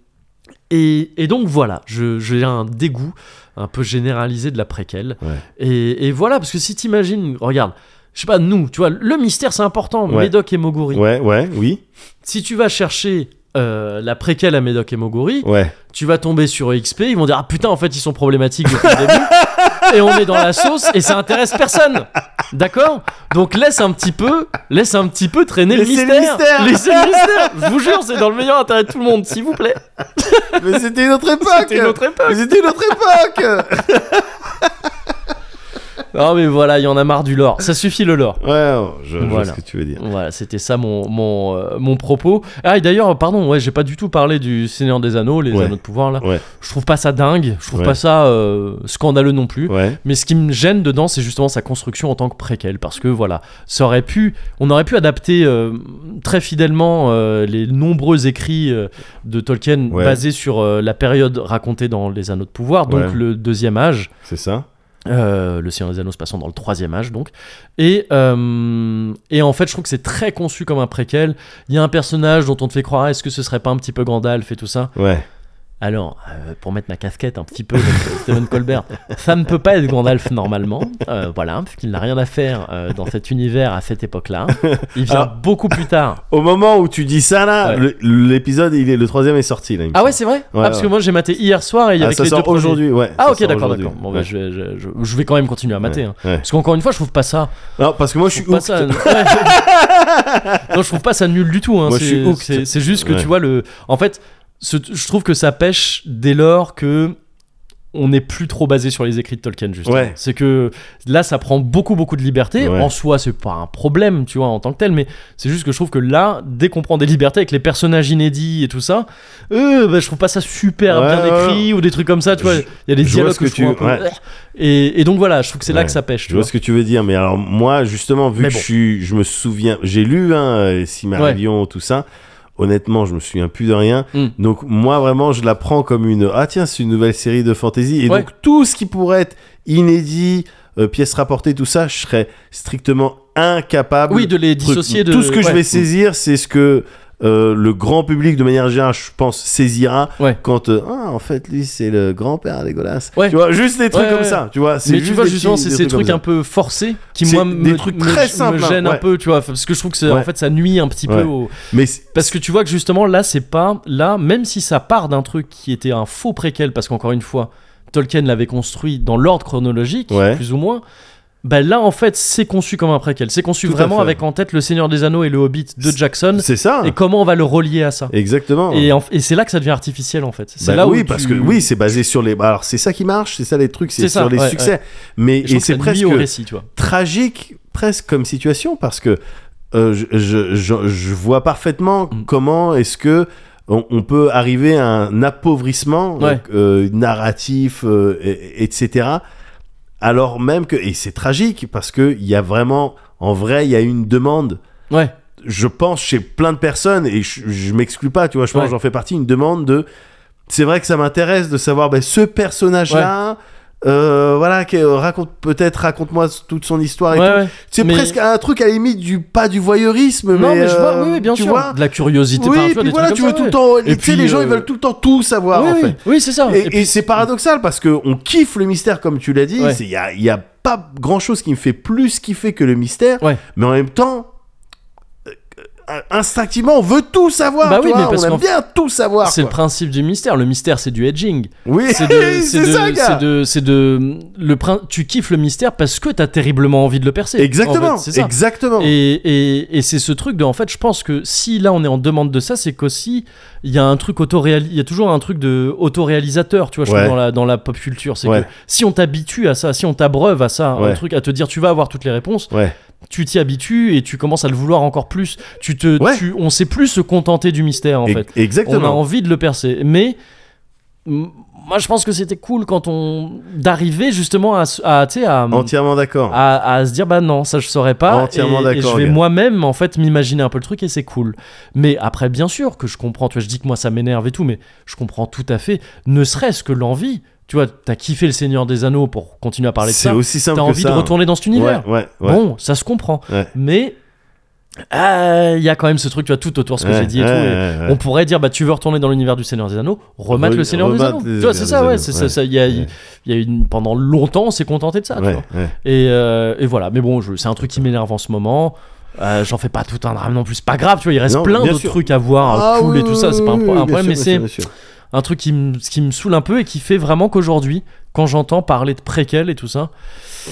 Speaker 1: et, et donc voilà, je- j'ai un dégoût un peu généralisé de la préquelle.
Speaker 2: Ouais.
Speaker 1: Et, et voilà, parce que si t'imagines, regarde, je sais pas, nous, tu vois, le mystère c'est important,
Speaker 2: Ouais.
Speaker 1: Médoc et Moguri.
Speaker 2: Ouais, ouais, oui.
Speaker 1: Si tu vas chercher euh, la préquelle à Médoc et Moguri,
Speaker 2: Ouais.
Speaker 1: tu vas tomber sur XP, ils vont dire ah putain en fait ils sont problématiques depuis le début et on est dans la sauce et ça intéresse personne. D'accord Donc laisse un petit peu, laisse un petit peu traîner
Speaker 2: Laissez
Speaker 1: le
Speaker 2: le
Speaker 1: mystère.
Speaker 2: mystère.
Speaker 1: Laissez le mystère. Je vous jure, c'est dans le meilleur intérêt de tout le monde, s'il vous plaît.
Speaker 2: Mais c'était une autre époque.
Speaker 1: C'était une autre époque.
Speaker 2: Mais c'était une autre époque.
Speaker 1: Non mais voilà, il y en a marre du lore. Ça suffit le lore.
Speaker 2: ouais, je je vois
Speaker 1: Voilà.
Speaker 2: ce que tu veux dire.
Speaker 1: Voilà, c'était ça mon, mon, euh, mon propos. Ah, et d'ailleurs, pardon, ouais, j'ai pas du tout parlé du Seigneur des Anneaux, les
Speaker 2: Ouais.
Speaker 1: Anneaux de pouvoir, là.
Speaker 2: Ouais.
Speaker 1: Je trouve pas ça dingue, je trouve
Speaker 2: Ouais.
Speaker 1: pas ça euh, scandaleux non plus.
Speaker 2: Ouais.
Speaker 1: Mais ce qui me gêne dedans, c'est justement sa construction en tant que préquel, parce que voilà, ça aurait pu, on aurait pu adapter euh, très fidèlement euh, les nombreux écrits euh, de Tolkien
Speaker 2: Ouais.
Speaker 1: basés sur euh, la période racontée dans Les Anneaux de Pouvoir, donc
Speaker 2: Ouais.
Speaker 1: le deuxième âge,
Speaker 2: C'est ça.
Speaker 1: euh, le Seigneur des Anneaux se passant dans le troisième âge, donc. Et, euh, et en fait, je trouve que c'est très conçu ah, comme un préquel. Il y a un personnage dont on te fait croire, est-ce que ce serait pas un petit peu Gandalf et tout ça
Speaker 2: Ouais.
Speaker 1: Alors, euh, pour mettre ma casquette un petit peu avec euh, Stephen Colbert, ça ne peut pas être Gandalf normalement, euh, voilà, parce qu'il n'a rien à faire euh, dans cet univers à cette époque-là. Il vient
Speaker 2: Alors-
Speaker 1: beaucoup plus tard.
Speaker 2: Au moment où tu dis ça, là,
Speaker 1: Ouais.
Speaker 2: le- l'épisode, il est le troisième est sorti. Là, il me
Speaker 1: Ah ouais,
Speaker 2: semble.
Speaker 1: c'est vrai Ah,
Speaker 2: Ouais,
Speaker 1: Parce
Speaker 2: ouais.
Speaker 1: que moi j'ai maté hier soir et il y
Speaker 2: Ah,
Speaker 1: avait que
Speaker 2: ça
Speaker 1: les
Speaker 2: sort
Speaker 1: deux premiers.
Speaker 2: aujourd'hui, ouais.
Speaker 1: Ah
Speaker 2: ça
Speaker 1: ok
Speaker 2: sort
Speaker 1: d'accord
Speaker 2: aujourd'hui.
Speaker 1: d'accord. Bon bah
Speaker 2: Ouais.
Speaker 1: je, vais- je- je- je vais quand même continuer à mater. hein.
Speaker 2: Ouais.
Speaker 1: Parce qu'encore une fois je trouve pas ça.
Speaker 2: Non, parce que moi, je suis
Speaker 1: trouve pas
Speaker 2: hooked.
Speaker 1: ça- Ouais. non, je trouve pas ça nul du tout. hein.
Speaker 2: Moi, je suis
Speaker 1: C'est-
Speaker 2: hooked.
Speaker 1: C'est c'est juste que
Speaker 2: Ouais.
Speaker 1: tu vois le. En fait, ce- je trouve que ça pêche dès lors que on n'est plus trop basé sur les écrits de Tolkien justement.
Speaker 2: Ouais.
Speaker 1: C'est que là, ça prend beaucoup beaucoup de liberté.
Speaker 2: Ouais.
Speaker 1: En soi, c'est pas un problème, tu vois, en tant que tel. Mais c'est juste que je trouve que là, dès qu'on prend des libertés avec les personnages inédits et tout ça, euh, bah, je trouve pas ça super
Speaker 2: Ouais,
Speaker 1: bien
Speaker 2: ouais,
Speaker 1: écrit ou des trucs comme ça. Tu vois,
Speaker 2: Je-
Speaker 1: il y a des
Speaker 2: je vois
Speaker 1: dialogues
Speaker 2: ce
Speaker 1: que,
Speaker 2: que
Speaker 1: je trouve
Speaker 2: tu-
Speaker 1: un peu-
Speaker 2: ouais.
Speaker 1: Et, et donc voilà, je trouve que c'est là
Speaker 2: Ouais.
Speaker 1: que ça pêche.
Speaker 2: Je vois ce que tu veux dire, mais alors moi, justement, vu
Speaker 1: Mais
Speaker 2: que
Speaker 1: bon.
Speaker 2: je, suis, je me souviens, j'ai lu hein, euh, Cimmerillion, tout ça. Honnêtement, je me souviens plus de rien.
Speaker 1: Mm.
Speaker 2: Donc moi, vraiment, je la prends comme une ah tiens, c'est une nouvelle série de fantasy. Et
Speaker 1: Ouais.
Speaker 2: donc tout ce qui pourrait être inédit, euh, pièce rapportée, tout ça, je serais strictement incapable.
Speaker 1: Oui, de les
Speaker 2: Ah Truc-
Speaker 1: dissocier de
Speaker 2: Tout ce que je
Speaker 1: ouais. Hmm.
Speaker 2: vais saisir, c'est ce que euh, le grand public, de manière générale, je pense, saisira
Speaker 1: Ouais.
Speaker 2: quand euh, ah en fait lui c'est le grand-père dégueulasse.
Speaker 1: Ouais.
Speaker 2: Tu vois, juste des trucs
Speaker 1: Ouais,
Speaker 2: comme
Speaker 1: ouais.
Speaker 2: ça. Tu vois, c'est
Speaker 1: Mais
Speaker 2: juste
Speaker 1: tu vois
Speaker 2: des
Speaker 1: justement,
Speaker 2: petits-
Speaker 1: c'est
Speaker 2: des
Speaker 1: ces trucs
Speaker 2: comme ça.
Speaker 1: un peu forcés qui
Speaker 2: C'est
Speaker 1: moi
Speaker 2: des
Speaker 1: me,
Speaker 2: trucs
Speaker 1: me-
Speaker 2: très
Speaker 1: me
Speaker 2: simples, hein,
Speaker 1: gênent un
Speaker 2: ouais.
Speaker 1: peu, tu vois, parce que je trouve que c'est- en
Speaker 2: Ouais.
Speaker 1: fait ça nuit un petit peu
Speaker 2: Ouais.
Speaker 1: au-
Speaker 2: Mais c'est-
Speaker 1: parce que tu vois que justement là c'est pas là même si ça part d'un truc qui était un faux préquel parce qu'encore une fois Tolkien l'avait construit dans l'ordre chronologique
Speaker 2: Ouais.
Speaker 1: plus ou moins. Bah là en fait c'est conçu comme un préquel, c'est conçu
Speaker 2: Tout à
Speaker 1: vraiment
Speaker 2: fait.
Speaker 1: avec en tête le Seigneur des Anneaux et le Hobbit de Jackson
Speaker 2: C'est ça.
Speaker 1: et comment on va le relier à ça.
Speaker 2: Exactement.
Speaker 1: Et, en- et c'est là que ça devient artificiel en fait. C'est
Speaker 2: Bah
Speaker 1: là où
Speaker 2: oui,
Speaker 1: tu-
Speaker 2: parce que oui, c'est basé sur les. bah Alors c'est ça qui marche, c'est ça les trucs, c'est
Speaker 1: C'est ça,
Speaker 2: sur les
Speaker 1: ouais,
Speaker 2: succès.
Speaker 1: je
Speaker 2: Mais
Speaker 1: trouve
Speaker 2: et
Speaker 1: que ça
Speaker 2: c'est
Speaker 1: nuit
Speaker 2: presque
Speaker 1: au récit, tu vois.
Speaker 2: tragique, presque comme situation, parce que euh, je, je, je, je vois parfaitement
Speaker 1: Mm.
Speaker 2: comment est-ce que on, on peut arriver à un appauvrissement
Speaker 1: Ouais.
Speaker 2: donc, euh, narratif, euh, et- et- etc. Alors même que et c'est tragique parce que il y a vraiment, en vrai, il y a une demande
Speaker 1: Ouais.
Speaker 2: je pense chez plein de personnes et je, je m'exclus pas, tu vois, je pense
Speaker 1: Ouais.
Speaker 2: que j'en fais partie, une demande de c'est vrai que ça m'intéresse de savoir ben, ce personnage là voilà que- raconte peut-être raconte-moi toute son histoire et
Speaker 1: Ouais,
Speaker 2: tout.
Speaker 1: ouais.
Speaker 2: c'est
Speaker 1: mais-
Speaker 2: presque un truc à la limite du pas du voyeurisme
Speaker 1: Non, mais, je vois,
Speaker 2: euh,
Speaker 1: oui, oui, bien
Speaker 2: tu
Speaker 1: sûr.
Speaker 2: vois
Speaker 1: de la curiosité,
Speaker 2: oui
Speaker 1: enfin,
Speaker 2: puis
Speaker 1: tu vois, des
Speaker 2: voilà
Speaker 1: trucs
Speaker 2: tu
Speaker 1: comme
Speaker 2: veux tout
Speaker 1: ça,
Speaker 2: le temps
Speaker 1: ouais. Et
Speaker 2: tu sais
Speaker 1: puis,
Speaker 2: les gens
Speaker 1: euh,
Speaker 2: ils veulent tout le temps tout savoir
Speaker 1: oui,
Speaker 2: en
Speaker 1: oui,
Speaker 2: fait
Speaker 1: oui, c'est ça.
Speaker 2: et,
Speaker 1: Et puis-
Speaker 2: et c'est paradoxal parce que on kiffe le mystère comme tu l'as dit.
Speaker 1: Ouais.
Speaker 2: Il y a, y a pas grand chose qui me fait plus kiffer que le mystère.
Speaker 1: Ouais.
Speaker 2: Mais en même temps, euh, euh, instinctivement, on veut tout savoir.
Speaker 1: Bah
Speaker 2: tu
Speaker 1: oui,
Speaker 2: vois,
Speaker 1: mais parce
Speaker 2: on aime
Speaker 1: qu'en-
Speaker 2: bien tout savoir.
Speaker 1: c'est le
Speaker 2: quoi.
Speaker 1: principe du mystère. Le mystère, c'est du edging.
Speaker 2: Oui,
Speaker 1: C'est de, c'est de-
Speaker 2: ça, gars.
Speaker 1: c'est de, c'est de, le prin- Tu kiffes le mystère parce que t'as terriblement envie de le percer.
Speaker 2: Exactement.
Speaker 1: En fait, c'est ça.
Speaker 2: Exactement.
Speaker 1: Et, et- et c'est ce truc de, en fait, je pense que si là on est en demande de ça, c'est qu'aussi il y a un truc autoréal, il y a toujours un truc de autoréalisateur, tu vois, je
Speaker 2: Ouais.
Speaker 1: trouve, dans la dans la pop culture, c'est
Speaker 2: Ouais.
Speaker 1: que si on t'habitue à ça, si on t'abreuve à ça, un
Speaker 2: Ouais.
Speaker 1: truc à te dire tu vas avoir toutes les réponses,
Speaker 2: Ouais.
Speaker 1: tu t'y habitues et tu commences à le vouloir encore plus. Tu te,
Speaker 2: Ouais.
Speaker 1: tu- on sait plus se contenter du mystère en
Speaker 2: E-
Speaker 1: fait. On a
Speaker 2: Exactement.
Speaker 1: envie de le percer, mais m- moi je pense que c'était cool quand on d'arriver justement à, se- à, tu sais, à
Speaker 2: Entièrement d'accord.
Speaker 1: à, à se dire bah non ça je saurais pas
Speaker 2: Entièrement
Speaker 1: et- et,
Speaker 2: d'accord,
Speaker 1: je vais
Speaker 2: gars.
Speaker 1: moi-même en fait m'imaginer un peu le truc et c'est cool mais après bien sûr que je comprends tu vois je dis que moi ça m'énerve et tout mais je comprends tout à fait ne serait-ce que l'envie tu vois t'as kiffé le Seigneur des Anneaux pour continuer à parler de
Speaker 2: C'est
Speaker 1: ça
Speaker 2: aussi simple
Speaker 1: t'as
Speaker 2: que
Speaker 1: envie
Speaker 2: ça.
Speaker 1: de retourner dans cet univers
Speaker 2: Ouais, ouais, ouais.
Speaker 1: bon ça se comprend
Speaker 2: Ouais.
Speaker 1: mais ah, il y a quand même ce truc tu vois tout autour de ce que
Speaker 2: Ouais,
Speaker 1: j'ai dit et
Speaker 2: ouais,
Speaker 1: tout et-
Speaker 2: ouais, ouais.
Speaker 1: on pourrait dire, bah, tu veux retourner dans l'univers du Seigneur des Anneaux, remate
Speaker 2: Re-
Speaker 1: le Seigneur des
Speaker 2: remate
Speaker 1: Anneaux.
Speaker 2: les
Speaker 1: Tu vois, c'est
Speaker 2: Seigneurs
Speaker 1: ça,
Speaker 2: des
Speaker 1: ouais.
Speaker 2: Anneaux,
Speaker 1: c'est
Speaker 2: ouais.
Speaker 1: ça, ça, il y a, il
Speaker 2: Ouais.
Speaker 1: y a une, pendant longtemps, on s'est contenté de ça. tu
Speaker 2: Ouais,
Speaker 1: vois.
Speaker 2: ouais.
Speaker 1: Et, euh, et voilà. Mais bon, je- c'est un truc qui m'énerve en ce moment. Euh, J'en fais pas tout un drame non plus. C'est pas grave, tu vois. Il reste
Speaker 2: Non,
Speaker 1: plein
Speaker 2: bien
Speaker 1: d'autres
Speaker 2: sûr.
Speaker 1: trucs à voir, euh,
Speaker 2: Ah
Speaker 1: cool
Speaker 2: oui,
Speaker 1: et tout ça. C'est pas un,
Speaker 2: oui,
Speaker 1: pro- un
Speaker 2: oui, bien
Speaker 1: problème,
Speaker 2: sûr,
Speaker 1: mais
Speaker 2: bien
Speaker 1: c'est
Speaker 2: sûr, bien sûr.
Speaker 1: un truc qui me, qui me saoule un peu et qui fait vraiment qu'aujourd'hui, quand j'entends parler de préquel et tout ça,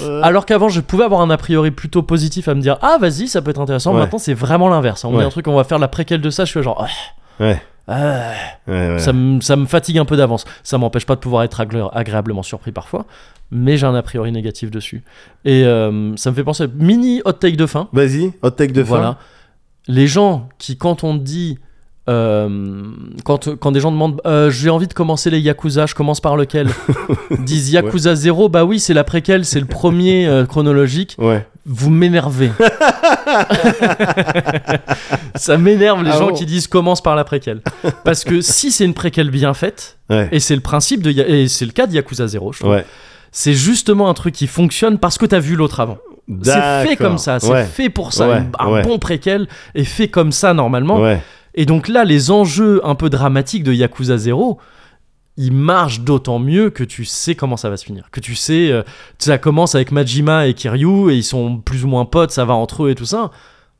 Speaker 2: Ouais.
Speaker 1: alors qu'avant je pouvais avoir un a priori plutôt positif à me dire ah vas-y ça peut être intéressant.
Speaker 2: Ouais.
Speaker 1: Maintenant c'est vraiment l'inverse. On me dit
Speaker 2: Ouais.
Speaker 1: un truc, on va faire la préquelle de ça. Je suis là, genre Ah,
Speaker 2: Ouais.
Speaker 1: ah,
Speaker 2: Ouais, ouais.
Speaker 1: ça me, ça me fatigue un peu d'avance. Ça m'empêche pas de pouvoir être agré- agréablement surpris parfois, mais j'ai un a priori négatif dessus. Et euh, ça me fait penser, mini hot take de fin.
Speaker 2: Vas-y, hot take de
Speaker 1: voilà.
Speaker 2: fin.
Speaker 1: Les gens qui, quand on dit. euh, quand, quand des gens demandent euh, j'ai envie de commencer les Yakuza, je commence par lequel disent Yakuza 0, bah oui, c'est la préquelle, c'est le premier euh, chronologique
Speaker 2: Ouais.
Speaker 1: vous m'énervez. ça m'énerve les
Speaker 2: Ah
Speaker 1: gens
Speaker 2: bon
Speaker 1: qui disent commence par la préquelle. Parce que si c'est une préquelle bien faite,
Speaker 2: Ouais.
Speaker 1: et c'est le principe de Ya- et c'est le cas de Yakuza 0, je trouve,
Speaker 2: Ouais.
Speaker 1: c'est justement un truc qui fonctionne parce que t'as vu l'autre avant. C'est fait
Speaker 2: D'accord.
Speaker 1: comme ça, c'est
Speaker 2: Ouais.
Speaker 1: fait pour ça.
Speaker 2: Ouais,
Speaker 1: Une- Un
Speaker 2: ouais.
Speaker 1: bon préquel est fait comme ça normalement.
Speaker 2: Ouais.
Speaker 1: Et donc là, les enjeux un peu dramatiques de Yakuza 0, il marche d'autant mieux que tu sais comment ça va se finir. Que tu sais, euh, ça commence avec Majima et Kiryu, et ils sont plus ou moins potes, ça va entre eux et tout ça.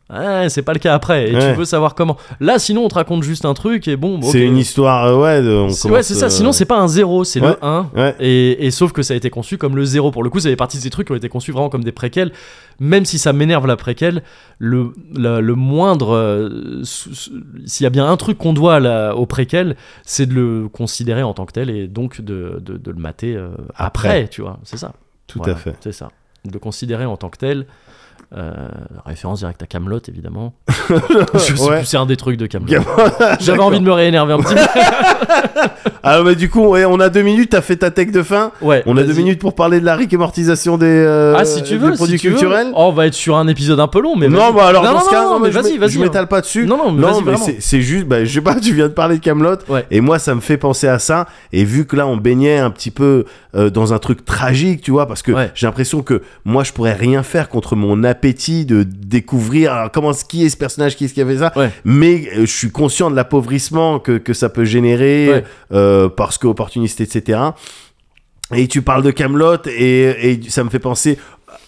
Speaker 1: Ouais, c'est pas le cas après, et
Speaker 2: Ouais.
Speaker 1: tu veux savoir comment. Là, sinon, on te raconte juste un truc, et bon, bon,
Speaker 2: C'est
Speaker 1: ok.
Speaker 2: une histoire, euh, ouais. de- on
Speaker 1: C'est-
Speaker 2: commence,
Speaker 1: Ouais, c'est ça,
Speaker 2: euh,
Speaker 1: sinon, c'est pas un 0, c'est
Speaker 2: Ouais.
Speaker 1: le 1.
Speaker 2: Ouais.
Speaker 1: Et, et sauf que ça a été conçu comme le zéro pour le coup, ça fait partie de ces trucs qui ont été conçus vraiment comme des préquels. Même si ça m'énerve la préquelle, le, la- le moindre. euh, sou- sou- S'il y a bien un truc qu'on doit à la- au préquel, c'est de le considérer en tant que tel et donc de, de- de le mater euh, après,
Speaker 2: Après.
Speaker 1: tu vois. C'est ça.
Speaker 2: Tout
Speaker 1: Voilà,
Speaker 2: à fait.
Speaker 1: C'est ça. De le considérer en tant que tel. euh, référence directe à Camelot évidemment. Je sais
Speaker 2: Ouais.
Speaker 1: plus, c'est un des trucs de Camelot. J'avais
Speaker 2: D'accord.
Speaker 1: envie de me réénerver un petit peu.
Speaker 2: Ah, bah, du coup, ouais, on a deux minutes, t'as fait ta tech de fin.
Speaker 1: Ouais,
Speaker 2: On a deux
Speaker 1: vas-y.
Speaker 2: minutes pour parler de la récamortisation des, euh,
Speaker 1: ah si tu veux,
Speaker 2: des
Speaker 1: si
Speaker 2: produits
Speaker 1: tu veux.
Speaker 2: culturels.
Speaker 1: Oh, on va être sur un épisode un peu long, mais
Speaker 2: non,
Speaker 1: vas-y.
Speaker 2: bah alors
Speaker 1: non,
Speaker 2: dans
Speaker 1: non,
Speaker 2: ce cas,
Speaker 1: non,
Speaker 2: non,
Speaker 1: mais
Speaker 2: je
Speaker 1: vas-y,
Speaker 2: m'é-
Speaker 1: vas-y. hein.
Speaker 2: je m'étale pas dessus.
Speaker 1: Non, non, mais vas-y,
Speaker 2: mais
Speaker 1: vraiment.
Speaker 2: c'est- c'est juste, bah, je sais pas, tu viens de parler de Camelot,
Speaker 1: Ouais.
Speaker 2: et moi ça me fait penser à ça. Et vu que là on baignait un petit peu euh, dans un truc tragique, tu vois, parce que
Speaker 1: Ouais.
Speaker 2: j'ai l'impression que moi je pourrais rien faire contre mon appétit de découvrir alors, comment qui est ce personnage, qui est ce qui a fait ça.
Speaker 1: Ouais.
Speaker 2: Mais euh, je suis conscient de l'appauvrissement que, que ça peut générer
Speaker 1: Ouais.
Speaker 2: euh, parce que opportuniste, etc. Et tu parles de Camelot et, et ça me fait penser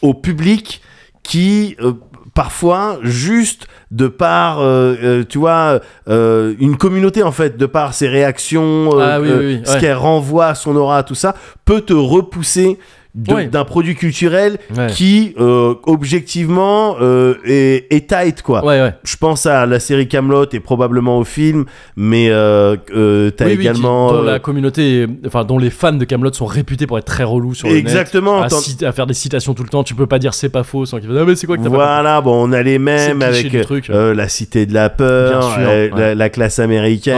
Speaker 2: au public qui euh, parfois juste de par euh, euh, tu vois euh, une communauté en fait de par ses réactions euh,
Speaker 1: Ah oui,
Speaker 2: euh,
Speaker 1: oui, oui,
Speaker 2: ce
Speaker 1: ouais.
Speaker 2: qu'elle renvoie son aura tout ça peut te repousser de-
Speaker 1: Ouais.
Speaker 2: d'un produit culturel
Speaker 1: Ouais.
Speaker 2: qui euh, objectivement euh, est, est tight quoi
Speaker 1: Ouais, ouais.
Speaker 2: je pense à la série Camelot et probablement au film mais euh, euh, t'as
Speaker 1: Oui, oui,
Speaker 2: également
Speaker 1: qui- dont
Speaker 2: euh,
Speaker 1: la communauté, est- enfin dont les fans de Camelot sont réputés pour être très relous sur le net,
Speaker 2: exactement
Speaker 1: à,
Speaker 2: t'en-
Speaker 1: citer- à faire des citations tout le temps. Tu peux pas dire c'est pas faux sans qu'ils fassent ah mais c'est quoi que t'as pas
Speaker 2: Voilà, bon, on a les mêmes
Speaker 1: C'est le cliché
Speaker 2: avec
Speaker 1: du truc,
Speaker 2: euh, la cité de la
Speaker 1: Bien
Speaker 2: peur,
Speaker 1: sûr,
Speaker 2: euh,
Speaker 1: ouais.
Speaker 2: la, la classe
Speaker 1: compris
Speaker 2: américaine,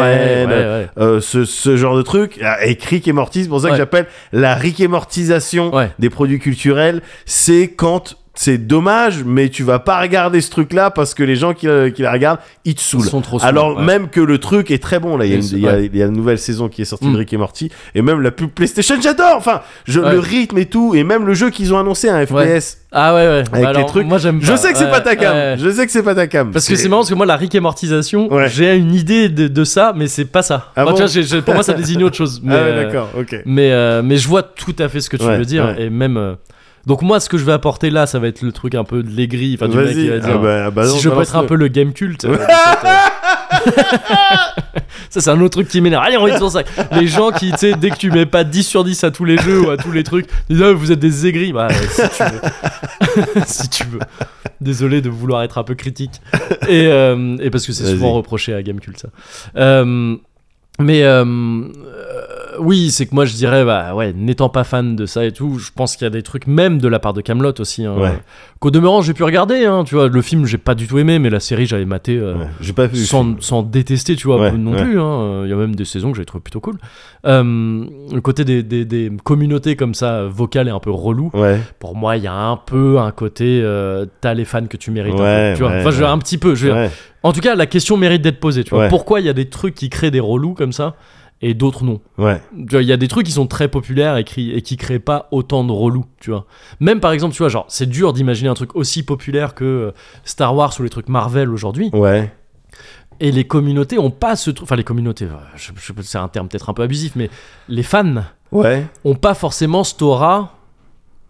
Speaker 1: ouais, ouais,
Speaker 2: euh, ce, ce genre de truc. Ah, Et Rick et Morty, c'est pour ça
Speaker 1: Ouais.
Speaker 2: que j'appelle la Rick et Mortisation
Speaker 1: Ouais.
Speaker 2: des produits culturels. C'est quand c'est dommage, mais tu vas pas regarder ce truc-là parce que les gens qui, la- qui la regardent, ils te
Speaker 1: Ils
Speaker 2: saoulent.
Speaker 1: sont trop saouls,
Speaker 2: Alors
Speaker 1: ouais.
Speaker 2: même que le truc est très bon là, il y a
Speaker 1: Et
Speaker 2: une,
Speaker 1: c'est-
Speaker 2: il y a-
Speaker 1: ouais.
Speaker 2: il y a une nouvelle saison qui est sortie
Speaker 1: Mm.
Speaker 2: de Rick et Morty et même la pub PlayStation, j'adore. Enfin, je,
Speaker 1: Ouais.
Speaker 2: le rythme et tout et même le jeu qu'ils ont annoncé, un FPS.
Speaker 1: Ah ouais, ouais. Bah
Speaker 2: les
Speaker 1: alors,
Speaker 2: trucs-
Speaker 1: Moi j'aime.
Speaker 2: Je
Speaker 1: pas.
Speaker 2: sais que c'est
Speaker 1: Ouais,
Speaker 2: pas ta cam.
Speaker 1: ouais.
Speaker 2: Je sais que c'est pas ta cam.
Speaker 1: Parce que c'est marrant parce que moi la Rick et Mortisation,
Speaker 2: Ouais.
Speaker 1: j'ai une idée de, de ça, mais c'est pas ça.
Speaker 2: Ah
Speaker 1: Enfin,
Speaker 2: bon
Speaker 1: tu vois, j'ai- j'ai- pour moi ça désigne autre chose.
Speaker 2: Ah
Speaker 1: Mais,
Speaker 2: ouais,
Speaker 1: euh,
Speaker 2: d'accord, ok.
Speaker 1: Mais, euh, mais je vois tout à fait ce que tu
Speaker 2: Ouais,
Speaker 1: veux dire.
Speaker 2: ouais.
Speaker 1: Et même. euh, donc, moi, ce que je vais apporter là, ça va être le truc un peu de l'aigri. Enfin, du mec qui
Speaker 2: Vas-y.
Speaker 1: va
Speaker 2: Ah
Speaker 1: dire.
Speaker 2: bah- bah non,
Speaker 1: si je peux être un
Speaker 2: balance-le.
Speaker 1: peu le game culte. euh, de cette, euh, ça, c'est un autre truc qui m'énerve. Allez, on est sur ça. Les gens qui, tu sais, dès que tu mets pas 10 sur 10 à tous les jeux ou à tous les trucs, ils disent, Ah, vous êtes des aigris. Bah, euh, si tu veux. si tu veux. Désolé de vouloir être un peu critique. Et, euh, et parce que c'est
Speaker 2: Vas-y.
Speaker 1: souvent reproché à Gamecult, ça. Euh, mais euh, euh, oui, c'est que moi je dirais, bah ouais, n'étant pas fan de ça et tout, je pense qu'il y a des trucs même de la part de Camelot aussi, hein,
Speaker 2: Ouais.
Speaker 1: qu'au demeurant j'ai pu regarder. hein, tu vois, le film j'ai pas du tout aimé, mais la série j'avais maté euh,
Speaker 2: Ouais, J'ai pas vu. le film.
Speaker 1: sans, sans détester, tu vois,
Speaker 2: Ouais,
Speaker 1: non
Speaker 2: ouais.
Speaker 1: plus. hein. Euh, Il y a même des saisons que j'ai trouvé plutôt cool. Euh, le côté des, des- des communautés comme ça, euh, vocales est un peu relou.
Speaker 2: Ouais.
Speaker 1: Pour moi, il y a un peu un côté, euh, t'as les fans que tu mérites. un peu,
Speaker 2: Ouais,
Speaker 1: tu vois,
Speaker 2: ouais,
Speaker 1: enfin, je veux dire,
Speaker 2: ouais.
Speaker 1: un petit peu. Je veux dire,
Speaker 2: ouais.
Speaker 1: en tout cas, la question mérite d'être posée. Tu vois,
Speaker 2: Ouais.
Speaker 1: pourquoi il y a des trucs qui créent des relous comme ça et d'autres non
Speaker 2: Ouais.
Speaker 1: Tu vois, Il y a des trucs qui sont très populaires et qui, et qui créent pas autant de relous. Tu vois, même par exemple, tu vois, genre, c'est dur d'imaginer un truc aussi populaire que euh, Star Wars ou les trucs Marvel aujourd'hui.
Speaker 2: Ouais.
Speaker 1: Et les communautés ont pas ce truc. Enfin, les communautés, euh, je- je- c'est un terme peut-être un peu abusif, mais les fans
Speaker 2: Ouais.
Speaker 1: ont pas forcément cette aura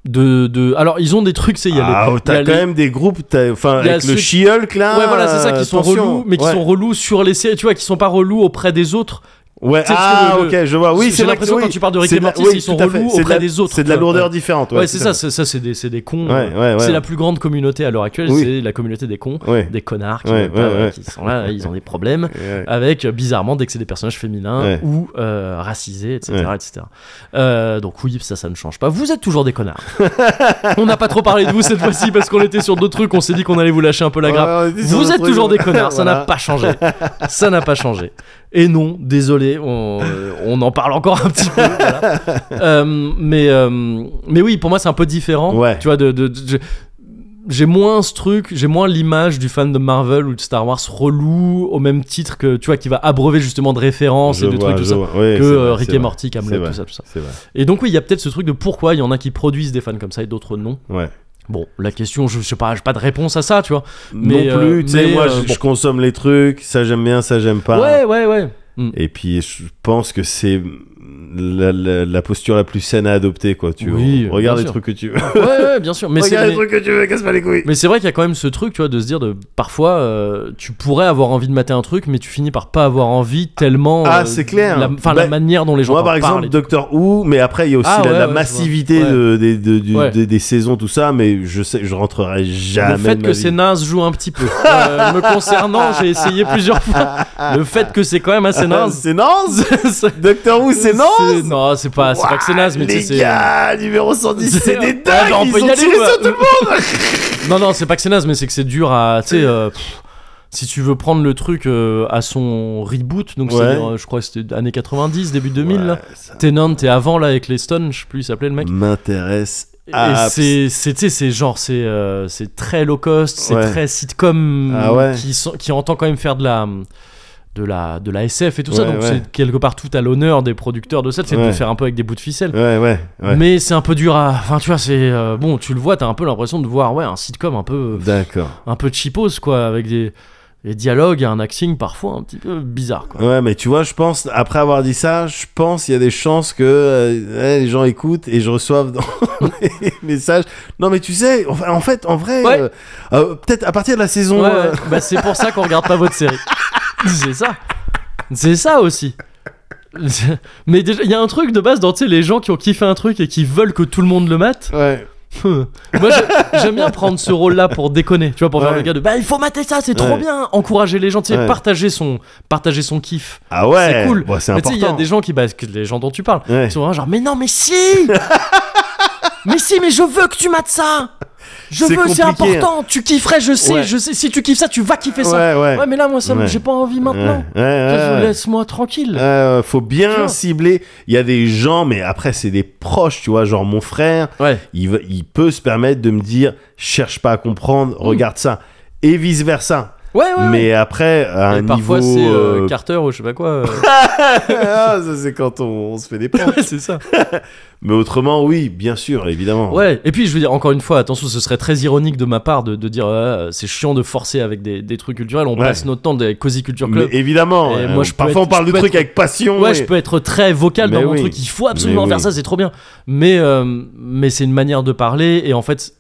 Speaker 1: de. de... Alors, ils ont des trucs, c'est. il y a
Speaker 2: Ah,
Speaker 1: le-
Speaker 2: oh,
Speaker 1: il y a
Speaker 2: t'as
Speaker 1: les-
Speaker 2: quand même des groupes, t'as- enfin,
Speaker 1: il y a
Speaker 2: avec
Speaker 1: ceux
Speaker 2: le
Speaker 1: qui-
Speaker 2: She-Hulk là.
Speaker 1: Ouais, voilà, c'est ça, qui sont
Speaker 2: attention.
Speaker 1: relous, mais qui
Speaker 2: Ouais.
Speaker 1: sont relous sur les séries, tu vois, qui sont pas relous auprès des autres.
Speaker 2: Ouais,
Speaker 1: c'est ce que
Speaker 2: ah,
Speaker 1: le-
Speaker 2: ok, je vois. Oui,
Speaker 1: j'ai
Speaker 2: c'est vrai que-
Speaker 1: l'impression
Speaker 2: oui,
Speaker 1: quand tu parles de Rick
Speaker 2: c'est
Speaker 1: et
Speaker 2: de la-
Speaker 1: Morty,
Speaker 2: oui,
Speaker 1: ils sont
Speaker 2: tout à fait,
Speaker 1: relous
Speaker 2: c'est de
Speaker 1: auprès
Speaker 2: la-
Speaker 1: des autres,
Speaker 2: C'est de la
Speaker 1: tu vois,
Speaker 2: lourdeur
Speaker 1: ouais.
Speaker 2: différente.
Speaker 1: Ouais,
Speaker 2: Ouais,
Speaker 1: c'est
Speaker 2: tout
Speaker 1: ça,
Speaker 2: à
Speaker 1: c'est- ça, c'est des, c'est des cons.
Speaker 2: fait. Ouais, ouais, ouais.
Speaker 1: C'est la plus grande communauté à l'heure actuelle,
Speaker 2: Oui.
Speaker 1: c'est la communauté des cons,
Speaker 2: Ouais.
Speaker 1: des connards qui,
Speaker 2: Ouais,
Speaker 1: veulent pas-
Speaker 2: ouais, ouais.
Speaker 1: qui sont là, ils ont des problèmes.
Speaker 2: Ouais.
Speaker 1: Avec euh, bizarrement dès que c'est des personnages féminins
Speaker 2: Ouais.
Speaker 1: ou euh, racisés, etc.
Speaker 2: Ouais.
Speaker 1: etc. Euh, donc oui, ça, ça ne change pas. Vous êtes toujours des connards. on n'a pas trop parlé de vous cette fois-ci parce qu'on était sur d'autres trucs. On s'est dit qu'on allait vous lâcher un peu la grappe.
Speaker 2: Ouais, ouais, ouais,
Speaker 1: Vous
Speaker 2: c'est un
Speaker 1: êtes
Speaker 2: truc-
Speaker 1: toujours des connards, ça n'a
Speaker 2: Voilà.
Speaker 1: pas changé. Ça n'a pas changé. Et non, désolé, on, euh, on en parle encore un petit peu. voilà. Euh, mais, euh, mais oui, pour moi, c'est un peu différent.
Speaker 2: Ouais.
Speaker 1: Tu vois, de, de- de- je- j'ai moins ce truc, j'ai moins l'image du fan de Marvel ou de Star Wars relou au même titre que, tu vois, qui va abreuver justement de références
Speaker 2: Je
Speaker 1: et de
Speaker 2: vois,
Speaker 1: trucs, tout
Speaker 2: je
Speaker 1: ça.
Speaker 2: vois. Ouais,
Speaker 1: Que
Speaker 2: c'est
Speaker 1: euh,
Speaker 2: vrai,
Speaker 1: Rick
Speaker 2: c'est
Speaker 1: et
Speaker 2: vrai.
Speaker 1: Morty, Camelot,
Speaker 2: C'est vrai.
Speaker 1: tout ça, tout ça.
Speaker 2: C'est vrai.
Speaker 1: Et donc oui, il y a peut-être ce truc de pourquoi il y en a qui produisent des fans comme ça et d'autres non.
Speaker 2: Ouais.
Speaker 1: Bon, la question, je, je sais pas, j'ai pas de réponse à ça, tu vois. Mais,
Speaker 2: non plus,
Speaker 1: euh,
Speaker 2: tu sais,
Speaker 1: mais,
Speaker 2: moi
Speaker 1: euh,
Speaker 2: je,
Speaker 1: bon.
Speaker 2: je consomme les trucs, ça j'aime bien, ça j'aime pas.
Speaker 1: Ouais, ouais, ouais. Mm.
Speaker 2: Et puis je pense que c'est la, la- la posture la plus saine à adopter, quoi. Tu
Speaker 1: Oui,
Speaker 2: vois. regarde
Speaker 1: bien
Speaker 2: les
Speaker 1: sûr.
Speaker 2: trucs que tu veux.
Speaker 1: Ouais, ouais, bien sûr. Mais c'est
Speaker 2: regarde les
Speaker 1: mais-
Speaker 2: trucs que tu veux, casse pas les couilles.
Speaker 1: Mais c'est vrai qu'il y a quand même ce truc, tu vois, de se dire de parfois euh, tu pourrais avoir envie de mater un truc, mais tu finis par pas avoir envie tellement.
Speaker 2: Ah,
Speaker 1: euh,
Speaker 2: c'est clair.
Speaker 1: la- Enfin, la
Speaker 2: Bah,
Speaker 1: manière dont les gens.
Speaker 2: Moi,
Speaker 1: t'en
Speaker 2: par exemple,
Speaker 1: parlent et tout.
Speaker 2: Doctor Who, mais après, il y a aussi
Speaker 1: Ah,
Speaker 2: la,
Speaker 1: ouais,
Speaker 2: la
Speaker 1: ouais, je
Speaker 2: massivité
Speaker 1: vois. Ouais.
Speaker 2: de- des- de- du-
Speaker 1: Ouais.
Speaker 2: des- des saisons, tout ça, mais je sais, je rentrerai jamais.
Speaker 1: le fait
Speaker 2: de ma
Speaker 1: que
Speaker 2: vie.
Speaker 1: ces nains se jouent un petit peu. Euh, me concernant, j'ai essayé plusieurs fois. Le fait que c'est quand même assez naze.
Speaker 2: C'est naze
Speaker 1: c'est-
Speaker 2: Doctor Who, c'est naze
Speaker 1: Non, c'est pas, c'est pas que c'est naze, mais tu sais,
Speaker 2: Les
Speaker 1: c'est.
Speaker 2: gars, numéro 110, c'est
Speaker 1: C'est-
Speaker 2: des
Speaker 1: Ah,
Speaker 2: dingues
Speaker 1: bah, on
Speaker 2: Ils
Speaker 1: peut y
Speaker 2: ont
Speaker 1: aller,
Speaker 2: tiré
Speaker 1: ouais.
Speaker 2: sur tout le monde
Speaker 1: Non, non, c'est pas que c'est naze, mais c'est que c'est dur à. Tu sais, euh, pff, si tu veux prendre le truc euh, à son reboot, donc
Speaker 2: Ouais.
Speaker 1: c'est-à-dire, euh, je crois que c'était années 90, début 2000, Euh, là.
Speaker 2: Ouais, ça
Speaker 1: Tennant, t'es avant là avec les Stones, je sais plus, il s'appelait le
Speaker 2: Mm.
Speaker 1: mec.
Speaker 2: M'intéresse
Speaker 1: Et
Speaker 2: à...
Speaker 1: c'est, c'est, tu sais, c'est genre, c'est, euh, c'est très low cost, c'est
Speaker 2: Ouais.
Speaker 1: très sitcom
Speaker 2: Ah ouais.
Speaker 1: qui, sont- qui entend quand même faire de la, de la, de la SF et tout ça.
Speaker 2: Ouais,
Speaker 1: Donc
Speaker 2: ouais.
Speaker 1: c'est quelque part tout à l'honneur des producteurs de ça, c'est de
Speaker 2: Ouais.
Speaker 1: faire un peu avec des bouts de ficelle.
Speaker 2: Ouais, ouais, ouais.
Speaker 1: Mais c'est un peu dur à. Enfin, tu vois, c'est. euh, bon, tu le vois, t'as un peu l'impression de voir ouais, un sitcom un peu,
Speaker 2: D'accord.
Speaker 1: un peu cheapos, quoi, avec des, des dialogues et un acting parfois un petit peu bizarre, quoi.
Speaker 2: Ouais, mais tu vois, je pense, après avoir dit ça, je pense qu'il y a des chances que euh, eh, les gens écoutent et je reçoive dans les messages. Non, mais tu sais, enfin, en fait, en vrai,
Speaker 1: Ouais.
Speaker 2: euh, euh, peut-être à partir de la saison.
Speaker 1: Ouais,
Speaker 2: euh,
Speaker 1: ouais. bah c'est pour ça qu'on regarde pas votre série. C'est ça. C'est ça aussi. Mais déjà, il y a un truc de base dans tu sais, les gens qui ont kiffé un truc et qui veulent que tout le monde le mate.
Speaker 2: ouais.
Speaker 1: Moi, je- j'aime bien prendre ce rôle-là pour déconner, tu vois, pour faire
Speaker 2: Ouais.
Speaker 1: le gars de bah il faut mater ça, c'est trop
Speaker 2: Ouais.
Speaker 1: bien. Encourager les gens, tu sais,
Speaker 2: Ouais.
Speaker 1: partager son, partager son kiff.
Speaker 2: Ah ouais,
Speaker 1: C'est cool.
Speaker 2: Bon, c'est
Speaker 1: Mais tu sais,
Speaker 2: important.
Speaker 1: il y a des gens qui, bah, que les gens dont tu parles,
Speaker 2: Ouais.
Speaker 1: ils sont vraiment genre mais non, mais si, mais si, mais je veux que tu mates ça. Je
Speaker 2: C'est
Speaker 1: veux, c'est
Speaker 2: compliqué, hein.
Speaker 1: important. Tu kifferais, je sais,
Speaker 2: Ouais.
Speaker 1: je sais. Si tu kiffes ça, tu vas kiffer ça.
Speaker 2: Ouais, ouais.
Speaker 1: Ouais, mais là, moi, ça, me-
Speaker 2: Ouais.
Speaker 1: j'ai pas envie maintenant.
Speaker 2: Ouais, ouais,
Speaker 1: Ça, je-
Speaker 2: ouais, ouais.
Speaker 1: Laisse-moi tranquille.
Speaker 2: Euh, faut bien
Speaker 1: Tu vois.
Speaker 2: cibler. Il y a des gens, mais après, c'est des proches, tu vois. Genre, mon frère,
Speaker 1: Ouais.
Speaker 2: il, va- il peut se permettre de me dire cherche pas à comprendre, regarde ça. Et vice versa.
Speaker 1: Mm. Ouais, ouais.
Speaker 2: Mais après, à
Speaker 1: ouais.
Speaker 2: un
Speaker 1: Et parfois,
Speaker 2: niveau.
Speaker 1: c'est euh,
Speaker 2: euh,
Speaker 1: Carter ou je sais pas quoi. euh.
Speaker 2: ah, ça, c'est quand on, on se fait des plans.
Speaker 1: ouais, c'est ça.
Speaker 2: Mais autrement, oui, bien sûr, évidemment.
Speaker 1: Ouais. Et puis, je veux dire, encore une fois, attention, ce serait très ironique de ma part de, de dire euh, c'est chiant de forcer avec des, des trucs culturels. On
Speaker 2: Ouais.
Speaker 1: passe notre temps des Cozy Culture
Speaker 2: Mais
Speaker 1: Club.
Speaker 2: évidemment.
Speaker 1: Et
Speaker 2: euh,
Speaker 1: moi, je peux
Speaker 2: parfois,
Speaker 1: être-
Speaker 2: on parle
Speaker 1: je
Speaker 2: de
Speaker 1: peux
Speaker 2: trucs
Speaker 1: être-
Speaker 2: avec passion.
Speaker 1: Ouais,
Speaker 2: et-
Speaker 1: je peux être très vocal
Speaker 2: Mais
Speaker 1: dans mon
Speaker 2: oui.
Speaker 1: truc, il faut absolument
Speaker 2: Mais
Speaker 1: faire
Speaker 2: oui.
Speaker 1: ça, c'est trop bien. Mais, euh, mais c'est une manière de parler, et en fait,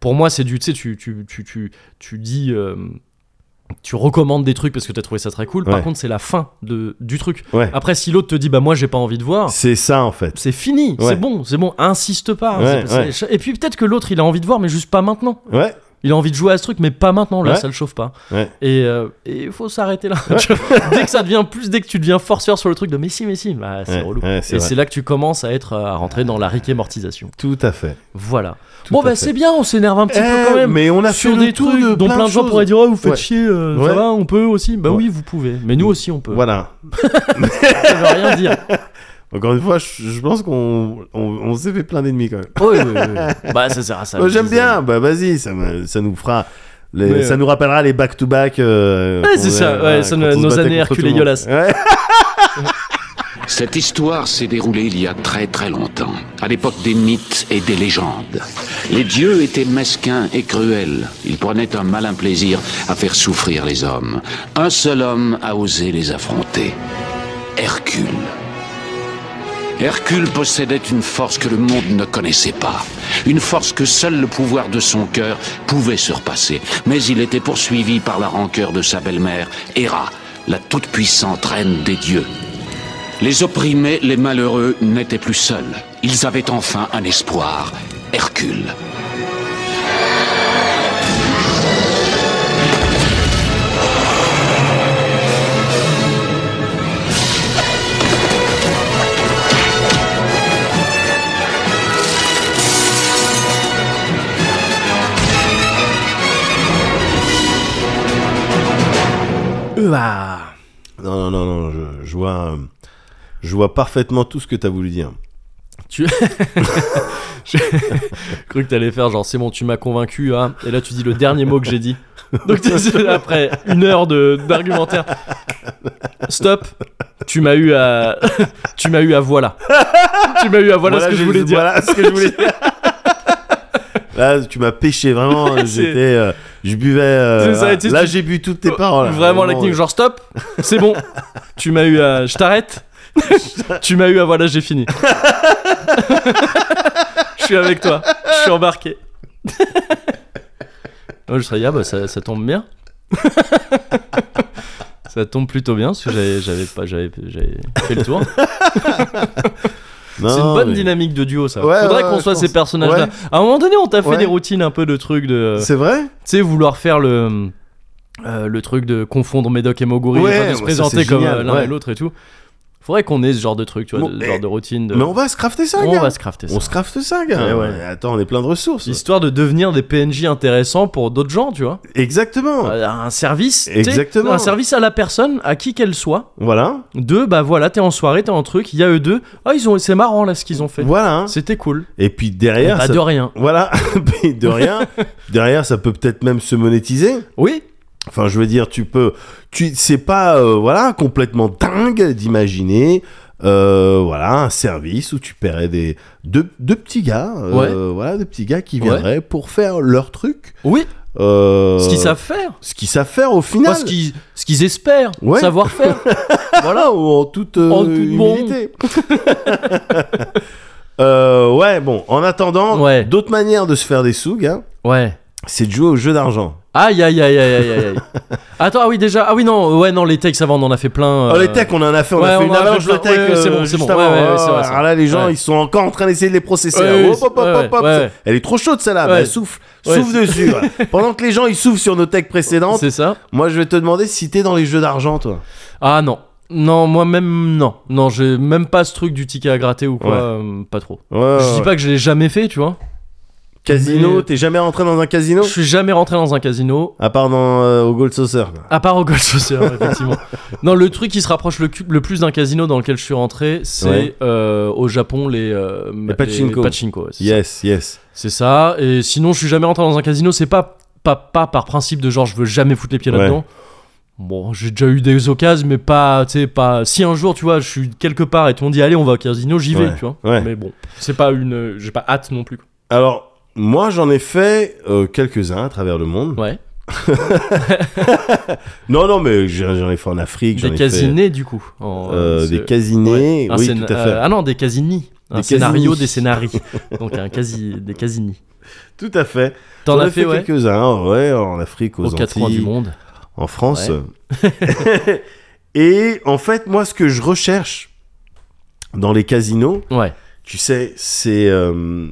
Speaker 1: pour moi, c'est du. Tu sais, tu, tu, tu, tu, tu dis. euh, tu recommandes des trucs parce que t'as trouvé ça très cool. Par
Speaker 2: Ouais.
Speaker 1: contre, c'est la fin de, du truc.
Speaker 2: Ouais.
Speaker 1: Après, si l'autre te dit, bah moi, j'ai pas envie de voir.
Speaker 2: C'est ça, en fait.
Speaker 1: C'est fini,
Speaker 2: Ouais.
Speaker 1: c'est bon, c'est bon, insiste pas. hein,
Speaker 2: Ouais,
Speaker 1: C'est- c'est- Et puis peut-être que l'autre il a envie de voir, mais juste pas maintenant.
Speaker 2: Ouais.
Speaker 1: Il a envie de jouer à ce truc, mais pas maintenant, là
Speaker 2: Ouais.
Speaker 1: ça le chauffe pas.
Speaker 2: Ouais.
Speaker 1: Et euh, et il faut s'arrêter là. Tu vois, dès que ça devient plus, dès que tu deviens forceur sur le truc de mais si, mais si, bah, c'est
Speaker 2: Ouais,
Speaker 1: relou.
Speaker 2: ouais, c'est
Speaker 1: et
Speaker 2: vrai.
Speaker 1: c'est là que tu commences à être euh, à rentrer dans la riquémortisation.
Speaker 2: Tout à fait.
Speaker 1: Voilà.
Speaker 2: Tout
Speaker 1: bon,
Speaker 2: à
Speaker 1: bah
Speaker 2: fait.
Speaker 1: c'est bien, on s'énerve un petit
Speaker 2: Eh,
Speaker 1: peu quand même.
Speaker 2: Mais on a
Speaker 1: sur
Speaker 2: fait
Speaker 1: des
Speaker 2: le tour
Speaker 1: trucs
Speaker 2: de
Speaker 1: dont plein de gens pourraient dire, oh, vous faites
Speaker 2: Ouais.
Speaker 1: chier, euh, ça
Speaker 2: Ouais.
Speaker 1: va, on peut aussi. Bah
Speaker 2: Ouais.
Speaker 1: oui, vous pouvez. Mais nous aussi, on peut.
Speaker 2: Voilà.
Speaker 1: Ça veut rien dire.
Speaker 2: Encore une fois, je, je pense qu'on on, on s'est fait plein d'ennemis quand même.
Speaker 1: Oui, oui, oui, oui. Bah ça sert à ça.
Speaker 2: Moi,
Speaker 1: le
Speaker 2: J'aime
Speaker 1: design.
Speaker 2: bien, bah vas-y, ça, me- ça nous fera. les-
Speaker 1: Mais,
Speaker 2: ça
Speaker 1: euh,
Speaker 2: nous rappellera les back-to-back. euh,
Speaker 1: Ouais,
Speaker 2: qu'on
Speaker 1: c'est ça,
Speaker 2: avait,
Speaker 1: ouais, ça,
Speaker 2: quand
Speaker 1: nos-
Speaker 2: on se
Speaker 1: nos
Speaker 2: battait
Speaker 1: années
Speaker 2: contre tout le
Speaker 1: herculéolas.
Speaker 2: monde. Ouais.
Speaker 6: Cette histoire s'est déroulée il y a très très longtemps, à l'époque des mythes et des légendes. Les dieux étaient mesquins et cruels. Ils prenaient un malin plaisir à faire souffrir les hommes. Un seul homme a osé les affronter. Hercule. Hercule possédait une force que le monde ne connaissait pas, une force que seul le pouvoir de son cœur pouvait surpasser. Mais il était poursuivi par la rancœur de sa belle-mère, Héra, la toute-puissante reine des dieux. Les opprimés, les malheureux n'étaient plus seuls. Ils avaient enfin un espoir, Hercule.
Speaker 1: Ouah.
Speaker 2: Non, non, non, non, je, je vois, euh, je vois parfaitement tout ce que t'as voulu dire.
Speaker 1: cru que t'allais faire genre c'est bon tu m'as convaincu hein et là tu dis le dernier mot que j'ai dit donc t'es- après une heure de d'argumentaire stop tu m'as eu à tu m'as eu à voilà tu m'as eu à voilà, ce que je
Speaker 2: j'ai-
Speaker 1: voulais dire
Speaker 2: Voilà ce que je voulais dire. Là, tu m'as pêché vraiment. euh, J'étais, euh, je buvais. euh,
Speaker 1: C'est ça,
Speaker 2: voilà.
Speaker 1: tu sais,
Speaker 2: là,
Speaker 1: tu-
Speaker 2: j'ai bu toutes tes paroles.
Speaker 1: vraiment la technique
Speaker 2: ouais.
Speaker 1: genre stop c'est bon tu m'as eu à je t'arrête tu m'as eu, ah voilà, j'ai fini. je suis avec toi, je suis embarqué. Moi, je serais dit, ah bah ça, ça tombe bien. ça tombe plutôt bien parce que j'avais, j'avais pas, j'avais, j'avais fait le tour.
Speaker 2: euh, Non,
Speaker 1: C'est une bonne
Speaker 2: mais-
Speaker 1: dynamique de duo ça.
Speaker 2: Ouais,
Speaker 1: Faudrait
Speaker 2: ouais,
Speaker 1: qu'on
Speaker 2: ouais,
Speaker 1: soit
Speaker 2: je
Speaker 1: ces
Speaker 2: pense.
Speaker 1: personnages-là.
Speaker 2: Ouais.
Speaker 1: À un moment donné, on t'a fait
Speaker 2: Ouais.
Speaker 1: des routines un peu de trucs de.
Speaker 2: C'est vrai
Speaker 1: Tu sais, vouloir faire le. euh, le truc de confondre Médoc et Moguri, enfin,
Speaker 2: Ouais,
Speaker 1: de
Speaker 2: ouais,
Speaker 1: se
Speaker 2: ça,
Speaker 1: présenter
Speaker 2: c'est
Speaker 1: comme
Speaker 2: génial,
Speaker 1: euh, l'un
Speaker 2: ouais.
Speaker 1: et l'autre et tout. Faudrait qu'on ait ce genre de truc, tu vois,
Speaker 2: Bon,
Speaker 1: de- ce
Speaker 2: mais-
Speaker 1: genre de routine. De...
Speaker 2: Mais on va se crafter ça,
Speaker 1: On
Speaker 2: gars.
Speaker 1: va se crafter ça.
Speaker 2: On se crafte ça, gars.
Speaker 1: Ouais, ouais.
Speaker 2: Attends, on est plein de ressources.
Speaker 1: Histoire de devenir des PNJ intéressants pour d'autres gens, tu vois.
Speaker 2: Exactement.
Speaker 1: Euh, Un service. tu sais,
Speaker 2: Exactement.
Speaker 1: Un service à la personne, à qui qu'elle soit.
Speaker 2: Voilà.
Speaker 1: De, bah voilà, t'es en soirée, t'es en truc, il y a eux deux. Ah, ils ont, c'est marrant là ce qu'ils ont fait.
Speaker 2: Voilà.
Speaker 1: C'était cool.
Speaker 2: Et puis derrière,
Speaker 1: Pas
Speaker 2: ça-
Speaker 1: de rien.
Speaker 2: voilà, Mais de rien. derrière, ça peut peut-être même se monétiser.
Speaker 1: Oui.
Speaker 2: Enfin, je veux dire, tu peux, tu, c'est pas, euh, voilà, complètement dingue d'imaginer, euh, voilà, un service où tu paierais des deux, deux petits gars, euh, voilà, deux petits gars qui
Speaker 1: Ouais.
Speaker 2: viendraient pour faire leur truc,
Speaker 1: Oui.
Speaker 2: euh,
Speaker 1: Ce qu'ils savent faire.
Speaker 2: ce qu'ils savent faire au final,
Speaker 1: Pas ce qu'ils, ce qu'ils espèrent
Speaker 2: Ouais.
Speaker 1: savoir faire.
Speaker 2: voilà, ou en toute euh,
Speaker 1: En toute bon.
Speaker 2: humilité. Euh, ouais, bon, en attendant,
Speaker 1: Ouais.
Speaker 2: d'autres manières de se faire des sous, gars,
Speaker 1: Ouais.
Speaker 2: c'est de jouer au jeu d'argent.
Speaker 1: Aïe, aïe, aïe, aïe, aïe, aïe, aïe. Attends, ah oui, déjà. Ah oui, non, ouais, non, les techs avant, on en a fait plein. euh,
Speaker 2: Oh, les techs, on en a fait, on
Speaker 1: ouais,
Speaker 2: a fait
Speaker 1: on en
Speaker 2: une
Speaker 1: a fait
Speaker 2: avalanche de
Speaker 1: plein.
Speaker 2: techs.
Speaker 1: Ouais, ouais, c'est bon,
Speaker 2: euh,
Speaker 1: c'est
Speaker 2: juste
Speaker 1: bon. Ouais,
Speaker 2: avant.
Speaker 1: ouais, ouais, c'est vrai,
Speaker 2: Ah,
Speaker 1: c'est vrai.
Speaker 2: là, les gens,
Speaker 1: Ouais.
Speaker 2: ils sont encore en train d'essayer de les processer.
Speaker 1: Ouais,
Speaker 2: Hop,
Speaker 1: ouais,
Speaker 2: hop, hop,
Speaker 1: ouais,
Speaker 2: hop,
Speaker 1: ouais,
Speaker 2: hop.
Speaker 1: ouais.
Speaker 2: Elle est trop chaude, celle-là.
Speaker 1: Ouais.
Speaker 2: Bah, souffle,
Speaker 1: Ouais.
Speaker 2: souffle dessus. voilà. Pendant que les gens, ils soufflent sur nos techs précédentes,
Speaker 1: C'est ça.
Speaker 2: moi, je vais te demander si t'es dans les jeux d'argent, toi.
Speaker 1: Ah non. Non, moi-même, non. Non, j'ai même pas ce truc du ticket à gratter ou quoi.
Speaker 2: Ouais.
Speaker 1: euh, pas trop.
Speaker 2: Ouais,
Speaker 1: Je dis
Speaker 2: ouais.
Speaker 1: pas que je l'ai jamais fait, tu vois.
Speaker 2: Casino,
Speaker 1: Mais-
Speaker 2: t'es jamais rentré dans un casino
Speaker 1: Je suis jamais rentré dans un casino.
Speaker 2: À part dans, euh, au Gold Saucer. quoi.
Speaker 1: À part au Gold Saucer, effectivement. Non, le truc qui se rapproche le, cu- le plus d'un casino dans lequel je suis rentré, c'est
Speaker 2: Ouais.
Speaker 1: euh, au Japon les, euh, les- les
Speaker 2: pachinko.
Speaker 1: pachinko, ouais, c'est ça.
Speaker 2: Yes, yes.
Speaker 1: C'est ça. Et sinon, je suis jamais rentré dans un casino. C'est pas, pas, pas par principe de genre, je veux jamais foutre les pieds
Speaker 2: Ouais.
Speaker 1: là-dedans. Bon, j'ai déjà eu des occasions, mais pas, tu sais, pas. Si un jour, tu vois, je suis quelque part et t'on dit, allez, on va au casino, j'y vais,
Speaker 2: Ouais,
Speaker 1: tu vois.
Speaker 2: ouais.
Speaker 1: Mais bon, c'est pas une. J'ai pas hâte non plus.
Speaker 2: Alors, moi, j'en ai fait euh, quelques-uns à travers le monde.
Speaker 1: Ouais.
Speaker 2: Non, non, mais j'en j'en ai fait en Afrique. j'en
Speaker 1: Des
Speaker 2: ai fait,
Speaker 1: casinés, du coup. en,
Speaker 2: euh,
Speaker 1: euh,
Speaker 2: des
Speaker 1: c'est-
Speaker 2: casinés,
Speaker 1: un
Speaker 2: oui,
Speaker 1: scén-
Speaker 2: tout à fait.
Speaker 1: euh, ah non, des casinis. Un
Speaker 2: Des
Speaker 1: scénario,
Speaker 2: casinis.
Speaker 1: des scénarii. Donc un quasi, des casinis.
Speaker 2: Tout à fait.
Speaker 1: T'en
Speaker 2: J'en ai
Speaker 1: as fait, ouais,
Speaker 2: quelques-uns, ouais, en Afrique, aux,
Speaker 1: aux quatre coins
Speaker 2: Antilles,
Speaker 1: du monde.
Speaker 2: en France. Et en fait, moi, ce que je recherche dans les casinos,
Speaker 1: Ouais.
Speaker 2: tu sais, c'est euh,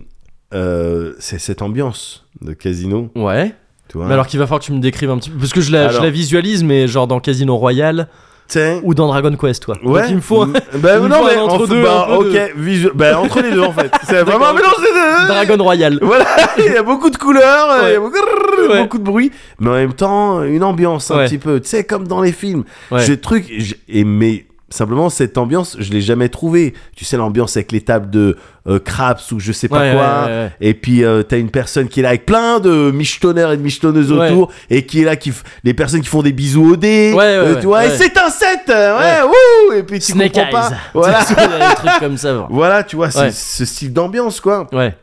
Speaker 2: euh, c'est cette ambiance de casino,
Speaker 1: Ouais.
Speaker 2: tu vois.
Speaker 1: Mais alors qu'il va falloir que tu me décrives un petit peu. Parce que je la, je
Speaker 2: Alors.
Speaker 1: la visualise, mais genre dans Casino Royale
Speaker 2: Tiens,
Speaker 1: ou dans Dragon Quest, toi.
Speaker 2: ouais.
Speaker 1: Donc il me faut un
Speaker 2: Mm, bah,
Speaker 1: il me
Speaker 2: non,
Speaker 1: faut un
Speaker 2: mais
Speaker 1: entre
Speaker 2: entre
Speaker 1: deux,
Speaker 2: deux, bah,
Speaker 1: un peu
Speaker 2: ok,
Speaker 1: de-
Speaker 2: visu- bah, entre les deux en fait. C'est vraiment un
Speaker 1: D'accord.
Speaker 2: mélange des deux.
Speaker 1: Dragon Royale.
Speaker 2: Voilà, il y a beaucoup de couleurs, euh, il y a
Speaker 1: Ouais.
Speaker 2: beaucoup,
Speaker 1: Ouais.
Speaker 2: beaucoup de bruit, mais en même temps, une ambiance un
Speaker 1: Ouais.
Speaker 2: petit peu, tu sais, comme dans les films.
Speaker 1: Ouais.
Speaker 2: J'ai truc, j'ai- et mais simplement cette ambiance, je l'ai jamais trouvée. Tu sais l'ambiance avec les tables de euh, craps ou je sais pas
Speaker 1: Ouais,
Speaker 2: quoi.
Speaker 1: ouais, ouais,
Speaker 2: Et puis euh, t'as une personne qui est là avec plein de michetonneurs et de michetonneuses
Speaker 1: Ouais.
Speaker 2: autour et qui est là qui f- les personnes qui font des bisous au dé. Euh,
Speaker 1: Ouais, ouais, ouais,
Speaker 2: tu vois, et
Speaker 1: ouais.
Speaker 2: c'est un 7 euh, Ouais, wouh Et puis tu
Speaker 1: Snake
Speaker 2: comprends
Speaker 1: Eyes.
Speaker 2: pas. Voilà.
Speaker 1: Tu vois, des trucs comme ça. genre.
Speaker 2: Voilà, tu vois, c'est
Speaker 1: Ouais.
Speaker 2: ce style d'ambiance quoi.
Speaker 1: Ouais.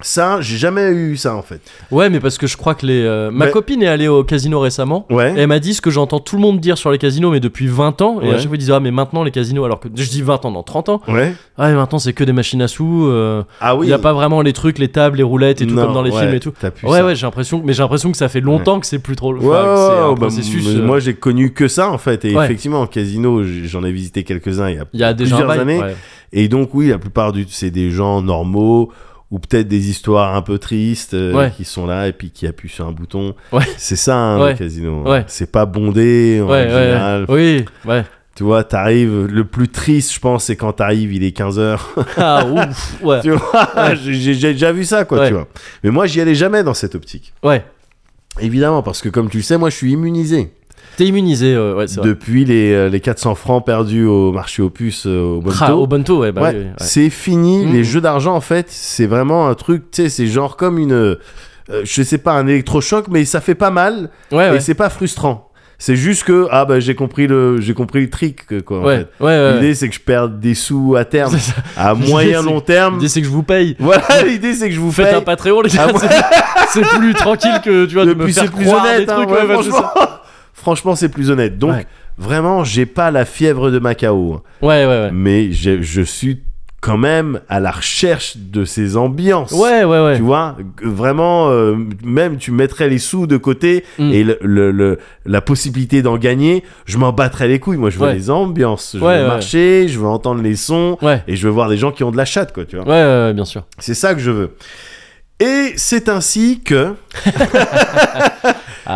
Speaker 2: Ça, j'ai jamais eu ça en fait.
Speaker 1: Ouais, mais parce que je crois que les. euh, Ma
Speaker 2: Mais-
Speaker 1: copine est allée au casino récemment.
Speaker 2: Ouais.
Speaker 1: Et elle m'a dit ce que j'entends tout le monde dire sur les casinos, mais depuis 20 ans. Et à
Speaker 2: Ouais.
Speaker 1: chaque fois, ils disent Ah, mais maintenant, les casinos, alors que je dis 20 ans, dans 30 ans.
Speaker 2: Ouais.
Speaker 1: Ah, mais maintenant, c'est que des machines à sous. euh,
Speaker 2: Ah oui.
Speaker 1: Il n'y a pas vraiment les trucs, les tables, les roulettes et tout
Speaker 2: Non,
Speaker 1: comme dans les
Speaker 2: ouais,
Speaker 1: films et tout.
Speaker 2: t'as plus
Speaker 1: ouais,
Speaker 2: ça.
Speaker 1: ouais, j'ai l'impression, mais j'ai l'impression que ça fait longtemps que c'est plus trop. enfin,
Speaker 2: Ouais,
Speaker 1: que c'est un
Speaker 2: ouais, bah,
Speaker 1: processus.
Speaker 2: m-
Speaker 1: euh,
Speaker 2: Moi, j'ai connu que ça en fait. Et
Speaker 1: Ouais.
Speaker 2: effectivement, en casino, j- j'en ai visité quelques-uns. Il y a-
Speaker 1: il y a déjà un
Speaker 2: plusieurs
Speaker 1: bail,
Speaker 2: années,
Speaker 1: ouais.
Speaker 2: Et donc, oui, la plupart du c'est des gens normaux ou peut-être des histoires un peu tristes euh,
Speaker 1: Ouais.
Speaker 2: qui sont là et puis qui appuient sur un bouton.
Speaker 1: Ouais.
Speaker 2: C'est ça, hein,
Speaker 1: Ouais.
Speaker 2: le casino.
Speaker 1: Ouais.
Speaker 2: C'est pas bondé en
Speaker 1: Ouais, ouais,
Speaker 2: général.
Speaker 1: ouais. Oui, ouais.
Speaker 2: Tu vois, t'arrives. Le plus triste, je pense, c'est quand t'arrives, il est 15h.
Speaker 1: Ah, ouf, ouais.
Speaker 2: tu vois, j'ai j'ai déjà vu ça, quoi,
Speaker 1: Ouais.
Speaker 2: tu vois. Mais moi, j'y allais jamais dans cette optique.
Speaker 1: Ouais.
Speaker 2: Évidemment, parce que comme tu le sais, moi, je suis immunisé.
Speaker 1: T'es immunisé, euh, ouais, c'est vrai.
Speaker 2: depuis les, euh, les 400 francs perdus au marché aux puces euh, au Bonto.
Speaker 1: Ah, au Bonto, ouais, bah
Speaker 2: Ouais,
Speaker 1: oui, oui, ouais.
Speaker 2: C'est fini,
Speaker 1: Mhm.
Speaker 2: les jeux d'argent en fait, c'est vraiment un truc, tu sais, c'est genre comme une, euh, je sais pas, un électrochoc, mais ça fait pas mal
Speaker 1: Ouais,
Speaker 2: et
Speaker 1: ouais.
Speaker 2: c'est pas frustrant. C'est juste que ah bah j'ai compris le j'ai compris le trick que- quoi. en
Speaker 1: Ouais,
Speaker 2: fait.
Speaker 1: ouais, ouais, ouais.
Speaker 2: L'idée c'est que je perde des sous à terme,
Speaker 1: C'est ça.
Speaker 2: à
Speaker 1: L'idée,
Speaker 2: moyen
Speaker 1: c'est-
Speaker 2: long terme.
Speaker 1: L'idée, c'est que je vous paye.
Speaker 2: Voilà, l'idée c'est que je vous
Speaker 1: Vous faites
Speaker 2: paye.
Speaker 1: un Patreon, les gars.
Speaker 2: Ah, ouais.
Speaker 1: c'est- c'est plus tranquille que tu vois, de me
Speaker 2: Depuis,
Speaker 1: faire
Speaker 2: c'est plus
Speaker 1: croire
Speaker 2: honnête,
Speaker 1: des
Speaker 2: hein,
Speaker 1: trucs.
Speaker 2: ouais,
Speaker 1: ouais, bah, c'est
Speaker 2: franchement. Franchement, c'est plus honnête. Donc,
Speaker 1: Ouais.
Speaker 2: Vraiment, j'ai pas la fièvre de Macao, hein.
Speaker 1: Ouais, ouais, ouais.
Speaker 2: mais j'ai- je suis quand même à la recherche de ces ambiances.
Speaker 1: Ouais, ouais, ouais.
Speaker 2: Tu vois, g- vraiment, euh, même tu mettrais les sous de côté
Speaker 1: Mm.
Speaker 2: et le, le- le- la possibilité d'en gagner, je m'en battrais les couilles. Moi, je veux
Speaker 1: Ouais.
Speaker 2: les ambiances, je
Speaker 1: Ouais,
Speaker 2: veux
Speaker 1: ouais.
Speaker 2: marcher, je veux entendre les sons
Speaker 1: Ouais.
Speaker 2: et je veux voir des gens qui ont de la chatte, quoi, tu vois.
Speaker 1: Ouais, ouais, ouais, bien sûr.
Speaker 2: C'est ça que je veux. Et c'est ainsi que,
Speaker 1: Ah,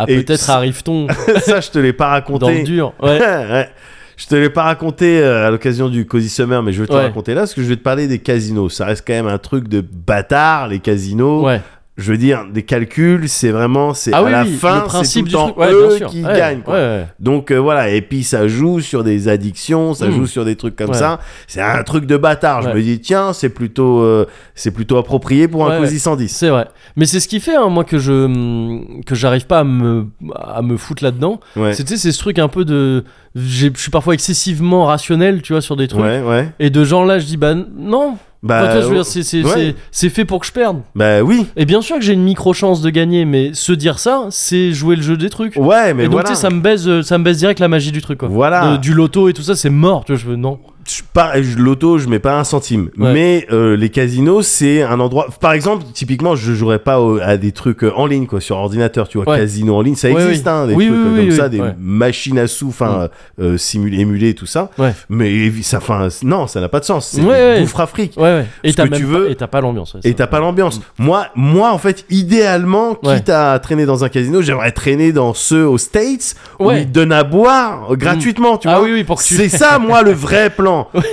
Speaker 2: Et
Speaker 1: peut-être
Speaker 2: c'est-
Speaker 1: arrive-t-on
Speaker 2: ça, je te l'ai pas
Speaker 1: dans le
Speaker 2: raconté.
Speaker 1: dur. Ouais.
Speaker 2: Ouais. Je te l'ai pas raconté euh, à l'occasion du Cozy Summer, mais je vais te le
Speaker 1: Ouais.
Speaker 2: raconter là parce que je vais te parler des casinos. Ça reste quand même un truc de bâtard, les casinos.
Speaker 1: Ouais.
Speaker 2: je veux dire, des calculs, c'est vraiment, c'est
Speaker 1: Ah
Speaker 2: à
Speaker 1: oui,
Speaker 2: la
Speaker 1: oui,
Speaker 2: fin,
Speaker 1: le
Speaker 2: c'est tout
Speaker 1: principe
Speaker 2: le
Speaker 1: du
Speaker 2: temps
Speaker 1: truc. Ouais,
Speaker 2: eux
Speaker 1: bien sûr.
Speaker 2: qui
Speaker 1: Ouais,
Speaker 2: gagnent. Quoi.
Speaker 1: ouais, ouais.
Speaker 2: Donc euh, voilà, et puis ça joue sur des addictions, ça
Speaker 1: Mm.
Speaker 2: joue sur des trucs comme
Speaker 1: Ouais.
Speaker 2: ça. C'est un truc de bâtard. Je
Speaker 1: Ouais.
Speaker 2: me dis tiens, c'est plutôt, euh, c'est plutôt approprié pour un
Speaker 1: Ouais,
Speaker 2: Cozy
Speaker 1: ouais.
Speaker 2: 110.
Speaker 1: C'est vrai. Mais c'est ce qui fait, hein, moi, que je hum, que j'arrive pas à me, à me foutre là-dedans.
Speaker 2: Ouais.
Speaker 1: C'est tu sais, c'est ce truc un peu de. j'ai- Je suis parfois excessivement rationnel, tu vois, sur des trucs.
Speaker 2: Ouais, ouais.
Speaker 1: Et de genre là, je dis, bah non. Enfin, tu
Speaker 2: Bah,
Speaker 1: vois, je veux dire, c'est- c'est
Speaker 2: ouais.
Speaker 1: c'est- c'est fait pour que je perde.
Speaker 2: bah oui.
Speaker 1: Et bien sûr que j'ai une micro-chance de gagner, mais se dire ça, c'est jouer le jeu des trucs.
Speaker 2: Ouais, mais
Speaker 1: et donc,
Speaker 2: voilà.
Speaker 1: tu sais, ça me baise, euh, ça me baise direct la magie du truc, quoi.
Speaker 2: Voilà.
Speaker 1: De- du loto et tout ça, c'est mort, tu vois, je veux, non.
Speaker 2: Je pars- je- L'auto, je mets pas un centime.
Speaker 1: Ouais.
Speaker 2: Mais euh, les casinos, c'est un endroit. Par exemple, typiquement, je jouerais pas au- à des trucs euh, en ligne, quoi, sur ordinateur. Tu vois,
Speaker 1: Ouais.
Speaker 2: casino en ligne, ça
Speaker 1: Ouais,
Speaker 2: existe,
Speaker 1: oui.
Speaker 2: hein, des
Speaker 1: Oui,
Speaker 2: trucs
Speaker 1: oui,
Speaker 2: euh,
Speaker 1: oui,
Speaker 2: comme
Speaker 1: oui,
Speaker 2: ça,
Speaker 1: oui.
Speaker 2: des
Speaker 1: Ouais.
Speaker 2: machines à sous, enfin, euh, simulées, émulées, tout ça.
Speaker 1: Ouais.
Speaker 2: Mais évi- ça, enfin, c- non, ça n'a pas de sens. C'est
Speaker 1: Ouais,
Speaker 2: du
Speaker 1: ouais.
Speaker 2: gouffre à fric.
Speaker 1: Ouais, ouais. Et
Speaker 2: Ce
Speaker 1: t'as
Speaker 2: que
Speaker 1: même
Speaker 2: tu
Speaker 1: pas-
Speaker 2: veux.
Speaker 1: et t'as pas l'ambiance. ouais,
Speaker 2: Et
Speaker 1: ça.
Speaker 2: t'as pas l'ambiance. Moi, moi, en fait, idéalement,
Speaker 1: Ouais.
Speaker 2: quitte à traîner dans un casino, j'aimerais traîner dans ceux aux States où
Speaker 1: Ouais.
Speaker 2: ils donnent à boire euh, gratuitement, tu
Speaker 1: Ah
Speaker 2: vois.
Speaker 1: oui, oui, pour que tu-
Speaker 2: C'est ça, moi, le vrai plan.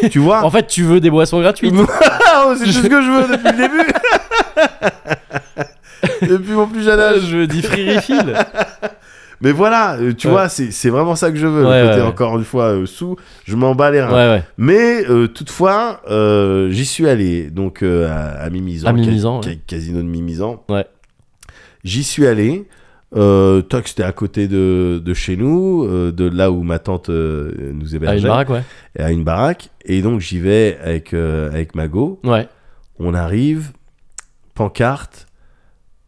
Speaker 2: Tu vois.
Speaker 1: En fait, tu veux des boissons gratuites.
Speaker 2: Voilà, hein, c'est tout ce que je veux depuis le début. depuis mon plus jeune âge.
Speaker 1: je veux des free refill.
Speaker 2: Mais voilà, euh, tu
Speaker 1: Ouais.
Speaker 2: vois, c'est c'est vraiment ça que je veux.
Speaker 1: Ouais,
Speaker 2: le côté,
Speaker 1: ouais, ouais.
Speaker 2: encore une fois, euh, sous, je m'en bats les
Speaker 1: Ouais,
Speaker 2: reins.
Speaker 1: ouais.
Speaker 2: Mais euh, toutefois, euh, j'y suis allé, donc euh, à, à Mimizan.
Speaker 1: À
Speaker 2: ca-
Speaker 1: Mimizan,
Speaker 2: ca-
Speaker 1: ouais.
Speaker 2: Casino de Mimizan.
Speaker 1: Ouais.
Speaker 2: J'y suis allé. Euh, toi, que c'était à côté de, de chez nous, euh, de là où ma tante euh, nous
Speaker 1: Ah, une
Speaker 2: hébergeait,
Speaker 1: baraque, ouais.
Speaker 2: à une baraque. Et donc, j'y vais avec, euh, avec Mago.
Speaker 1: Ouais.
Speaker 2: On arrive, pancarte,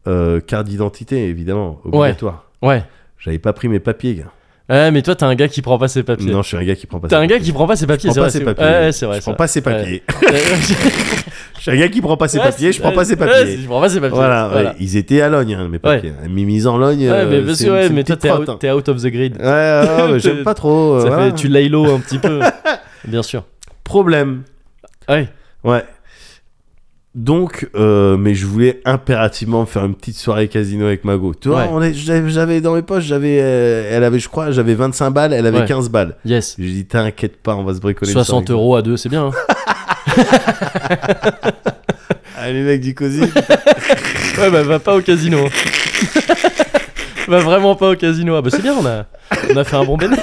Speaker 2: euh, carte d'identité, évidemment, obligatoire.
Speaker 1: Ouais.
Speaker 2: J'avais pas pris mes papiers, gars.
Speaker 1: Ouais, mais toi, t'es un gars qui prend pas ses papiers.
Speaker 2: Non, je suis un gars qui prend pas
Speaker 1: T'es
Speaker 2: ses
Speaker 1: un
Speaker 2: papiers.
Speaker 1: gars qui prend pas ses
Speaker 2: Je
Speaker 1: papiers,
Speaker 2: prends
Speaker 1: c'est
Speaker 2: pas
Speaker 1: vrai.
Speaker 2: ses
Speaker 1: c'est-
Speaker 2: papiers.
Speaker 1: Ouais, c'est vrai.
Speaker 2: je prends
Speaker 1: c'est
Speaker 2: pas ses
Speaker 1: vrai.
Speaker 2: papiers.
Speaker 1: Ouais.
Speaker 2: Je suis un gars qui prend pas ses papiers, je prends pas ses
Speaker 1: Ouais, c'est-
Speaker 2: papiers.
Speaker 1: je prends pas ses papiers.
Speaker 2: Voilà, ouais, ils étaient à Logne, hein, mes papiers. Mimise en Logne.
Speaker 1: Ouais, mais
Speaker 2: euh,
Speaker 1: parce
Speaker 2: c'est
Speaker 1: que,
Speaker 2: une-
Speaker 1: ouais,
Speaker 2: c'est une
Speaker 1: mais toi,
Speaker 2: petite
Speaker 1: t'es out,
Speaker 2: trotte, hein.
Speaker 1: t'es out of the grid.
Speaker 2: Ouais, ouais, ouais, mais j'aime pas trop. euh,
Speaker 1: Ça
Speaker 2: voilà.
Speaker 1: fait, tu l'ailes un petit peu. Bien sûr.
Speaker 2: Problème.
Speaker 1: Ouais.
Speaker 2: Ouais. Donc, euh, mais je voulais impérativement me faire une petite soirée casino avec Mago. Tu vois,
Speaker 1: Ouais.
Speaker 2: on est- j'avais j'avais dans mes poches, j'avais, euh, elle avait, je crois, j'avais 25 balles, elle avait
Speaker 1: Ouais.
Speaker 2: 15 balles.
Speaker 1: Yes.
Speaker 2: J'ai dit, t'inquiète pas, on va se bricoler. une
Speaker 1: 60
Speaker 2: soirée.
Speaker 1: euros à deux, c'est bien. hein.
Speaker 2: Allez, les mecs du cosy.
Speaker 1: Ouais, bah va pas au casino. hein. va vraiment pas au casino. Ah bah c'est bien, on a, on a fait un bon bénéfice.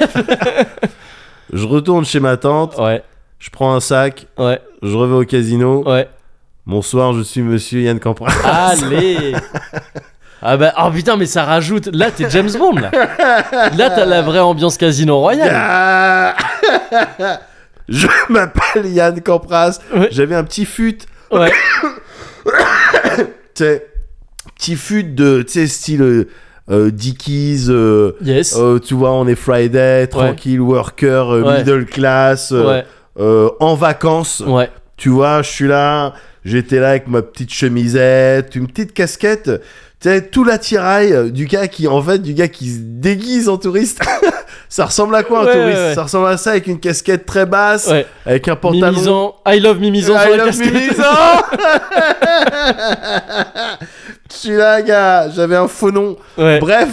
Speaker 2: je retourne chez ma tante,
Speaker 1: Ouais,
Speaker 2: je prends un sac,
Speaker 1: ouais,
Speaker 2: je reviens au casino.
Speaker 1: ouais.
Speaker 2: Bonsoir, je suis monsieur Yann Campra.
Speaker 1: Allez Ah bah, oh putain, mais ça rajoute. Là, t'es James Bond, là. Là, t'as la vraie ambiance casino royal.
Speaker 2: Ah je m'appelle Yann Campras.
Speaker 1: Ouais.
Speaker 2: J'avais un petit fut.
Speaker 1: Ouais,
Speaker 2: tu sais, petit fut de, tu sais, style euh, euh, Dickies, euh,
Speaker 1: yes.
Speaker 2: euh, tu vois, on est Friday, tranquille, worker, euh,
Speaker 1: Ouais.
Speaker 2: middle class, euh,
Speaker 1: Ouais,
Speaker 2: euh, en vacances,
Speaker 1: ouais.
Speaker 2: tu vois, je suis là, j'étais là avec ma petite chemisette, une petite casquette, tu sais, tout l'attirail euh, du gars qui, en fait, du gars qui se déguise en touriste. ça ressemble à quoi un
Speaker 1: Ouais,
Speaker 2: touriste
Speaker 1: ouais, ouais.
Speaker 2: Ça ressemble à ça avec une casquette très basse,
Speaker 1: ouais.
Speaker 2: avec un pantalon.
Speaker 1: Mimizan, I love Mimizan
Speaker 2: I
Speaker 1: sur la
Speaker 2: love
Speaker 1: casquette.
Speaker 2: Mimizan Je suis là, gars, j'avais un faux nom.
Speaker 1: Ouais.
Speaker 2: Bref,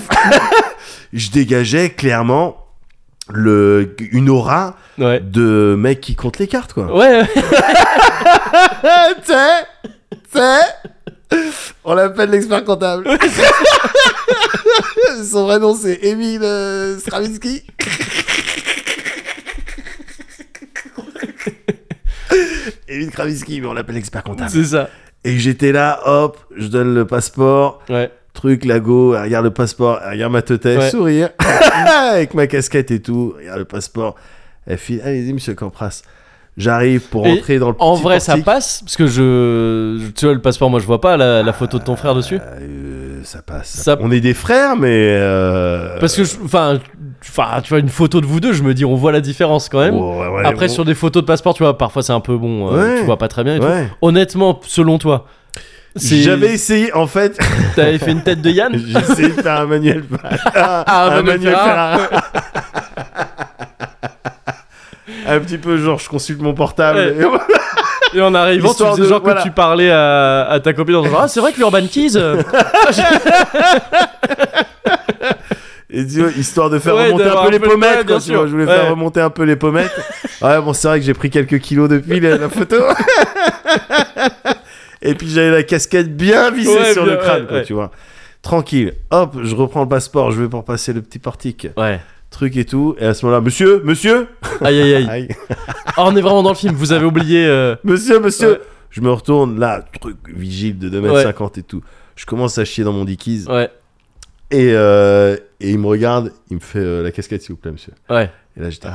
Speaker 2: je dégageais clairement le, une aura
Speaker 1: Ouais.
Speaker 2: de mec qui compte les cartes, quoi. Eh,
Speaker 1: Ouais, ouais.
Speaker 2: T'sais, t'sais, on l'appelle l'expert comptable. Son vrai nom, c'est Émile euh, Stravinsky. Émile Stravinsky, mais on l'appelle l'expert comptable.
Speaker 1: c'est ça.
Speaker 2: Et j'étais là, hop, je donne le passeport,
Speaker 1: Ouais.
Speaker 2: truc, lago, elle regarde le passeport, elle regarde ma teuté,
Speaker 1: Ouais.
Speaker 2: sourire, avec ma casquette et tout, elle regarde le passeport, elle file, allez-y, monsieur Campras. J'arrive pour
Speaker 1: Et
Speaker 2: entrer dans le
Speaker 1: En
Speaker 2: petit
Speaker 1: vrai, ça
Speaker 2: portique.
Speaker 1: passe, parce que je. je- Tu vois, le passeport, moi, je vois pas la, la photo de ton frère dessus.
Speaker 2: Euh, ça passe.
Speaker 1: Ça-
Speaker 2: On est des frères, mais. euh,
Speaker 1: Parce que, je- enfin, Enfin, tu vois, une photo de vous deux, je me dis, on voit la différence quand même.
Speaker 2: Ouais, ouais,
Speaker 1: Après,
Speaker 2: bon.
Speaker 1: sur des photos de passeport, tu vois, parfois c'est un peu bon, euh,
Speaker 2: Ouais.
Speaker 1: tu vois pas très bien et tout.
Speaker 2: Ouais.
Speaker 1: Honnêtement, selon toi, c'est-
Speaker 2: J'avais essayé, en fait,
Speaker 1: t'avais fait une tête de Yann
Speaker 2: j'ai essayé de faire un manuel.
Speaker 1: Ah, Manuel Ferrara.
Speaker 2: un petit peu, genre, je consulte mon portable.
Speaker 1: Ouais.
Speaker 2: Et voilà.
Speaker 1: Et en arrivant, tu
Speaker 2: Histoire
Speaker 1: faisais
Speaker 2: de-
Speaker 1: genre
Speaker 2: voilà.
Speaker 1: que tu parlais à, à ta copine en disant Ah, c'est vrai que l'Urban Keys. euh,
Speaker 2: Et dis, ouais, histoire de faire
Speaker 1: Ouais,
Speaker 2: remonter un
Speaker 1: d'avoir
Speaker 2: peu
Speaker 1: un
Speaker 2: les
Speaker 1: peu le- ouais,
Speaker 2: pommettes,
Speaker 1: bien
Speaker 2: quoi, tu
Speaker 1: sûr.
Speaker 2: vois, je voulais
Speaker 1: Ouais.
Speaker 2: faire remonter un peu les pommettes. ouais, bon, c'est vrai que j'ai pris quelques kilos depuis la, la photo. Et puis j'avais la casquette bien vissée
Speaker 1: Ouais,
Speaker 2: sur
Speaker 1: bien,
Speaker 2: le crâne,
Speaker 1: ouais,
Speaker 2: quoi,
Speaker 1: ouais.
Speaker 2: tu vois. Tranquille, hop, je reprends le passeport, je vais pour passer le petit portique,
Speaker 1: Ouais.
Speaker 2: truc et tout. Et à ce moment-là, monsieur, monsieur,
Speaker 1: Aïe, aïe, aïe.
Speaker 2: Aïe.
Speaker 1: Ah, on est vraiment dans le film, vous avez oublié. euh,
Speaker 2: monsieur, monsieur,
Speaker 1: Ouais.
Speaker 2: je me retourne là, truc vigile de 2m50 et tout. Je commence à chier dans mon dickies
Speaker 1: Ouais,
Speaker 2: et, euh, et il me regarde, il me fait euh, la casquette, s'il vous plaît, monsieur.
Speaker 1: ouais.
Speaker 2: Et là, j'étais, ah,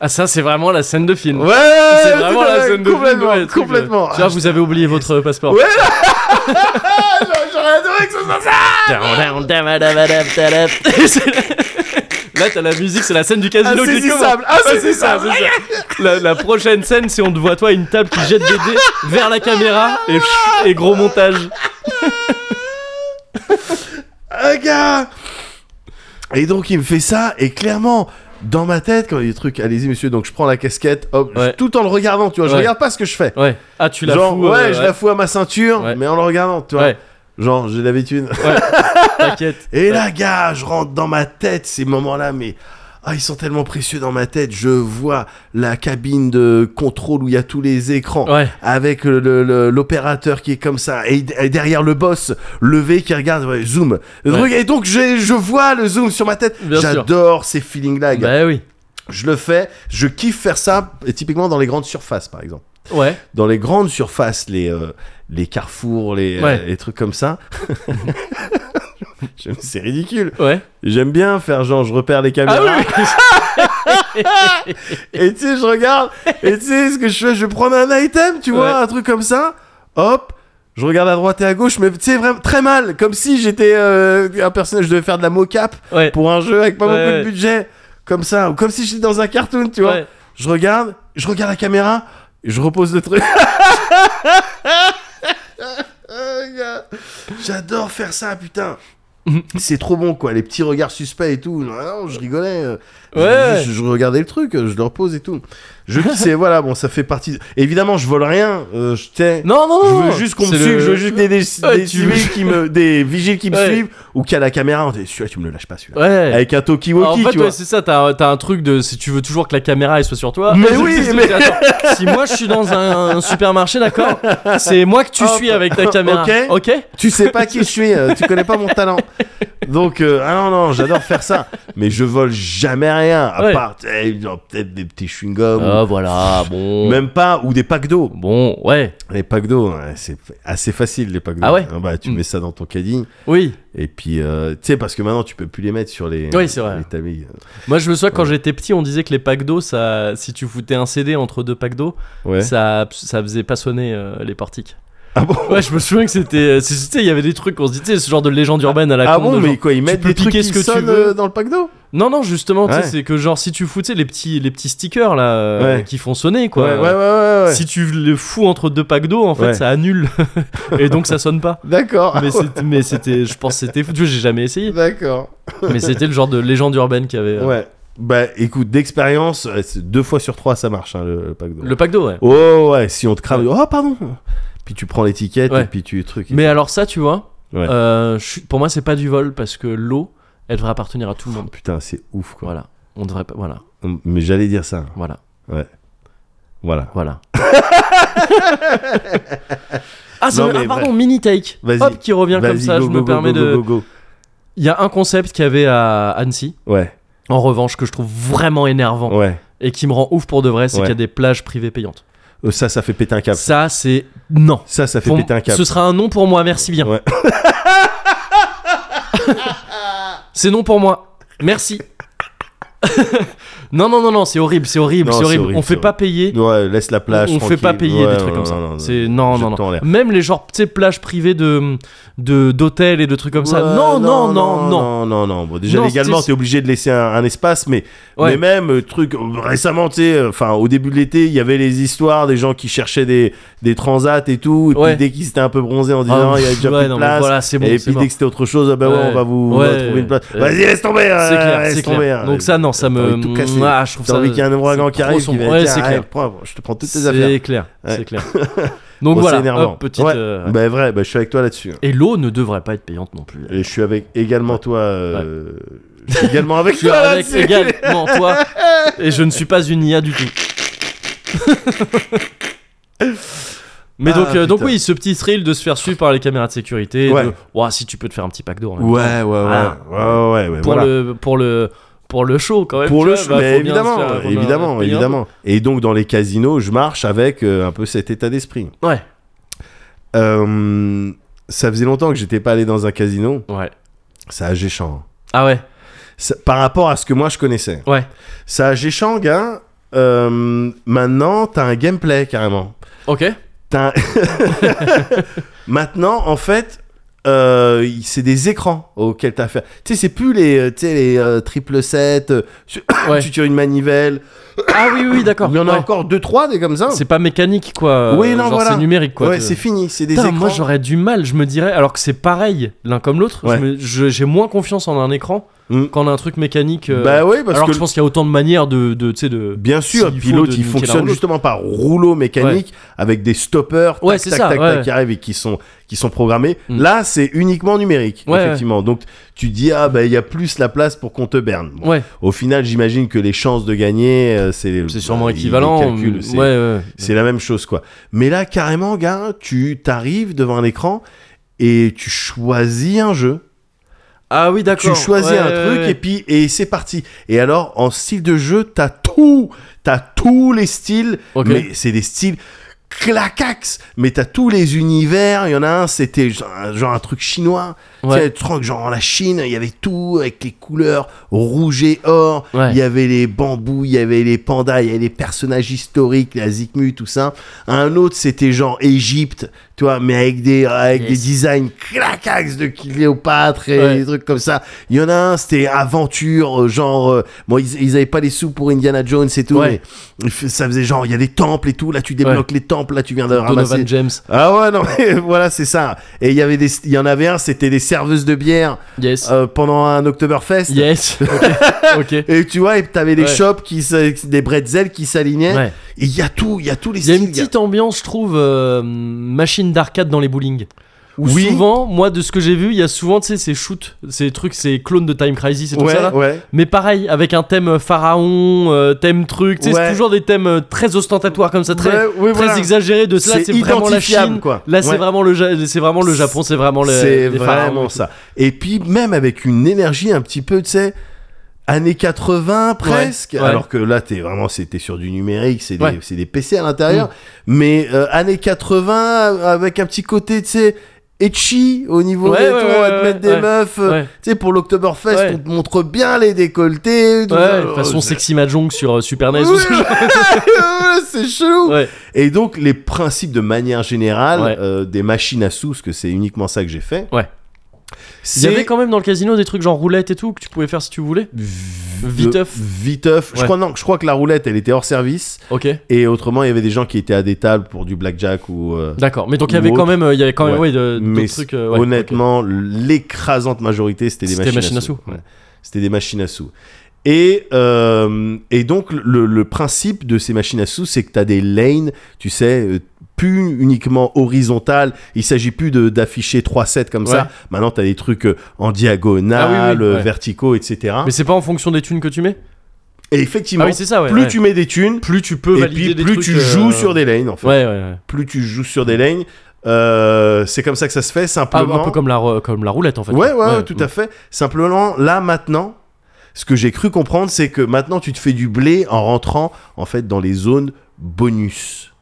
Speaker 1: Ah, ça, c'est vraiment la scène de film.
Speaker 2: Ouais, ouais, ouais,
Speaker 1: c'est
Speaker 2: ouais,
Speaker 1: vraiment
Speaker 2: tout à
Speaker 1: la
Speaker 2: fait,
Speaker 1: scène de
Speaker 2: complètement,
Speaker 1: film. ouais, truc,
Speaker 2: complètement.
Speaker 1: euh, Tu vois, vous avez oublié votre passeport.
Speaker 2: Ouais. J'aurais adoré que ce soit ça.
Speaker 1: Et c'est- Là, t'as la musique, c'est la scène du
Speaker 2: Ah,
Speaker 1: casino qui commence.
Speaker 2: Insaisissable,
Speaker 1: Ouais, c'est ça,
Speaker 2: insaisissable.
Speaker 1: c'est ça. La, la prochaine scène, c'est on te voit toi à une table qui jette des dés vers la caméra et, pff, et gros montage.
Speaker 2: Un gars. Et donc il me fait ça et clairement. Dans ma tête, quand il y a des trucs, allez-y monsieur, donc je prends la casquette, hop,
Speaker 1: Ouais.
Speaker 2: je- tout en le regardant, tu vois, je
Speaker 1: Ouais.
Speaker 2: regarde pas ce que je fais.
Speaker 1: Ouais. Ah, tu la
Speaker 2: Genre,
Speaker 1: fous. euh,
Speaker 2: ouais, je la fous à ma ceinture,
Speaker 1: Ouais.
Speaker 2: mais en le regardant, tu vois.
Speaker 1: Ouais,
Speaker 2: Genre, j'ai l'habitude.
Speaker 1: t'inquiète.
Speaker 2: Et là, gars, je rentre dans ma tête ces moments-là, mais ah, ils sont tellement précieux dans ma tête. Je vois la cabine de contrôle où il y a tous les écrans.
Speaker 1: Ouais.
Speaker 2: avec le- le- le- l'opérateur qui est comme ça et, et derrière le boss levé qui regarde ouais, zoom Le
Speaker 1: Ouais.
Speaker 2: truc, et donc j'ai- je vois le zoom sur ma tête
Speaker 1: Bien sûr.
Speaker 2: j'adore ces feelings là
Speaker 1: Bah oui.
Speaker 2: je le fais je kiffe faire ça et typiquement dans les grandes surfaces par exemple
Speaker 1: Ouais.
Speaker 2: dans les grandes surfaces les euh, les carrefours les, euh,
Speaker 1: Ouais.
Speaker 2: les trucs comme ça J'aime- c'est ridicule
Speaker 1: Ouais.
Speaker 2: j'aime bien faire genre je repère les caméras
Speaker 1: Ah
Speaker 2: Et tu sais, je regarde, et tu sais, ce que je fais, je vais prendre un item, tu vois,
Speaker 1: Ouais.
Speaker 2: un truc comme ça, hop, je regarde à droite et à gauche, mais tu sais, vraiment très mal, comme si j'étais euh, un personnage, je devais faire de la mocap
Speaker 1: Ouais.
Speaker 2: pour un jeu avec pas
Speaker 1: Ouais,
Speaker 2: beaucoup
Speaker 1: ouais.
Speaker 2: de budget, comme ça, ou comme si j'étais dans un cartoon, tu vois.
Speaker 1: Ouais.
Speaker 2: Je regarde, je regarde la caméra, et je repose le truc. Ah, gars, J'adore faire ça, putain. C'est trop bon, quoi, les petits regards suspects et tout. Ah non, je rigolais. euh, je-
Speaker 1: Ouais.
Speaker 2: Je, je regardais le truc, je le repose et tout. Je c'est voilà, bon, ça fait partie. de- Évidemment, je vole rien. euh, je t'ai.
Speaker 1: Non, non,
Speaker 2: Je
Speaker 1: non.
Speaker 2: veux juste qu'on me
Speaker 1: C'est
Speaker 2: suive,
Speaker 1: le-
Speaker 2: je veux juste des, des,
Speaker 1: Ouais,
Speaker 2: des
Speaker 1: tu veux-
Speaker 2: civils qui me, des vigiles qui me
Speaker 1: Ouais.
Speaker 2: suivent ou qu'à la caméra, on dit, celui-là tu me le lâches pas celui-là.
Speaker 1: Ouais.
Speaker 2: Avec un
Speaker 1: Alors, en
Speaker 2: Tokiwoki,
Speaker 1: fait,
Speaker 2: tu
Speaker 1: ouais,
Speaker 2: vois.
Speaker 1: c'est ça, t'as, t'as un truc de si tu veux toujours que la caméra elle soit sur toi.
Speaker 2: Mais oui,
Speaker 1: C'est-
Speaker 2: mais-
Speaker 1: attends, si moi je suis dans un, un supermarché, d'accord, c'est moi que tu
Speaker 2: Hop.
Speaker 1: suis avec ta caméra.
Speaker 2: Ok. Tu sais pas qui je suis, euh, tu connais pas mon talent. Donc, euh, ah non, non, j'adore faire ça. Mais je vole jamais rien, à
Speaker 1: Ouais.
Speaker 2: part eh, genre, peut-être des petits chewing-gums,
Speaker 1: Ah voilà, bon.
Speaker 2: ou même pas, ou des packs d'eau.
Speaker 1: Bon, ouais.
Speaker 2: Les packs d'eau, ouais, c'est assez facile, les packs d'eau.
Speaker 1: Ah ouais
Speaker 2: bah, Tu
Speaker 1: Mm.
Speaker 2: mets ça dans ton caddie,
Speaker 1: Oui.
Speaker 2: et puis, euh, tu sais, parce que maintenant, tu peux plus les mettre sur les,
Speaker 1: Oui, c'est vrai.
Speaker 2: les tamis.
Speaker 1: Moi je me souviens quand j'étais petit, on disait que les packs d'eau, ça, si tu foutais un CD entre deux packs d'eau,
Speaker 2: Ouais.
Speaker 1: ça, ça faisait pas sonner euh, les portiques.
Speaker 2: Ah bon
Speaker 1: Ouais, je me souviens que c'était. c'est- Tu sais, il y avait des trucs qu'on se dit, tu sais, ce genre de légende urbaine à la
Speaker 2: Ah
Speaker 1: con. de
Speaker 2: bon, mais
Speaker 1: genre-
Speaker 2: quoi, ils mettent
Speaker 1: peux
Speaker 2: des trucs
Speaker 1: piquer
Speaker 2: qui
Speaker 1: ce que tu
Speaker 2: sonnent,
Speaker 1: veux.
Speaker 2: euh, dans le pack d'eau
Speaker 1: Non, non, justement, tu sais,
Speaker 2: Ouais.
Speaker 1: c'est que genre si tu fous, tu sais, les petits, les petits stickers là euh,
Speaker 2: Ouais.
Speaker 1: qui font sonner
Speaker 2: ouais,
Speaker 1: quoi.
Speaker 2: ouais, ouais, ouais, ouais.
Speaker 1: Si tu le fous entre deux packs d'eau, en fait,
Speaker 2: Ouais. Ah
Speaker 1: ça annule et donc ça sonne pas.
Speaker 2: D'accord.
Speaker 1: Mais c'était, mais c'était, je pense que c'était fou. Tu vois, j'ai jamais essayé,
Speaker 2: D'accord.
Speaker 1: mais c'était le genre de légende urbaine qu'il y avait. euh,
Speaker 2: Ouais. Bah, écoute, d'expérience, euh, c'est deux fois sur trois, ça marche, hein, le, le pack d'eau.
Speaker 1: Le pack d'eau, ouais.
Speaker 2: Oh ouais, si on te crame, oh pardon. Puis tu prends l'étiquette
Speaker 1: Ouais.
Speaker 2: et puis tu truc.
Speaker 1: Mais alors ça, tu vois,
Speaker 2: Ouais.
Speaker 1: euh, je suis- pour moi, c'est pas du vol parce que l'eau, elle devrait appartenir à tout le monde.
Speaker 2: Oh, Putain, c'est ouf quoi.
Speaker 1: Voilà, on devrait pas. Voilà,
Speaker 2: Mais j'allais dire ça.
Speaker 1: voilà,
Speaker 2: Voilà.
Speaker 1: voilà. ah, ça
Speaker 2: Non,
Speaker 1: me- ah,
Speaker 2: mais
Speaker 1: pardon, mini take.
Speaker 2: Vas-y.
Speaker 1: Hop, qui revient comme
Speaker 2: Vas-y,
Speaker 1: ça.
Speaker 2: go,
Speaker 1: je
Speaker 2: go,
Speaker 1: me
Speaker 2: go,
Speaker 1: permets
Speaker 2: go,
Speaker 1: de.
Speaker 2: go, go,
Speaker 1: Il y a un concept qu'il y avait à Annecy,
Speaker 2: go. Ouais,
Speaker 1: en revanche, que je trouve vraiment énervant
Speaker 2: ouais.
Speaker 1: et qui me rend ouf pour de vrai, c'est
Speaker 2: Ouais.
Speaker 1: qu'il y a des plages privées payantes.
Speaker 2: Euh, Ça, ça fait péter un câble.
Speaker 1: Ça, c'est. Non.
Speaker 2: Ça, ça fait
Speaker 1: Pour-
Speaker 2: péter un câble.
Speaker 1: Ce sera un non pour moi, merci bien.
Speaker 2: Ouais.
Speaker 1: c'est non pour moi. Merci. Non, non, non, non, c'est horrible, c'est horrible,
Speaker 2: Non,
Speaker 1: c'est
Speaker 2: c'est
Speaker 1: horrible.
Speaker 2: horrible,
Speaker 1: On fait
Speaker 2: c'est
Speaker 1: pas payer.
Speaker 2: Ouais, laisse la plage.
Speaker 1: on fait
Speaker 2: tranquille.
Speaker 1: pas payer
Speaker 2: Ouais,
Speaker 1: des trucs
Speaker 2: non,
Speaker 1: comme ça.
Speaker 2: non, non.
Speaker 1: C'est non
Speaker 2: Jette-toi
Speaker 1: non
Speaker 2: en
Speaker 1: non.
Speaker 2: l'air.
Speaker 1: Même les genres tu sais plages privées de de d'hôtels et de trucs comme ça.
Speaker 2: Ouais,
Speaker 1: Non non non non.
Speaker 2: non, non, non. Bon, déjà,
Speaker 1: Non,
Speaker 2: légalement,
Speaker 1: c'est-
Speaker 2: t'es obligé de laisser un, un espace, mais,
Speaker 1: Ouais.
Speaker 2: mais même, euh, truc, euh, récemment, tu sais, euh, enfin, au début de l'été, il y avait les histoires des gens qui cherchaient des, des transats et tout, et
Speaker 1: Ouais.
Speaker 2: puis dès qu'ils étaient un peu bronzés, on disait,
Speaker 1: Ah,
Speaker 2: non, il y a
Speaker 1: pff,
Speaker 2: déjà
Speaker 1: ouais,
Speaker 2: plus de
Speaker 1: non, mais
Speaker 2: place.
Speaker 1: voilà, c'est bon,
Speaker 2: et
Speaker 1: c'est
Speaker 2: puis
Speaker 1: mort.
Speaker 2: dès que c'était autre chose, ah bah ouais,
Speaker 1: Ouais.
Speaker 2: on va vous, on
Speaker 1: Ouais,
Speaker 2: va trouver une place.
Speaker 1: ouais.
Speaker 2: Vas-y, laisse tomber, euh,
Speaker 1: C'est clair,
Speaker 2: laisse
Speaker 1: c'est
Speaker 2: tomber.
Speaker 1: clair.
Speaker 2: euh,
Speaker 1: Donc ça non, ça
Speaker 2: t'as
Speaker 1: me
Speaker 2: envie de tout casser.
Speaker 1: Ah, je trouve
Speaker 2: T'as
Speaker 1: ça
Speaker 2: envie qu'il y ait un ouragan
Speaker 1: c'est
Speaker 2: qui
Speaker 1: trop
Speaker 2: arrive, qui
Speaker 1: sombre.
Speaker 2: va
Speaker 1: Ouais,
Speaker 2: dire,
Speaker 1: c'est
Speaker 2: ah,
Speaker 1: clair.
Speaker 2: propre, je te prends toutes tes affaires.
Speaker 1: C'est clair, c'est
Speaker 2: Ouais.
Speaker 1: clair. Donc
Speaker 2: Bon,
Speaker 1: voilà,
Speaker 2: c'est énervant.
Speaker 1: hop, petite
Speaker 2: Ouais.
Speaker 1: euh,
Speaker 2: Bah, vrai, bah, je suis avec toi là-dessus.
Speaker 1: et l'eau ne devrait pas être payante non plus.
Speaker 2: Et je suis avec également toi. euh, je suis également avec
Speaker 1: Je suis
Speaker 2: toi.
Speaker 1: avec
Speaker 2: là-dessus.
Speaker 1: également toi et je ne suis pas une IA du tout. Mais
Speaker 2: Ah,
Speaker 1: donc, euh, donc
Speaker 2: putain.
Speaker 1: oui, ce petit thrill de se faire suivre par les caméras de sécurité, et
Speaker 2: Ouais.
Speaker 1: de, Ouah, si tu peux te faire un petit pack d'eau. en même temps.
Speaker 2: Ouais, ouais, ouais.
Speaker 1: Ah.
Speaker 2: ouais, ouais, ouais,
Speaker 1: pour
Speaker 2: voilà.
Speaker 1: le pour le pour le show quand même.
Speaker 2: Pour
Speaker 1: tu
Speaker 2: le
Speaker 1: vois,
Speaker 2: show,
Speaker 1: bah,
Speaker 2: mais
Speaker 1: faut bien
Speaker 2: évidemment,
Speaker 1: se faire- faut bien
Speaker 2: évidemment,
Speaker 1: payer un
Speaker 2: évidemment. Et donc dans les casinos, je marche avec euh, un peu cet état d'esprit.
Speaker 1: peu. Ouais.
Speaker 2: Euh, ça faisait longtemps que j'étais pas allé dans un casino.
Speaker 1: Ouais.
Speaker 2: Ça a Géchant.
Speaker 1: Ah ouais.
Speaker 2: Ça- Par rapport à ce que moi je connaissais.
Speaker 1: Ouais.
Speaker 2: Ça a Géchang, hein. euh, maintenant, t'as un gameplay carrément.
Speaker 1: Ok.
Speaker 2: T'as un- Maintenant, en fait, euh, il- c'est des écrans auxquels t'as affaire. Tu sais, c'est plus les, euh, tu sais, les euh, triple 7, euh, tu,
Speaker 1: Ouais.
Speaker 2: tu tires une manivelle.
Speaker 1: Ah oui oui, oui, d'accord.
Speaker 2: Il y en a
Speaker 1: Ouais.
Speaker 2: encore 2-3 des comme ça.
Speaker 1: C'est pas mécanique quoi.
Speaker 2: Oui,
Speaker 1: euh,
Speaker 2: non,
Speaker 1: genre,
Speaker 2: voilà.
Speaker 1: C'est numérique quoi.
Speaker 2: ouais,
Speaker 1: Tu-
Speaker 2: c'est fini, c'est des
Speaker 1: Putain,
Speaker 2: écrans.
Speaker 1: moi j'aurais du mal, je me dirais, alors que c'est pareil l'un comme l'autre, je
Speaker 2: Ouais.
Speaker 1: me- je- j'ai moins confiance en un écran
Speaker 2: Mm.
Speaker 1: qu'en un truc mécanique. euh,
Speaker 2: Bah oui, parce
Speaker 1: alors que,
Speaker 2: que
Speaker 1: je pense qu'il y a autant de manières de, de tu sais de.
Speaker 2: bien sûr,
Speaker 1: s'il faut
Speaker 2: pilote,
Speaker 1: de
Speaker 2: il
Speaker 1: niquer la
Speaker 2: fonctionne
Speaker 1: roulette.
Speaker 2: justement par rouleau mécanique avec des stoppers, tac,
Speaker 1: Ouais, c'est
Speaker 2: tac,
Speaker 1: ça,
Speaker 2: tac,
Speaker 1: ouais,
Speaker 2: tac,
Speaker 1: ouais.
Speaker 2: qui arrivent et qui sont qui sont programmés.
Speaker 1: Mm.
Speaker 2: Là, c'est uniquement numérique,
Speaker 1: Ouais,
Speaker 2: effectivement. Donc tu dis ah bah il y a plus la place pour qu'on te berne. Bon,
Speaker 1: Ouais,
Speaker 2: Au final, j'imagine que les chances de gagner, euh, c'est
Speaker 1: c'est sûrement
Speaker 2: bah, ils les
Speaker 1: équivalent. mm,
Speaker 2: calculent, c'est-
Speaker 1: ouais, ouais.
Speaker 2: C'est la même chose, quoi. Mais là, carrément, gars, tu t'arrives devant un écran et tu choisis un jeu.
Speaker 1: Ah oui, d'accord.
Speaker 2: Tu choisis
Speaker 1: Ouais,
Speaker 2: un
Speaker 1: ouais,
Speaker 2: truc
Speaker 1: ouais.
Speaker 2: et puis et c'est parti. Et alors, en style de jeu, t'as tout, t'as tous les styles,
Speaker 1: Ok.
Speaker 2: mais c'est des styles clacax. Mais t'as tous les univers. Il y en a un, c'était genre, genre un truc chinois. Tu
Speaker 1: Ouais.
Speaker 2: sais, le truc genre en la Chine, il y avait tout avec les couleurs rouge et or. Il
Speaker 1: Ouais.
Speaker 2: y avait les bambous, il y avait les pandas, il y avait les personnages historiques, la Zikmu, tout ça. Un autre, c'était genre Égypte, tu vois, mais avec des, avec
Speaker 1: Yes.
Speaker 2: des designs clacax de Cléopâtre et
Speaker 1: Ouais.
Speaker 2: des trucs comme ça. Il y en a un, c'était aventure, euh, genre, euh, bon, ils, ils avaient pas les sous pour Indiana Jones et tout,
Speaker 1: Ouais.
Speaker 2: mais f- ça faisait genre, il y a des temples et tout, là tu débloques les temples, là tu viens de ramasser.
Speaker 1: Donovan James.
Speaker 2: Ah ouais, non, mais voilà, c'est ça. Et il y avait des, il y en avait un, c'était des serveuses de bière
Speaker 1: Yes.
Speaker 2: euh, pendant un Oktoberfest.
Speaker 1: Yes.
Speaker 2: Ah,
Speaker 1: ok. ok.
Speaker 2: Et tu vois, et t'avais des
Speaker 1: Ouais.
Speaker 2: shops qui, s- des bretzels qui s'alignaient.
Speaker 1: Ouais.
Speaker 2: Et il y a tout, il y a tous les
Speaker 1: Il y a une
Speaker 2: styles,
Speaker 1: petite ambiance, je trouve, euh, machine d'arcade dans les bowling. Où
Speaker 2: Oui.
Speaker 1: souvent, moi, de ce que j'ai vu, il y a souvent, tu sais, ces shoots, ces trucs, ces clones de Time Crisis et tout
Speaker 2: Ouais,
Speaker 1: ça. là.
Speaker 2: ouais.
Speaker 1: Mais pareil, avec un thème euh, pharaon, euh, thème truc, tu sais,
Speaker 2: Ouais.
Speaker 1: c'est toujours des thèmes euh, très ostentatoires comme ça, très,
Speaker 2: Ouais, oui,
Speaker 1: très
Speaker 2: voilà.
Speaker 1: exagérés. De cela,
Speaker 2: C'est
Speaker 1: c'est vraiment la
Speaker 2: identifiable,
Speaker 1: Chine.
Speaker 2: quoi.
Speaker 1: Là, c'est
Speaker 2: Ouais.
Speaker 1: vraiment le, Ja- c'est vraiment le Japon, c'est vraiment le.
Speaker 2: C'est
Speaker 1: les pharaons et
Speaker 2: vraiment
Speaker 1: tout.
Speaker 2: ça. Et puis, même avec une énergie un petit peu, tu sais, années 80 presque.
Speaker 1: ouais.
Speaker 2: Alors que là, t'es vraiment, c'était sur du numérique, c'est des,
Speaker 1: Ouais. Mm.
Speaker 2: c'est des PC à l'intérieur. Mais euh, années 80 avec un petit côté, tu sais, etchi au niveau
Speaker 1: Ouais,
Speaker 2: des-
Speaker 1: ouais, ouais,
Speaker 2: on va te
Speaker 1: ouais,
Speaker 2: mettre des
Speaker 1: ouais.
Speaker 2: meufs. euh,
Speaker 1: Ouais.
Speaker 2: Tu sais, pour l'Oktoberfest,
Speaker 1: Ouais.
Speaker 2: on te montre bien les décolletés. tout
Speaker 1: Ouais,
Speaker 2: ça.
Speaker 1: de façon
Speaker 2: Euh,
Speaker 1: sexy mahjong sur euh, Super NES.
Speaker 2: Ouais,
Speaker 1: ou ce genre.
Speaker 2: ouais, c'est chelou.
Speaker 1: Ouais.
Speaker 2: Et donc les principes de manière générale
Speaker 1: Ouais.
Speaker 2: euh, des machines à sous, parce que c'est uniquement ça que j'ai fait.
Speaker 1: Ouais. Il y
Speaker 2: C'est
Speaker 1: avait quand même dans le casino des trucs genre roulette et tout que tu pouvais faire si tu voulais. Viteuf.
Speaker 2: Le- Viteuf. Je
Speaker 1: Ouais.
Speaker 2: crois non, je crois que la roulette elle était hors service
Speaker 1: Ok.
Speaker 2: et autrement il y avait des gens qui étaient à des tables pour du blackjack ou. euh,
Speaker 1: D'accord, mais donc il y
Speaker 2: Ou
Speaker 1: avait quand
Speaker 2: autre.
Speaker 1: même, euh, il y avait quand même,
Speaker 2: Ouais.
Speaker 1: ouais, de-
Speaker 2: mais
Speaker 1: d'autres trucs. euh, ouais,
Speaker 2: honnêtement, l'écrasante majorité c'était des
Speaker 1: C'était
Speaker 2: machines,
Speaker 1: machines à sous,
Speaker 2: Ouais.
Speaker 1: ouais.
Speaker 2: C'était des machines à sous. Et, euh, et donc, le, le principe de ces machines à sous, c'est que tu as des lanes, tu sais, euh, plus uniquement horizontales. Il s'agit plus de- d'afficher 3-7 comme
Speaker 1: Ouais.
Speaker 2: ça. Maintenant, tu as des trucs euh, en diagonale,
Speaker 1: Ah oui, oui,
Speaker 2: euh,
Speaker 1: ouais.
Speaker 2: verticaux, etc.
Speaker 1: ok. Mais c'est pas en fonction des thunes que tu mets. Ah
Speaker 2: Et effectivement,
Speaker 1: oui, c'est ça. Ouais.
Speaker 2: plus
Speaker 1: ouais.
Speaker 2: tu mets des thunes,
Speaker 1: plus tu peux
Speaker 2: et
Speaker 1: valider
Speaker 2: puis
Speaker 1: des
Speaker 2: plus
Speaker 1: trucs,
Speaker 2: tu
Speaker 1: euh,
Speaker 2: joues sur des lanes, en fait.
Speaker 1: Ouais, ouais, ouais.
Speaker 2: Plus tu joues sur des lanes, euh, c'est comme ça que ça se fait,
Speaker 1: Ah,
Speaker 2: simplement.
Speaker 1: un peu comme la, re- comme la roulette en fait.
Speaker 2: Ouais, ouais, ouais, tout à fait. Simplement, là, maintenant, ce que j'ai cru comprendre, c'est que maintenant, tu te fais du blé en rentrant, en fait, dans les zones bonus.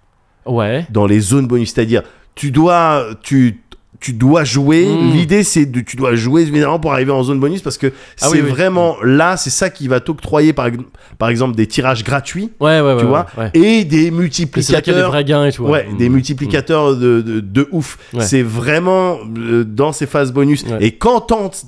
Speaker 1: Ouais.
Speaker 2: Dans les zones bonus, c'est-à-dire, tu dois... Tu tu dois jouer.
Speaker 1: Mm.
Speaker 2: L'idée, c'est de, tu dois jouer évidemment pour arriver en zone bonus parce que
Speaker 1: Ah
Speaker 2: c'est
Speaker 1: oui, oui.
Speaker 2: vraiment là, c'est ça qui va t'octroyer par, ex- par exemple des tirages gratuits,
Speaker 1: Ouais, ouais, ouais.
Speaker 2: tu vois,
Speaker 1: ouais.
Speaker 2: et des
Speaker 1: Et C'est là qu'il y a des
Speaker 2: multiplicateurs.
Speaker 1: vrais gains et tout.
Speaker 2: Ouais,
Speaker 1: Mm.
Speaker 2: des multiplicateurs de, de, de ouf.
Speaker 1: Ouais.
Speaker 2: C'est vraiment euh, dans ces phases bonus.
Speaker 1: Ouais.
Speaker 2: Et quand t'entres-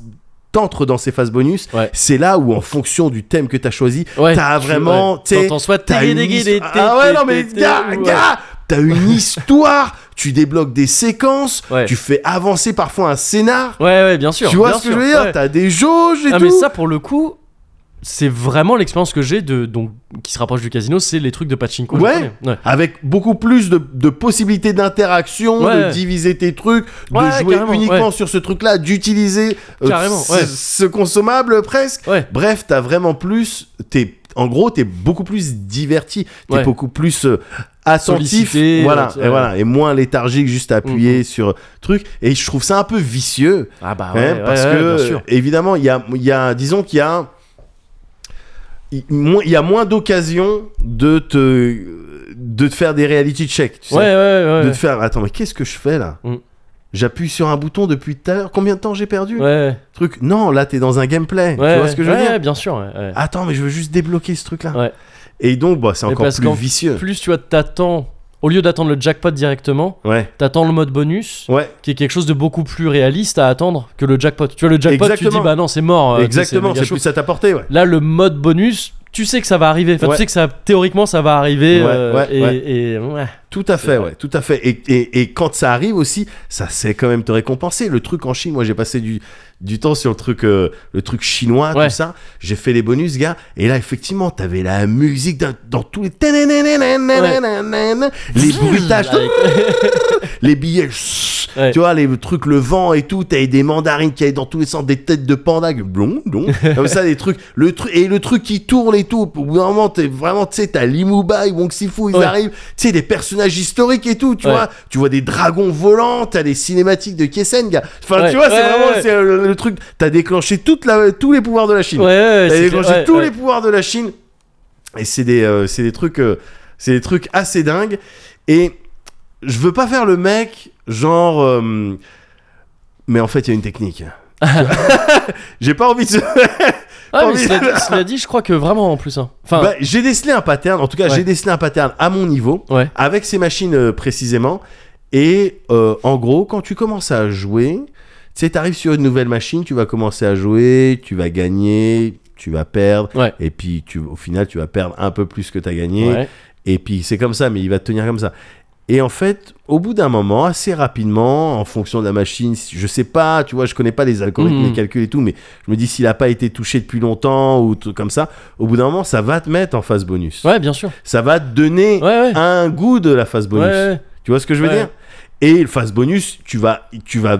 Speaker 2: t'entres dans ces phases bonus,
Speaker 1: Ouais.
Speaker 2: c'est là où, en fonction du thème que t'as choisi,
Speaker 1: Ouais,
Speaker 2: t'as
Speaker 1: tu-
Speaker 2: vraiment,
Speaker 1: ouais.
Speaker 2: tu sais,
Speaker 1: T'entends soit
Speaker 2: T'as
Speaker 1: tégué,
Speaker 2: une
Speaker 1: tégué,
Speaker 2: histo-
Speaker 1: tégué,
Speaker 2: Ah ouais,
Speaker 1: tégué,
Speaker 2: non, mais
Speaker 1: tégué,
Speaker 2: gars,
Speaker 1: ouais.
Speaker 2: gars, t'as une histoire, tu débloques des séquences,
Speaker 1: Ouais.
Speaker 2: tu fais avancer parfois un scénar.
Speaker 1: Ouais, ouais, bien sûr.
Speaker 2: tu vois
Speaker 1: bien
Speaker 2: ce que je
Speaker 1: sûr,
Speaker 2: veux dire
Speaker 1: ouais.
Speaker 2: T'as des jauges et
Speaker 1: Ah,
Speaker 2: tout.
Speaker 1: mais ça, pour le coup, c'est vraiment l'expérience que j'ai de donc qui se rapproche du casino, c'est les trucs de pachinko.
Speaker 2: Ouais.
Speaker 1: japonais. ouais.
Speaker 2: Avec beaucoup plus de, de possibilités d'interaction,
Speaker 1: Ouais.
Speaker 2: de diviser tes trucs, de
Speaker 1: Ouais,
Speaker 2: jouer
Speaker 1: carrément,
Speaker 2: uniquement
Speaker 1: ouais.
Speaker 2: sur ce truc-là, d'utiliser euh,
Speaker 1: Carrément,
Speaker 2: ce,
Speaker 1: ouais.
Speaker 2: ce consommable presque.
Speaker 1: Ouais.
Speaker 2: Bref, t'as vraiment plus. T'es, en gros, t'es beaucoup plus diverti, t'es
Speaker 1: Ouais.
Speaker 2: beaucoup plus euh, attentif,
Speaker 1: Sollicité, Mhm.
Speaker 2: voilà,
Speaker 1: euh,
Speaker 2: et voilà, et moins léthargique, juste à appuyer sur truc. Et je trouve ça un peu vicieux,
Speaker 1: Ah bah
Speaker 2: hein, parce que évidemment, il y a, il y a, disons qu'il y a, il moins- il y a moins d'occasions de te, de te faire des reality checks, tu sais.
Speaker 1: Ouais, ouais, ouais.
Speaker 2: de
Speaker 1: ouais.
Speaker 2: te faire, attends, mais qu'est-ce que je fais là
Speaker 1: Mm.
Speaker 2: J'appuie sur un bouton depuis tout à l'heure. Combien de temps j'ai perdu
Speaker 1: Ouais,
Speaker 2: Truc. Non, là t'es dans un gameplay.
Speaker 1: ouais,
Speaker 2: tu vois ce que je veux
Speaker 1: ouais,
Speaker 2: dire
Speaker 1: ouais, bien sûr. ouais, ouais.
Speaker 2: Attends, mais je veux juste débloquer ce truc-là.
Speaker 1: Ouais.
Speaker 2: Et donc, bah, c'est
Speaker 1: Mais
Speaker 2: encore
Speaker 1: parce
Speaker 2: plus
Speaker 1: qu'en
Speaker 2: vicieux.
Speaker 1: Plus tu vois, t'attends, au lieu d'attendre le jackpot directement,
Speaker 2: Ouais.
Speaker 1: t'attends le mode bonus,
Speaker 2: Ouais.
Speaker 1: qui est quelque chose de beaucoup plus réaliste à attendre que le jackpot. Tu vois, le jackpot, tu
Speaker 2: Exactement.
Speaker 1: dis bah non, c'est mort. euh,
Speaker 2: Exactement.
Speaker 1: méga
Speaker 2: C'est
Speaker 1: chaud.
Speaker 2: plus à ta portée, ouais.
Speaker 1: Là, le mode bonus, tu sais que ça va arriver. Enfin,
Speaker 2: Ouais.
Speaker 1: tu sais que ça, théoriquement, ça va arriver.
Speaker 2: Ouais,
Speaker 1: euh,
Speaker 2: ouais,
Speaker 1: et,
Speaker 2: ouais.
Speaker 1: et- ouais.
Speaker 2: Tout à fait, ouais, tout à fait. Et, et, et quand ça arrive aussi, ça sait quand même te récompenser. Le truc en Chine, moi j'ai passé du, du temps sur le truc, euh, le truc chinois,
Speaker 1: Ouais.
Speaker 2: tout ça. J'ai fait les bonus, gars. Et là, effectivement, t'avais la musique d'un- dans tous les. Les bruitages, les billets,
Speaker 1: Ouais.
Speaker 2: tu vois, les trucs, le vent et tout. T'avais des mandarines qui allaient dans tous les sens, des têtes de panda, que blon, blon. comme ça, des trucs. Le truc et le truc qui tourne et tout. Au bout d'un moment, t'es vraiment, tu sais, t'as Limouba, Wong Sifu, ils
Speaker 1: Ouais.
Speaker 2: arrivent. Tu sais, des personnages historiques et tout, tu
Speaker 1: Ouais.
Speaker 2: vois. Tu vois des dragons volants, t'as les cinématiques de Kessen, gars. Enfin,
Speaker 1: Ouais.
Speaker 2: tu vois, c'est
Speaker 1: Ouais,
Speaker 2: vraiment
Speaker 1: ouais.
Speaker 2: c'est, euh, le, le truc. T'as déclenché toute la, tous les pouvoirs de la Chine.
Speaker 1: Ouais, ouais,
Speaker 2: T'as
Speaker 1: c'est
Speaker 2: déclenché
Speaker 1: clair, ouais,
Speaker 2: tous
Speaker 1: ouais.
Speaker 2: les pouvoirs de la Chine. Et c'est des, euh, c'est des trucs, euh, c'est des trucs assez dingues. Et je veux pas faire le mec, genre. euh, mais en fait, il y a une technique. J'ai pas envie de.
Speaker 1: Ah, mais
Speaker 2: Envie-
Speaker 1: cela dit, cela dit, je crois que vraiment en plus. hein. Enfin,
Speaker 2: Bah, j'ai décelé un pattern, en tout cas
Speaker 1: Ouais.
Speaker 2: j'ai décelé un pattern à mon niveau,
Speaker 1: Ouais.
Speaker 2: avec ces machines euh, précisément. Et euh, en gros, quand tu commences à jouer, tu sais, t'arrives sur une nouvelle machine, tu vas commencer à jouer, tu vas gagner, tu vas perdre,
Speaker 1: Ouais.
Speaker 2: et puis tu, au final tu vas perdre un peu plus que t'as gagné,
Speaker 1: ouais.
Speaker 2: et puis c'est comme ça, mais il va te tenir comme ça. Et en fait, au bout d'un moment, assez rapidement, en fonction de la machine, si- je sais pas, tu vois, je connais pas les algorithmes,
Speaker 1: Mhm.
Speaker 2: les calculs et tout, mais je me dis s'il a pas été touché depuis longtemps ou tout comme ça, au bout d'un moment, ça va te mettre en phase bonus.
Speaker 1: Ouais, bien sûr.
Speaker 2: Ça va te donner
Speaker 1: Ouais, ouais.
Speaker 2: un goût de la phase bonus.
Speaker 1: Ouais, ouais.
Speaker 2: Tu vois ce que je veux
Speaker 1: Ouais.
Speaker 2: dire Et le phase bonus, tu vas, tu vas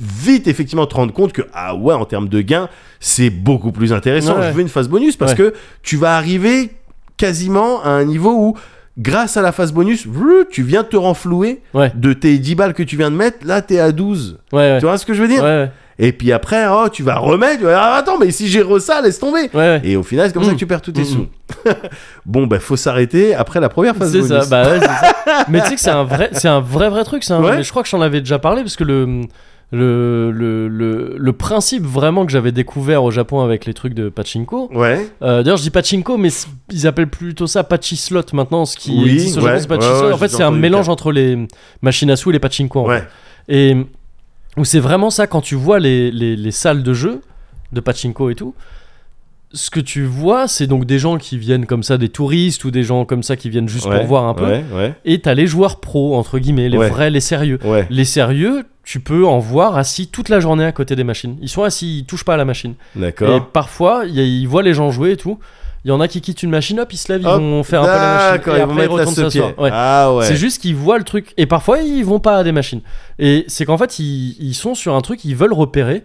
Speaker 2: vite effectivement te rendre compte que ah ouais, en termes de gains, c'est beaucoup plus intéressant.
Speaker 1: Ouais, ouais.
Speaker 2: Je veux une phase bonus parce
Speaker 1: Ouais.
Speaker 2: que tu vas arriver quasiment à un niveau où grâce à la phase bonus, vrou, tu viens de te renflouer
Speaker 1: Ouais.
Speaker 2: de tes 10 balles que tu viens de mettre, là t'es à 12.
Speaker 1: Ouais, ouais.
Speaker 2: Tu vois ce que je veux dire
Speaker 1: Ouais, ouais.
Speaker 2: Et puis après, oh, tu vas remettre, tu vas dire, ah, attends, mais si j'ai re ça, laisse tomber.
Speaker 1: Ouais, ouais.
Speaker 2: Et au final, c'est comme ça
Speaker 1: Mm.
Speaker 2: que tu perds tous tes
Speaker 1: Mm,
Speaker 2: sous. bon, ben, faut s'arrêter après la première phase
Speaker 1: C'est
Speaker 2: bonus.
Speaker 1: ça, bah ouais, c'est ça. Mais tu sais que c'est un vrai, c'est un vrai vrai truc. c'est un-
Speaker 2: Ouais.
Speaker 1: mais Je crois que j'en avais déjà parlé parce que le le, le, le, le principe vraiment que j'avais découvert au Japon avec les trucs de pachinko.
Speaker 2: Ouais.
Speaker 1: euh, D'ailleurs, je dis pachinko, mais c- ils appellent plutôt ça pachislot maintenant, ce qui
Speaker 2: Oui,
Speaker 1: existe au Japon,
Speaker 2: ouais,
Speaker 1: c'est pachislo.
Speaker 2: ouais, ouais,
Speaker 1: en fait,
Speaker 2: j'ai
Speaker 1: c'est un
Speaker 2: entendu
Speaker 1: mélange
Speaker 2: dire.
Speaker 1: entre les machines à sous et les pachinko. en
Speaker 2: Ouais.
Speaker 1: et où c'est vraiment ça quand tu vois les, les- les salles de jeu de pachinko et tout ce que tu vois c'est donc des gens qui viennent comme ça des touristes ou des gens comme ça qui viennent juste
Speaker 2: Ouais,
Speaker 1: pour voir un peu
Speaker 2: Ouais, ouais,
Speaker 1: et t'as les joueurs pros entre guillemets les
Speaker 2: Ouais.
Speaker 1: vrais les sérieux
Speaker 2: ouais.
Speaker 1: les sérieux tu peux en voir assis toute la journée à côté des machines ils sont assis ils touchent pas à la machine et
Speaker 2: D'accord.
Speaker 1: parfois il y a- ils voient les gens jouer et tout il y en a qui quittent une machine hop ils se lèvent
Speaker 2: Hop,
Speaker 1: ils vont faire un peu la machine
Speaker 2: D'accord,
Speaker 1: et
Speaker 2: ils vont
Speaker 1: après ils
Speaker 2: mettre la
Speaker 1: retournent
Speaker 2: saupière.
Speaker 1: s'asseoir Ouais.
Speaker 2: Ah ouais.
Speaker 1: C'est juste qu'ils voient le truc. Et parfois, ils vont pas à des machines. Et c'est qu'en fait, ils, ils sont sur un truc, ils veulent repérer.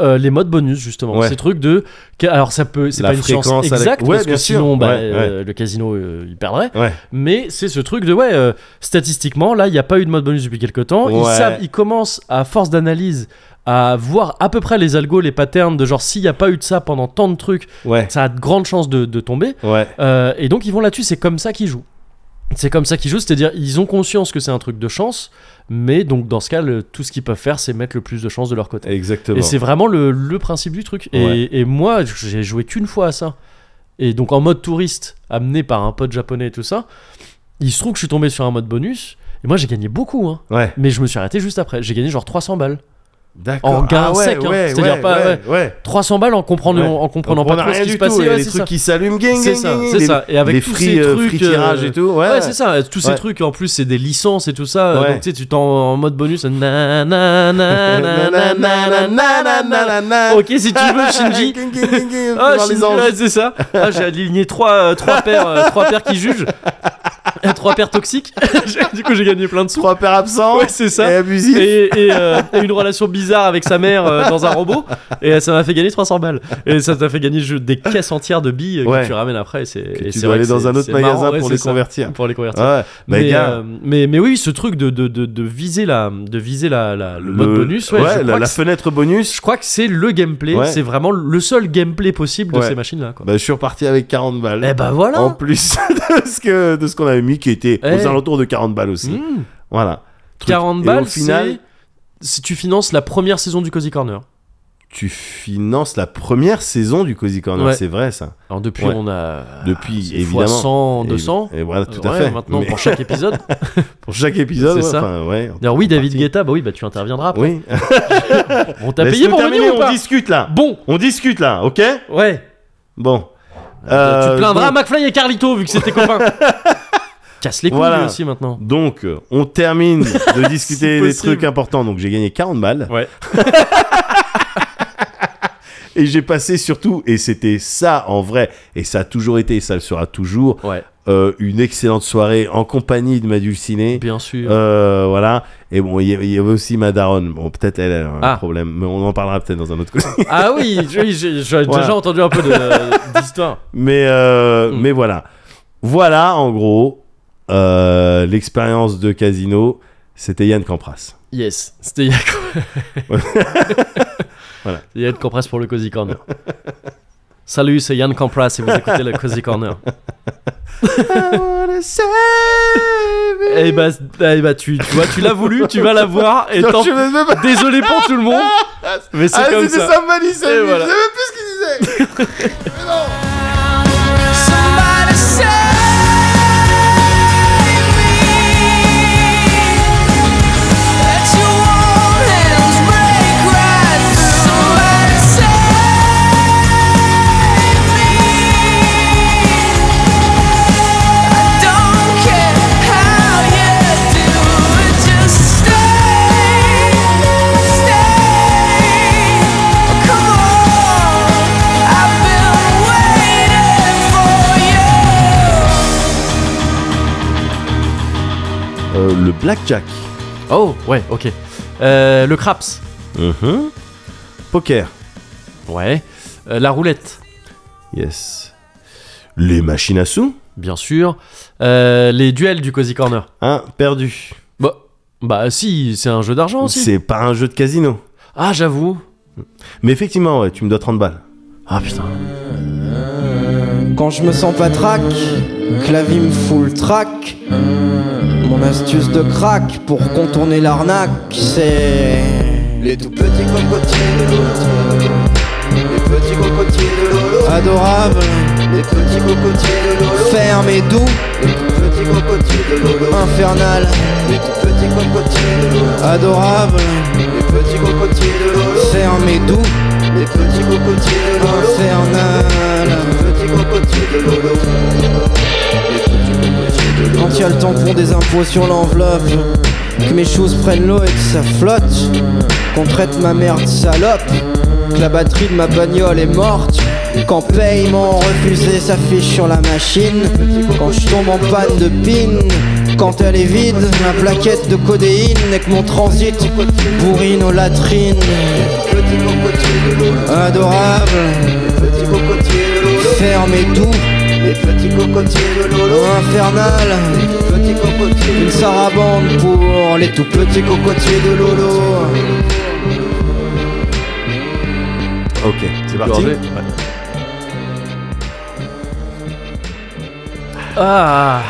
Speaker 1: euh, les modes bonus justement
Speaker 2: Ouais.
Speaker 1: ces trucs de que- alors ça peut c'est
Speaker 2: La
Speaker 1: pas une science
Speaker 2: fréquence à la-
Speaker 1: exacte
Speaker 2: Ouais,
Speaker 1: parce que
Speaker 2: bien sûr.
Speaker 1: sinon bah,
Speaker 2: Ouais,
Speaker 1: euh, le casino euh, il perdrait
Speaker 2: Ouais.
Speaker 1: mais c'est ce truc de ouais euh, statistiquement là il n'y a pas eu de mode bonus depuis quelques temps ils
Speaker 2: Ouais.
Speaker 1: savent ils commencent à force d'analyse à voir à peu près les algos les patterns de genre s'il n'y a pas eu de ça pendant tant de trucs
Speaker 2: Ouais,
Speaker 1: ça a de grandes chances de, de tomber
Speaker 2: ouais.
Speaker 1: euh, et donc ils vont là-dessus, c'est comme ça qu'ils jouent. C'est comme ça qu'ils jouent, c'est-à-dire ils ont conscience que c'est un truc de chance, mais donc dans ce cas, le- tout ce qu'ils peuvent faire, c'est mettre le plus de chance de leur côté.
Speaker 2: Exactement.
Speaker 1: Et c'est vraiment le, le principe du truc. Et,
Speaker 2: Ouais.
Speaker 1: et moi, j'ai joué qu'une fois à ça. Et donc en mode touriste, amené par un pote japonais et tout ça, il se trouve que je suis tombé sur un mode bonus. Et moi, j'ai gagné beaucoup, hein.
Speaker 2: Ouais.
Speaker 1: Mais je me suis arrêté juste après. J'ai gagné genre 300 balles.
Speaker 2: D'accord. Ah
Speaker 1: En gain sec, hein. C'est-à-dire pas-
Speaker 2: ouais. ouais.
Speaker 1: 300 balles en comprenant,
Speaker 2: Ouais.
Speaker 1: en comprenant
Speaker 2: On
Speaker 1: pas
Speaker 2: comprend
Speaker 1: trop ce
Speaker 2: rien
Speaker 1: qui
Speaker 2: du
Speaker 1: se
Speaker 2: tout, il
Speaker 1: passait.
Speaker 2: y a
Speaker 1: ouais,
Speaker 2: des
Speaker 1: c'est
Speaker 2: trucs
Speaker 1: ça.
Speaker 2: qui s'allument, gang,
Speaker 1: C'est
Speaker 2: gang,
Speaker 1: ça,
Speaker 2: gang,
Speaker 1: c'est
Speaker 2: les-
Speaker 1: ça. Et avec
Speaker 2: les
Speaker 1: tous
Speaker 2: free,
Speaker 1: ces
Speaker 2: euh,
Speaker 1: trucs,
Speaker 2: free tirages
Speaker 1: euh,
Speaker 2: et tout, ouais.
Speaker 1: Ouais, c'est ça. Tous ces
Speaker 2: Ouais.
Speaker 1: trucs, en plus, c'est des licences et tout ça. euh,
Speaker 2: Ouais.
Speaker 1: Donc, tu sais, tu t'en en mode bonus. na, na, na, na, na, na, na, na, na.
Speaker 2: Nananananananana.
Speaker 1: Ok, si tu veux, Shinji.
Speaker 2: Gang, gang, gang, gang, faut
Speaker 1: Ah,
Speaker 2: voir les
Speaker 1: Shinji,
Speaker 2: anges.
Speaker 1: ouais, c'est ça. Ah, j'ai aligné trois, euh, trois paires, euh, trois paires qui jugent, Euh, trois paires toxiques. du coup, j'ai gagné plein de sous.
Speaker 2: Trois pères absents.
Speaker 1: Ouais, c'est ça.
Speaker 2: Et abusifs.
Speaker 1: Et, et, euh, et une relation bizarre avec sa mère euh, dans un robot. Et ça m'a fait gagner 300 balles. Et ça t'a fait gagner je- des caisses entières de billes euh,
Speaker 2: Ouais.
Speaker 1: que tu ramènes après. Et c'est- et
Speaker 2: Que tu
Speaker 1: c'est
Speaker 2: dois
Speaker 1: vrai
Speaker 2: aller
Speaker 1: que
Speaker 2: dans
Speaker 1: c'est-
Speaker 2: un autre
Speaker 1: c'est
Speaker 2: magasin
Speaker 1: marrant, ouais,
Speaker 2: pour
Speaker 1: c'est
Speaker 2: les
Speaker 1: ça.
Speaker 2: convertir.
Speaker 1: Pour les convertir. Ah,
Speaker 2: Ouais, bah,
Speaker 1: mais,
Speaker 2: gars,
Speaker 1: euh, mais, mais oui, ce truc de, de, de, de viser, la, de viser la, la- le, mode bonus, ouais, je crois
Speaker 2: la,
Speaker 1: que
Speaker 2: la
Speaker 1: c'est-
Speaker 2: fenêtre bonus.
Speaker 1: je crois que c'est le gameplay,
Speaker 2: Ouais.
Speaker 1: c'est vraiment le seul gameplay possible de
Speaker 2: Ouais.
Speaker 1: ces machines-là. Quoi.
Speaker 2: Bah, je suis reparti avec 40 balles.
Speaker 1: eh ben voilà
Speaker 2: En plus de ce que de ce qu'on avait mis, qui était
Speaker 1: Eh.
Speaker 2: aux alentours de 40 balles aussi.
Speaker 1: Mmh.
Speaker 2: Voilà. Truc.
Speaker 1: 40
Speaker 2: Et
Speaker 1: balles,
Speaker 2: Au final,
Speaker 1: c'est si tu finances la première saison du Cozy Corner.
Speaker 2: tu finances la première saison du Cozy Corner.
Speaker 1: Ouais.
Speaker 2: C'est vrai ça.
Speaker 1: Alors depuis,
Speaker 2: Ouais.
Speaker 1: on a...
Speaker 2: Depuis,
Speaker 1: c'est fois
Speaker 2: évidemment.
Speaker 1: 100,
Speaker 2: Et-
Speaker 1: 200.
Speaker 2: Et, voilà, tout à
Speaker 1: Ouais,
Speaker 2: fait.
Speaker 1: Maintenant,
Speaker 2: Mais
Speaker 1: pour chaque épisode.
Speaker 2: pour chaque épisode,
Speaker 1: C'est
Speaker 2: ouais,
Speaker 1: ça.
Speaker 2: enfin, ouais.
Speaker 1: D'ailleurs, oui, David
Speaker 2: partie.
Speaker 1: Guetta, bah oui, bah tu interviendras. après.
Speaker 2: Oui.
Speaker 1: On t'a payé
Speaker 2: Laisse-nous
Speaker 1: pour
Speaker 2: terminer,
Speaker 1: venir ou
Speaker 2: on
Speaker 1: pas
Speaker 2: discute là.
Speaker 1: Bon,
Speaker 2: On discute là, ok
Speaker 1: ouais.
Speaker 2: Bon.
Speaker 1: tu
Speaker 2: Euh,
Speaker 1: te plaindras à
Speaker 2: donc-
Speaker 1: McFly et Carlito, vu que c'était copains. Casse les couilles
Speaker 2: Voilà.
Speaker 1: lui aussi maintenant.
Speaker 2: Donc, euh, on termine de discuter des
Speaker 1: possible.
Speaker 2: trucs importants. Donc, j'ai gagné 40 balles.
Speaker 1: Ouais.
Speaker 2: Et j'ai passé surtout, et c'était ça en vrai, et ça a toujours été, et ça le sera toujours,
Speaker 1: Ouais,
Speaker 2: euh, une excellente soirée en compagnie de ma dulcinée.
Speaker 1: bien sûr.
Speaker 2: Euh, voilà. Et bon, il y, il y avait aussi ma daronne. Bon, peut-être elle a un
Speaker 1: Ah.
Speaker 2: problème, mais on en parlera peut-être dans un autre côté.
Speaker 1: Ah oui, oui, j'ai j'ai
Speaker 2: Voilà.
Speaker 1: déjà entendu un peu de- d'histoire.
Speaker 2: Mais, euh,
Speaker 1: Hmm.
Speaker 2: mais voilà. Voilà, en gros, euh, l'expérience de casino. C'était Yann Campras.
Speaker 1: Yes, c'était Yann
Speaker 2: Ouais.
Speaker 1: voilà.
Speaker 2: Voilà.
Speaker 1: Yann Compress pour le Cozy Corner. Salut, c'est Yann Compress et vous écoutez le Cozy Corner. Eh bah, eh bah, tu, tu vois, tu l'as voulu, tu vas l'avoir et
Speaker 2: Non,
Speaker 1: tant
Speaker 2: je me- me-
Speaker 1: Désolé pour tout le monde, mais c'est
Speaker 2: Ah,
Speaker 1: comme
Speaker 2: c'était
Speaker 1: ça.
Speaker 2: Sam Malice,
Speaker 1: Et
Speaker 2: lui,
Speaker 1: voilà.
Speaker 2: je savais plus ce qu'il disait.
Speaker 5: Somebody save me. Let your warm hands break right through. Somebody save me. I don't care how you do it, just stay, stay. Come on, I've been waiting for you.
Speaker 2: Euh, le blackjack.
Speaker 1: Oh, ouais, ok. Euh, le craps. Uh-huh.
Speaker 2: Poker.
Speaker 1: Ouais. Euh, la roulette,
Speaker 2: Yes. Les machines à sous.
Speaker 1: bien sûr. Euh, les duels du Cozy Corner.
Speaker 2: Hein, perdu.
Speaker 1: Bah, bah si, c'est un jeu d'argent aussi.
Speaker 2: C'est pas un jeu de casino.
Speaker 1: Ah, j'avoue.
Speaker 2: Mais effectivement, ouais, tu me dois 30 balles.
Speaker 1: Ah putain.
Speaker 7: Quand je me sens pas trac, clavier me fout le trac. Mon astuce de crack pour contourner l'arnaque, c'est. Les tout petits cocotiers de l'autre. Les petits cocotiers de Lolo. Adorable. Les petits cocotiers de Lolo. Ferme et doux. Les tout petits cocotiers de Lolo. Infernal. Les tout petits cocotiers de Lolo. Adorable. Les petits cocotiers de Lolo. Ferme et doux. Les petits cocotiers de Lolo. Infernal. Les petits cocotiers de Lolo. Les petits cocotiers de Lolo. Quand y a le tampon des impôts sur l'enveloppe. Que mes choses prennent l'eau et que ça flotte. Qu'on traite ma mère de salope que la batterie de ma bagnole est morte, qu'en paiement refusé s'affiche sur la machine, quand je tombe en panne de pin, quand elle est vide, ma plaquette de codéine et que mon transit bourrine aux latrines. Adorable, ferme et doux, infernal, une sarabande pour les tout petits cocotiers de Lolo.
Speaker 2: Ok, c'est parti.
Speaker 1: Gorgé. Ah,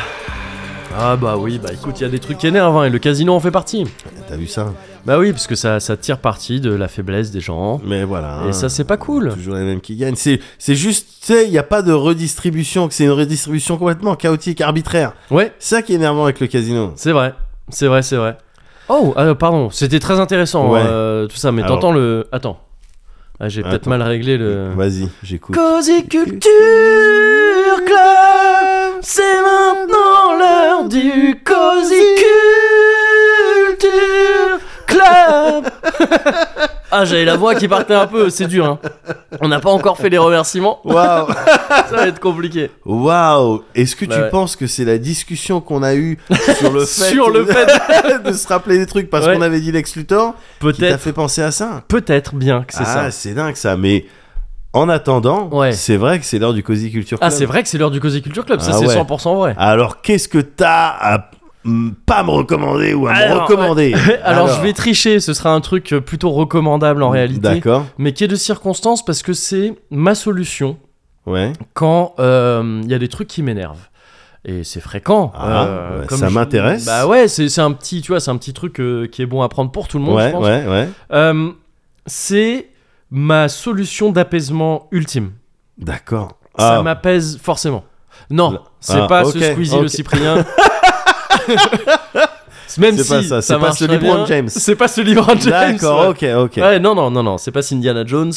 Speaker 1: Ah bah oui, bah écoute, il y a des trucs énervants et le casino en fait partie.
Speaker 2: T'as vu ça
Speaker 1: Bah oui, parce que ça, ça tire parti de la faiblesse des gens.
Speaker 2: Mais voilà. hein.
Speaker 1: Et ça, c'est pas cool.
Speaker 2: Toujours les mêmes qui gagnent. C'est, c'est juste, tu sais, il n'y a pas de redistribution, que c'est une redistribution complètement chaotique, arbitraire.
Speaker 1: Ouais,
Speaker 2: C'est ça qui est énervant avec le casino.
Speaker 1: c'est vrai, c'est vrai, c'est vrai. Oh, ah, pardon, c'était très intéressant
Speaker 2: Ouais.
Speaker 1: euh, tout ça, mais
Speaker 2: Alors-
Speaker 1: t'entends le. Attends. Ah, j'ai peut-être
Speaker 2: Attends.
Speaker 1: mal réglé le.
Speaker 2: Vas-y, j'écoute.
Speaker 1: Cozy Culture Club, c'est maintenant l'heure du Cozy Culture Club. ah, j'avais la voix qui partait un peu, c'est dur. Hein. On n'a pas encore fait les remerciements,
Speaker 2: Waouh
Speaker 1: ça va être compliqué.
Speaker 2: Waouh Est-ce que
Speaker 1: Bah
Speaker 2: tu
Speaker 1: ouais.
Speaker 2: penses que c'est la discussion qu'on a eue sur le fait,
Speaker 1: Sur le fait.
Speaker 2: de se rappeler des trucs parce
Speaker 1: Ouais.
Speaker 2: qu'on avait dit Lex Luthor qui t'a
Speaker 1: Peut-être,
Speaker 2: fait penser à ça
Speaker 1: peut-être bien que c'est
Speaker 2: Ah,
Speaker 1: ça.
Speaker 2: c'est dingue ça, mais en attendant,
Speaker 1: Ouais.
Speaker 2: c'est vrai que c'est l'heure du Cozy Culture
Speaker 1: Ah,
Speaker 2: Club.
Speaker 1: c'est vrai que c'est l'heure du Cozy Culture Club, ça
Speaker 2: Ah
Speaker 1: c'est
Speaker 2: ouais.
Speaker 1: 100% vrai.
Speaker 2: Alors, qu'est-ce que t'as à m- pas me recommander ou à me
Speaker 1: Alors,
Speaker 2: recommander
Speaker 1: Alors, je vais tricher, ce sera un truc euh, plutôt recommandable en réalité,
Speaker 2: D'accord,
Speaker 1: mais qui est de circonstance parce que c'est ma solution
Speaker 2: ouais.
Speaker 1: quand euh, il y a des trucs qui m'énervent. Et c'est fréquent.
Speaker 2: Ah,
Speaker 1: euh,
Speaker 2: ouais,
Speaker 1: comme
Speaker 2: ça
Speaker 1: je-
Speaker 2: m'intéresse.
Speaker 1: Bah ouais, c'est c'est un petit, tu vois, c'est un petit truc euh, qui est bon à prendre pour tout le monde, je
Speaker 2: ouais,
Speaker 1: pense.
Speaker 2: ouais, ouais.
Speaker 1: Euh, c'est ma solution d'apaisement ultime.
Speaker 2: D'accord.
Speaker 1: Ça
Speaker 2: Ah,
Speaker 1: m'apaise forcément. Non, c'est
Speaker 2: Ah,
Speaker 1: pas
Speaker 2: ok,
Speaker 1: ce Squeezie le
Speaker 2: ok.
Speaker 1: Cyprien. Même
Speaker 2: C'est
Speaker 1: si
Speaker 2: pas ça, c'est pas ce
Speaker 1: marcherait
Speaker 2: LeBron
Speaker 1: bien.
Speaker 2: James.
Speaker 1: C'est pas ce LeBron James. ouais.
Speaker 2: D'accord, ok, ok. Ah,
Speaker 1: Ouais, non, non, non, non, c'est pas ce Indiana Jones.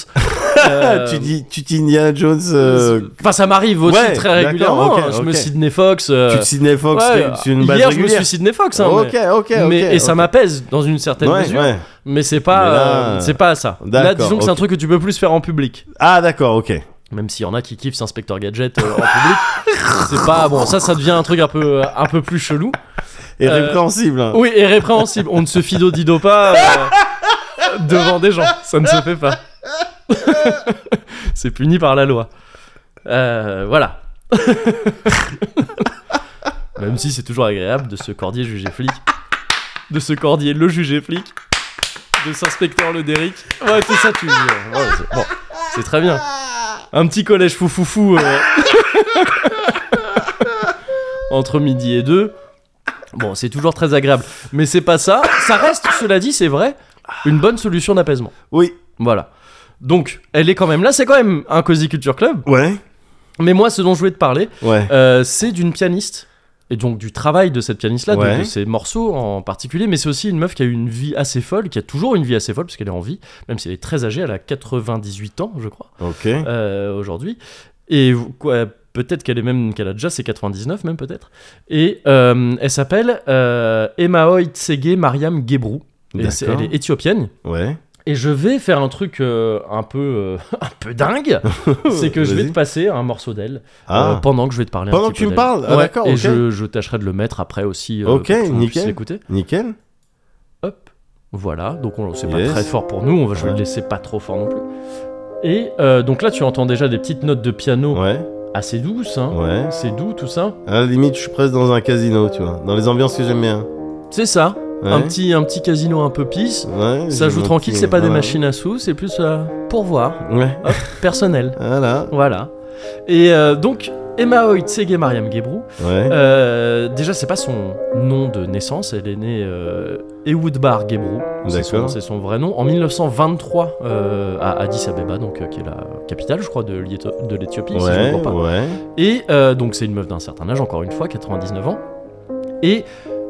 Speaker 1: Euh,
Speaker 2: tu dis, tu dis Indiana Jones, euh,
Speaker 1: Enfin, ça m'arrive aussi
Speaker 2: Ouais,
Speaker 1: très
Speaker 2: d'accord,
Speaker 1: régulièrement.
Speaker 2: ok,
Speaker 1: hein. je
Speaker 2: ok.
Speaker 1: me Sidney Fox. euh,
Speaker 2: tu te Sidney Fox,
Speaker 1: ouais,
Speaker 2: c'est- c'est une base
Speaker 1: hier, je me
Speaker 2: régulière.
Speaker 1: suis Sidney Fox. hein,
Speaker 2: ok,
Speaker 1: mais,
Speaker 2: ok, ok.
Speaker 1: mais- et ça
Speaker 2: ok.
Speaker 1: m'apaise dans une certaine
Speaker 2: Ouais,
Speaker 1: mesure.
Speaker 2: ouais.
Speaker 1: Mais c'est pas,
Speaker 2: Mais là,
Speaker 1: euh, c'est pas ça. Là,
Speaker 2: d'accord,
Speaker 1: disons que c'est un
Speaker 2: ok.
Speaker 1: truc que tu peux plus faire en public.
Speaker 2: Ah, d'accord, ok.
Speaker 1: Même s'il y en a qui kiffent s'inspecteur gadget euh, en public, c'est pas bon. Ça, ça devient un truc un peu, un peu plus chelou.
Speaker 2: Et
Speaker 1: Euh,
Speaker 2: répréhensible. hein.
Speaker 1: Oui, et répréhensible. On ne se fidodido pas euh, devant des gens. Ça ne se fait pas. c'est puni par la loi. Euh, voilà. Même si c'est toujours agréable de se cordier jugé flic. De se cordier le jugé flic. De s'inspecteur le Derrick. Ouais, tout ça, tu. ouais, c'est- bon, c'est très bien. Un petit collège foufoufou. euh, Entre midi et deux. Bon, c'est toujours très agréable. Mais c'est pas ça. Ça reste, cela dit, c'est vrai, une bonne solution d'apaisement.
Speaker 2: Oui.
Speaker 1: Voilà. Donc, elle est quand même là. C'est quand même un Cozy Culture Club.
Speaker 2: Ouais.
Speaker 1: Mais moi, ce dont je voulais te parler,
Speaker 2: Ouais.
Speaker 1: euh, c'est d'une pianiste. Et donc, du travail de cette pianiste-là, de-
Speaker 2: Ouais.
Speaker 1: de, ses morceaux en particulier. Mais c'est aussi une meuf qui a eu une vie assez folle, qui a toujours une vie assez folle, parce qu'elle est en vie, même si elle est très âgée. Elle a 98 ans, je crois
Speaker 2: Ok.
Speaker 1: euh, aujourd'hui. Et vous- quoi, peut-être qu'elle est même qu'elle a déjà ses 99 même peut-être. Et euh, elle s'appelle euh, Emmaoy Tsege Mariam Gebrou. Et c'est-
Speaker 2: D'accord.
Speaker 1: elle est éthiopienne.
Speaker 2: Ouais.
Speaker 1: Et je vais faire un truc euh, un peu euh, un peu dingue, c'est que je vais
Speaker 2: Vas-y.
Speaker 1: te passer un morceau d'elle euh,
Speaker 2: Ah.
Speaker 1: pendant que je vais te parler. un
Speaker 2: Pendant
Speaker 1: petit
Speaker 2: que
Speaker 1: peu
Speaker 2: tu me
Speaker 1: d'elle.
Speaker 2: parles Ah,
Speaker 1: Ouais,
Speaker 2: d'accord,
Speaker 1: Et
Speaker 2: ok.
Speaker 1: je, je tâcherai de le mettre après aussi. euh, pour
Speaker 2: Ok,
Speaker 1: que tout le monde puisse
Speaker 2: nickel.
Speaker 1: l'écouter.
Speaker 2: Nickel.
Speaker 1: Hop, voilà. Donc on c'est
Speaker 2: Yes.
Speaker 1: pas très fort pour nous. On va je vais le laisser pas trop fort non plus. Et euh, donc là tu entends déjà des petites notes de piano
Speaker 2: Ouais.
Speaker 1: assez douce, hein.
Speaker 2: Ouais.
Speaker 1: C'est doux tout ça.
Speaker 2: À la limite, je suis presque dans un casino, tu vois. Dans les ambiances que j'aime bien.
Speaker 1: C'est ça.
Speaker 2: Ouais.
Speaker 1: Un petit un petit casino un peu pisse.
Speaker 2: Ouais.
Speaker 1: Ça
Speaker 2: j'ai
Speaker 1: joue
Speaker 2: mon
Speaker 1: tranquille,
Speaker 2: petit-
Speaker 1: c'est pas des
Speaker 2: voilà.
Speaker 1: machines à sous, c'est plus euh, pour voir,
Speaker 2: Ouais.
Speaker 1: personnel.
Speaker 2: Voilà.
Speaker 1: Voilà. Et euh, donc Emma Hoyt Tsege Mariam Gebrou.
Speaker 2: Ouais.
Speaker 1: euh, déjà c'est pas son nom de naissance, elle est née euh, Ehud Bar Gebrou. C'est son-
Speaker 2: D'accord.
Speaker 1: C'est son vrai nom. En 1923 euh, à Addis Abeba, donc euh, qui est la capitale, je crois, de l'Éthio- de l'Éthiopie. si je me
Speaker 2: ouais.
Speaker 1: trompe pas.
Speaker 2: Ouais.
Speaker 1: Et euh, donc c'est une meuf d'un certain âge, encore une fois, 99 ans. Et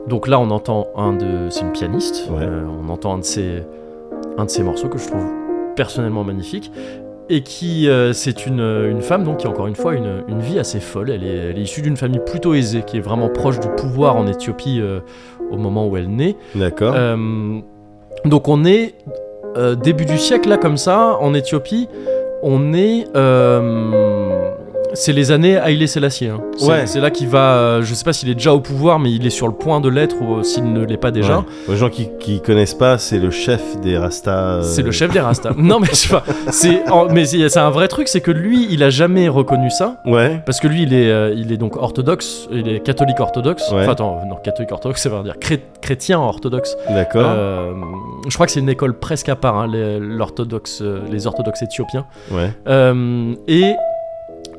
Speaker 1: donc là on entend un de... C'est une pianiste,
Speaker 2: Ouais.
Speaker 1: Euh, on entend un de, ses... un de ses morceaux que je trouve personnellement magnifique. Et qui, euh, c'est une, une femme donc qui a encore une fois une, une vie assez folle. Elle est, elle est issue d'une famille plutôt aisée, qui est vraiment proche du pouvoir en Éthiopie euh, au moment où elle naît.
Speaker 2: D'accord.
Speaker 1: Euh, donc on est euh, début du siècle là comme ça en Éthiopie. On est euh, c'est les années Haïlé Selassie. hein. C'est,
Speaker 2: Ouais.
Speaker 1: c'est là qu'il va. euh, je sais pas s'il est déjà au pouvoir, mais il est sur le point de l'être ou euh, s'il ne l'est pas déjà.
Speaker 2: Ouais. Aux gens qui, qui connaissent pas, c'est le chef des Rasta. euh,
Speaker 1: C'est le chef des Rastas. non mais je sais pas. C'est en- mais c'est, c'est un vrai truc, c'est que lui, il a jamais reconnu ça.
Speaker 2: Ouais.
Speaker 1: Parce que lui, il est, euh, il est donc orthodoxe, il est catholique orthodoxe.
Speaker 2: Ouais.
Speaker 1: Enfin, attends, non, catholique orthodoxe, ça veut dire chré- chrétien orthodoxe.
Speaker 2: D'accord.
Speaker 1: Euh, je crois que c'est une école presque à part, hein, les, l'orthodoxe, euh, les orthodoxes éthiopiens.
Speaker 2: Ouais.
Speaker 1: Euh, et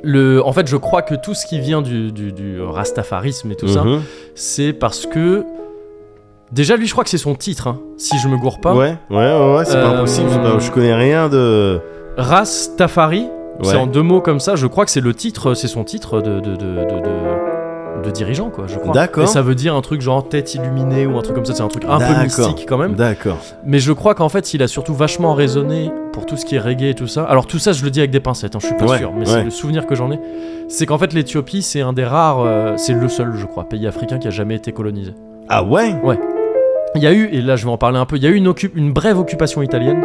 Speaker 1: le, en fait, je crois que tout ce qui vient du, du, du rastafarisme et tout ça,
Speaker 2: Mhm.
Speaker 1: c'est parce que. Déjà, lui, je crois que c'est son titre, hein, si je me gourre pas.
Speaker 2: Ouais, ouais, ouais, ouais, c'est pas
Speaker 1: Euh,
Speaker 2: impossible. c'est pas- Je connais rien de.
Speaker 1: Rastafari,
Speaker 2: Ouais.
Speaker 1: c'est en deux mots comme ça, je crois que c'est le titre, euh, c'est son titre de, de, de, de, de- de dirigeant, quoi, je crois.
Speaker 2: D'accord.
Speaker 1: Et ça veut dire un truc genre tête illuminée ou un truc comme ça, c'est un truc un peu
Speaker 2: D'accord.
Speaker 1: mystique quand même.
Speaker 2: D'accord.
Speaker 1: Mais je crois qu'en fait, il a surtout vachement raisonné pour tout ce qui est reggae et tout ça. Alors tout ça, je le dis avec des pincettes, hein, je suis pas
Speaker 2: Ouais,
Speaker 1: sûr, mais
Speaker 2: ouais.
Speaker 1: c'est le souvenir que j'en ai. C'est qu'en fait, l'Éthiopie, c'est un des rares, euh, c'est le seul, je crois, pays africain qui a jamais été colonisé.
Speaker 2: Ah ouais
Speaker 1: Il y a eu, et là je vais en parler un peu, il y a eu une, occu- une brève occupation italienne,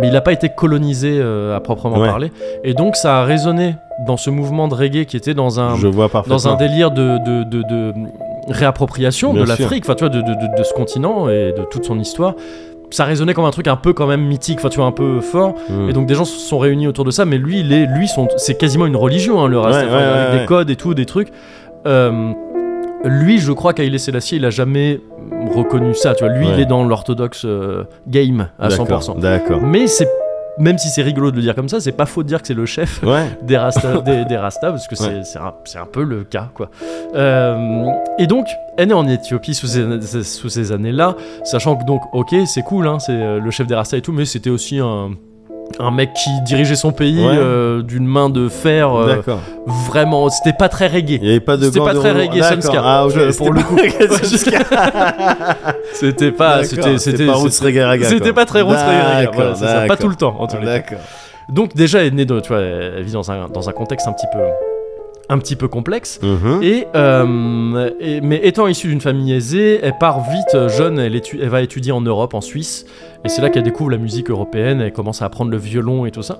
Speaker 1: mais il n'a pas été colonisé euh, à proprement
Speaker 2: Ouais.
Speaker 1: parler. Et donc ça a résonné dans ce mouvement de reggae qui était dans un,
Speaker 2: Je vois parfaitement.
Speaker 1: dans un délire de, de, de- de réappropriation
Speaker 2: Bien
Speaker 1: de
Speaker 2: sûr.
Speaker 1: l'Afrique, enfin tu vois, de, de- de- de ce continent et de toute son histoire. Ça résonnait comme un truc un peu quand même mythique, enfin tu vois, un peu fort.
Speaker 2: Mhm.
Speaker 1: Et donc des gens se sont réunis autour de ça, mais lui, il est, lui, son- c'est quasiment une religion, hein, le reste,
Speaker 2: Ouais, ouais, ouais,
Speaker 1: avec des
Speaker 2: ouais.
Speaker 1: codes et tout, des trucs. Euh, lui, je crois qu'Haïlé Selassie, il a jamais reconnu ça, tu vois. Lui,
Speaker 2: Ouais.
Speaker 1: il est dans l'orthodoxe euh, game à
Speaker 2: D'accord,
Speaker 1: 100%.
Speaker 2: D'accord.
Speaker 1: Mais c'est, même si c'est rigolo de le dire comme ça, c'est pas faux de dire que c'est le chef
Speaker 2: Ouais.
Speaker 1: des Rasta, des, des Rasta, parce que c'est c'est un, c'est un peu le cas, quoi. Euh, et donc, elle est née en Éthiopie sous ces, sous ces années-là, sachant que donc, ok, c'est cool, hein, c'est euh, le chef des Rasta et tout, mais c'était aussi un, un mec qui dirigeait son pays
Speaker 2: Ouais.
Speaker 1: euh, d'une main de fer, euh,
Speaker 2: D'accord.
Speaker 1: vraiment, c'était pas très reggae.
Speaker 2: Il n'y avait pas de
Speaker 1: C'était
Speaker 2: gants
Speaker 1: pas
Speaker 2: de
Speaker 1: très
Speaker 2: rouleau.
Speaker 1: reggae
Speaker 2: D'accord.
Speaker 1: Sunska.
Speaker 2: Ah, ok,
Speaker 1: Je-
Speaker 2: c'était
Speaker 1: pour le
Speaker 2: pas
Speaker 1: coup.
Speaker 2: reggae Sunska.
Speaker 1: C'était pas,
Speaker 2: D'accord,
Speaker 1: c'était,
Speaker 2: C'était
Speaker 1: c'était,
Speaker 2: pas roots
Speaker 1: c'était-
Speaker 2: reggae raga,
Speaker 1: c'était
Speaker 2: quoi.
Speaker 1: pas très roots reggae,
Speaker 2: D'accord,
Speaker 1: voilà, c'est ça, pas
Speaker 2: d'accord.
Speaker 1: tout le temps, en tout cas.
Speaker 2: D'accord.
Speaker 1: Donc déjà, elle est née, de, tu vois, elle vit dans un, dans un contexte un petit peu, un petit peu complexe.
Speaker 2: Mhm.
Speaker 1: Et, euh, et- mais étant issue d'une famille aisée, elle part vite euh, jeune, elle, étu- elle va étudier en Europe, en Suisse, et c'est là qu'elle découvre la musique européenne, elle commence à apprendre le violon et tout ça.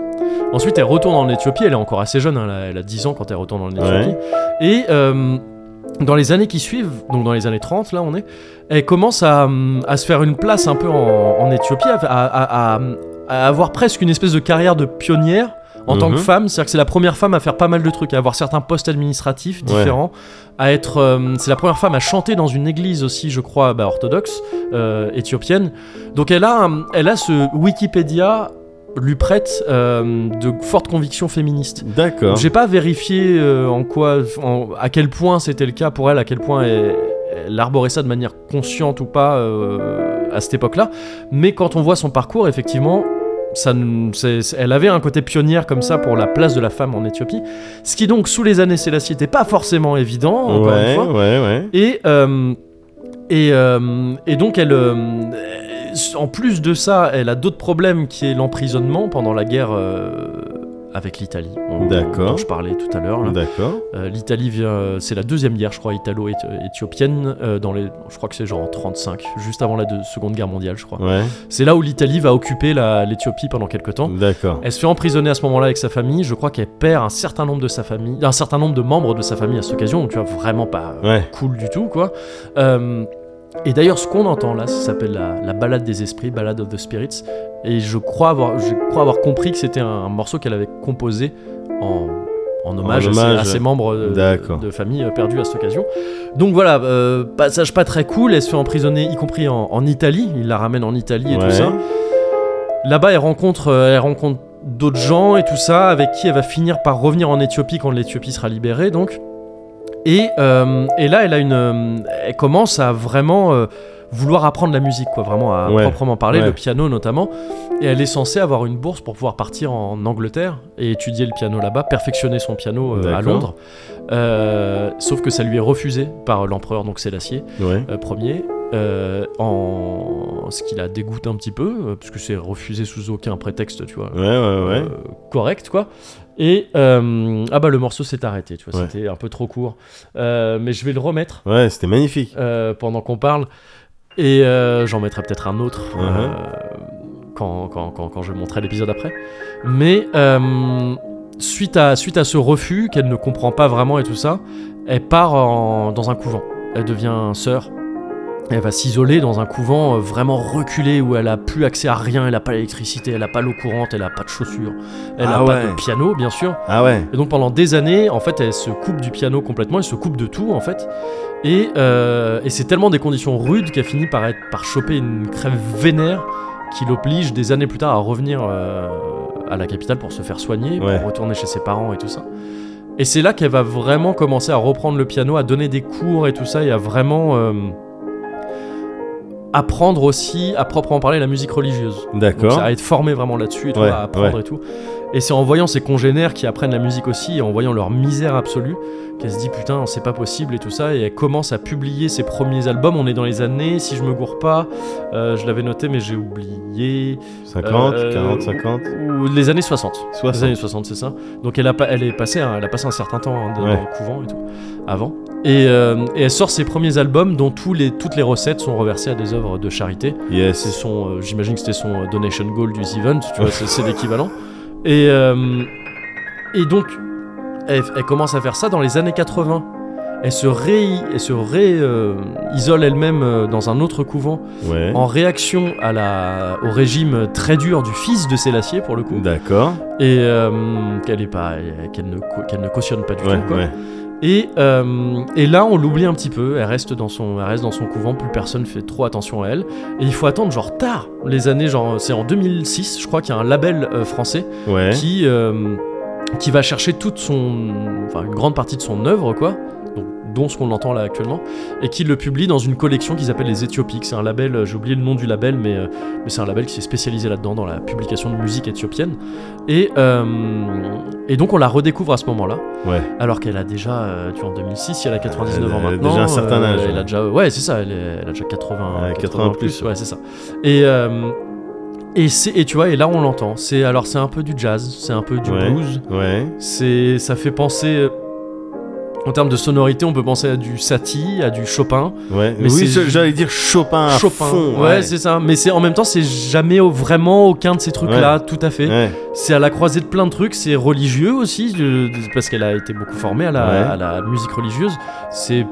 Speaker 1: Ensuite, elle retourne en Éthiopie, elle est encore assez jeune, hein, elle, a, elle a 10 ans quand elle retourne en Éthiopie. Et euh, dans les années qui suivent, donc dans les années 30, là on est, elle commence à, euh, à se faire une place un peu en, en Éthiopie, à, à- à- à avoir presque une espèce de carrière de pionnière. En tant que
Speaker 2: Mhm.
Speaker 1: femme, c'est-à-dire que c'est la première femme à faire pas mal de trucs, à avoir certains postes administratifs
Speaker 2: Ouais.
Speaker 1: différents, à être. euh, c'est la première femme à chanter dans une église aussi, je crois, bah, orthodoxe, euh, éthiopienne. Donc elle a, un- elle a ce Wikipédia lui prête euh, de fortes convictions féministes.
Speaker 2: D'accord.
Speaker 1: J'ai pas vérifié euh, en quoi, en- à quel point c'était le cas pour elle, à quel point elle, elle arborait ça de manière consciente ou pas euh, à cette époque-là. Mais quand on voit son parcours, effectivement, ça, nous- c'est- c'est- elle avait un côté pionnière comme ça pour la place de la femme en Éthiopie. Ce qui donc, sous les années Sélassie, n'était pas forcément évident, encore une
Speaker 2: Ouais,
Speaker 1: fois.
Speaker 2: ouais, ouais.
Speaker 1: Et, euh, et, euh, et donc, elle, euh, en plus de ça, elle a d'autres problèmes qui est l'emprisonnement pendant la guerre euh, avec l'Italie. dont-
Speaker 2: D'accord.
Speaker 1: Dont je parlais tout à l'heure. là.
Speaker 2: D'accord.
Speaker 1: Euh, L'Italie vient. euh, C'est la deuxième guerre, je crois, italo-éthiopienne. euh, dans les, je crois que c'est genre en 35, juste avant la deux- Seconde Guerre mondiale, je crois.
Speaker 2: Ouais.
Speaker 1: C'est là où l'Italie va occuper la- l'Éthiopie pendant quelques temps.
Speaker 2: D'accord.
Speaker 1: Elle se fait emprisonner à ce moment-là avec sa famille. Je crois qu'elle perd un certain nombre de sa famille, un certain nombre de membres de sa famille à cette occasion. Donc tu vois vraiment pas euh,
Speaker 2: Ouais.
Speaker 1: cool du tout, quoi. Euh, et d'ailleurs, ce qu'on entend là, ça s'appelle la, la balade des esprits, Ballad of the Spirits. Et je crois avoir, je crois avoir compris que c'était un, morceau qu'elle avait composé en, en hommage, à ses-
Speaker 2: hommage.
Speaker 1: à, ses, membres euh,
Speaker 2: D'accord.
Speaker 1: de famille euh, perdus à cette occasion. Donc voilà, euh, passage pas très cool. Elle se fait emprisonner, y compris en, en Italie. Il la ramène en Italie et
Speaker 2: Ouais.
Speaker 1: tout ça. Là-bas, elle rencontre, euh, elle rencontre d'autres gens et tout ça, avec qui elle va finir par revenir en Éthiopie quand l'Éthiopie sera libérée, donc. Et, euh, et là, elle a une, euh, elle commence à vraiment euh, vouloir apprendre la musique, quoi, vraiment à
Speaker 2: Ouais,
Speaker 1: proprement parler,
Speaker 2: ouais.
Speaker 1: le piano notamment. Et elle est censée avoir une bourse pour pouvoir partir en Angleterre et étudier le piano là-bas, perfectionner son piano euh, à
Speaker 2: D'accord.
Speaker 1: Londres. Euh, sauf que ça lui est refusé par l'empereur, donc Sélassié
Speaker 2: Ouais.
Speaker 1: euh, premier, euh, en ce qui la dégoûte un petit peu, euh, parce que c'est refusé sous aucun prétexte, tu vois,
Speaker 2: Ouais, ouais, ouais.
Speaker 1: euh, correct quoi. Et euh, ah bah le morceau s'est arrêté, tu vois,
Speaker 2: Ouais.
Speaker 1: c'était un peu trop court, Euh, mais je vais le remettre
Speaker 2: Ouais, c'était magnifique.
Speaker 1: euh, pendant qu'on parle et euh, j'en mettrai peut-être un autre.
Speaker 2: Mhm.
Speaker 1: euh, quand, quand, quand, quand je montrerai l'épisode après. Mais euh, suite, à, suite à ce refus qu'elle ne comprend pas vraiment et tout ça, elle part en- dans un couvent. Elle devient sœur. Elle va s'isoler dans un couvent euh, vraiment reculé où elle a plus accès à rien. Elle a pas l'électricité, elle a pas l'eau courante, elle a pas de chaussures, elle
Speaker 2: Ah
Speaker 1: a pas
Speaker 2: ouais.
Speaker 1: de piano bien sûr.
Speaker 2: Ah ouais.
Speaker 1: Et donc pendant des années, en fait, elle se coupe du piano complètement, elle se coupe de tout en fait. Et, euh, et c'est tellement des conditions rudes qu'elle finit par, être, par choper une crève vénère qui l'oblige des années plus tard à revenir euh, à la capitale pour se faire soigner,
Speaker 2: Ouais.
Speaker 1: pour retourner chez ses parents et tout ça. Et c'est là qu'elle va vraiment commencer à reprendre le piano, à donner des cours et tout ça, et à vraiment euh, apprendre aussi, à proprement parler, la musique religieuse. Donc,
Speaker 2: D'accord.
Speaker 1: ça va être formé vraiment là-dessus, et tout,
Speaker 2: Ouais,
Speaker 1: à apprendre et tout. Et c'est en voyant ses congénères qui apprennent la musique aussi, et en voyant leur misère absolue, qu'elle se dit putain, c'est pas possible et tout ça, et elle commence à publier ses premiers albums. On est dans les années, si je me gourre pas, euh, je l'avais noté mais j'ai oublié,
Speaker 2: 50,
Speaker 1: Euh,
Speaker 2: 40, 50,
Speaker 1: ou les années 60. Les
Speaker 2: 60.
Speaker 1: années 60, c'est ça. Donc elle a, pas- elle, est passée, un- elle a passé un certain temps hein, dans
Speaker 2: Ouais.
Speaker 1: le couvent et tout, avant. Et, euh, et elle sort ses premiers albums dont tous les, toutes les recettes sont reversées à des œuvres de charité. C'est
Speaker 2: Yes.
Speaker 1: son, euh, j'imagine que c'était son euh, donation goal du event, tu vois, c'est, c'est l'équivalent. Et, euh, et donc, elle, elle commence à faire ça dans les années 80. Elle se ré, elle se ré, euh, isole elle-même euh, dans un autre couvent
Speaker 2: Ouais.
Speaker 1: en réaction à la, au régime très dur du fils de Sélassié pour le coup
Speaker 2: D'accord.
Speaker 1: et euh, qu'elle est pas euh, qu'elle ne cau- qu'elle ne cautionne pas du
Speaker 2: Ouais,
Speaker 1: tout quoi.
Speaker 2: ouais.
Speaker 1: Et, euh, et là on l'oublie un petit peu elle reste dans son elle reste dans son couvent plus personne fait trop attention à elle et il faut attendre genre tard les années genre c'est en 2006 je crois qu'il y a un label euh, français
Speaker 2: Ouais.
Speaker 1: qui euh, qui va chercher toute son enfin une grande partie de son œuvre quoi donc, dont ce qu'on entend là actuellement et qui le publie dans une collection qu'ils appellent les Éthiopiques c'est un label euh, j'ai oublié le nom du label mais euh, mais c'est un label qui s'est spécialisé là-dedans dans la publication de musique éthiopienne et euh, et donc on la redécouvre à ce moment-là
Speaker 2: Ouais.
Speaker 1: alors qu'elle a déjà euh, tu vois en 2006 si elle a 99
Speaker 2: Elle a
Speaker 1: ans maintenant euh,
Speaker 2: déjà un certain âge,
Speaker 1: elle a
Speaker 2: ouais.
Speaker 1: déjà ouais c'est ça elle, est- elle a déjà 80
Speaker 2: Ouais,
Speaker 1: 80
Speaker 2: plus,
Speaker 1: plus
Speaker 2: ouais.
Speaker 1: ouais c'est ça et euh, et, c'est- et tu vois, et là on l'entend. C'est alors c'est un peu du jazz, c'est un peu du
Speaker 2: Ouais.
Speaker 1: blues.
Speaker 2: Ouais.
Speaker 1: C'est ça fait penser euh, en termes de sonorité, on peut penser à du Satie, à du Chopin,
Speaker 2: Ouais.
Speaker 1: Mais
Speaker 2: oui,
Speaker 1: c'est-
Speaker 2: j'allais dire Chopin. à
Speaker 1: Chopin.
Speaker 2: fond,
Speaker 1: ouais, c'est ça. Mais c'est en même temps, c'est jamais au- vraiment aucun de ces trucs-là, tout à fait.
Speaker 2: Ouais.
Speaker 1: C'est à la croisée de plein de trucs. C'est religieux aussi je- parce qu'elle a été beaucoup formée à la,
Speaker 2: Ouais.
Speaker 1: à la musique religieuse. C'est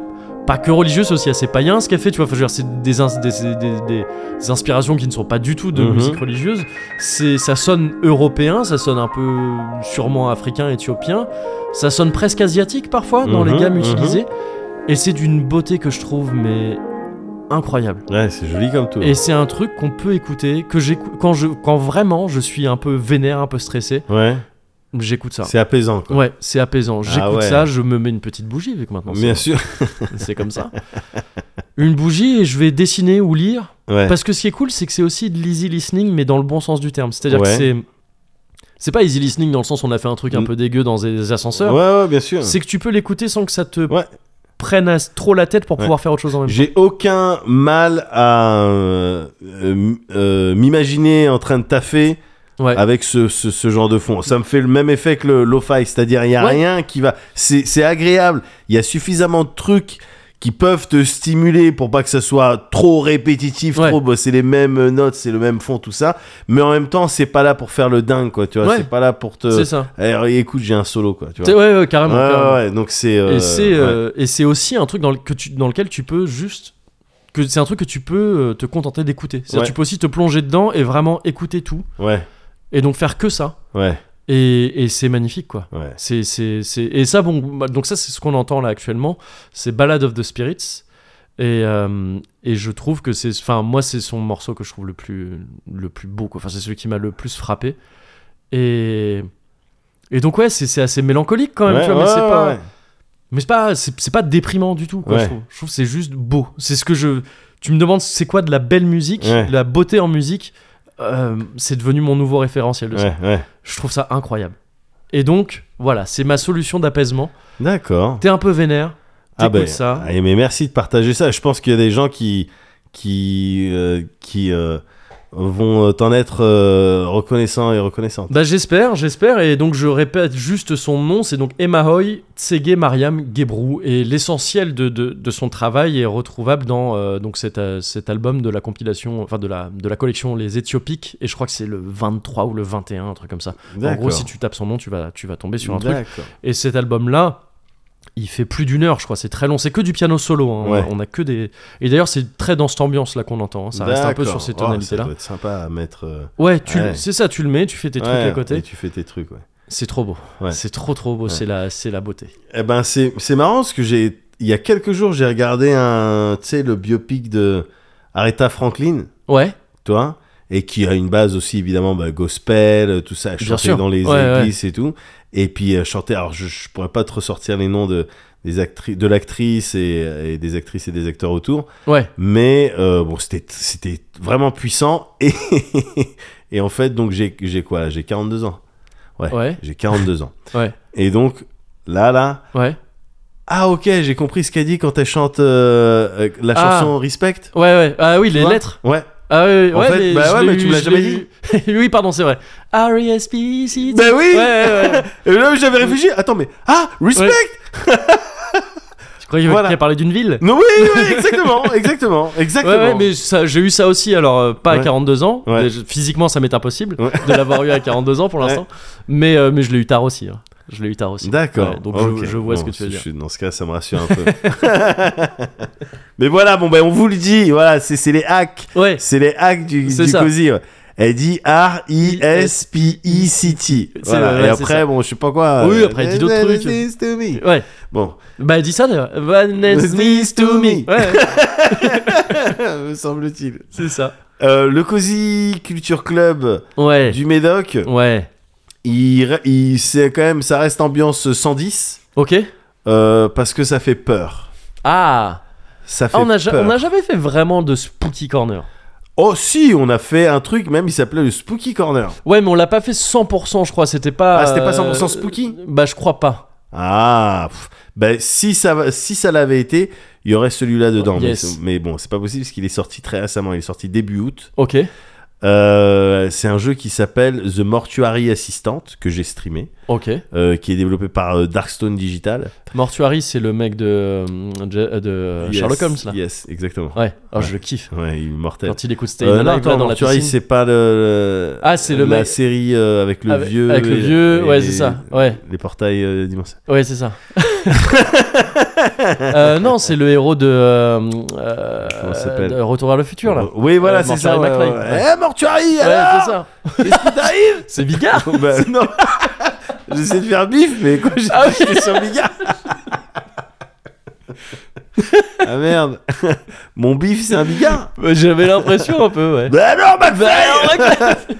Speaker 1: pas que religieux, c'est aussi assez païen ce qu'elle fait. Tu vois, Enfin, je veux dire, c'est des, ins- des- des- des- des inspirations qui ne sont pas du tout de
Speaker 2: Mhm.
Speaker 1: musique religieuse. C'est ça sonne européen, ça sonne un peu sûrement africain, éthiopien. Ça sonne presque asiatique parfois dans les
Speaker 2: Mhm,
Speaker 1: gammes
Speaker 2: mhm.
Speaker 1: utilisées. Et c'est d'une beauté que je trouve mais incroyable.
Speaker 2: Ouais, c'est joli comme tout. hein.
Speaker 1: Et c'est un truc qu'on peut écouter, que j'écoute quand je, quand vraiment je suis un peu vénère, un peu stressé,
Speaker 2: Ouais.
Speaker 1: j'écoute ça.
Speaker 2: C'est apaisant. Quoi.
Speaker 1: Ouais, c'est apaisant. J'écoute
Speaker 2: ouais.
Speaker 1: ça, je me mets une petite bougie vu que maintenant.
Speaker 2: Bien
Speaker 1: c'est-
Speaker 2: sûr.
Speaker 1: C'est comme ça. Une bougie et je vais dessiner ou lire.
Speaker 2: Ouais.
Speaker 1: Parce que ce qui est cool, c'est que c'est aussi de l'easy listening, mais dans le bon sens du terme. C'est-à-dire que
Speaker 2: Ouais. Mm.
Speaker 1: c'est c'est pas easy listening dans le sens où on a fait un truc un peu dégueu dans des ascenseurs.
Speaker 2: Ouais, ouais, bien sûr.
Speaker 1: C'est que tu peux l'écouter sans que ça te
Speaker 2: Ouais.
Speaker 1: prenne à- trop la tête pour
Speaker 2: Ouais.
Speaker 1: pouvoir faire autre chose en même temps.
Speaker 2: J'ai aucun mal à euh, euh, euh, m'imaginer en train de taffer
Speaker 1: Ouais.
Speaker 2: avec ce, ce- ce genre de fond. Ça me fait le même effet que le lo-fi, c'est-à-dire il n'y a
Speaker 1: Ouais.
Speaker 2: rien qui va. C'est c'est agréable, il y a suffisamment de trucs qui peuvent te stimuler pour pas que ça soit trop répétitif,
Speaker 1: Ouais.
Speaker 2: trop bah, c'est les mêmes notes, c'est le même fond, tout ça. Mais en même temps, c'est pas là pour faire le dingue, quoi. Tu vois,
Speaker 1: Ouais.
Speaker 2: c'est pas là pour te.
Speaker 1: C'est ça.
Speaker 2: Alors, écoute, j'ai un solo, quoi. euh, Tu
Speaker 1: C'est-
Speaker 2: vois.
Speaker 1: Ouais, ouais, carrément.
Speaker 2: Ouais,
Speaker 1: carrément.
Speaker 2: ouais, ouais, donc c'est. euh,
Speaker 1: Et c'est
Speaker 2: ouais.
Speaker 1: euh, et c'est aussi un truc dans, le- que tu- dans lequel tu peux juste que c'est un truc que tu peux euh, te contenter d'écouter. C'est-à-dire
Speaker 2: Ouais.
Speaker 1: tu peux aussi te plonger dedans et vraiment écouter tout
Speaker 2: ouais,
Speaker 1: et donc faire que ça.
Speaker 2: ouais,
Speaker 1: Et, et c'est magnifique quoi.
Speaker 2: ouais.
Speaker 1: C'est c'est c'est et ça bon bah, donc ça c'est ce qu'on entend là actuellement, c'est Ballad of the Spirits et euh, et je trouve que c'est enfin moi c'est son morceau que je trouve le plus le plus beau quoi. Enfin c'est celui qui m'a le plus frappé et et donc ouais c'est c'est assez mélancolique quand même
Speaker 2: Ouais,
Speaker 1: tu vois mais
Speaker 2: ouais,
Speaker 1: c'est pas
Speaker 2: ouais.
Speaker 1: mais c'est pas, c'est c'est pas déprimant du tout, quoi,
Speaker 2: Ouais.
Speaker 1: je trouve. Je trouve que c'est juste beau. C'est ce que je. Tu me demandes c'est quoi de la belle musique,
Speaker 2: Ouais.
Speaker 1: de la beauté en musique. euh, c'est devenu mon nouveau référentiel de ça.
Speaker 2: Ouais, ouais.
Speaker 1: Je trouve ça incroyable. Et donc, voilà, c'est ma solution d'apaisement.
Speaker 2: D'accord.
Speaker 1: T'es un peu vénère, t'écoutes ça.
Speaker 2: ah, mais merci de partager ça. Je pense qu'il y a des gens qui qui euh, qui euh, vont t'en être euh, reconnaissants et reconnaissantes.
Speaker 1: Bah j'espère, j'espère, et donc je répète juste son nom, c'est donc Emma Hoy Tsege Mariam Gebrou, et l'essentiel de, de- de son travail est retrouvable dans euh, donc cet, euh, cet album de la compilation, enfin de la, de la collection Les Éthiopiques, et je crois que c'est le 23 ou le 21, un truc comme ça. En gros, si tu tapes son nom, tu vas, tu vas tomber sur un truc.
Speaker 2: D'accord.
Speaker 1: Et cet album-là, il fait plus d'une heure, je crois, c'est très long. C'est que du piano solo. hein.
Speaker 2: Ouais.
Speaker 1: On a que des. Et d'ailleurs, c'est très dans cette ambiance-là qu'on entend. hein. Ça reste un peu
Speaker 2: D'accord.
Speaker 1: sur ces
Speaker 2: Oh, ça
Speaker 1: tonalités-là.
Speaker 2: doit être sympa à mettre. euh,
Speaker 1: ouais, tu le-
Speaker 2: Ouais.
Speaker 1: c'est ça, tu le mets, tu fais tes trucs
Speaker 2: ouais,
Speaker 1: à côté.
Speaker 2: et tu fais tes trucs. Ouais.
Speaker 1: C'est trop beau.
Speaker 2: Ouais.
Speaker 1: C'est trop trop beau. C'est la, c'est la beauté.
Speaker 2: Eh ben c'est c'est marrant parce que j'ai il y a quelques jours j'ai regardé un tu sais le biopic de Aretha Franklin.
Speaker 1: Ouais.
Speaker 2: toi, et qui a une base aussi évidemment bah, gospel, euh, tout ça,
Speaker 1: Bien
Speaker 2: chanté
Speaker 1: sûr.
Speaker 2: dans les
Speaker 1: Ouais,
Speaker 2: églises et tout. Et puis euh, chanter, alors je, je pourrais pas te ressortir les noms de, des actrices, de l'actrice et, et des actrices et des acteurs autour,
Speaker 1: Ouais.
Speaker 2: mais euh, bon, c'était, c'était vraiment puissant. Et, et en fait, donc j'ai, j'ai quoi là J'ai 42 ans. Ouais,
Speaker 1: Ouais.
Speaker 2: J'ai 42 ans.
Speaker 1: Ouais.
Speaker 2: Et donc là, là,
Speaker 1: Ouais.
Speaker 2: ah ok, j'ai compris ce qu'elle dit quand elle chante euh, euh, la
Speaker 1: Ah.
Speaker 2: chanson Respect.
Speaker 1: Ouais, ouais. Ah oui, les
Speaker 2: Ouais.
Speaker 1: lettres.
Speaker 2: Ouais.
Speaker 1: Ah oui,
Speaker 2: En
Speaker 1: ouais,
Speaker 2: fait,
Speaker 1: les-
Speaker 2: bah
Speaker 1: je
Speaker 2: ouais,
Speaker 1: l'ai
Speaker 2: mais tu
Speaker 1: eu,
Speaker 2: me l'as
Speaker 1: je
Speaker 2: jamais
Speaker 1: l'ai
Speaker 2: dit.
Speaker 1: eu. oui, pardon, c'est vrai. E R.E.S.P.C.
Speaker 2: Ben oui
Speaker 1: Ouais, ouais, ouais.
Speaker 2: Et là, j'avais réfléchi. Attends, mais ah, respect.
Speaker 1: Ouais. Tu croyais
Speaker 2: Voilà.
Speaker 1: qu'il a parlé d'une ville
Speaker 2: Non, oui, oui, exactement, exactement, exactement.
Speaker 1: Ouais, ouais, mais ça- j'ai eu ça aussi, alors euh, pas à
Speaker 2: Ouais.
Speaker 1: 42 ans.
Speaker 2: Ouais.
Speaker 1: mais je- Physiquement, ça m'est impossible
Speaker 2: Ouais.
Speaker 1: de l'avoir eu à 42 ans pour l'instant. Mais, euh, mais je l'ai eu tard aussi. hein. Je l'ai eu tard aussi.
Speaker 2: D'accord.
Speaker 1: Ouais, donc
Speaker 2: ok.
Speaker 1: je, je vois ce
Speaker 2: Bon,
Speaker 1: que tu veux
Speaker 2: je
Speaker 1: dire.
Speaker 2: suis- Dans ce cas, ça me rassure un peu. mais voilà, bon, ben on vous le dit. Voilà, c'est c'est les hacks.
Speaker 1: Ouais.
Speaker 2: C'est les hacks du,
Speaker 1: C'est
Speaker 2: du
Speaker 1: ça.
Speaker 2: COSI, ouais. Elle dit R-I-S-P-E-C-T.
Speaker 1: C'est-
Speaker 2: Voilà.
Speaker 1: ouais,
Speaker 2: Et
Speaker 1: c'est
Speaker 2: après,
Speaker 1: ça.
Speaker 2: bon, je sais pas quoi.
Speaker 1: Oui,
Speaker 2: euh,
Speaker 1: après, elle dit d'autres
Speaker 2: That
Speaker 1: trucs.
Speaker 2: is to me.
Speaker 1: Ouais.
Speaker 2: Bon,
Speaker 1: Bah, dis ça d'ailleurs. Van
Speaker 2: This
Speaker 1: means
Speaker 2: means
Speaker 1: to
Speaker 2: to
Speaker 1: me. Ouais,
Speaker 2: me.
Speaker 1: ouais,
Speaker 2: me semble-t-il.
Speaker 1: c'est ça.
Speaker 2: Euh, le COSI Culture Club
Speaker 1: Ouais.
Speaker 2: du Médoc,
Speaker 1: Ouais.
Speaker 2: il, re- il, c'est quand même, ça reste ambiance 110
Speaker 1: Ok.
Speaker 2: euh, parce que ça fait peur.
Speaker 1: Ah.
Speaker 2: Ça fait
Speaker 1: Ah, on, a, ja-
Speaker 2: peur.
Speaker 1: on a jamais fait vraiment de spooky corner.
Speaker 2: Oh si, on a fait un truc même, il s'appelait le Spooky Corner.
Speaker 1: Ouais, mais on l'a pas fait 100%, je crois. C'était pas.
Speaker 2: Ah, c'était pas
Speaker 1: euh,
Speaker 2: 100% spooky
Speaker 1: Bah, je crois pas.
Speaker 2: Ah, pff, ben si ça, va- si ça l'avait été, il y aurait celui-là dedans. Mais
Speaker 1: Yes.
Speaker 2: c'est- Mais, bon, c'est pas possible parce qu'il est sorti très récemment, il est sorti début août.
Speaker 1: Ok.
Speaker 2: Euh, c'est un jeu qui s'appelle The Mortuary Assistant, que j'ai streamé,
Speaker 1: Ok.
Speaker 2: euh, qui est développé par euh, Darkstone Digital.
Speaker 1: Mortuary, c'est le mec de, euh, Je- euh, de euh,
Speaker 2: Yes,
Speaker 1: Sherlock Holmes, là.
Speaker 2: Yes, exactement.
Speaker 1: Ouais, oh,
Speaker 2: Ouais.
Speaker 1: je le kiffe.
Speaker 2: Ouais, il est mortel.
Speaker 1: Quand il écoute Stay
Speaker 2: Euh, non,
Speaker 1: Alive, là,
Speaker 2: attends,
Speaker 1: dans la
Speaker 2: Mortuary,
Speaker 1: piscine.
Speaker 2: c'est pas le,
Speaker 1: Ah, c'est le
Speaker 2: la
Speaker 1: mec-
Speaker 2: série euh, avec le
Speaker 1: avec,
Speaker 2: vieux.
Speaker 1: Avec le
Speaker 2: et-
Speaker 1: vieux,
Speaker 2: et
Speaker 1: ouais,
Speaker 2: les-
Speaker 1: c'est ça. Ouais,
Speaker 2: Les portails euh, dimensionnels.
Speaker 1: ouais, c'est ça. Euh, non, c'est le héros de, euh, euh,
Speaker 2: Comment ça s'appelle
Speaker 1: de Retour vers le futur, là.
Speaker 2: Oui, voilà,
Speaker 1: Euh,
Speaker 2: c'est ça.
Speaker 1: Mortuary
Speaker 2: ouais,
Speaker 1: McFly.
Speaker 2: ouais. Eh, Mortuary,
Speaker 1: Ouais,
Speaker 2: alors
Speaker 1: c'est ça.
Speaker 2: Qu'est-ce qui t'arrive
Speaker 1: C'est Bigard.
Speaker 2: Bah, non J'essaie de faire bif, mais quoi, j'ai-
Speaker 1: Ah oui.
Speaker 2: j'étais sur Bigard Ah merde Mon bif, c'est un Bigard
Speaker 1: Ouais, J'avais l'impression un peu, ouais.
Speaker 2: Bah non, McFly
Speaker 1: Bah, alors, ok.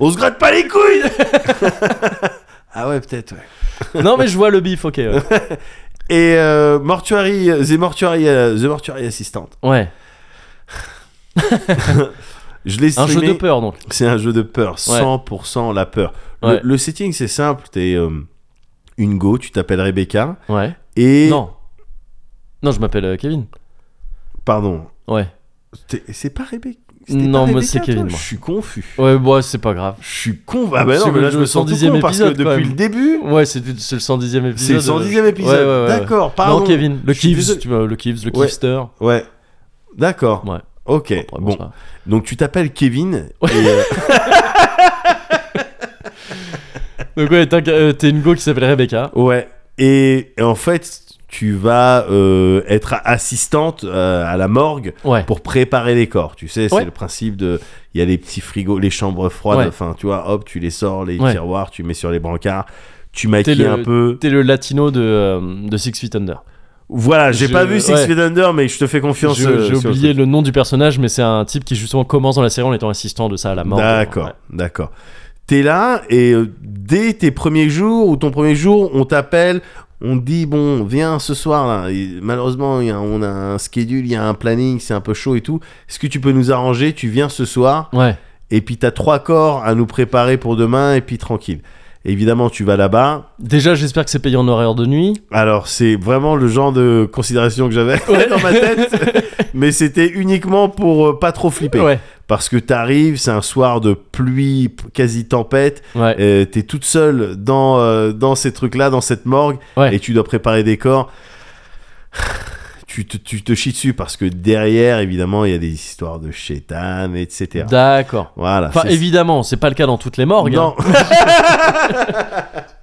Speaker 2: On se gratte pas les couilles Ah ouais, peut-être, ouais.
Speaker 1: non, mais je vois le bif, ok. Ouais.
Speaker 2: Et euh, Mortuary, euh, The Mortuary, euh, The Mortuary Assistant.
Speaker 1: Ouais.
Speaker 2: Je l'ai
Speaker 1: Un jeu de
Speaker 2: streamé.
Speaker 1: peur, donc.
Speaker 2: C'est un jeu de peur, 100% la peur. Le,
Speaker 1: Ouais.
Speaker 2: le setting, c'est simple. T'es euh, une go, tu t'appelles Rebecca.
Speaker 1: Ouais.
Speaker 2: Et.
Speaker 1: Non. Non, je m'appelle euh, Kevin.
Speaker 2: Pardon.
Speaker 1: Ouais.
Speaker 2: T'es- C'est pas Rebecca.
Speaker 1: Non, moi,
Speaker 2: mais
Speaker 1: c'est Kevin,
Speaker 2: Je
Speaker 1: moi.
Speaker 2: suis confus.
Speaker 1: Ouais, bon, c'est pas grave.
Speaker 2: Je suis con. Ah bah
Speaker 1: C'est
Speaker 2: non, mais
Speaker 1: le
Speaker 2: là, je me sens tout
Speaker 1: 110e
Speaker 2: con parce que
Speaker 1: épisode, quand
Speaker 2: depuis
Speaker 1: même.
Speaker 2: le début,
Speaker 1: Ouais, c'est c'est le 110e épisode. euh.
Speaker 2: c'est le 110e épisode.
Speaker 1: Ouais, ouais, ouais, ouais.
Speaker 2: D'accord, pardon.
Speaker 1: Non, Kevin, le
Speaker 2: Je suis
Speaker 1: Kivs,
Speaker 2: désolé.
Speaker 1: tu vois, le Kivs, le
Speaker 2: Ouais.
Speaker 1: Kivster.
Speaker 2: Ouais. D'accord.
Speaker 1: Ouais.
Speaker 2: Ok.
Speaker 1: Probablement
Speaker 2: Bon.
Speaker 1: ça.
Speaker 2: Donc tu t'appelles Kevin.
Speaker 1: Ouais.
Speaker 2: Et, euh,
Speaker 1: Donc, ouais, t'as euh, t'es une go qui s'appelle Rebecca.
Speaker 2: Ouais. Et, et en fait, tu vas euh, être assistante euh, à la morgue
Speaker 1: Ouais.
Speaker 2: pour préparer les corps. Tu sais, c'est
Speaker 1: Ouais.
Speaker 2: le principe de. Il y a les petits frigos, les chambres froides.
Speaker 1: Ouais.
Speaker 2: Enfin, tu vois, hop, tu les sors, les
Speaker 1: Ouais.
Speaker 2: tiroirs, tu mets sur les brancards, tu maquilles
Speaker 1: le-
Speaker 2: un peu.
Speaker 1: T'es le latino de, euh, de Six Feet Under.
Speaker 2: Voilà, j'ai
Speaker 1: Je-
Speaker 2: pas vu Six
Speaker 1: ouais.
Speaker 2: Feet Under, mais je te fais confiance.
Speaker 1: Je-
Speaker 2: euh,
Speaker 1: J'ai
Speaker 2: sur le
Speaker 1: oublié
Speaker 2: truc.
Speaker 1: le nom du personnage, mais c'est un type qui justement commence dans la série en étant assistant de ça à la mort.
Speaker 2: D'accord,
Speaker 1: Ouais.
Speaker 2: d'accord. T'es là et euh, dès tes premiers jours ou ton premier jour, on t'appelle, on te dit bon, viens ce soir là. Et malheureusement, il y a- on a un schedule, il y a un planning, c'est un peu chaud et tout. Est-ce que tu peux nous arranger Tu viens ce soir
Speaker 1: Ouais.
Speaker 2: et puis t'as trois corps à nous préparer pour demain et puis tranquille. Évidemment, tu vas là-bas.
Speaker 1: Déjà, j'espère que c'est payé en horaire de nuit.
Speaker 2: Alors, c'est vraiment le genre de considération que j'avais dans ma tête, mais c'était uniquement pour euh, pas trop flipper.
Speaker 1: Ouais.
Speaker 2: Parce que t'arrives, c'est un soir de pluie, p- quasi tempête,
Speaker 1: Ouais.
Speaker 2: euh, t'es toute seule dans, euh, dans ces trucs-là, dans cette morgue,
Speaker 1: Ouais.
Speaker 2: et tu dois préparer des corps. tu, te, tu te chies dessus parce que derrière, évidemment, il y a des histoires de chétan, etc.
Speaker 1: D'accord.
Speaker 2: Voilà.
Speaker 1: Enfin,
Speaker 2: Ah, c'est-
Speaker 1: évidemment, c'est pas le cas dans toutes les morgues. hein.
Speaker 2: Non,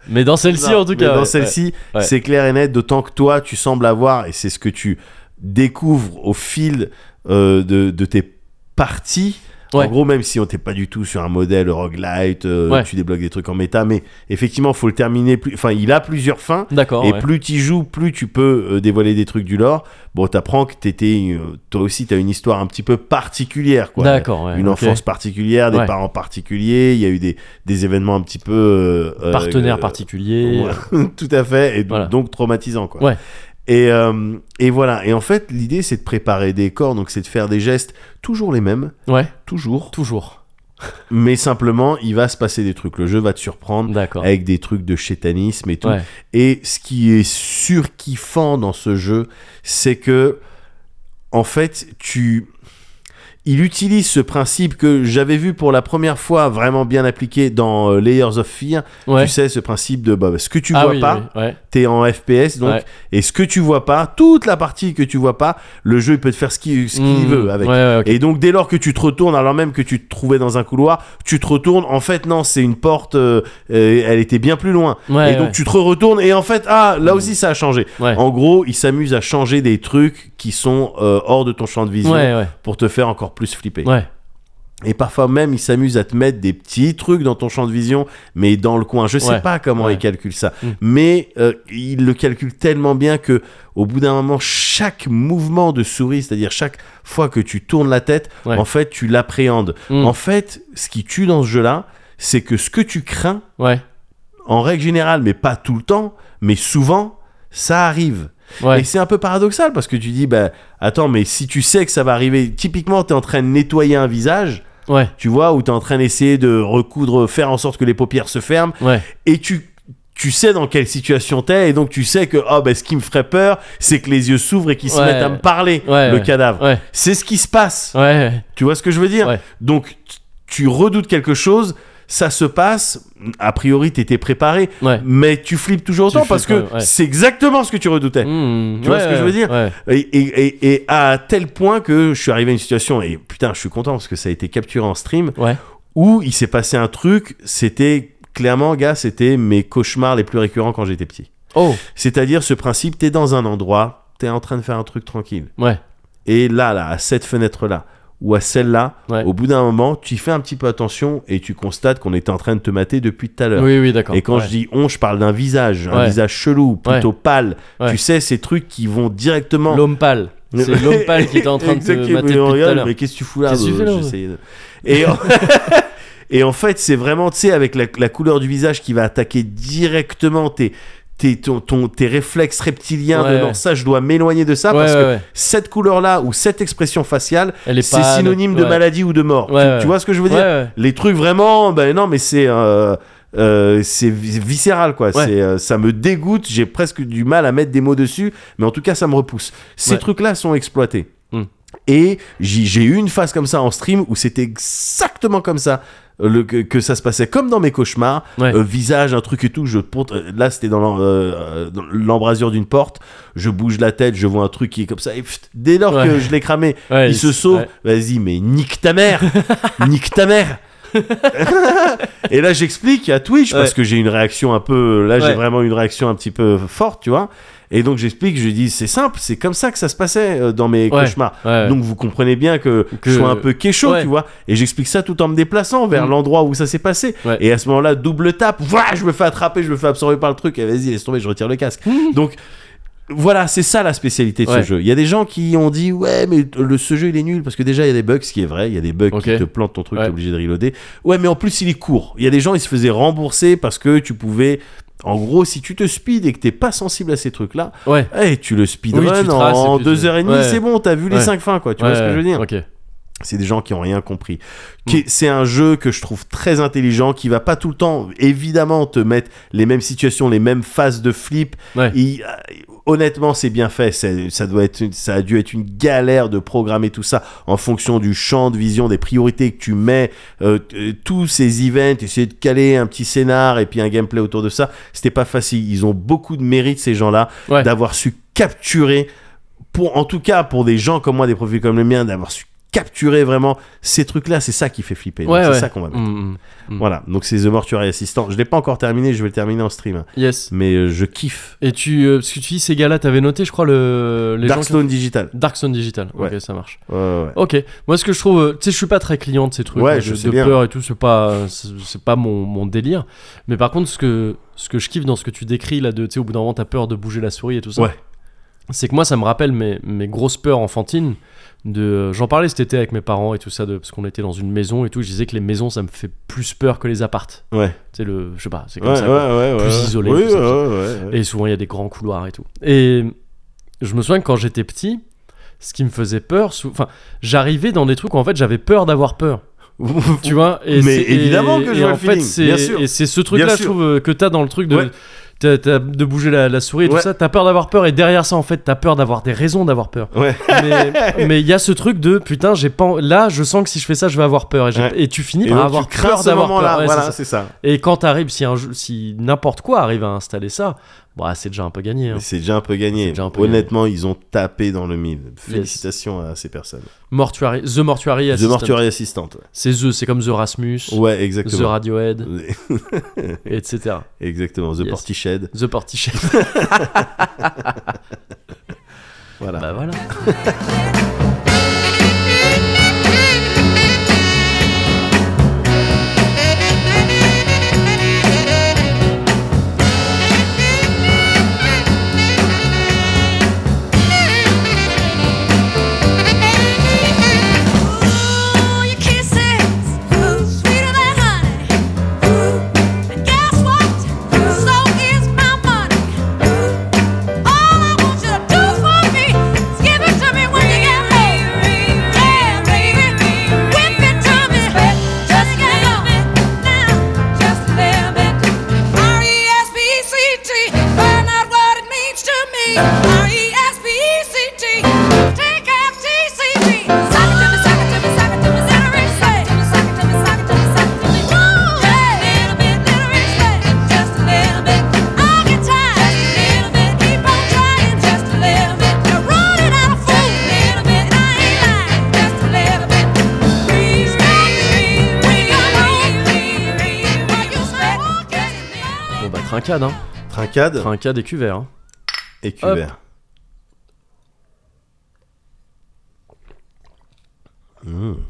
Speaker 1: Mais dans celle-ci,
Speaker 2: non,
Speaker 1: en tout
Speaker 2: mais
Speaker 1: cas.
Speaker 2: Dans
Speaker 1: ouais.
Speaker 2: celle-ci,
Speaker 1: Ouais.
Speaker 2: c'est clair et net, d'autant que toi, tu sembles avoir, et c'est ce que tu découvres au fil euh, de, de tes parties,
Speaker 1: Ouais.
Speaker 2: En gros, même si on n'était pas du tout sur un modèle roguelite, euh,
Speaker 1: Ouais.
Speaker 2: tu débloques des trucs en méta, mais effectivement, faut le terminer. plus- Enfin, il a plusieurs fins.
Speaker 1: D'accord.
Speaker 2: Et
Speaker 1: Oh, ouais.
Speaker 2: plus tu joues, plus tu peux euh, dévoiler des trucs du lore. Bon, t'apprends que t'étais, euh, toi aussi, t'as une histoire un petit peu particulière, quoi.
Speaker 1: D'accord. ouais,
Speaker 2: une
Speaker 1: ok.
Speaker 2: enfance particulière, des
Speaker 1: Ouais.
Speaker 2: parents particuliers. Il y a eu des, des événements un petit peu euh, euh,
Speaker 1: Partenaire
Speaker 2: euh,
Speaker 1: particulier.
Speaker 2: Ouais, tout à fait, et donc-
Speaker 1: Voilà.
Speaker 2: donc traumatisant quoi.
Speaker 1: Ouais.
Speaker 2: Et, euh, et voilà, et en fait l'idée c'est de préparer des corps, donc c'est de faire des gestes toujours les mêmes,
Speaker 1: Ouais.
Speaker 2: toujours,
Speaker 1: Toujours.
Speaker 2: mais simplement il va se passer des trucs, le jeu va te surprendre
Speaker 1: D'accord.
Speaker 2: avec des trucs de chétanisme et tout.
Speaker 1: Ouais.
Speaker 2: Et ce qui est surkiffant dans ce jeu, c'est que en fait tu... Il utilise ce principe que j'avais vu pour la première fois vraiment bien appliqué dans euh, Layers of Fear.
Speaker 1: Ouais.
Speaker 2: Tu sais, ce principe de bah, ce que tu
Speaker 1: ah
Speaker 2: vois
Speaker 1: oui,
Speaker 2: pas,
Speaker 1: oui, ouais.
Speaker 2: t'es en FPS donc
Speaker 1: Ouais.
Speaker 2: et ce que tu vois pas toute la partie que tu vois pas le jeu il peut te faire ce qu'il ce qu'il
Speaker 1: Mmh,
Speaker 2: veut avec
Speaker 1: ouais, ouais, ok.
Speaker 2: et donc dès lors que tu te retournes alors même que tu te trouvais dans un couloir tu te retournes en fait non c'est une porte euh, euh, elle était bien plus loin
Speaker 1: Ouais,
Speaker 2: et donc
Speaker 1: ouais. Mmh.
Speaker 2: tu te retournes et en fait ah là aussi ça a changé
Speaker 1: Ouais.
Speaker 2: en gros il s'amuse à changer des trucs qui sont euh, hors de ton champ de vision
Speaker 1: Ouais, ouais,
Speaker 2: pour te faire encore plus flipper
Speaker 1: ouais.
Speaker 2: et parfois même, ils s'amusent à te mettre des petits trucs dans ton champ de vision, mais dans le coin. Je sais
Speaker 1: Ouais,
Speaker 2: pas comment
Speaker 1: ouais.
Speaker 2: ils calculent ça,
Speaker 1: Mm.
Speaker 2: mais euh, ils le calculent tellement bien que, au bout d'un moment, chaque mouvement de souris, c'est-à-dire chaque fois que tu tournes la tête,
Speaker 1: Ouais.
Speaker 2: en fait, tu l'appréhendes.
Speaker 1: Mm.
Speaker 2: En fait, ce qui tue dans ce jeu-là, c'est que ce que tu crains,
Speaker 1: Ouais,
Speaker 2: en règle générale, mais pas tout le temps, mais souvent, ça arrive.
Speaker 1: ouais.
Speaker 2: Et c'est un peu paradoxal parce que tu dis, bah, attends, mais si tu sais que ça va arriver, typiquement, tu es en train de nettoyer un visage
Speaker 1: Ouais,
Speaker 2: tu vois, où tu es en train d'essayer de recoudre, faire en sorte que les paupières se ferment,
Speaker 1: ouais,
Speaker 2: et tu, tu sais dans quelle situation t'es, et donc tu sais que oh, bah, ce qui me ferait peur, c'est que les yeux s'ouvrent et qu'ils se
Speaker 1: Ouais.
Speaker 2: mettent à me parler,
Speaker 1: Ouais,
Speaker 2: le
Speaker 1: ouais.
Speaker 2: cadavre.
Speaker 1: ouais,
Speaker 2: C'est ce qui se passe,
Speaker 1: ouais,
Speaker 2: tu vois ce que je veux dire
Speaker 1: Ouais.
Speaker 2: Donc tu- tu redoutes quelque chose, ça se passe, a priori t'étais préparé,
Speaker 1: ouais.
Speaker 2: mais tu flippes toujours
Speaker 1: Tu
Speaker 2: autant parce
Speaker 1: flippes,
Speaker 2: que
Speaker 1: ouais.
Speaker 2: c'est exactement ce que tu redoutais.
Speaker 1: Mmh,
Speaker 2: Tu vois
Speaker 1: ouais,
Speaker 2: ce que je veux dire
Speaker 1: ouais.
Speaker 2: Et, et- et- et à tel point que je suis arrivé à une situation, et putain, je suis content parce que ça a été capturé en stream,
Speaker 1: Ouais.
Speaker 2: où il s'est passé un truc, c'était clairement, gars, c'était mes cauchemars les plus récurrents quand j'étais petit.
Speaker 1: Oh,
Speaker 2: C'est-à-dire ce principe, t'es dans un endroit, t'es en train de faire un truc tranquille.
Speaker 1: ouais,
Speaker 2: Et là, là, à cette fenêtre-là, ou à celle-là,
Speaker 1: Ouais.
Speaker 2: au bout d'un moment, tu y fais un petit peu attention et tu constates qu'on était en train de te mater depuis tout à l'heure.
Speaker 1: oui, oui, d'accord.
Speaker 2: Et quand
Speaker 1: ouais.
Speaker 2: je dis on, je parle d'un visage, un
Speaker 1: Ouais.
Speaker 2: visage chelou, plutôt pâle.
Speaker 1: Ouais.
Speaker 2: Tu sais, ces trucs qui vont directement
Speaker 1: l'homme pâle, c'est l'homme pâle qui était en train de te
Speaker 2: Exactement,
Speaker 1: mater
Speaker 2: mais
Speaker 1: depuis tout
Speaker 2: regarde,
Speaker 1: à l'heure.
Speaker 2: Mais qu'est-ce que tu fous là,
Speaker 1: Qu'est-ce que tu
Speaker 2: bah,
Speaker 1: fais là, ouais.
Speaker 2: j'essayais de- Et en... Et en fait, c'est vraiment, tu sais, avec la, la couleur du visage qui va attaquer directement tes, tes, ton, ton- tes réflexes reptiliens
Speaker 1: Ouais,
Speaker 2: de non,
Speaker 1: ouais.
Speaker 2: ça, je dois m'éloigner de ça
Speaker 1: Ouais,
Speaker 2: parce
Speaker 1: ouais,
Speaker 2: que
Speaker 1: ouais.
Speaker 2: cette couleur-là ou cette expression faciale,
Speaker 1: Elle est
Speaker 2: c'est
Speaker 1: pâle,
Speaker 2: synonyme de
Speaker 1: ouais.
Speaker 2: maladie ou de mort.
Speaker 1: Ouais,
Speaker 2: tu,
Speaker 1: ouais,
Speaker 2: tu vois ce que je veux
Speaker 1: Ouais,
Speaker 2: dire
Speaker 1: ouais.
Speaker 2: Les trucs vraiment, ben non, mais c'est. euh, euh, c'est vi- viscéral quoi
Speaker 1: Ouais.
Speaker 2: c'est euh, ça me dégoûte j'ai presque du mal à mettre des mots dessus mais en tout cas ça me repousse ces
Speaker 1: Ouais.
Speaker 2: trucs là sont exploités
Speaker 1: Hmm.
Speaker 2: et j'y- j'ai eu une phase comme ça en stream où c'était exactement comme ça euh, le, que, que ça se passait comme dans mes cauchemars
Speaker 1: Ouais.
Speaker 2: Euh, visage un truc et tout je porte euh, là c'était dans l'en- euh, dans l'embrasure d'une porte je bouge la tête je vois un truc qui est comme ça et pfft, dès lors
Speaker 1: Ouais.
Speaker 2: que je l'ai cramé
Speaker 1: Ouais,
Speaker 2: il se sauve.
Speaker 1: ouais.
Speaker 2: Vas-y, mais nique ta mère Nique ta mère Et là, j'explique à Twitch parce
Speaker 1: Ouais.
Speaker 2: que j'ai une réaction un peu. Là, j'ai
Speaker 1: Ouais.
Speaker 2: vraiment une réaction un petit peu forte, tu vois. Et donc, j'explique, je dis, c'est simple, c'est comme ça que ça se passait euh, dans mes
Speaker 1: Ouais,
Speaker 2: cauchemars.
Speaker 1: ouais.
Speaker 2: Donc, vous comprenez bien que,
Speaker 1: Que-
Speaker 2: je suis un peu kécho,
Speaker 1: Ouais.
Speaker 2: tu vois. Et j'explique ça tout en me déplaçant vers
Speaker 1: Mm.
Speaker 2: l'endroit où ça s'est passé.
Speaker 1: Ouais.
Speaker 2: Et à ce moment-là, double tape, voilà, je me fais attraper, je me fais absorber par le truc. Et vas-y, laisse tomber, je retire le casque. Donc, voilà, c'est ça la spécialité de
Speaker 1: Ouais.
Speaker 2: ce jeu. Il y a des gens qui ont dit ouais, mais le, ce jeu il est nul parce que déjà il y a des bugs, ce qui est vrai. Il y a des bugs
Speaker 1: Ok.
Speaker 2: qui te plantent ton truc,
Speaker 1: Ouais.
Speaker 2: t'es obligé de reloader. Ouais, mais en plus il est court. Il y a des gens ils se faisaient rembourser parce que tu pouvais, en gros, si tu te speed et que t'es pas sensible à ces trucs là,
Speaker 1: Ouais.
Speaker 2: hey, tu le speedrun
Speaker 1: Oui, tu traces et
Speaker 2: en
Speaker 1: puis tu-
Speaker 2: 2h30
Speaker 1: Ouais.
Speaker 2: c'est bon, t'as vu les
Speaker 1: Ouais.
Speaker 2: 5 fins quoi. Tu
Speaker 1: ouais,
Speaker 2: vois ce que je veux dire Mm.
Speaker 1: Ok.
Speaker 2: c'est des gens qui ont rien compris. Qui- C'est un jeu que je trouve très intelligent, qui va pas tout le temps, évidemment, te mettre les mêmes situations, les mêmes phases de flip.
Speaker 1: Ouais.
Speaker 2: Il- euh, honnêtement, c'est bien fait. C'est- Ça, doit être une- ça a dû être une galère de programmer tout ça en fonction du champ de vision, des priorités que tu mets, euh, t- euh, tous ces events, essayer de caler un petit scénar et puis un gameplay autour de ça. C'était pas facile. Ils ont beaucoup de mérite, ces gens-là,
Speaker 1: Ouais.
Speaker 2: d'avoir su capturer pour en tout cas pour des gens comme moi des profils comme le mien d'avoir su capturer vraiment ces trucs-là. C'est ça qui fait flipper. Donc,
Speaker 1: Ouais,
Speaker 2: c'est
Speaker 1: ouais.
Speaker 2: ça qu'on va mettre.
Speaker 1: Mm, mm.
Speaker 2: Voilà, donc c'est The Mortuary Assistant. Je l'ai pas encore terminé, je vais le terminer en stream.
Speaker 1: Yes.
Speaker 2: Mais euh, je kiffe.
Speaker 1: Et tu, euh, parce que tu dis ces gars-là, t'avais noté, je crois, le, les gens. qui-
Speaker 2: Darkstone Digital.
Speaker 1: Darkstone Digital.
Speaker 2: Ouais.
Speaker 1: Ok, ça marche.
Speaker 2: Ouais, ouais.
Speaker 1: Ok. Moi, ce que je trouve, euh, tu sais, je suis pas très client de ces trucs
Speaker 2: Ouais,
Speaker 1: hein,
Speaker 2: je
Speaker 1: de,
Speaker 2: sais
Speaker 1: de
Speaker 2: bien.
Speaker 1: peur et tout. C'est pas, euh, c'est c'est pas mon, mon délire. Mais par contre, ce que, ce que je kiffe dans ce que tu décris là, de, tu sais, au bout d'un moment, t'as peur de bouger la souris et tout ça.
Speaker 2: Ouais.
Speaker 1: C'est que moi, ça me rappelle mes, mes grosses peurs enfantines. De, j'en parlais cet été avec mes parents et tout ça, de, parce qu'on était dans une maison et tout. Je disais que les maisons, ça me fait plus peur que les appartes.
Speaker 2: Ouais, ouais,
Speaker 1: Tu sais, le, je sais pas, c'est comme
Speaker 2: ouais,
Speaker 1: ça.
Speaker 2: ouais,
Speaker 1: quoi.
Speaker 2: ouais,
Speaker 1: Plus
Speaker 2: ouais.
Speaker 1: isolé,
Speaker 2: Oui,
Speaker 1: tout ça,
Speaker 2: ouais,
Speaker 1: tout ça.
Speaker 2: ouais, ouais.
Speaker 1: Et souvent, il y a des grands couloirs et tout. Et je me souviens que quand j'étais petit, ce qui me faisait peur, sou- enfin, j'arrivais dans des trucs où en fait j'avais peur d'avoir peur. Tu vois et
Speaker 2: Mais
Speaker 1: c'est- et-
Speaker 2: évidemment que
Speaker 1: et
Speaker 2: j'aurais
Speaker 1: en
Speaker 2: le
Speaker 1: fait,
Speaker 2: feeling,
Speaker 1: c'est-
Speaker 2: bien sûr.
Speaker 1: Et c'est ce truc-là,
Speaker 2: Bien
Speaker 1: je
Speaker 2: sûr.
Speaker 1: trouve, euh, que t'as dans le truc de,
Speaker 2: Ouais.
Speaker 1: t'as- t'as- de bouger la, la souris et
Speaker 2: Ouais.
Speaker 1: tout ça. T'as peur d'avoir peur, et derrière ça, en fait, t'as peur d'avoir des raisons d'avoir peur.
Speaker 2: Ouais.
Speaker 1: Mais- Mais il y a ce truc de putain, j'ai pas. en- Là, je sens que si je fais ça, je vais avoir peur. Et, j'ai-
Speaker 2: Ouais.
Speaker 1: et tu finis
Speaker 2: Et
Speaker 1: par
Speaker 2: donc,
Speaker 1: avoir
Speaker 2: tu crains
Speaker 1: peur
Speaker 2: ce
Speaker 1: d'avoir peur.
Speaker 2: moment-là,
Speaker 1: Ouais, c'est ça.
Speaker 2: voilà, c'est ça.
Speaker 1: Et quand t'arrives, si, un jeu- si n'importe quoi arrive à installer ça, bah c'est déjà un peu gagné. hein.
Speaker 2: Mais C'est déjà un peu gagné.
Speaker 1: C'est déjà un peu
Speaker 2: Honnêtement, ils ont tapé dans le mille. Félicitations à ces personnes.
Speaker 1: Mortuary, The Mortuary
Speaker 2: The
Speaker 1: Assistant.
Speaker 2: Mortuary Assistant.
Speaker 1: C'est The, c'est comme The Rasmus,
Speaker 2: Ouais,
Speaker 1: The
Speaker 2: exactement.
Speaker 1: Radiohead, etc.
Speaker 2: exactement. The
Speaker 1: Yes.
Speaker 2: Portiched.
Speaker 1: The Portichet.
Speaker 2: Voilà.
Speaker 1: bah voilà.
Speaker 3: Ooh, your kisses, ooh, sweeter than honey. Ooh, and guess what? So is my money. Ooh, all I want you to do for me is give it to me when you get home. Yeah, whip it to me, just get it going. Now, just a little bit. R E S P E C T, find out what it means to me. R E S P E C T, take out T C T. Suck it to me, suck it to me, suck it to me, little rich say. Suck it to me, suck it to me, suck it to me. Just a little bit, little rich say. Just a little bit. I'll get tired. Just a little bit. Keep on trying. Just a little bit. You're running out of food. Just a little bit. I ain't lying. Just a little bit. Please don't leave. We got room. Are you still walking?
Speaker 1: Bon bah trincade, hein.
Speaker 2: Trincade
Speaker 1: Trincade et cuvert. Hein.
Speaker 2: et cuvert. Mmh.
Speaker 1: Hum.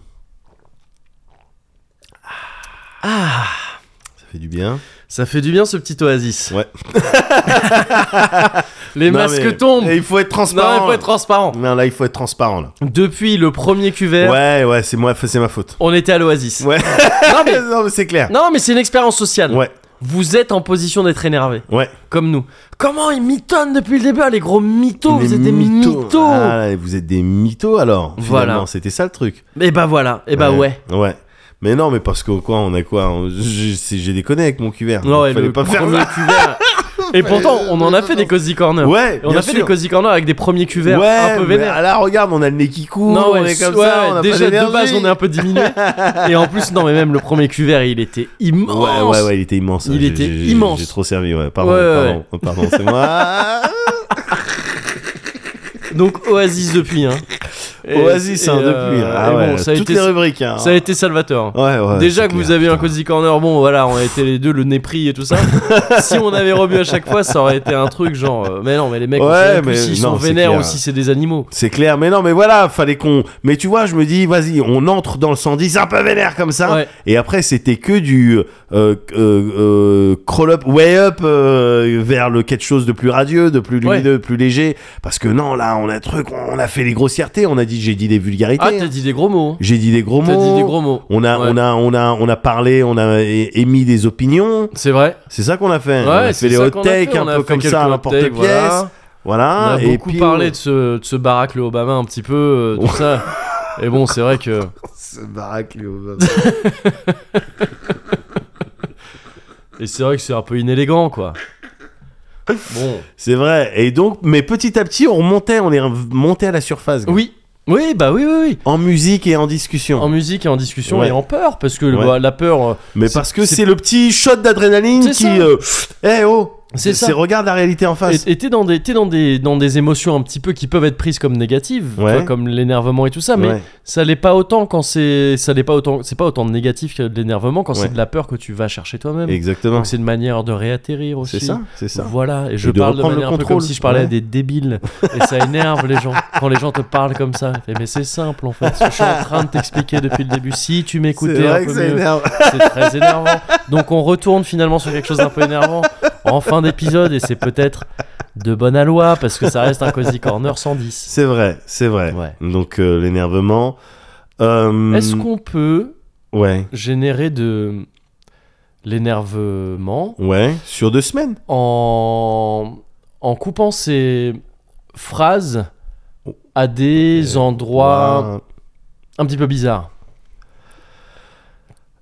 Speaker 1: Ah.
Speaker 2: Ah. Ça fait du bien.
Speaker 1: Ça fait du bien ce petit oasis.
Speaker 2: Ouais.
Speaker 1: Les
Speaker 2: Non,
Speaker 1: masques
Speaker 2: mais-
Speaker 1: tombent.
Speaker 2: Et il faut être transparent.
Speaker 1: Non, il faut être transparent.
Speaker 2: Non, là, il faut être transparent. Là.
Speaker 1: Depuis le premier cuvert,
Speaker 2: Ouais, ouais, c'est moi, c'est ma faute.
Speaker 1: on était à l'oasis.
Speaker 2: Ouais.
Speaker 1: Non mais,
Speaker 2: non, mais c'est clair.
Speaker 1: non, mais c'est une expérience sociale.
Speaker 2: Ouais,
Speaker 1: Vous êtes en position d'être énervé.
Speaker 2: ouais.
Speaker 1: comme nous. Comment ils mitonnent depuis le début, ah, les gros mythos,
Speaker 2: Les
Speaker 1: vous êtes des mythos.
Speaker 2: Ah, vous êtes des mythos alors.
Speaker 1: Voilà.
Speaker 2: Finalement, c'était ça le truc.
Speaker 1: Et bah voilà, et bah ouais.
Speaker 2: Ouais. Mais non, mais parce que quoi, on a quoi on- J'ai c'est- j'ai déconné avec mon cuvert.
Speaker 1: Non,
Speaker 2: il
Speaker 1: et
Speaker 2: fallait
Speaker 1: le
Speaker 2: pas faire
Speaker 1: premier
Speaker 2: ça.
Speaker 1: cuvert. Et pourtant, on en a fait des cozy corners.
Speaker 2: Ouais,
Speaker 1: Et on
Speaker 2: bien
Speaker 1: a fait
Speaker 2: sûr.
Speaker 1: des cozy corners avec des premiers cuverts
Speaker 2: ouais,
Speaker 1: un peu
Speaker 2: mais ah
Speaker 1: vénères.
Speaker 2: là, regarde, on a le nez qui coule,
Speaker 1: Non, ouais,
Speaker 2: on est comme
Speaker 1: ouais,
Speaker 2: ça, on a
Speaker 1: déjà
Speaker 2: pas d'énergie.
Speaker 1: de base, on est un peu diminué. et en plus, non, mais même le premier cuvert, il était immense.
Speaker 2: Ouais, ouais, ouais, il était immense.
Speaker 1: Il
Speaker 2: J'ai-
Speaker 1: était
Speaker 2: j'ai- j'ai-
Speaker 1: immense.
Speaker 2: J'ai trop servi, ouais. Pardon,
Speaker 1: Ouais, ouais,
Speaker 2: pardon, pardon, c'est moi.
Speaker 1: Donc, Oasis depuis. Hein. Et-
Speaker 2: Oasis, hein,
Speaker 1: et, euh,
Speaker 2: depuis. Ah
Speaker 1: et
Speaker 2: ouais,
Speaker 1: bon, ça a
Speaker 2: toutes
Speaker 1: été-
Speaker 2: les rubriques. Hein.
Speaker 1: ça a été salvateur.
Speaker 2: Ouais, ouais,
Speaker 1: Déjà
Speaker 2: c'est
Speaker 1: que vous
Speaker 2: clair,
Speaker 1: avez un
Speaker 2: putain.
Speaker 1: cozy corner, bon voilà, on a été les deux le nez pris et tout ça. si on avait rebu à chaque fois, ça aurait été un truc genre, euh, mais non, mais les mecs, on
Speaker 2: Ouais,
Speaker 1: sait même
Speaker 2: mais
Speaker 1: plus s'ils
Speaker 2: non,
Speaker 1: sont
Speaker 2: c'est
Speaker 1: vénères
Speaker 2: clair.
Speaker 1: ou si c'est des animaux.
Speaker 2: C'est clair, mais non, mais voilà, fallait qu'on. Mais tu vois, je me dis, vas-y, on entre dans le 110 un peu vénère comme ça.
Speaker 1: Ouais.
Speaker 2: Et après, c'était que du euh, euh, euh, crawl up, way up euh, vers le quelque chose de plus radieux, de plus lumineux, de plus léger. Parce que non, là, on a un truc, on a fait les grossièretés, on a dit, j'ai dit des vulgarités,
Speaker 1: Ah, t'as dit des gros mots. hein.
Speaker 2: j'ai dit des gros
Speaker 1: T'as
Speaker 2: mots.
Speaker 1: dit des gros mots.
Speaker 2: On a,
Speaker 1: Ouais.
Speaker 2: on a, on a, on a parlé, on a é- émis des opinions.
Speaker 1: C'est vrai.
Speaker 2: C'est ça qu'on a fait. on a
Speaker 1: Ouais,
Speaker 2: fait
Speaker 1: c'est
Speaker 2: des
Speaker 1: ça
Speaker 2: hot
Speaker 1: qu'on a
Speaker 2: takes
Speaker 1: fait,
Speaker 2: un
Speaker 1: on a
Speaker 2: peu
Speaker 1: fait
Speaker 2: comme
Speaker 1: quelques
Speaker 2: ça à
Speaker 1: hot
Speaker 2: l'emporte-pièce.
Speaker 1: takes,
Speaker 2: Voilà.
Speaker 1: voilà. On a
Speaker 2: et
Speaker 1: beaucoup
Speaker 2: puis,
Speaker 1: parlé de ce, de ce baracle Obama un petit peu, euh, tout ça. Et bon, c'est vrai que.
Speaker 2: Ce baraque, lui, au-
Speaker 1: Et c'est vrai que c'est un peu inélégant, quoi. Bon.
Speaker 2: C'est vrai. Et donc, mais petit à petit, on montait, on est monté à la surface. gars.
Speaker 1: Oui. Oui, bah oui, oui, oui.
Speaker 2: En musique et en discussion.
Speaker 1: En musique et en discussion
Speaker 2: Ouais.
Speaker 1: et en peur, parce que
Speaker 2: Ouais.
Speaker 1: bah, la peur. euh,
Speaker 2: Mais
Speaker 1: c'est-
Speaker 2: parce que
Speaker 1: c'est
Speaker 2: c'est le petit shot d'adrénaline
Speaker 1: C'est
Speaker 2: qui.
Speaker 1: ça.
Speaker 2: euh, Eh oh
Speaker 1: C'est ça.
Speaker 2: C'est regarde la réalité en face.
Speaker 1: Et et t'es dans des, t'es dans des, dans des émotions un petit peu qui peuvent être prises comme négatives, tu
Speaker 2: Ouais.
Speaker 1: vois, comme l'énervement et tout ça, mais
Speaker 2: Ouais.
Speaker 1: ça l'est pas autant quand c'est, ça l'est pas autant, c'est pas autant de négatif que de l'énervement quand
Speaker 2: Ouais.
Speaker 1: c'est de la peur que tu vas chercher toi-même.
Speaker 2: Exactement.
Speaker 1: Donc c'est une manière de réatterrir aussi.
Speaker 2: C'est ça, c'est ça.
Speaker 1: Voilà, et je
Speaker 2: de
Speaker 1: parle de
Speaker 2: reprendre
Speaker 1: manière
Speaker 2: le
Speaker 1: un peu comme
Speaker 2: contrôle.
Speaker 1: si je parlais à
Speaker 2: Ouais.
Speaker 1: des débiles. Et ça énerve les gens quand les gens te parlent comme ça. Et mais c'est simple en fait. ce que Je suis en train de t'expliquer depuis le début. Si tu
Speaker 2: C'est
Speaker 1: m'écoutais un
Speaker 2: vrai
Speaker 1: peu
Speaker 2: que ça
Speaker 1: mieux,
Speaker 2: énerve.
Speaker 1: c'est très énervant. Donc on retourne finalement sur quelque chose d'un peu énervant en fin d'épisode et c'est peut-être de bonne aloi parce que ça reste un Cozy Corner 110.
Speaker 2: C'est vrai, c'est vrai.
Speaker 1: Ouais.
Speaker 2: Donc euh, l'énervement. Euh,
Speaker 1: Est-ce qu'on peut
Speaker 2: Ouais.
Speaker 1: générer de l'énervement
Speaker 2: Ouais, sur deux semaines.
Speaker 1: en, en coupant ces phrases à des endroits
Speaker 2: Ouah.
Speaker 1: un petit peu bizarres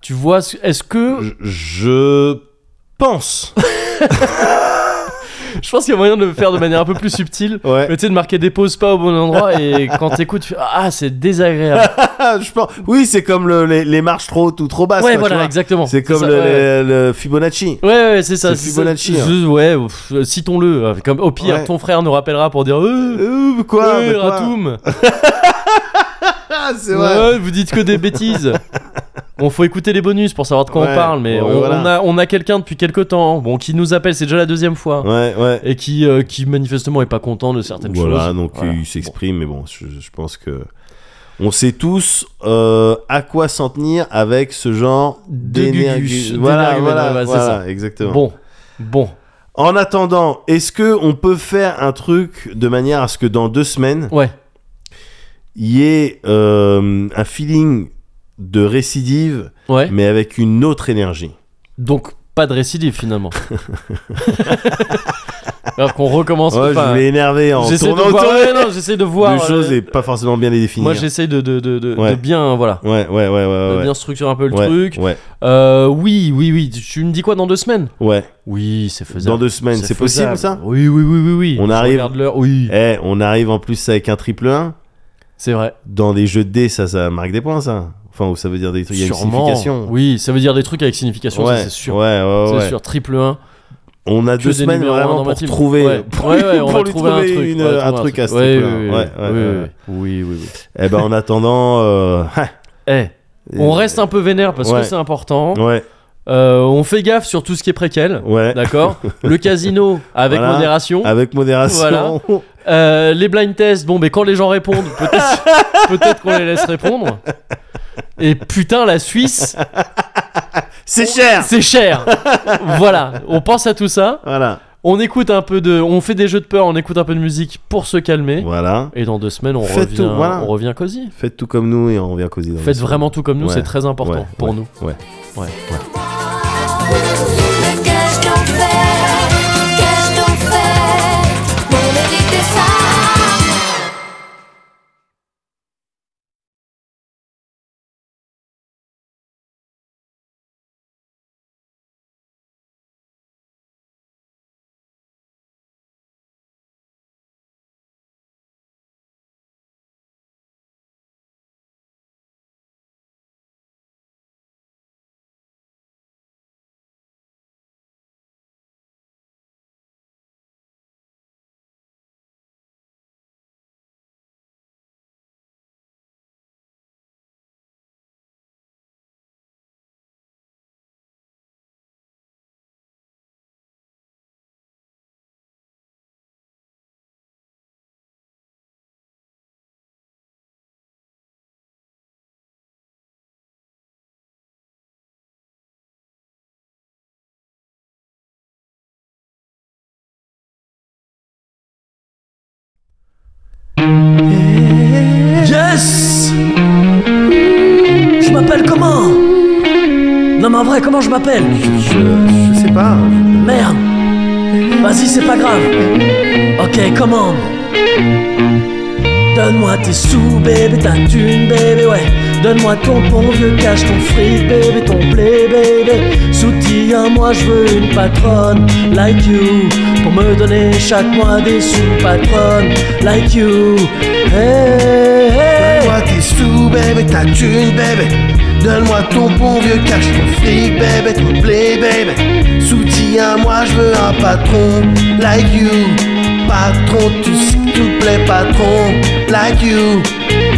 Speaker 1: tu vois, ce- est-ce que...
Speaker 2: Bah, Je, je pense.
Speaker 1: Je pense qu'il y a moyen de le faire de manière un peu plus subtile.
Speaker 2: Ouais.
Speaker 1: Mais tu sais, de marquer des pauses pas au bon endroit et quand t'écoutes, tu fais, ah, c'est désagréable.
Speaker 2: Ah, je pense. Oui, c'est comme le- les, les marches trop hautes ou trop basses. quoi,
Speaker 1: ouais,
Speaker 2: tu
Speaker 1: voilà,
Speaker 2: vois.
Speaker 1: exactement.
Speaker 2: C'est comme
Speaker 1: ça,
Speaker 2: le,
Speaker 1: ouais.
Speaker 2: le- le Fibonacci.
Speaker 1: Ouais, ouais, ouais, c'est ça.
Speaker 2: C'est
Speaker 1: c'est ça.
Speaker 2: Fibonacci, hein.
Speaker 1: Je- ouais, ouf, euh, citons-le. euh, Comme, au pire,
Speaker 2: Ouais.
Speaker 1: ton frère nous rappellera pour dire Euh,
Speaker 2: Euh, quoi,
Speaker 1: euh,
Speaker 2: mais quoi
Speaker 1: Ratoum.
Speaker 2: Ah, c'est vrai.
Speaker 1: Ouais, vous dites que des bêtises. Bon, faut écouter les bonus pour savoir de quoi on
Speaker 2: Ouais,
Speaker 1: parle, mais
Speaker 2: ouais,
Speaker 1: on,
Speaker 2: voilà.
Speaker 1: on a, on a quelqu'un depuis quelques temps, bon, qui nous appelle, c'est déjà la deuxième fois,
Speaker 2: Ouais, ouais.
Speaker 1: et qui, euh, qui manifestement est pas content de certaines
Speaker 2: Voilà,
Speaker 1: choses.
Speaker 2: donc
Speaker 1: Voilà.
Speaker 2: il s'exprime, mais bon, je, je pense que. On sait tous euh, à quoi s'en tenir avec ce genre
Speaker 1: De gugus,
Speaker 2: d'énergie. Voilà,
Speaker 1: d'énergie,
Speaker 2: voilà,
Speaker 1: ouais, c'est
Speaker 2: voilà,
Speaker 1: ça.
Speaker 2: exactement.
Speaker 1: Bon, bon.
Speaker 2: En attendant, est-ce que on peut faire un truc de manière à ce que dans deux semaines,
Speaker 1: Ouais,
Speaker 2: il y ait euh, un feeling de récidive,
Speaker 1: ouais.
Speaker 2: mais avec une autre énergie
Speaker 1: Donc pas de récidive finalement. Alors qu'on recommence.
Speaker 2: Ouais, Je
Speaker 1: enfin,
Speaker 2: voulais énerver en
Speaker 1: j'essaie de
Speaker 2: tournant autour
Speaker 1: voir.
Speaker 2: de-
Speaker 1: ouais, non, j'essaie de voir.
Speaker 2: de
Speaker 1: euh,
Speaker 2: choses et pas forcément bien les définir.
Speaker 1: moi j'essaie de de, de, de, de
Speaker 2: Ouais.
Speaker 1: bien euh, voilà.
Speaker 2: Ouais, ouais, ouais, ouais, ouais.
Speaker 1: de bien structurer un peu le
Speaker 2: ouais,
Speaker 1: truc.
Speaker 2: Ouais,
Speaker 1: Euh, oui, oui, oui. Tu me dis quoi dans deux semaines
Speaker 2: ouais.
Speaker 1: Oui, c'est faisable.
Speaker 2: Dans deux semaines, c'est possible
Speaker 1: faisable.
Speaker 2: ça
Speaker 1: Oui, oui, oui, oui, oui.
Speaker 2: On
Speaker 1: Je
Speaker 2: arrive-
Speaker 1: Regarde l'heure. Oui,
Speaker 2: Eh, on arrive en plus avec un triple 1.
Speaker 1: c'est vrai.
Speaker 2: Dans des jeux de dés, ça, ça marque des points, ça. Enfin, ou ça veut dire des trucs, il y a une
Speaker 1: Sûrement.
Speaker 2: signification.
Speaker 1: Oui, ça veut dire des trucs avec signification, ça,
Speaker 2: ouais,
Speaker 1: c'est sûr.
Speaker 2: Ouais, ouais,
Speaker 1: C'est
Speaker 2: ouais.
Speaker 1: sûr, triple 1.
Speaker 2: On a
Speaker 1: Que
Speaker 2: deux
Speaker 1: des
Speaker 2: semaines
Speaker 1: numéros un dans
Speaker 2: vraiment
Speaker 1: ma
Speaker 2: pour
Speaker 1: team.
Speaker 2: trouver,
Speaker 1: Ouais.
Speaker 2: pour,
Speaker 1: Ouais, ouais, on
Speaker 2: pour
Speaker 1: va
Speaker 2: lui
Speaker 1: trouver un truc.
Speaker 2: une- euh,
Speaker 1: On va
Speaker 2: un
Speaker 1: trouver
Speaker 2: truc à ce
Speaker 1: Ouais,
Speaker 2: triple
Speaker 1: ouais,
Speaker 2: 1. Ouais, ouais,
Speaker 1: ouais,
Speaker 2: ouais.
Speaker 1: ouais. Oui, oui, oui.
Speaker 2: Eh ben, en attendant, euh,
Speaker 1: Eh, on reste un peu vénère parce
Speaker 2: Ouais.
Speaker 1: que c'est important.
Speaker 2: Ouais,
Speaker 1: Euh, on fait gaffe sur tout ce qui est préquel.
Speaker 2: ouais.
Speaker 1: D'accord Le casino avec
Speaker 2: Voilà. Ah.
Speaker 1: modération.
Speaker 2: Avec modération.
Speaker 1: Voilà. Euh, les blind tests, bon, mais quand les gens répondent, peut-être peut-être qu'on les laisse répondre. Et putain, la Suisse,
Speaker 2: C'est cher.
Speaker 1: c'est cher. voilà, on pense à tout ça.
Speaker 2: Voilà.
Speaker 1: On écoute un peu de. On fait des jeux de peur, on écoute un peu de musique pour se calmer.
Speaker 2: Voilà.
Speaker 1: Et dans deux semaines, on
Speaker 2: Faites
Speaker 1: revient,
Speaker 2: tout, voilà.
Speaker 1: on revient cosy.
Speaker 2: Faites tout comme nous et on revient causer. dans
Speaker 1: Faites
Speaker 2: le-
Speaker 1: vraiment tout comme nous,
Speaker 2: Ouais.
Speaker 1: c'est très important
Speaker 2: Ouais,
Speaker 1: pour
Speaker 2: ouais,
Speaker 1: nous.
Speaker 2: Ouais.
Speaker 3: Qu'est-ce qu'on fait Qu'est-ce qu'on fait Pour mériter ça
Speaker 8: Yes Je m'appelle comment Non mais en vrai, comment je m'appelle
Speaker 2: Je, je sais pas.
Speaker 8: Merde Vas-y, c'est pas grave Ok, comment Donne-moi tes sous, bébé, ta thune, bébé, ouais Donne-moi ton bon vieux cash, ton fric, bébé, ton blé, bébé Soutiens-moi, je veux une patronne, like you Pour me donner chaque mois des sous, patronne, like you Hey, hey.
Speaker 2: Donne-moi tes sous, tout, bébé, ta thune, bébé. Donne-moi ton bon vieux cash, ton fric, bébé, ton blé, bébé. Soutiens-moi, je veux un patron, like you. Patron, tu sais, tu me plais, patron, like you.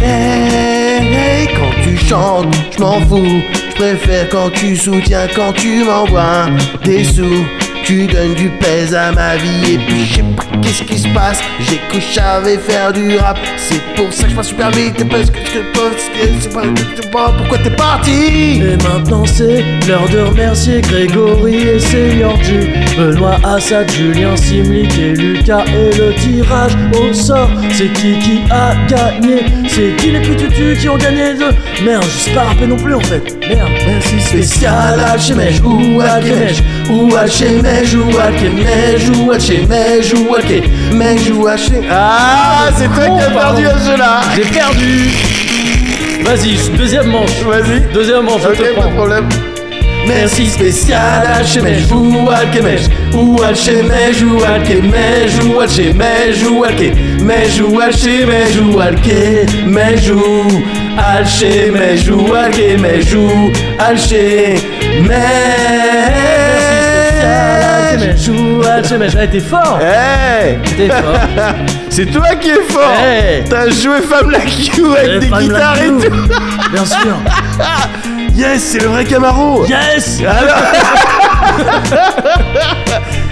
Speaker 2: Hey, hey, quand tu chantes, je m'en fous. Je préfère quand tu soutiens, quand tu m'envoies des sous. Tu donnes du pèse à ma vie et puis je sais pas qu'est-ce qui se passe. J'ai cru que je savais faire du rap, c'est pour ça que je passe super vite et parce que je pense que c'est pas, je sais pas pourquoi t'es parti.
Speaker 8: Et maintenant c'est l'heure de remercier Grégory et Seyorgi, Benoît Assad, Julien Simlik et Lucas et le tirage au sort. C'est qui qui a gagné C'est qui les plus tutus qui ont gagné de Merde, je sais pas rapper non plus en fait. Merde.
Speaker 2: Merci
Speaker 8: Spécial Alchemège ou Alchemège ou Alchemège ou Alchemège ou Alchemège ou Alchemège ou Alchemège.
Speaker 2: Ah, c'est toi qui as perdu à ce jeu-là.
Speaker 1: J'ai perdu Vas-y, deuxième manche.
Speaker 2: Vas-y.
Speaker 1: Deuxième manche, je te
Speaker 2: Ok, pas de
Speaker 1: prends.
Speaker 2: problège.
Speaker 8: Merci spécial Alchemège ou Alchemège ou Alchemège ou Alchemège ou Alchemège ou Alchemège ou Alchemège ou Alchemège ou Alchemège ou Alchemège ou
Speaker 1: Alchemège
Speaker 8: Alchemège
Speaker 1: ou Alchemège. Eh, t'es fort
Speaker 2: Hey,
Speaker 1: T'es fort
Speaker 2: Eh. c'est toi qui es fort.
Speaker 8: Eh.
Speaker 1: Hey.
Speaker 2: T'as joué Femme la Q
Speaker 1: Eh,
Speaker 2: avec des
Speaker 1: Femme Like
Speaker 2: guitares et
Speaker 1: You.
Speaker 2: tout.
Speaker 1: Bien sûr
Speaker 2: Yes, c'est le vrai Camaro. Ah
Speaker 1: Yes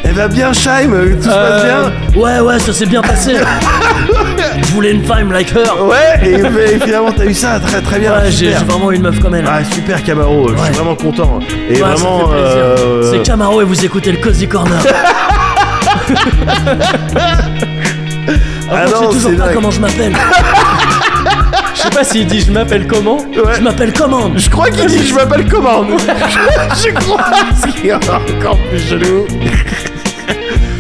Speaker 2: Eh ben bien, Shaim, tout se passe
Speaker 1: Euh,
Speaker 2: bien.
Speaker 1: Ouais, ouais, ça s'est bien passé Je voulais une femme like her
Speaker 2: Ouais, et, mais finalement t'as eu ça, très très bien.
Speaker 1: Ouais, j'ai j'ai
Speaker 2: super.
Speaker 1: vraiment une meuf comme elle
Speaker 2: Ah super Camaro, je
Speaker 1: Ouais.
Speaker 2: suis vraiment content. Et
Speaker 1: Ouais, ça
Speaker 2: vraiment,
Speaker 1: fait plaisir.
Speaker 2: euh,
Speaker 1: C'est Camaro et vous écoutez le Cozy Corner
Speaker 2: ah
Speaker 1: Je sais
Speaker 2: non, c'est
Speaker 1: toujours pas
Speaker 2: dingue.
Speaker 1: comment je m'appelle Je sais pas s'il dit je m'appelle comment Je m'appelle commande
Speaker 2: Je crois qu'il dit je m'appelle Commande. je crois. C'est encore plus chelou.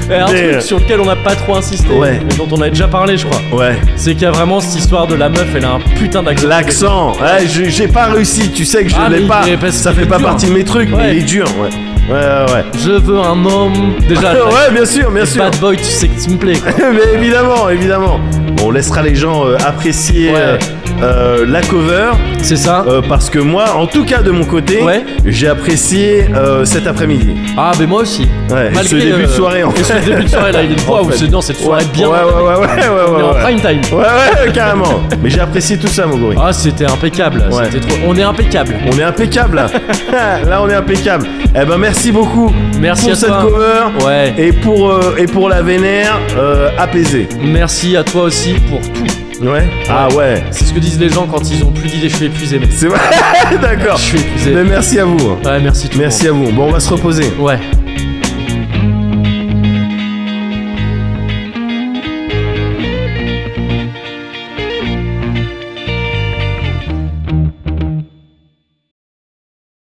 Speaker 1: Eh, Un
Speaker 2: Mais-
Speaker 1: truc sur lequel on n'a pas trop insisté
Speaker 2: euh. Ouais.
Speaker 1: mais dont on a déjà parlé je crois
Speaker 2: Ouais.
Speaker 1: C'est qu'il y a vraiment cette histoire de la meuf Elle a un putain d'accent
Speaker 2: L'accent, ouais, je- j'ai pas réussi, tu sais que je
Speaker 1: Ah, mais
Speaker 2: l'ai
Speaker 1: il
Speaker 2: pas.
Speaker 1: est- parce
Speaker 2: Ça
Speaker 1: qu'il
Speaker 2: fait
Speaker 1: est
Speaker 2: pas
Speaker 1: dur.
Speaker 2: partie de mes trucs, mais
Speaker 1: Ouais.
Speaker 2: il est dur, ouais. Ouais, ouais, ouais.
Speaker 1: Je veux un homme Déjà
Speaker 2: ouais, bien sûr, bien sûr.
Speaker 1: Bad boy tu sais que tu me plais quoi
Speaker 2: Mais évidemment, évidemment. Bon, on laissera les gens euh, apprécier
Speaker 1: Ouais.
Speaker 2: euh, euh, la cover
Speaker 1: C'est ça
Speaker 2: euh, parce que moi, en tout cas de mon côté,
Speaker 1: Ouais.
Speaker 2: j'ai apprécié euh, cet après-midi.
Speaker 1: Ah mais moi aussi
Speaker 2: Ouais,
Speaker 1: Malgré
Speaker 2: ce début
Speaker 1: le-
Speaker 2: de soirée en
Speaker 1: Et ce
Speaker 2: fait.
Speaker 1: début de soirée là il est
Speaker 2: En
Speaker 1: fois où
Speaker 2: fait.
Speaker 1: c'est dans cette soirée bien
Speaker 2: Ouais, ouais, ouais, ouais, ouais, ouais,
Speaker 1: On est en
Speaker 2: ouais.
Speaker 1: prime time
Speaker 2: Ouais, ouais, carrément. Mais j'ai apprécié tout ça, mon gorille.
Speaker 1: Ah c'était impeccable
Speaker 2: Ouais.
Speaker 1: c'était trop... On est impeccable
Speaker 2: On est impeccable là. là, on est impeccable. Eh ben, merci beaucoup
Speaker 1: Merci
Speaker 2: pour
Speaker 1: à
Speaker 2: cette
Speaker 1: toi
Speaker 2: cover
Speaker 1: Ouais
Speaker 2: et pour euh, et pour la vénère euh, apaisée.
Speaker 1: Merci à toi aussi pour tout
Speaker 2: Ouais. Ah ouais.
Speaker 1: C'est ce que disent les gens quand ils ont plus d'idées, je suis épuisé, mec.
Speaker 2: C'est vrai. D'accord.
Speaker 1: Je suis épuisé.
Speaker 2: Mais merci à vous.
Speaker 1: Ouais, merci tout le
Speaker 2: Merci à vous. Bon, on va se reposer.
Speaker 1: monde. Ouais.